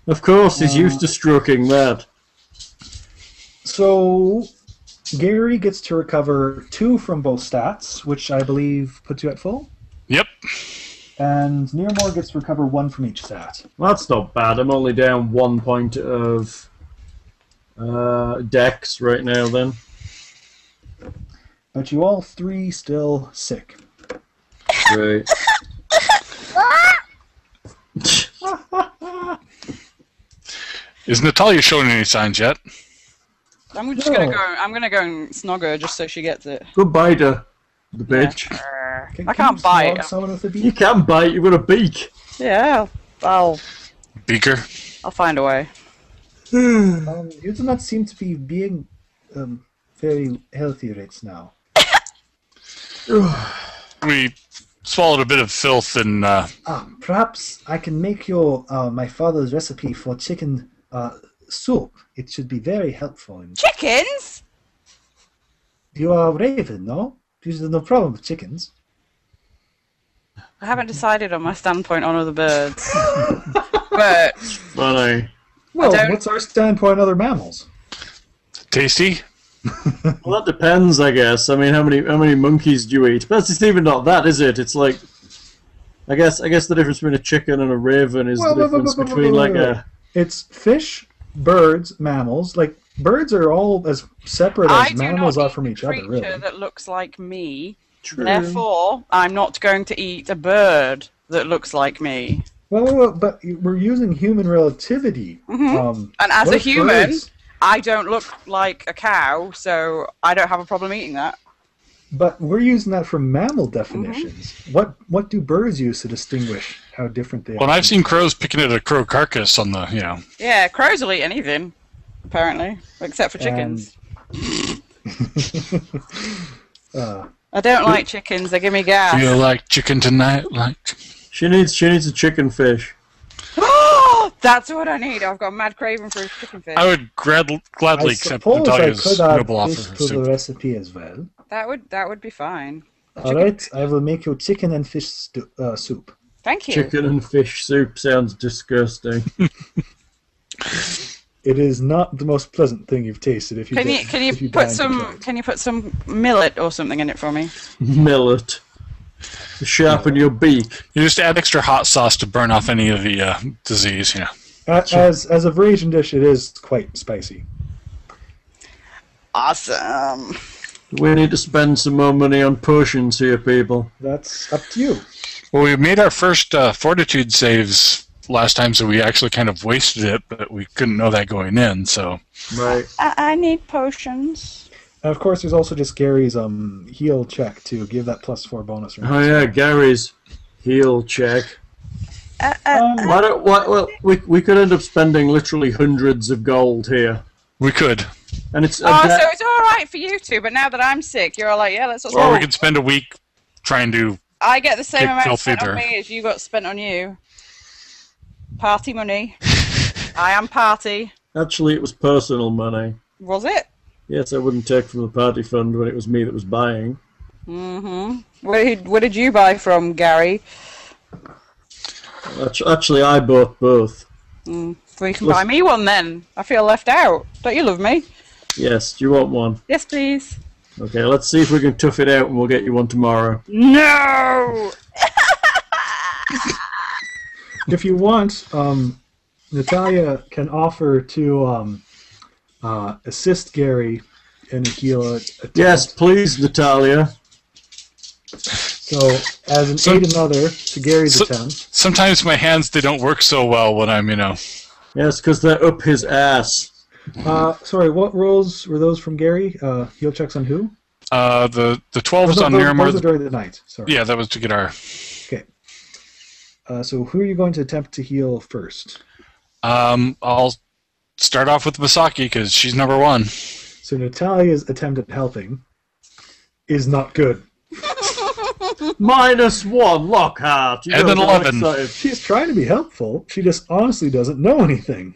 [SPEAKER 3] Of course, he's
[SPEAKER 4] Uh,
[SPEAKER 3] used to stroking that.
[SPEAKER 4] So, Gary gets to recover 2 from both stats, which I believe puts you at full.
[SPEAKER 5] Yep.
[SPEAKER 4] And Nearmore gets to recover 1 from each stat.
[SPEAKER 3] That's not bad. I'm only down one point of uh, dex right now. Then
[SPEAKER 4] But you all three still sick.
[SPEAKER 3] right.
[SPEAKER 5] Is Natalia showing any signs yet?
[SPEAKER 2] I'm just gonna
[SPEAKER 4] No.
[SPEAKER 2] go. I'm gonna go and snog her just so she gets it.
[SPEAKER 3] Goodbye to the bitch.
[SPEAKER 2] I
[SPEAKER 4] you
[SPEAKER 2] can't bite.
[SPEAKER 4] slug Someone with a
[SPEAKER 3] You
[SPEAKER 4] beak?
[SPEAKER 3] can bite. You've got a beak.
[SPEAKER 2] Yeah, I'll
[SPEAKER 5] Beaker.
[SPEAKER 2] I'll find a way.
[SPEAKER 4] Um, you do not seem to be being um, very healthy right now.
[SPEAKER 5] We swallowed a bit of filth and uh,
[SPEAKER 4] Ah, perhaps I can make your uh, my father's recipe for chicken uh, soup. It should be very helpful. And
[SPEAKER 2] Chickens?
[SPEAKER 4] You are a raven, no? There's no problem with chickens.
[SPEAKER 2] I
[SPEAKER 4] Mm-hmm.
[SPEAKER 2] haven't decided on my standpoint on other birds, but
[SPEAKER 3] Funny.
[SPEAKER 4] Well,
[SPEAKER 2] don't-
[SPEAKER 4] what's our standpoint on other mammals?
[SPEAKER 5] tasty.
[SPEAKER 3] Well, that depends, I guess. I mean, how many how many monkeys do you eat? But it's even not that, is it? It's like, I guess I guess the difference between a chicken and a raven is
[SPEAKER 4] Well,
[SPEAKER 3] the
[SPEAKER 4] well, well,
[SPEAKER 3] difference
[SPEAKER 4] well,
[SPEAKER 3] between
[SPEAKER 4] well,
[SPEAKER 3] like
[SPEAKER 4] well,
[SPEAKER 3] a.
[SPEAKER 4] It's fish, birds, mammals. Like birds are all as separate
[SPEAKER 2] I
[SPEAKER 4] as
[SPEAKER 2] do
[SPEAKER 4] mammals
[SPEAKER 2] not
[SPEAKER 4] are
[SPEAKER 2] eat
[SPEAKER 4] from
[SPEAKER 2] a
[SPEAKER 4] each other,
[SPEAKER 2] creature
[SPEAKER 4] really.
[SPEAKER 2] that looks like me.
[SPEAKER 3] True.
[SPEAKER 2] Therefore, I'm not going to eat a bird that looks like me.
[SPEAKER 4] Well, well, well, but we're using human relativity. Um,
[SPEAKER 2] Mm-hmm. And as
[SPEAKER 4] what
[SPEAKER 2] a
[SPEAKER 4] if
[SPEAKER 2] human,
[SPEAKER 4] birds-
[SPEAKER 2] I don't look like a cow, so I don't have a problem eating that.
[SPEAKER 4] But we're using that for mammal
[SPEAKER 2] Mm-hmm.
[SPEAKER 4] definitions. What what do birds use to distinguish how different they
[SPEAKER 5] When
[SPEAKER 4] are?
[SPEAKER 5] I've seen crows picking at a crow carcass on the, you know,
[SPEAKER 2] Yeah, crows will eat anything, apparently, except for chickens.
[SPEAKER 4] Uh,
[SPEAKER 2] I don't like chickens. They give me
[SPEAKER 4] Ah.
[SPEAKER 2] gas.
[SPEAKER 5] you like chicken tonight, like.
[SPEAKER 3] She needs she needs a chicken fish.
[SPEAKER 2] Oh, That's what I need. I've got a mad craving for a chicken fish.
[SPEAKER 5] I would grad- gladly
[SPEAKER 4] I
[SPEAKER 5] accept
[SPEAKER 4] suppose I
[SPEAKER 5] Natalia's
[SPEAKER 4] could add
[SPEAKER 5] noble offer
[SPEAKER 4] fish
[SPEAKER 5] of
[SPEAKER 4] to the
[SPEAKER 5] soup.
[SPEAKER 4] recipe as well.
[SPEAKER 2] That would that would be fine.
[SPEAKER 4] All right, I will make you chicken and fish stu- uh, soup.
[SPEAKER 2] Thank you.
[SPEAKER 3] Chicken and fish soup sounds disgusting.
[SPEAKER 4] It is not the most pleasant thing you've tasted. If you
[SPEAKER 2] Can
[SPEAKER 4] did-
[SPEAKER 2] you can you,
[SPEAKER 4] if you
[SPEAKER 2] put
[SPEAKER 4] dined
[SPEAKER 2] some
[SPEAKER 4] enjoyed.
[SPEAKER 2] can you put some millet or something in it for me?
[SPEAKER 3] Millet. Sharpen your beak.
[SPEAKER 5] You just add extra hot sauce to burn off any of the uh, disease, you know.
[SPEAKER 4] A- as as a Eurasian dish, it is quite spicy.
[SPEAKER 2] Awesome.
[SPEAKER 3] We need to spend some more money on potions here, people.
[SPEAKER 4] That's up to you.
[SPEAKER 5] Well, we made our first uh, fortitude saves last time, so we actually kind of wasted it, but we couldn't know that going in, so.
[SPEAKER 3] Right.
[SPEAKER 2] I, I need potions.
[SPEAKER 4] And of course, there's also just Gary's um heal check to give that plus four bonus.
[SPEAKER 3] Oh yeah, Gary's heel check.
[SPEAKER 2] Uh, uh,
[SPEAKER 3] Why don't why, well, we we could end up spending literally hundreds of gold here.
[SPEAKER 5] We could.
[SPEAKER 3] And it's a
[SPEAKER 2] Oh,
[SPEAKER 3] da-
[SPEAKER 2] so it's all right for you two, but now that I'm sick, you're all like, yeah, let's. What's
[SPEAKER 5] Or we
[SPEAKER 4] Oh.
[SPEAKER 2] wrong.
[SPEAKER 5] could spend a week trying to.
[SPEAKER 2] I get the same
[SPEAKER 5] Kick
[SPEAKER 2] amount
[SPEAKER 5] filthy
[SPEAKER 2] spent
[SPEAKER 5] there.
[SPEAKER 2] on me as you got spent on you. Party money. I am party.
[SPEAKER 3] actually it was personal money.
[SPEAKER 2] Was it?
[SPEAKER 3] Yes, I wouldn't take from the party fund when it was me that was buying.
[SPEAKER 2] Where did, where did you buy from, Gary?
[SPEAKER 3] Actu- Actually, I bought both.
[SPEAKER 2] Well, you can buy me one then. I feel left out. Don't you love me?
[SPEAKER 3] Yes, do you want one?
[SPEAKER 2] Yes, please.
[SPEAKER 3] Okay, let's see if we can tough it out and we'll get you one tomorrow.
[SPEAKER 2] No.
[SPEAKER 4] If you want, um, Natalia can offer to um, uh, assist Gary in a heal. Attempt.
[SPEAKER 3] Yes, please, Natalia.
[SPEAKER 4] So as an
[SPEAKER 5] So-
[SPEAKER 4] aid another to Gary's
[SPEAKER 5] so-
[SPEAKER 4] attempt.
[SPEAKER 5] Sometimes my hands they don't work so well when I'm you know.
[SPEAKER 3] Yes, because they're up his ass.
[SPEAKER 4] Uh, sorry, what rolls were those from Gary? Uh, heal checks on who?
[SPEAKER 5] Uh, the the twelve is
[SPEAKER 4] Those-
[SPEAKER 5] on
[SPEAKER 4] those- those are
[SPEAKER 5] Miramar.
[SPEAKER 4] during the night. Sorry.
[SPEAKER 5] Yeah, that was to get our.
[SPEAKER 4] Okay. Uh, so who are you going to attempt to heal first?
[SPEAKER 5] Um, I'll start off with Masaki because she's number one.
[SPEAKER 4] So Natalia's attempt at helping is not good.
[SPEAKER 3] Minus one, Lockhart. You
[SPEAKER 5] And
[SPEAKER 3] don't
[SPEAKER 5] an
[SPEAKER 3] get all
[SPEAKER 5] 11.
[SPEAKER 3] excited.
[SPEAKER 4] She's trying to be helpful. She just honestly doesn't know anything.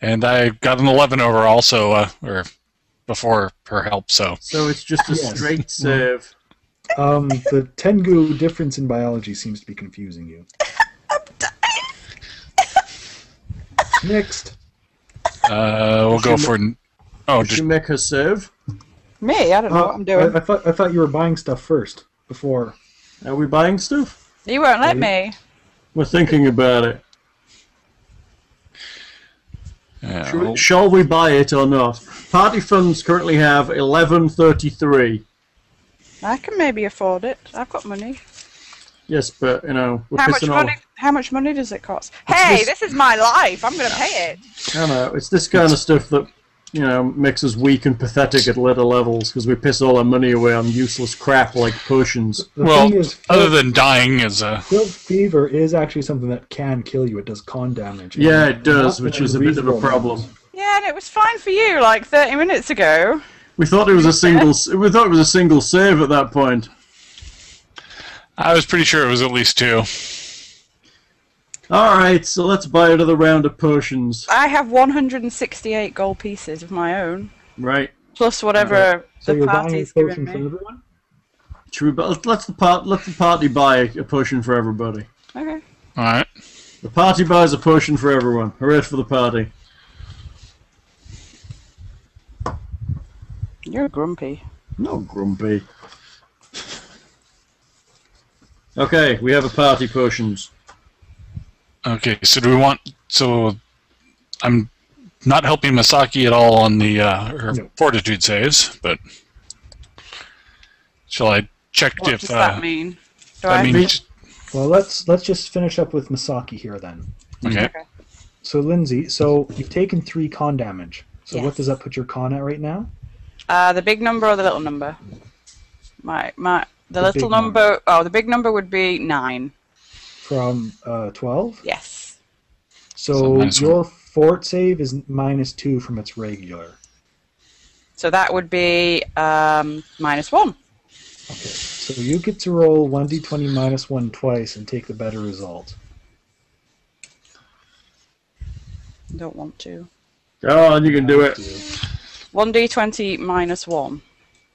[SPEAKER 5] and I got an 11 overall, so uh, or before her help. So
[SPEAKER 3] So it's just a straight save.
[SPEAKER 4] Um, the Tengu difference in biology seems to be confusing you. Next.
[SPEAKER 5] uh, we'll go for. Oh,
[SPEAKER 3] Did
[SPEAKER 5] just,
[SPEAKER 3] you make her save?
[SPEAKER 2] Me? I don't know
[SPEAKER 4] Uh,
[SPEAKER 2] what I'm doing.
[SPEAKER 4] I, I thought I thought you were buying stuff first before.
[SPEAKER 3] Are we buying stuff?
[SPEAKER 2] you won't let me.
[SPEAKER 3] We're thinking about it.
[SPEAKER 5] yeah,
[SPEAKER 3] Shall we-
[SPEAKER 5] we'll-
[SPEAKER 3] Shall we buy it or not? Party funds currently have 1133.
[SPEAKER 2] I can maybe afford it. I've got money.
[SPEAKER 3] Yes, but, you know, we're
[SPEAKER 2] How much
[SPEAKER 3] pissing
[SPEAKER 2] money?
[SPEAKER 3] off.
[SPEAKER 2] How much money does it cost? Hey,
[SPEAKER 3] this-
[SPEAKER 2] this is my life. I'm going to pay it.
[SPEAKER 3] I know, it's this kind of stuff that, you know, makes us weak and pathetic at later levels because we piss all our money away on useless crap like potions.
[SPEAKER 4] The
[SPEAKER 5] well,
[SPEAKER 4] thing is,
[SPEAKER 5] other than dying is a
[SPEAKER 4] Guilt fever is actually something that can kill you. It does con damage.
[SPEAKER 3] Yeah, it does,
[SPEAKER 4] Not
[SPEAKER 3] which
[SPEAKER 4] in
[SPEAKER 3] is a bit of a
[SPEAKER 4] reasonable
[SPEAKER 3] problem.
[SPEAKER 4] amount.
[SPEAKER 2] Yeah, and it was fine for you like 30 minutes ago.
[SPEAKER 3] We thought it was a single. s- We thought it was a single save at that point.
[SPEAKER 5] I was pretty sure it was at least two.
[SPEAKER 3] All right, so let's buy another round of potions.
[SPEAKER 2] I have 168 gold pieces of my own,
[SPEAKER 3] Right.
[SPEAKER 2] plus whatever
[SPEAKER 4] So
[SPEAKER 2] the
[SPEAKER 4] you're buying a
[SPEAKER 2] party's given
[SPEAKER 4] potion
[SPEAKER 2] me.
[SPEAKER 4] for everyone.
[SPEAKER 3] Should we? bu- Let's let the part. Let the party buy a potion for everybody.
[SPEAKER 2] Okay.
[SPEAKER 5] All right.
[SPEAKER 3] The party buys a potion for everyone. Hooray for the party!
[SPEAKER 2] You're grumpy.
[SPEAKER 3] No grumpy. Okay, we have a party potions.
[SPEAKER 5] Okay. So do we want? So I'm not helping Masaki at all on the uh, her
[SPEAKER 4] No.
[SPEAKER 5] fortitude saves, but shall I check
[SPEAKER 2] What
[SPEAKER 5] if
[SPEAKER 2] does
[SPEAKER 5] uh,
[SPEAKER 2] that mean? Do I,
[SPEAKER 5] I mean?
[SPEAKER 4] Mm-hmm. Well, let's let's just finish up with Masaki here then.
[SPEAKER 5] Okay.
[SPEAKER 4] So Lindsay, so you've taken three con damage. So what
[SPEAKER 2] Yes.
[SPEAKER 4] does that put your con at right now?
[SPEAKER 2] uh, the big number or the little number? My my the,
[SPEAKER 4] The
[SPEAKER 2] little
[SPEAKER 4] big number.
[SPEAKER 2] number. Oh, the big number would be nine.
[SPEAKER 4] From uh, twelve.
[SPEAKER 2] Yes.
[SPEAKER 5] So
[SPEAKER 4] So
[SPEAKER 5] minus
[SPEAKER 4] your fort save is minus two from its regular.
[SPEAKER 2] So that would be um, minus one.
[SPEAKER 4] Okay. So you get to roll one d20 minus one twice and take the better result.
[SPEAKER 2] Don't want to.
[SPEAKER 3] Go on, you can do it.
[SPEAKER 2] One d twenty minus one.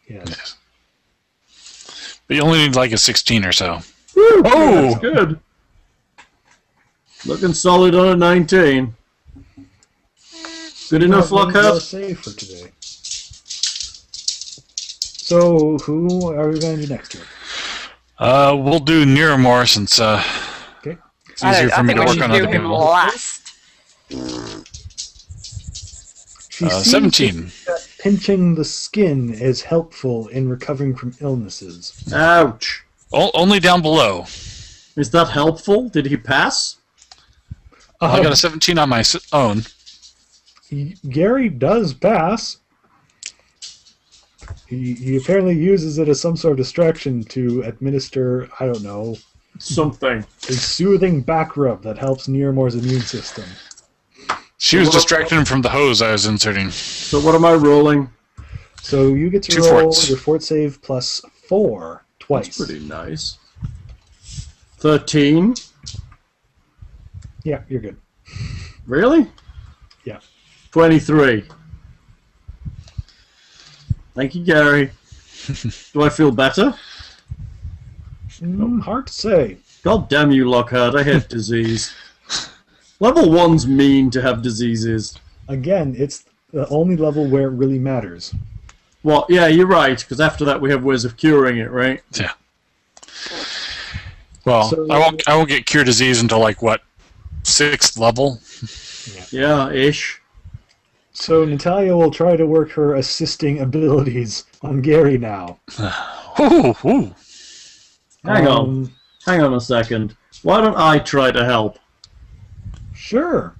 [SPEAKER 4] Yes.
[SPEAKER 5] But you only need like a 16 or so.
[SPEAKER 3] Woo,
[SPEAKER 5] Oh!
[SPEAKER 3] that's good. Looking solid on a 19. Good enough,
[SPEAKER 4] Well, one more
[SPEAKER 3] Lockhart.
[SPEAKER 4] save for today. So who are we going to do next year?
[SPEAKER 5] Uh, we'll do Neuramore since uh,
[SPEAKER 4] Okay.
[SPEAKER 5] it's easier
[SPEAKER 2] I,
[SPEAKER 5] for me
[SPEAKER 2] think
[SPEAKER 5] to
[SPEAKER 2] we
[SPEAKER 5] work
[SPEAKER 2] should
[SPEAKER 5] on
[SPEAKER 2] do
[SPEAKER 5] other
[SPEAKER 2] him
[SPEAKER 5] people.
[SPEAKER 2] last.
[SPEAKER 4] She
[SPEAKER 5] Uh,
[SPEAKER 4] seems to
[SPEAKER 5] 17.
[SPEAKER 4] pinching the skin is helpful in recovering from illnesses.
[SPEAKER 3] Ouch.
[SPEAKER 5] O- only down below.
[SPEAKER 3] Is that helpful? Did he pass?
[SPEAKER 5] I got a 17 on my s- own.
[SPEAKER 4] He- Gary does pass. He, he apparently uses it as some sort of distraction to administer, I don't know,
[SPEAKER 3] Something.
[SPEAKER 4] a soothing back rub that helps Nearmore's immune system.
[SPEAKER 5] She was distracting him from the hose I was inserting.
[SPEAKER 3] So what am I rolling?
[SPEAKER 4] So you get to
[SPEAKER 5] Two
[SPEAKER 4] roll
[SPEAKER 5] forts.
[SPEAKER 4] your fort save plus four
[SPEAKER 3] That's
[SPEAKER 4] twice.
[SPEAKER 3] pretty nice. Thirteen.
[SPEAKER 4] Yeah, you're good.
[SPEAKER 3] Really?
[SPEAKER 4] Yeah.
[SPEAKER 3] Twenty-three. Thank you, Gary. Do I feel better? Oh.
[SPEAKER 4] Mm, hard to say.
[SPEAKER 3] God damn you, Lockhart. I hate disease. Level one's mean to have diseases.
[SPEAKER 4] Again, it's the only level where it really matters.
[SPEAKER 3] Well, yeah, you're right, because after that we have ways of curing it, right?
[SPEAKER 5] Well,
[SPEAKER 4] So-
[SPEAKER 5] I won't. I won't get cure disease until like what sixth level.
[SPEAKER 3] Yeah, ish.
[SPEAKER 4] So Natalia will try to work her assisting abilities on Gary now.
[SPEAKER 5] Ooh, ooh.
[SPEAKER 3] Hang on.
[SPEAKER 4] Um,
[SPEAKER 3] Hang on a second. Why don't I try to help?
[SPEAKER 4] Sure.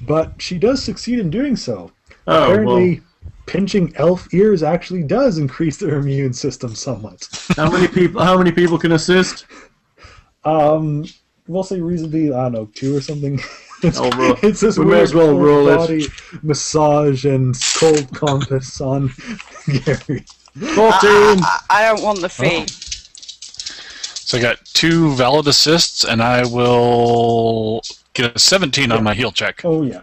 [SPEAKER 4] But she does succeed in doing so.
[SPEAKER 3] Oh, well,
[SPEAKER 4] Apparently, pinching elf ears actually does increase their immune system somewhat.
[SPEAKER 3] how many people? How many people can assist?
[SPEAKER 4] Um, we'll say reasonably, I don't know, two or something. It's,
[SPEAKER 3] I'll roll.
[SPEAKER 4] it's this
[SPEAKER 3] Oh, We may
[SPEAKER 4] weird
[SPEAKER 3] as well
[SPEAKER 4] full
[SPEAKER 3] roll it.
[SPEAKER 4] body massage and cold compass on Gary.
[SPEAKER 3] Fourteen.
[SPEAKER 2] I don't want the fee.
[SPEAKER 5] So I got two valid assists, and I will get a 17 on my heal check.
[SPEAKER 4] Oh yeah.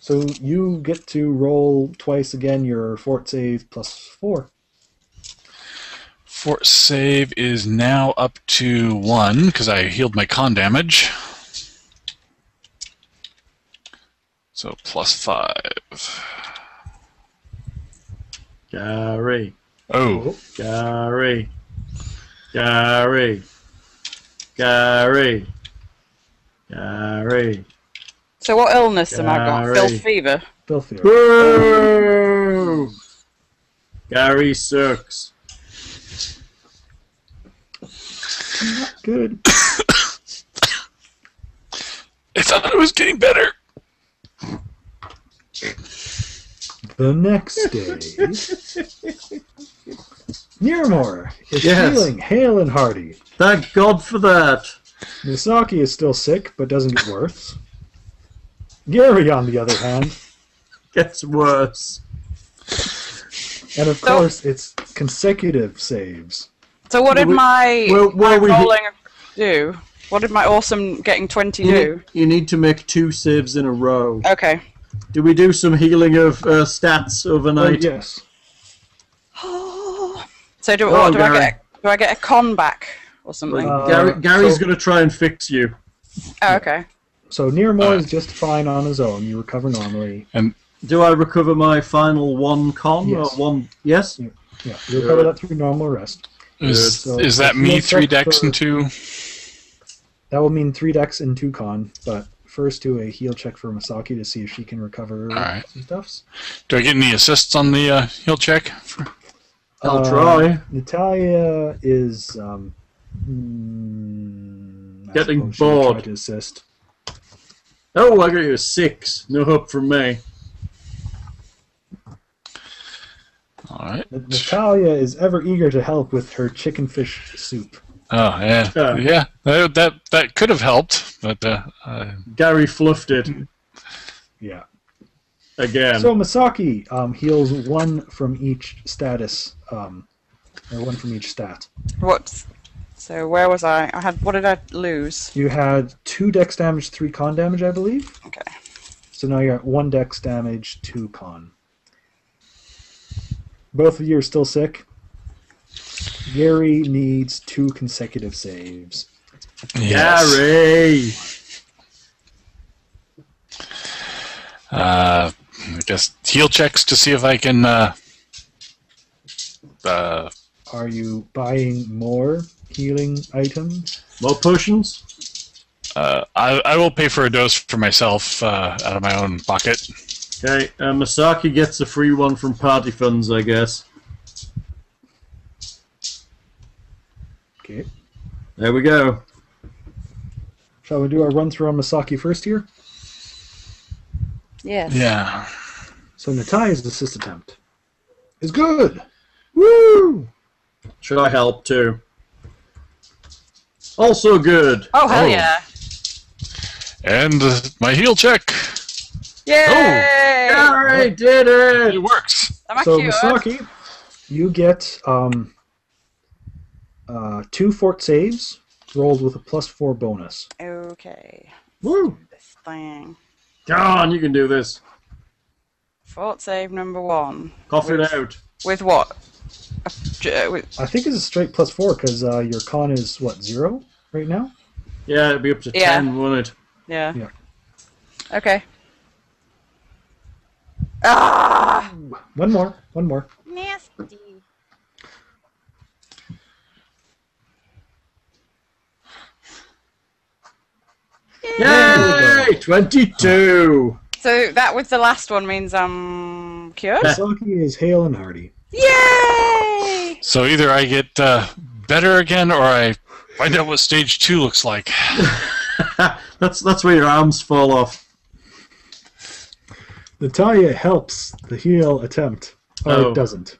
[SPEAKER 4] So you get to roll twice again your fort save plus four.
[SPEAKER 5] Fort save is now up to one because I healed my con damage. So plus five.
[SPEAKER 3] Gary.
[SPEAKER 5] Oh,
[SPEAKER 3] Gary. Gary. Gary. Gary.
[SPEAKER 2] So what illness am I got?
[SPEAKER 3] Gary.
[SPEAKER 2] Filth fever.
[SPEAKER 4] Belfior.
[SPEAKER 3] Boo! Gary sucks.
[SPEAKER 4] Good.
[SPEAKER 5] I thought it was getting better.
[SPEAKER 4] The next day. Nearmore is
[SPEAKER 3] Yes.
[SPEAKER 4] feeling hale and hearty.
[SPEAKER 3] Thank God for that.
[SPEAKER 4] Misaki is still sick, but doesn't get worse. Gary, on the other hand,
[SPEAKER 3] Gets worse.
[SPEAKER 4] and of
[SPEAKER 2] So-
[SPEAKER 4] course, it's consecutive saves.
[SPEAKER 2] So what did
[SPEAKER 3] We-
[SPEAKER 2] my,
[SPEAKER 3] well, well,
[SPEAKER 2] my
[SPEAKER 3] we-
[SPEAKER 2] rolling do? What did my awesome getting 20
[SPEAKER 3] You
[SPEAKER 2] do?
[SPEAKER 3] need, you need to make two saves in a row.
[SPEAKER 2] Okay.
[SPEAKER 3] Do we do some healing of uh, stats
[SPEAKER 4] Oh,
[SPEAKER 3] overnight?
[SPEAKER 4] yes.
[SPEAKER 2] So do,
[SPEAKER 3] Oh,
[SPEAKER 2] what, do I
[SPEAKER 3] Gary.
[SPEAKER 2] get? Do I get a con back or something?
[SPEAKER 4] Uh,
[SPEAKER 3] Gary, Gary's
[SPEAKER 4] so-
[SPEAKER 3] gonna try and fix you.
[SPEAKER 2] oh, okay.
[SPEAKER 4] So Nearmore
[SPEAKER 5] Uh,
[SPEAKER 4] is just fine on his own. You recover normally.
[SPEAKER 3] Do I recover my final one con
[SPEAKER 4] Yes.
[SPEAKER 3] or one? Yes.
[SPEAKER 4] Yeah, you recover that through normal rest.
[SPEAKER 5] Is,
[SPEAKER 4] Yeah, so
[SPEAKER 5] is
[SPEAKER 4] if
[SPEAKER 5] that
[SPEAKER 4] you
[SPEAKER 5] me
[SPEAKER 4] look
[SPEAKER 5] three
[SPEAKER 4] up
[SPEAKER 5] decks
[SPEAKER 4] for-
[SPEAKER 5] and two?
[SPEAKER 4] That will mean three decks and two con, but first do a heal check for Misaki to see if she can recover
[SPEAKER 5] Alright.
[SPEAKER 4] some stuffs.
[SPEAKER 5] Do I get any assists on the uh, heal check?
[SPEAKER 3] I'll
[SPEAKER 4] Uh,
[SPEAKER 3] try.
[SPEAKER 4] Natalia is um, mm, I
[SPEAKER 3] Getting
[SPEAKER 4] suppose she would try
[SPEAKER 3] bored.
[SPEAKER 4] to assist.
[SPEAKER 3] Oh, I got you a six. No hope from me.
[SPEAKER 5] All right.
[SPEAKER 4] N- Natalia is ever eager to help with her chicken fish soup.
[SPEAKER 5] Oh yeah,
[SPEAKER 3] Yeah.
[SPEAKER 5] yeah. That that, that could have helped, but uh, uh,
[SPEAKER 3] Gary fluffed it
[SPEAKER 4] Yeah.
[SPEAKER 3] again.
[SPEAKER 4] So Masaki um, heals one from each status, um, or one from each stat.
[SPEAKER 2] Whoops. So where was I? I had. What did I lose?
[SPEAKER 4] You had two dex damage, three con damage, I believe.
[SPEAKER 2] Okay.
[SPEAKER 4] So now you're at one dex damage, two con. Both of you are still sick. Gary needs two consecutive saves.
[SPEAKER 5] yes.
[SPEAKER 3] Gary.
[SPEAKER 5] Uh, I guess heal checks to see if I can. Uh, uh,
[SPEAKER 4] Are you buying more healing items?
[SPEAKER 3] More potions.
[SPEAKER 5] uh, I, I will pay for a dose for myself uh, out of my own pocket.
[SPEAKER 3] Okay, uh, Masaki gets a free one from party funds, I guess.
[SPEAKER 4] Okay.
[SPEAKER 3] There we go.
[SPEAKER 4] Shall we do our run through on Masaki first here?
[SPEAKER 2] Yes.
[SPEAKER 5] Yeah.
[SPEAKER 4] So Natalia's assist attempt is good.
[SPEAKER 3] Woo! Should I help too? Also good.
[SPEAKER 2] Oh hell
[SPEAKER 5] Oh.
[SPEAKER 2] yeah!
[SPEAKER 5] And uh, my heal check.
[SPEAKER 2] Yay!
[SPEAKER 3] I did it!
[SPEAKER 5] It works.
[SPEAKER 2] Am I
[SPEAKER 4] so,
[SPEAKER 2] cute?
[SPEAKER 4] Misaki, you get um, uh, two fort saves rolled with a plus four bonus.
[SPEAKER 2] Okay.
[SPEAKER 3] Woo!
[SPEAKER 2] This thing.
[SPEAKER 3] Don, you can do this.
[SPEAKER 2] Fort save number one.
[SPEAKER 3] Cough it out.
[SPEAKER 2] With what? A- j- uh, with-
[SPEAKER 4] I think it's a straight plus four because uh, your con is what zero right now.
[SPEAKER 3] Yeah, it'd be up to
[SPEAKER 2] Yeah.
[SPEAKER 3] 10, wouldn't it?
[SPEAKER 2] Yeah.
[SPEAKER 4] Yeah.
[SPEAKER 2] Okay. Ah!
[SPEAKER 4] One more, one more.
[SPEAKER 8] Nasty.
[SPEAKER 3] Yay! 22!
[SPEAKER 2] So that with the last one means I'm cured?
[SPEAKER 4] Misaki is hale and hearty.
[SPEAKER 2] Yay!
[SPEAKER 5] So either I get uh, better again, or I find out what stage two looks like.
[SPEAKER 3] That's that's where your arms fall off.
[SPEAKER 4] Natalia helps the heal attempt, or
[SPEAKER 3] Oh.
[SPEAKER 4] doesn't.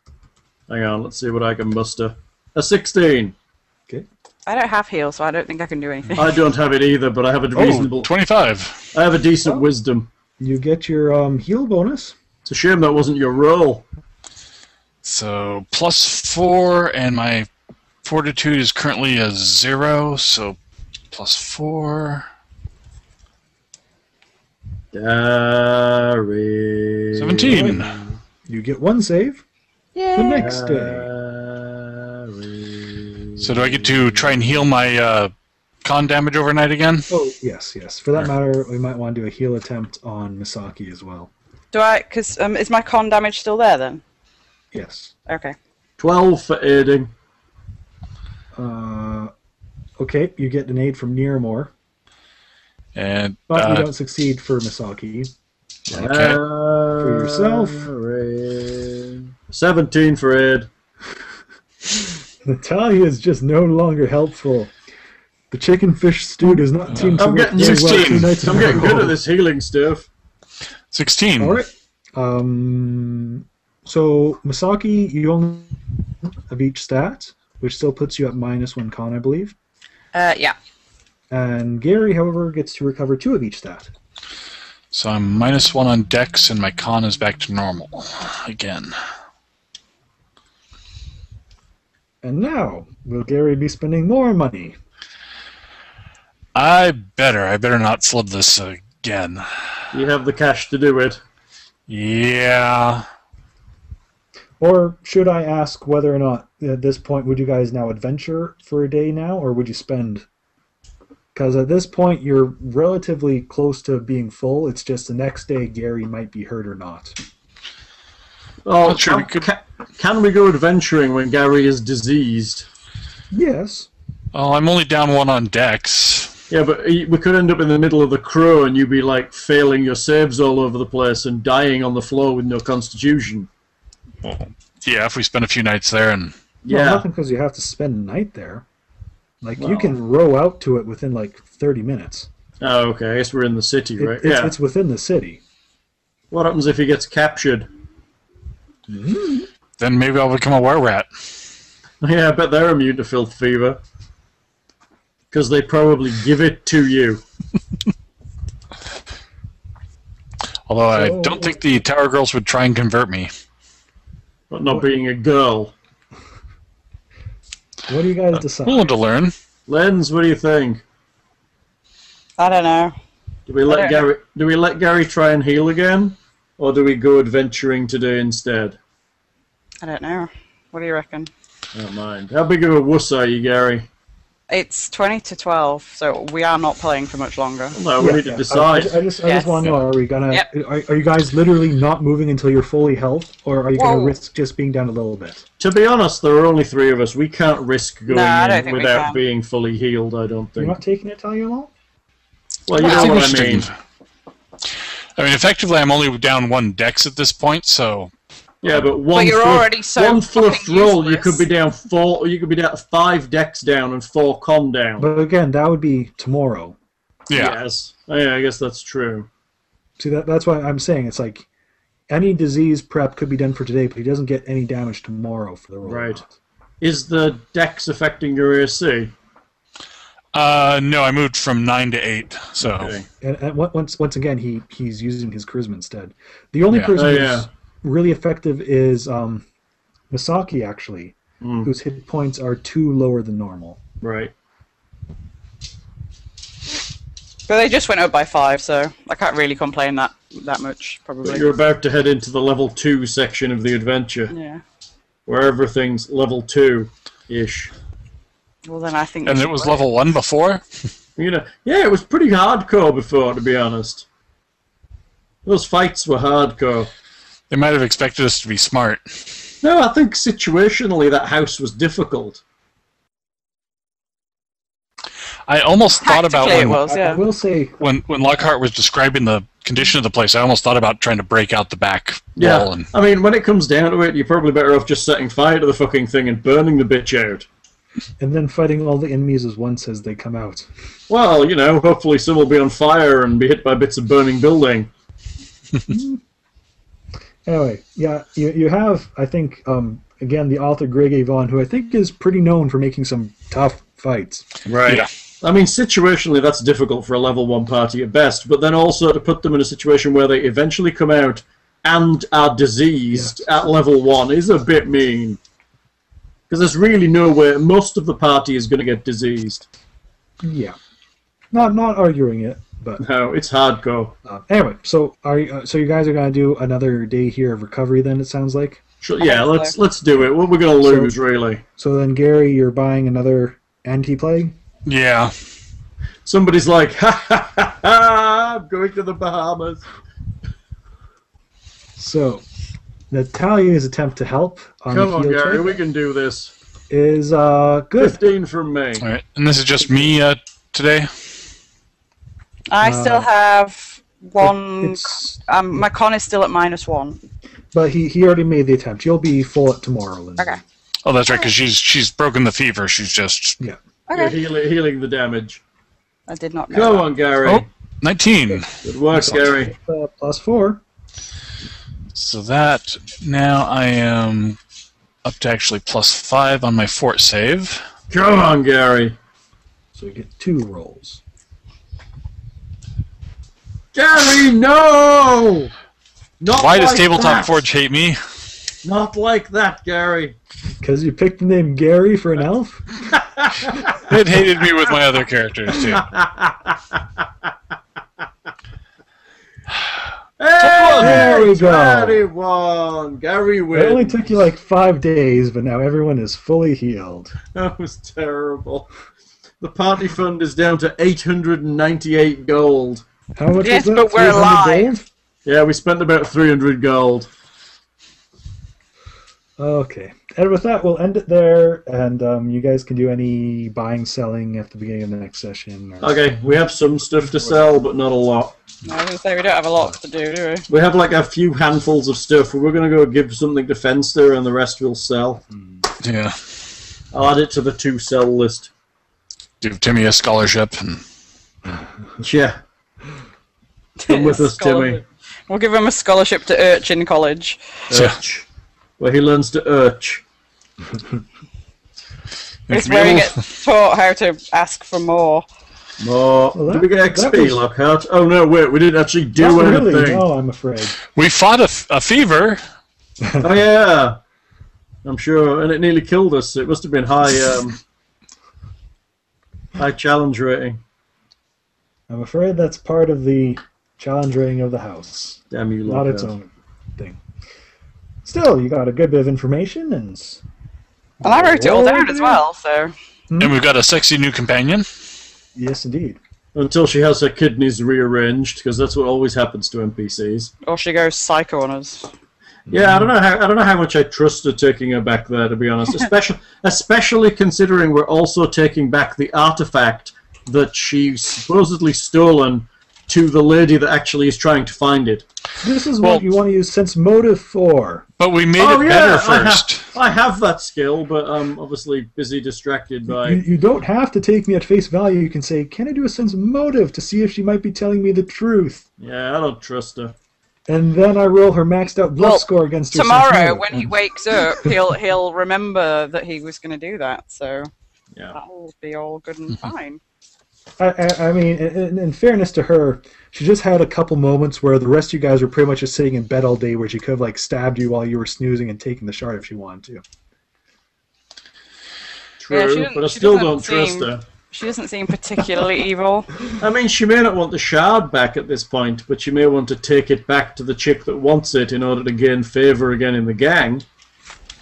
[SPEAKER 3] Hang on, let's see what I can muster. A 16.
[SPEAKER 2] I don't have heal, so I don't think I can do anything.
[SPEAKER 3] I don't have it either, but I have a
[SPEAKER 5] Oh,
[SPEAKER 3] reasonable.
[SPEAKER 5] 25.
[SPEAKER 3] I have a decent wisdom.
[SPEAKER 4] You get your um, heal bonus.
[SPEAKER 3] It's a shame that wasn't your roll.
[SPEAKER 5] So plus four, and my fortitude is currently a zero, so plus four.
[SPEAKER 3] Dari.
[SPEAKER 5] 17.
[SPEAKER 4] You get one save. The
[SPEAKER 2] Yay!
[SPEAKER 3] Uh,
[SPEAKER 4] next day.
[SPEAKER 3] Dari.
[SPEAKER 5] So do I get to try and heal my uh, con damage overnight again?
[SPEAKER 4] Oh yes, yes. For that matter, we might want to do a heal attempt on Misaki as well.
[SPEAKER 2] Do I? Because um, is my con damage still there then?
[SPEAKER 4] Yes.
[SPEAKER 2] Okay.
[SPEAKER 3] 12 for aiding.
[SPEAKER 4] Uh, okay, you get an aid from Nearmore,
[SPEAKER 5] And
[SPEAKER 4] but you
[SPEAKER 5] uh,
[SPEAKER 4] don't succeed for Misaki.
[SPEAKER 5] okay.
[SPEAKER 3] For
[SPEAKER 4] yourself.
[SPEAKER 3] 17 for aid.
[SPEAKER 4] Natalia is just no longer helpful. The chicken fish stew does not seem to
[SPEAKER 3] I'm
[SPEAKER 4] work
[SPEAKER 3] getting
[SPEAKER 4] very well
[SPEAKER 5] 16.
[SPEAKER 4] two nights in
[SPEAKER 3] I'm
[SPEAKER 4] a
[SPEAKER 3] getting
[SPEAKER 4] row.
[SPEAKER 3] good at this healing stuff.
[SPEAKER 5] 16.
[SPEAKER 4] All right. Um, so Misaki, you only of each stat, which still puts you at minus one con, I believe.
[SPEAKER 2] Uh, yeah.
[SPEAKER 4] And Gary, however, gets to recover two of each stat.
[SPEAKER 5] So I'm minus one on dex, and my con is back to normal again.
[SPEAKER 4] And now, will Gary be spending more money?
[SPEAKER 5] I better. I better not flub this again.
[SPEAKER 3] You have the cash to do it.
[SPEAKER 5] Yeah.
[SPEAKER 4] Or should I ask whether or not at this point would you guys now adventure for a day now, or would you spend? Because at this point you're relatively close to being full. It's just the next day Gary might be hurt or not.
[SPEAKER 3] Oh,
[SPEAKER 5] Well, sure, we
[SPEAKER 3] can,
[SPEAKER 5] could-
[SPEAKER 3] ca- can we go adventuring when Gary is diseased?
[SPEAKER 4] Yes.
[SPEAKER 5] Well, I'm only down one on dex.
[SPEAKER 3] Yeah, but he- we could end up in the middle of the crow and you'd be like failing your saves all over the place and dying on the floor with no constitution.
[SPEAKER 5] Yeah, if we spend a few nights there, and
[SPEAKER 4] Well,
[SPEAKER 3] Yeah.
[SPEAKER 4] nothing because you have to spend a night there. Like you can row out to it within like 30 minutes.
[SPEAKER 3] Oh, okay. I guess we're in the city,
[SPEAKER 4] It-
[SPEAKER 3] right?
[SPEAKER 4] it's,
[SPEAKER 3] yeah.
[SPEAKER 4] it's within the city.
[SPEAKER 3] What happens if he gets captured?
[SPEAKER 5] then maybe I'll become a were rat.
[SPEAKER 3] Yeah, I bet they're immune to filth fever. Because they probably give it to you.
[SPEAKER 5] Although I
[SPEAKER 4] So-
[SPEAKER 5] don't think the Tower Girls would try and convert me.
[SPEAKER 3] But not being a girl.
[SPEAKER 4] What do you
[SPEAKER 3] Uh,
[SPEAKER 4] guys decide?
[SPEAKER 5] Willing to learn.
[SPEAKER 3] Lens, what do you think?
[SPEAKER 2] I don't know.
[SPEAKER 3] Do we
[SPEAKER 2] I
[SPEAKER 3] let
[SPEAKER 2] don't know.
[SPEAKER 3] Gary do we let Gary try and heal again? Or do we go adventuring today instead?
[SPEAKER 2] I don't know. What do you reckon?
[SPEAKER 3] Never mind. How big of a wuss are you, Gary?
[SPEAKER 2] It's twenty to twelve, so we are not playing for much longer.
[SPEAKER 3] No,
[SPEAKER 4] Yeah,
[SPEAKER 3] we need
[SPEAKER 4] yeah.
[SPEAKER 3] to
[SPEAKER 4] I-
[SPEAKER 3] decide.
[SPEAKER 4] I, I just, I
[SPEAKER 2] Yes.
[SPEAKER 4] just want to know: Are we gonna?
[SPEAKER 2] Yep.
[SPEAKER 4] Are, are you guys literally not moving until you're fully health, or are you
[SPEAKER 2] Whoa.
[SPEAKER 4] gonna risk just being down a little bit?
[SPEAKER 3] To be honest, there are only three of us. We can't risk going
[SPEAKER 2] No, I don't
[SPEAKER 3] in
[SPEAKER 2] think we
[SPEAKER 3] without
[SPEAKER 2] can.
[SPEAKER 3] being fully healed, I don't
[SPEAKER 4] You're
[SPEAKER 3] think.
[SPEAKER 4] not taking it, Talulol?
[SPEAKER 3] Well, you
[SPEAKER 5] I
[SPEAKER 3] know
[SPEAKER 5] think we
[SPEAKER 3] what
[SPEAKER 5] should
[SPEAKER 3] I mean.
[SPEAKER 5] take- I mean, effectively, I'm only down one dex at this point, so
[SPEAKER 3] Yeah, but one
[SPEAKER 2] you're
[SPEAKER 3] fluff,
[SPEAKER 2] already so
[SPEAKER 3] one fluff
[SPEAKER 2] fucking
[SPEAKER 3] roll, you
[SPEAKER 2] useless.
[SPEAKER 3] could be down four, you could be down five decks down and four con down.
[SPEAKER 4] But again, that would be tomorrow.
[SPEAKER 5] yeah.
[SPEAKER 3] Yes. Oh, yeah, I guess that's true.
[SPEAKER 4] See, that that's why I'm saying it's like any disease prep could be done for today, but he doesn't get any damage tomorrow for the roll.
[SPEAKER 3] Right. Is the dex affecting your AC?
[SPEAKER 5] Uh, no, I moved from nine to eight. So
[SPEAKER 4] And, and on- once once again, he he's using his charisma instead. The only
[SPEAKER 5] Yeah.
[SPEAKER 4] person
[SPEAKER 3] Oh,
[SPEAKER 4] who's
[SPEAKER 3] yeah.
[SPEAKER 4] really effective is um, Misaki, actually, whose hit points are two lower than normal.
[SPEAKER 3] Right.
[SPEAKER 2] But they just went up by five, so I can't really complain that that much,
[SPEAKER 3] But
[SPEAKER 2] probably.
[SPEAKER 3] you're about to head into the level two section of the adventure,
[SPEAKER 2] Yeah.
[SPEAKER 3] where everything's level two ish.
[SPEAKER 2] Well, then I think.
[SPEAKER 5] and
[SPEAKER 2] we
[SPEAKER 5] it
[SPEAKER 2] should
[SPEAKER 5] was
[SPEAKER 2] wait.
[SPEAKER 5] level one before.
[SPEAKER 3] You know, yeah, it was pretty hardcore before, to be honest. Those fights were hardcore.
[SPEAKER 5] They might have expected us to be smart.
[SPEAKER 3] No, I think situationally that house was difficult.
[SPEAKER 5] I almost thought about
[SPEAKER 2] Tactically, it
[SPEAKER 5] when,
[SPEAKER 2] was,
[SPEAKER 4] I- I
[SPEAKER 2] yeah.
[SPEAKER 4] will say
[SPEAKER 5] when when Lockhart was describing the condition of the place. I almost thought about trying to break out the back wall and
[SPEAKER 3] I mean, when it comes down to it, you're probably better off just setting fire to the fucking thing and burning the bitch out.
[SPEAKER 4] and then fighting all the enemies as one says they come out.
[SPEAKER 3] Well, you know, hopefully some will be on fire and be hit by bits of burning building.
[SPEAKER 4] Anyway, yeah, you, you have I think um, again the author Greg Avon, who I think is pretty known for making some tough fights.
[SPEAKER 3] Right.
[SPEAKER 5] Yeah.
[SPEAKER 3] I mean, situationally, that's difficult for a level one party at best, but then also to put them in a situation where they eventually come out and are diseased at level one is a bit mean. Because there's really no way most of the party is going to get diseased.
[SPEAKER 4] Yeah, not not arguing it, but
[SPEAKER 3] No, it's hardcore.
[SPEAKER 4] uh, anyway. So are you- uh, so you guys are gonna do another day here of recovery? Then it sounds like.
[SPEAKER 3] Sure, yeah,
[SPEAKER 2] think
[SPEAKER 3] let's
[SPEAKER 2] so.
[SPEAKER 3] let's do it. What we're going to
[SPEAKER 4] So-
[SPEAKER 3] lose, really?
[SPEAKER 4] So then, Gary, you're buying another anti-plague.
[SPEAKER 5] yeah.
[SPEAKER 3] Somebody's like, ha ha ha ha! I'm going to the Bahamas.
[SPEAKER 4] So Natalia's attempt to help on
[SPEAKER 3] Come
[SPEAKER 4] the
[SPEAKER 3] on,
[SPEAKER 4] heal
[SPEAKER 3] Gary,
[SPEAKER 4] check
[SPEAKER 3] we can do this.
[SPEAKER 4] is uh good.
[SPEAKER 3] Fifteen from me.
[SPEAKER 5] All right. And this is just me uh, today.
[SPEAKER 2] I still have one.
[SPEAKER 4] It's
[SPEAKER 2] Um, my con is still at minus one.
[SPEAKER 4] but he he already made the attempt. You'll be full at tomorrow. Lindsay.
[SPEAKER 2] Okay.
[SPEAKER 5] Oh, that's right. Because she's she's broken the fever. She's just
[SPEAKER 4] Yeah.
[SPEAKER 3] You're
[SPEAKER 2] Okay.
[SPEAKER 3] healing, healing the damage.
[SPEAKER 2] I did not know.
[SPEAKER 3] Come
[SPEAKER 2] that.
[SPEAKER 3] on, Gary.
[SPEAKER 5] Oh. nineteen.
[SPEAKER 3] Good work, Gary.
[SPEAKER 4] Uh, plus four.
[SPEAKER 5] So that now I am up to actually plus five on my fort save.
[SPEAKER 3] Come on, Gary.
[SPEAKER 4] So you get two rolls.
[SPEAKER 3] Gary, no! Not
[SPEAKER 5] Why does
[SPEAKER 3] like
[SPEAKER 5] Tabletop
[SPEAKER 3] that.
[SPEAKER 5] Forge hate me?
[SPEAKER 3] Not like that, Gary.
[SPEAKER 4] Because you picked the name Gary for an elf?
[SPEAKER 5] It hated me with my other characters too.
[SPEAKER 4] There we go.
[SPEAKER 3] Thirty-one. Gary
[SPEAKER 4] It only
[SPEAKER 3] wins.
[SPEAKER 4] took you like five days, but now everyone is fully healed.
[SPEAKER 3] That was terrible. The party fund is down to eight hundred and ninety-eight gold.
[SPEAKER 4] How much
[SPEAKER 2] Yes,
[SPEAKER 4] was that?
[SPEAKER 2] but we're
[SPEAKER 4] 300
[SPEAKER 2] alive.
[SPEAKER 3] Yeah, we spent about three hundred gold.
[SPEAKER 4] gold? Okay. And with that, we'll end it there, and um, you guys can do any buying, selling at the beginning of the next session. Or...
[SPEAKER 3] Okay, we have some stuff to sell, but not a lot.
[SPEAKER 2] I was going to say, we don't have a lot to do, do we?
[SPEAKER 3] We have like a few handfuls of stuff. We're gonna go give something to Fenster, and the rest we'll sell.
[SPEAKER 5] Yeah.
[SPEAKER 3] I'll add it to the two sell list.
[SPEAKER 5] Give Timmy a scholarship and
[SPEAKER 3] Yeah. Come with us, Timmy.
[SPEAKER 2] We'll give him a scholarship to Urchin College.
[SPEAKER 5] Yeah.
[SPEAKER 3] Urch. Where he learns to urch.
[SPEAKER 2] It's where he gets taught how to ask for more.
[SPEAKER 3] More.
[SPEAKER 4] Well, that-
[SPEAKER 3] did we get
[SPEAKER 4] that
[SPEAKER 3] XP,
[SPEAKER 4] was-
[SPEAKER 3] Lockhart? Oh no, wait, we didn't actually
[SPEAKER 4] Not
[SPEAKER 3] do
[SPEAKER 4] really,
[SPEAKER 3] anything.
[SPEAKER 4] no, I'm afraid.
[SPEAKER 5] We fought a, f- a fever.
[SPEAKER 3] Oh yeah. I'm sure, and it nearly killed us. It must have been high, um, high challenge rating.
[SPEAKER 4] I'm afraid that's part of the challenge rating of the house.
[SPEAKER 3] Damn you,
[SPEAKER 4] not
[SPEAKER 3] Lockhart.
[SPEAKER 4] its own thing. Still, you got a good bit of information, and
[SPEAKER 2] And I wrote it all down as well, so.
[SPEAKER 3] Hmm?
[SPEAKER 5] And we've got a sexy new companion.
[SPEAKER 4] yes, indeed.
[SPEAKER 3] Until she has her kidneys rearranged, because that's what always happens to NPCs.
[SPEAKER 2] Or she goes psycho on us.
[SPEAKER 3] Yeah, I
[SPEAKER 2] Mm.
[SPEAKER 3] don't know how I don't know how much I trust her taking her back there, to be honest. Especially, especially considering we're also taking back the artifact that she supposedly stolen to the lady that actually is trying to find it.
[SPEAKER 4] This is
[SPEAKER 5] Well-
[SPEAKER 4] what you want to use sense motive for.
[SPEAKER 5] But we
[SPEAKER 3] Oh,
[SPEAKER 5] made it better
[SPEAKER 3] uh-huh.
[SPEAKER 5] first.
[SPEAKER 3] I have, I have that skill, but I'm obviously busy distracted
[SPEAKER 4] You,
[SPEAKER 3] by.
[SPEAKER 4] you don't have to take me at face value. You can say, "Can I do a sense motive to see if she might be telling me the truth?"
[SPEAKER 3] Yeah, I don't trust her.
[SPEAKER 4] And then I roll her maxed out bluff
[SPEAKER 2] Well,
[SPEAKER 4] score against her sense
[SPEAKER 2] Tomorrow,
[SPEAKER 4] motive,
[SPEAKER 2] when he
[SPEAKER 4] and-
[SPEAKER 2] wakes up, he'll he'll remember that he was going to do that, so
[SPEAKER 3] Yeah.
[SPEAKER 2] that'll be all good and fine.
[SPEAKER 4] I, I, I mean, in, in- in fairness to her, she just had a couple moments where the rest of you guys were pretty much just sitting in bed all day, where she could have like stabbed you while you were snoozing and taking the shard if she wanted to.
[SPEAKER 3] True,
[SPEAKER 2] Yeah, she didn't-
[SPEAKER 3] but I
[SPEAKER 2] she
[SPEAKER 3] still
[SPEAKER 2] doesn't
[SPEAKER 3] don't trust
[SPEAKER 2] seem-
[SPEAKER 3] her.
[SPEAKER 2] She doesn't seem particularly evil.
[SPEAKER 3] I mean, she may not want the shard back at this point, but she may want to take it back to the chick that wants it in order to gain favor again in the gang.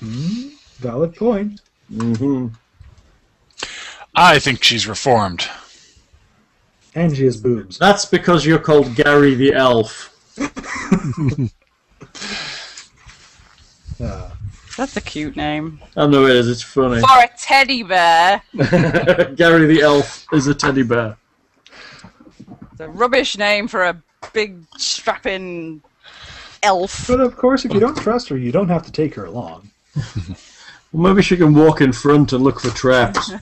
[SPEAKER 4] Valid point.
[SPEAKER 3] hmm
[SPEAKER 5] I think she's reformed.
[SPEAKER 4] And she has boobs.
[SPEAKER 3] That's because you're called Gary the Elf.
[SPEAKER 4] Uh,
[SPEAKER 2] That's a cute name.
[SPEAKER 3] I know it is. It's funny.
[SPEAKER 2] For a teddy bear.
[SPEAKER 3] Gary the Elf is a teddy bear.
[SPEAKER 2] It's a rubbish name for a big strapping elf.
[SPEAKER 4] but of course, if you don't trust her, you don't have to take her along.
[SPEAKER 3] Well, maybe she can walk in front and look for traps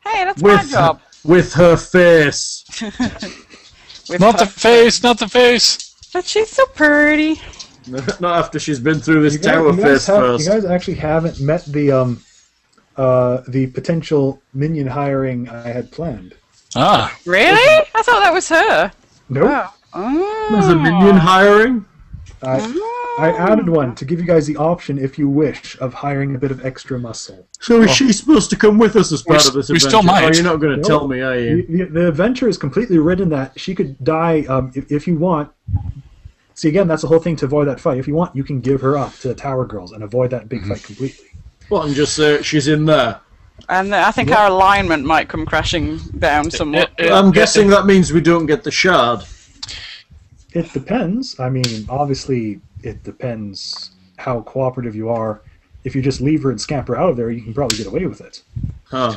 [SPEAKER 2] Hey, that's my
[SPEAKER 3] with
[SPEAKER 2] job.
[SPEAKER 3] with her face.
[SPEAKER 2] With
[SPEAKER 5] Not the
[SPEAKER 2] her-
[SPEAKER 5] face, not the face.
[SPEAKER 2] But she's so pretty.
[SPEAKER 3] Not after she's been through this
[SPEAKER 4] You guys,
[SPEAKER 3] tower
[SPEAKER 4] you guys
[SPEAKER 3] face
[SPEAKER 4] have- you
[SPEAKER 3] first.
[SPEAKER 4] guys actually haven't met the um, uh, the potential minion hiring I had planned.
[SPEAKER 5] Ah,
[SPEAKER 2] Really? I thought that was her. Mm.
[SPEAKER 4] Nope.
[SPEAKER 2] Oh.
[SPEAKER 3] There's a minion hiring.
[SPEAKER 4] I, I added one to give you guys the option, if you wish, of hiring a bit of extra muscle.
[SPEAKER 3] So is she supposed to come with us as part
[SPEAKER 5] s-
[SPEAKER 3] of this
[SPEAKER 5] we
[SPEAKER 3] adventure?
[SPEAKER 5] still
[SPEAKER 3] Oh,
[SPEAKER 5] might.
[SPEAKER 3] you're not going to
[SPEAKER 4] No.
[SPEAKER 3] tell me, are
[SPEAKER 4] The,
[SPEAKER 3] you?
[SPEAKER 4] the, the adventure is completely written that she could die um, if, if you want. See, again, that's the whole thing to avoid that fight. If you want, you can give her up to the Tower Girls and avoid that big fight completely.
[SPEAKER 3] Well, and just say she's in there.
[SPEAKER 2] And I think our alignment might come crashing down somewhat.
[SPEAKER 5] it-
[SPEAKER 3] I'm guessing that means we don't get the shard.
[SPEAKER 4] It depends. I mean, obviously, it depends how cooperative you are. If you just leave her and scamper out of there, you can probably get away with it.
[SPEAKER 3] Huh.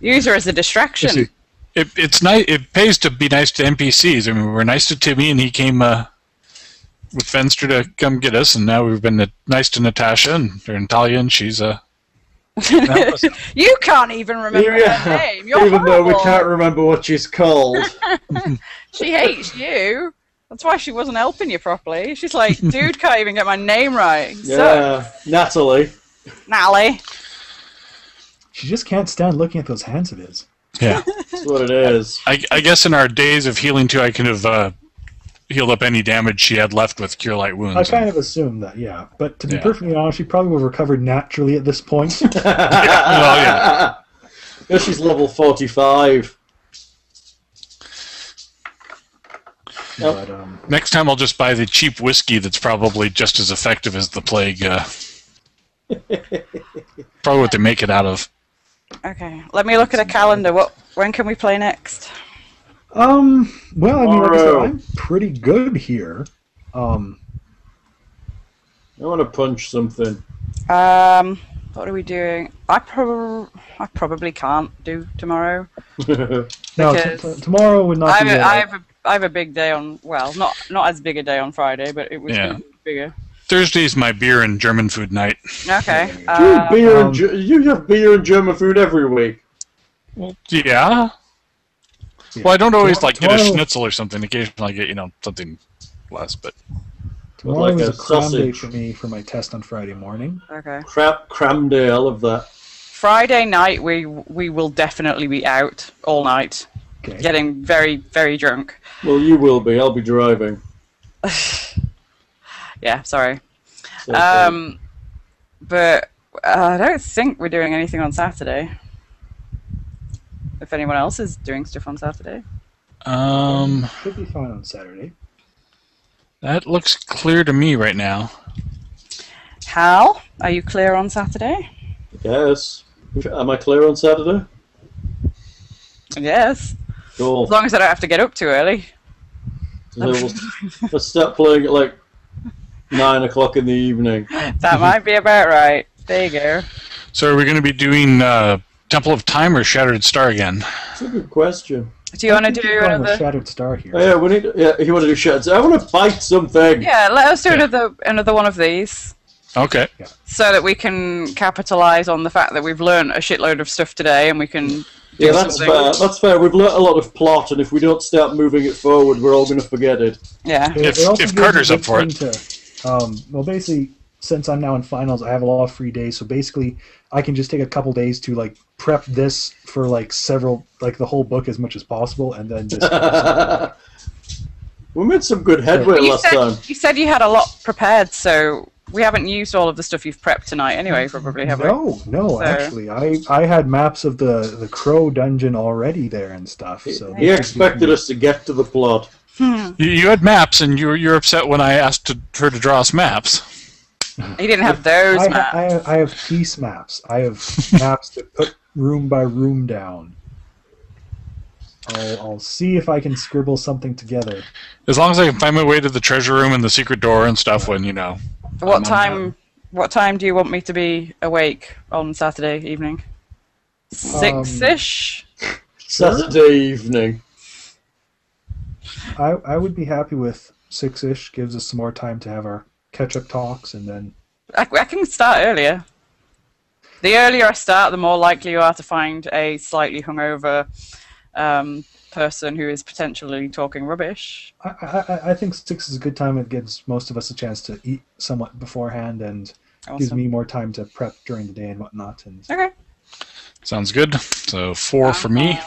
[SPEAKER 2] Use her as a distraction.
[SPEAKER 5] it, it's nice. It pays to be nice to NPCs. I mean, we were nice to Timmy, and he came uh, with Fenster to come get us, and now we've been uh, nice to Natasha and or Natalia, and she's uh, now us.
[SPEAKER 2] You can't even remember her name. You're
[SPEAKER 3] Even though we
[SPEAKER 2] horrible.
[SPEAKER 3] can't remember what she's called.
[SPEAKER 2] She hates you. That's why she wasn't helping you properly. She's like, dude, can't even get my name right. So,
[SPEAKER 3] yeah, Natalie.
[SPEAKER 2] Nally.
[SPEAKER 4] She just can't stand looking at those hands of his.
[SPEAKER 5] yeah.
[SPEAKER 3] That's what it is.
[SPEAKER 5] I, I guess in our days of healing too, I could have uh, healed up any damage she had left with cure light
[SPEAKER 4] I
[SPEAKER 5] wounds.
[SPEAKER 4] kind of assume that, yeah. But to be
[SPEAKER 5] Yeah.
[SPEAKER 4] perfectly honest, she probably would have recovered naturally at this point.
[SPEAKER 5] well, oh, yeah.
[SPEAKER 3] Yeah, she's level 45.
[SPEAKER 4] but um,
[SPEAKER 5] Next time, I'll just buy the cheap whiskey that's probably just as effective as the plague. Uh, probably what they make it out of.
[SPEAKER 2] Okay, let me look at a calendar. What? When can we play next?
[SPEAKER 4] um, well, I mean, like I said,
[SPEAKER 3] Tomorrow.
[SPEAKER 4] I'm pretty good here. Um,
[SPEAKER 3] I want to punch something.
[SPEAKER 2] Um, what are we doing? I prob- I probably can't do tomorrow.
[SPEAKER 4] no, t-
[SPEAKER 2] Because-
[SPEAKER 4] t- tomorrow would not
[SPEAKER 2] I
[SPEAKER 4] be.
[SPEAKER 2] have, a, I,
[SPEAKER 4] uh,
[SPEAKER 2] have a, I have a big day on. Well, not not as big a day on Friday, but it was
[SPEAKER 5] Yeah.
[SPEAKER 2] gonna be bigger.
[SPEAKER 5] Thursday's my beer and German food night.
[SPEAKER 2] Okay.
[SPEAKER 3] you,
[SPEAKER 2] Uh,
[SPEAKER 3] beer
[SPEAKER 4] um,
[SPEAKER 3] and Ge- you have beer and German food every week.
[SPEAKER 5] Yeah. Well, I don't always like get a
[SPEAKER 4] Tomorrow-
[SPEAKER 5] schnitzel or something. Occasionally, I get you know something less, but
[SPEAKER 4] tomorrow
[SPEAKER 3] like
[SPEAKER 4] is
[SPEAKER 3] a
[SPEAKER 4] a cram day
[SPEAKER 3] sausage.
[SPEAKER 4] for me for my test on Friday morning.
[SPEAKER 2] okay.
[SPEAKER 3] Crap, cram day, I love that.
[SPEAKER 2] Friday night, we we will definitely be out all night,
[SPEAKER 4] Okay.
[SPEAKER 2] getting very very drunk.
[SPEAKER 3] Well, you will be. I'll be driving.
[SPEAKER 2] Yeah. Sorry.
[SPEAKER 3] So-
[SPEAKER 2] Um, but uh, I don't think we're doing anything on Saturday. If anyone else is doing stuff on Saturday,
[SPEAKER 5] um,
[SPEAKER 4] Should be fine on Saturday.
[SPEAKER 5] that looks clear to me right now.
[SPEAKER 2] Hal, are you clear on Saturday?
[SPEAKER 3] yes. Am I clear on Saturday?
[SPEAKER 2] Yes,
[SPEAKER 3] Cool.
[SPEAKER 2] as long as I don't have to get up too early.
[SPEAKER 3] So we'll, we'll start playing at like nine o'clock in the evening.
[SPEAKER 2] That might be about right. There you go.
[SPEAKER 5] So, are we going to be doing uh, Temple of Time or Shattered Star again?
[SPEAKER 3] It's a good question.
[SPEAKER 2] Do you want to
[SPEAKER 4] I think
[SPEAKER 2] do
[SPEAKER 4] you're going with
[SPEAKER 2] another?
[SPEAKER 4] Shattered Star here.
[SPEAKER 3] Oh, yeah, we need. Yeah, you want to do shots? I want to fight something.
[SPEAKER 2] Yeah, let us do
[SPEAKER 5] Yeah.
[SPEAKER 2] another another one of these
[SPEAKER 5] Okay.
[SPEAKER 2] so that we can capitalize on the fact that we've learned a shitload of stuff today and we can.
[SPEAKER 3] Yeah, that's
[SPEAKER 2] something.
[SPEAKER 3] fair. That's fair. We've learnt a lot of plot, and if we don't start moving it forward, we're all going to forget it.
[SPEAKER 2] Yeah.
[SPEAKER 4] It-
[SPEAKER 5] If-
[SPEAKER 4] it also
[SPEAKER 5] if
[SPEAKER 4] gives me
[SPEAKER 5] Carter's
[SPEAKER 4] a
[SPEAKER 5] up for it.
[SPEAKER 4] thing to- um, well, basically, since I'm now in finals, I have a lot of free days, so basically, I can just take a couple days to like prep this for like several, like the whole book as much as possible, and then just
[SPEAKER 3] we made some good headway
[SPEAKER 2] you
[SPEAKER 3] last
[SPEAKER 2] said,
[SPEAKER 3] time.
[SPEAKER 2] you said you had a lot prepared, so we haven't used all of the stuff you've prepped tonight anyway, probably, have we?
[SPEAKER 4] no, no,
[SPEAKER 2] So-
[SPEAKER 4] actually, I I had maps of the the crow dungeon already there and stuff. So
[SPEAKER 3] He expected us to get to the plot.
[SPEAKER 5] You, you had maps, and you were, you were upset when I asked to, her to draw us maps.
[SPEAKER 2] You didn't have those,
[SPEAKER 4] I,
[SPEAKER 2] Matt.
[SPEAKER 4] ha- I, have- I have piece maps. I have maps that put room by room down. I'll, I'll see if I can scribble something together.
[SPEAKER 5] As long as I can find my way to the treasure room and the secret door and stuff, when you know.
[SPEAKER 2] what
[SPEAKER 5] I'm on
[SPEAKER 2] time? What time do you want me to be awake on Saturday evening? Six ish.
[SPEAKER 3] Saturday evening.
[SPEAKER 4] I, I would be happy with six ish. Gives us some more time to have our catch up talks, and then
[SPEAKER 2] I, I can start earlier. The earlier I start, the more likely you are to find a slightly hungover um, person who is potentially talking rubbish.
[SPEAKER 4] I, I, I- I think six is a good time. It gives most of us a chance to eat somewhat beforehand, and gives
[SPEAKER 2] Awesome.
[SPEAKER 4] me more time to prep during the day and whatnot. And
[SPEAKER 2] Okay.
[SPEAKER 5] Sounds good. So four for me.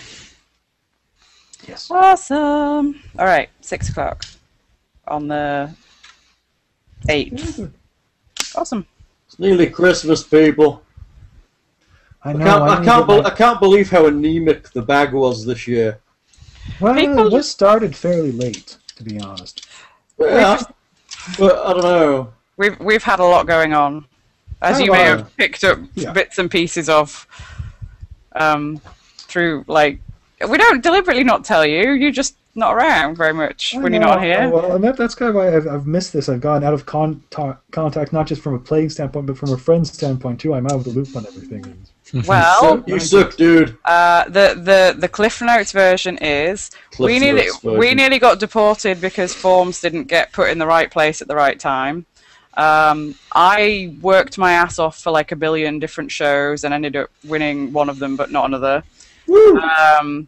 [SPEAKER 4] yes,
[SPEAKER 2] Awesome. All right, six o'clock on the eighth.
[SPEAKER 4] Mm-hmm.
[SPEAKER 2] Awesome.
[SPEAKER 3] It's nearly Christmas, people.
[SPEAKER 4] I
[SPEAKER 3] I
[SPEAKER 4] know.
[SPEAKER 3] can't,
[SPEAKER 4] Oh, I
[SPEAKER 3] I,
[SPEAKER 4] need
[SPEAKER 3] can't
[SPEAKER 4] to
[SPEAKER 3] bel
[SPEAKER 4] get
[SPEAKER 3] I
[SPEAKER 4] my-
[SPEAKER 3] can't believe how anemic the bag was this year.
[SPEAKER 4] well,
[SPEAKER 2] People-
[SPEAKER 4] this started fairly late, to be honest.
[SPEAKER 3] Yeah, but I don't know.
[SPEAKER 2] We've we've had a lot going on, as you may have picked up
[SPEAKER 4] Oh, Yeah.
[SPEAKER 2] bits and pieces of, um, through like we don't deliberately not tell you. You're just not around very much when you're
[SPEAKER 4] I know,
[SPEAKER 2] not
[SPEAKER 4] I-
[SPEAKER 2] here.
[SPEAKER 4] Well, and that, that's kind of why I've, I've missed this. I've gone out of contact, contact, not just from a playing standpoint, but from a friend standpoint too. I'm out of the loop on everything.
[SPEAKER 2] Well,
[SPEAKER 3] You suck, dude.
[SPEAKER 2] uh, the the the Cliff Notes version is
[SPEAKER 3] Cliff
[SPEAKER 2] we nearly
[SPEAKER 3] Notes
[SPEAKER 2] we
[SPEAKER 3] version.
[SPEAKER 2] nearly got deported because forms didn't get put in the right place at the right time. Um, I worked my ass off for like a billion different shows and ended up winning one of them, but not another. Um,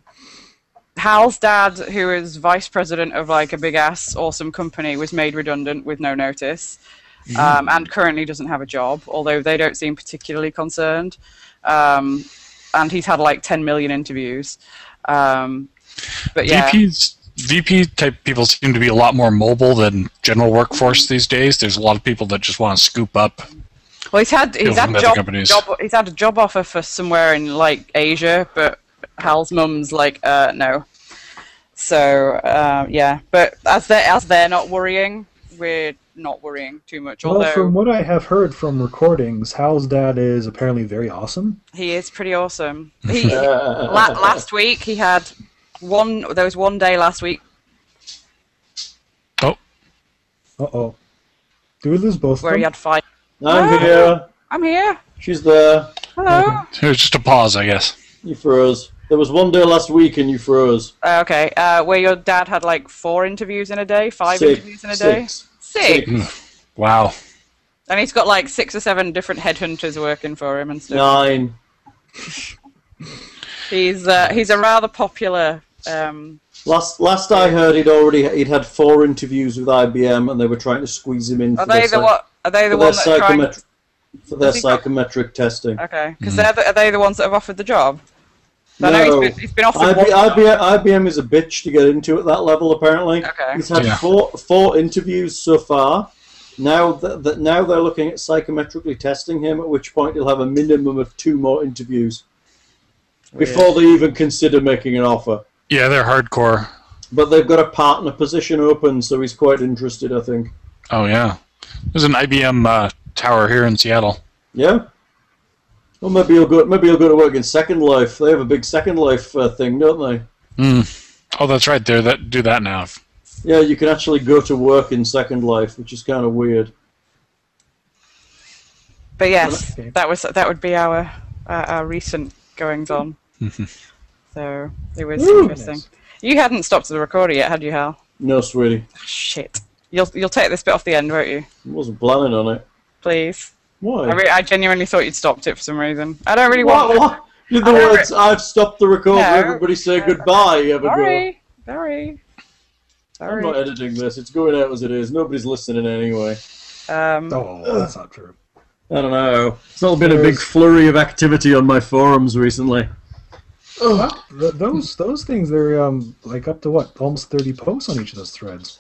[SPEAKER 2] Hal's dad, who is vice president of like a big ass awesome company, was made redundant with no notice,
[SPEAKER 5] Mm-hmm.
[SPEAKER 2] um, and currently doesn't have a job. Although they don't seem particularly concerned, um, and he's had like 10 million interviews. Um, but yeah,
[SPEAKER 5] VPs, VP type people seem to be a lot more mobile than general workforce these days. There's a lot of people that just want to scoop up.
[SPEAKER 2] well, he's had he's
[SPEAKER 5] People
[SPEAKER 2] had
[SPEAKER 5] from other
[SPEAKER 2] job,
[SPEAKER 5] companies.
[SPEAKER 2] job he's had a job offer for somewhere in like Asia, but Hal's mum's like, uh, no. So um, yeah, but as they are as they're not worrying, we're not worrying too much. Although
[SPEAKER 4] Well, from what I have heard from recordings, Hal's dad is apparently very awesome.
[SPEAKER 2] He is pretty awesome. He, la- last week he had one. There was one day last week
[SPEAKER 5] Oh,
[SPEAKER 4] Uh oh. Do we lose both? of
[SPEAKER 2] where he
[SPEAKER 4] them?
[SPEAKER 2] had five. Ah.
[SPEAKER 3] I'm here.
[SPEAKER 2] I'm here.
[SPEAKER 3] She's there.
[SPEAKER 2] Hello.
[SPEAKER 5] it was just a pause, I guess.
[SPEAKER 3] You froze. There was one day last week and you froze.
[SPEAKER 2] Uh, okay. Uh, where your dad had like four interviews in a day, five
[SPEAKER 3] Six.
[SPEAKER 2] interviews in a day,
[SPEAKER 3] Six.
[SPEAKER 2] six.
[SPEAKER 5] Wow.
[SPEAKER 2] and he's got like six or seven different headhunters working for him and stuff.
[SPEAKER 3] Nine.
[SPEAKER 2] He's uh, he's a rather popular. Um,
[SPEAKER 3] Last last I heard, he'd already he'd had four interviews with IBM, and they were trying to squeeze him in.
[SPEAKER 2] are
[SPEAKER 3] for their
[SPEAKER 2] they the
[SPEAKER 3] psych-
[SPEAKER 2] what? Are they the
[SPEAKER 3] for their
[SPEAKER 2] ones that tried?
[SPEAKER 3] psychometric for their
[SPEAKER 2] Has he got-
[SPEAKER 3] psychometric testing.
[SPEAKER 2] Okay, because they're the, are they the ones that have offered the job? 'Cause I know
[SPEAKER 3] Hmm. No.
[SPEAKER 2] he's been, he's been offered
[SPEAKER 3] IB,
[SPEAKER 2] one.
[SPEAKER 3] IBM, IBM is a bitch to get into at that level. Apparently,
[SPEAKER 2] Okay.
[SPEAKER 3] he's had
[SPEAKER 5] Yeah.
[SPEAKER 3] four four interviews so far. Now that that now they're looking at psychometrically testing him, at which point he'll have a minimum of two more interviews before they even consider making an offer.
[SPEAKER 5] Yeah, they're hardcore.
[SPEAKER 3] But they've got a partner position open, so he's quite interested, I think.
[SPEAKER 5] Oh yeah. There's an IBM uh, tower here in Seattle.
[SPEAKER 3] Yeah. Well, maybe he'll go. Maybe he'll go to work in Second Life. They have a big Second Life uh, thing, don't they?
[SPEAKER 5] Oh, that's right. There, that do that now.
[SPEAKER 3] Yeah, you can actually go to work in Second Life, which is kind of weird.
[SPEAKER 2] But yes,
[SPEAKER 4] Okay.
[SPEAKER 2] that was that would be our uh, our recent goings on. so it was interesting.
[SPEAKER 4] Nice.
[SPEAKER 2] You hadn't stopped the recorder yet, had you, Hal?
[SPEAKER 3] No, sweetie,
[SPEAKER 2] Shit. You'll you'll take this bit off the end, won't you?
[SPEAKER 3] I wasn't planning on it.
[SPEAKER 2] Please.
[SPEAKER 3] Why?
[SPEAKER 2] I, re- I genuinely thought you'd stopped it for some reason. I don't really
[SPEAKER 3] what?
[SPEAKER 2] want.
[SPEAKER 3] what? Did the
[SPEAKER 2] I re-
[SPEAKER 3] words "I've stopped the recorder"?
[SPEAKER 2] No.
[SPEAKER 3] everybody say goodbye. Ever go?
[SPEAKER 2] Sorry. Sorry.
[SPEAKER 3] I'm not
[SPEAKER 2] Sorry.
[SPEAKER 3] editing this. It's going out as it is. Nobody's listening anyway.
[SPEAKER 2] Um,
[SPEAKER 4] Oh, that's not true.
[SPEAKER 3] I don't know. It's all been a big flurry of activity on my forums recently.
[SPEAKER 4] Wow, th- those those things they're um like up to what almost thirty posts on each of those threads.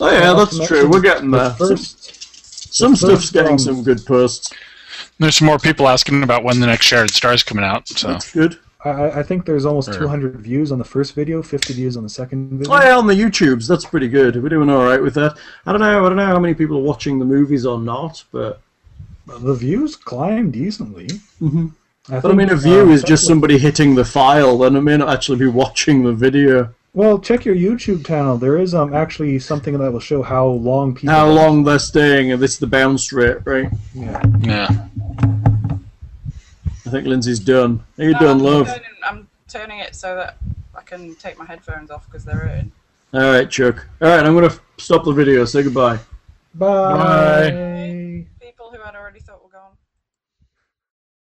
[SPEAKER 3] Oh yeah,
[SPEAKER 4] Not to
[SPEAKER 3] that's true.
[SPEAKER 4] mention
[SPEAKER 3] We're getting
[SPEAKER 4] the
[SPEAKER 3] there. Some,
[SPEAKER 4] First,
[SPEAKER 3] some stuff's
[SPEAKER 4] first,
[SPEAKER 3] getting
[SPEAKER 4] um,
[SPEAKER 3] some good posts.
[SPEAKER 5] There's some more people asking about when the next Shared Star's coming out. So
[SPEAKER 3] That's good.
[SPEAKER 4] I- I, I think there's almost
[SPEAKER 5] Sure.
[SPEAKER 4] two hundred views on the first video, fifty views on the second video.
[SPEAKER 3] Oh yeah, on the YouTubes, that's pretty good. We're doing all right with that. I don't know. I don't know how many people are watching the movies or not, but
[SPEAKER 4] The views climb decently.
[SPEAKER 3] Mhm.
[SPEAKER 4] I,
[SPEAKER 3] but I
[SPEAKER 4] think,
[SPEAKER 3] mean, a view
[SPEAKER 4] uh,
[SPEAKER 3] is just
[SPEAKER 4] definitely-
[SPEAKER 3] somebody hitting the file, and I may not actually be watching the video.
[SPEAKER 4] Well, check your YouTube channel. There is um actually something that will show how long people.
[SPEAKER 3] How long they're staying, and it's the bounce rate, right?
[SPEAKER 4] Yeah.
[SPEAKER 5] yeah,
[SPEAKER 3] I think Lindsay's done. Are you done, love?
[SPEAKER 2] I'm turning it so that I can take my headphones off because they're in.
[SPEAKER 3] All right, Chuck. All right, I'm gonna f- stop the video. Say goodbye.
[SPEAKER 4] Bye.
[SPEAKER 2] People who I'd already thought were gone.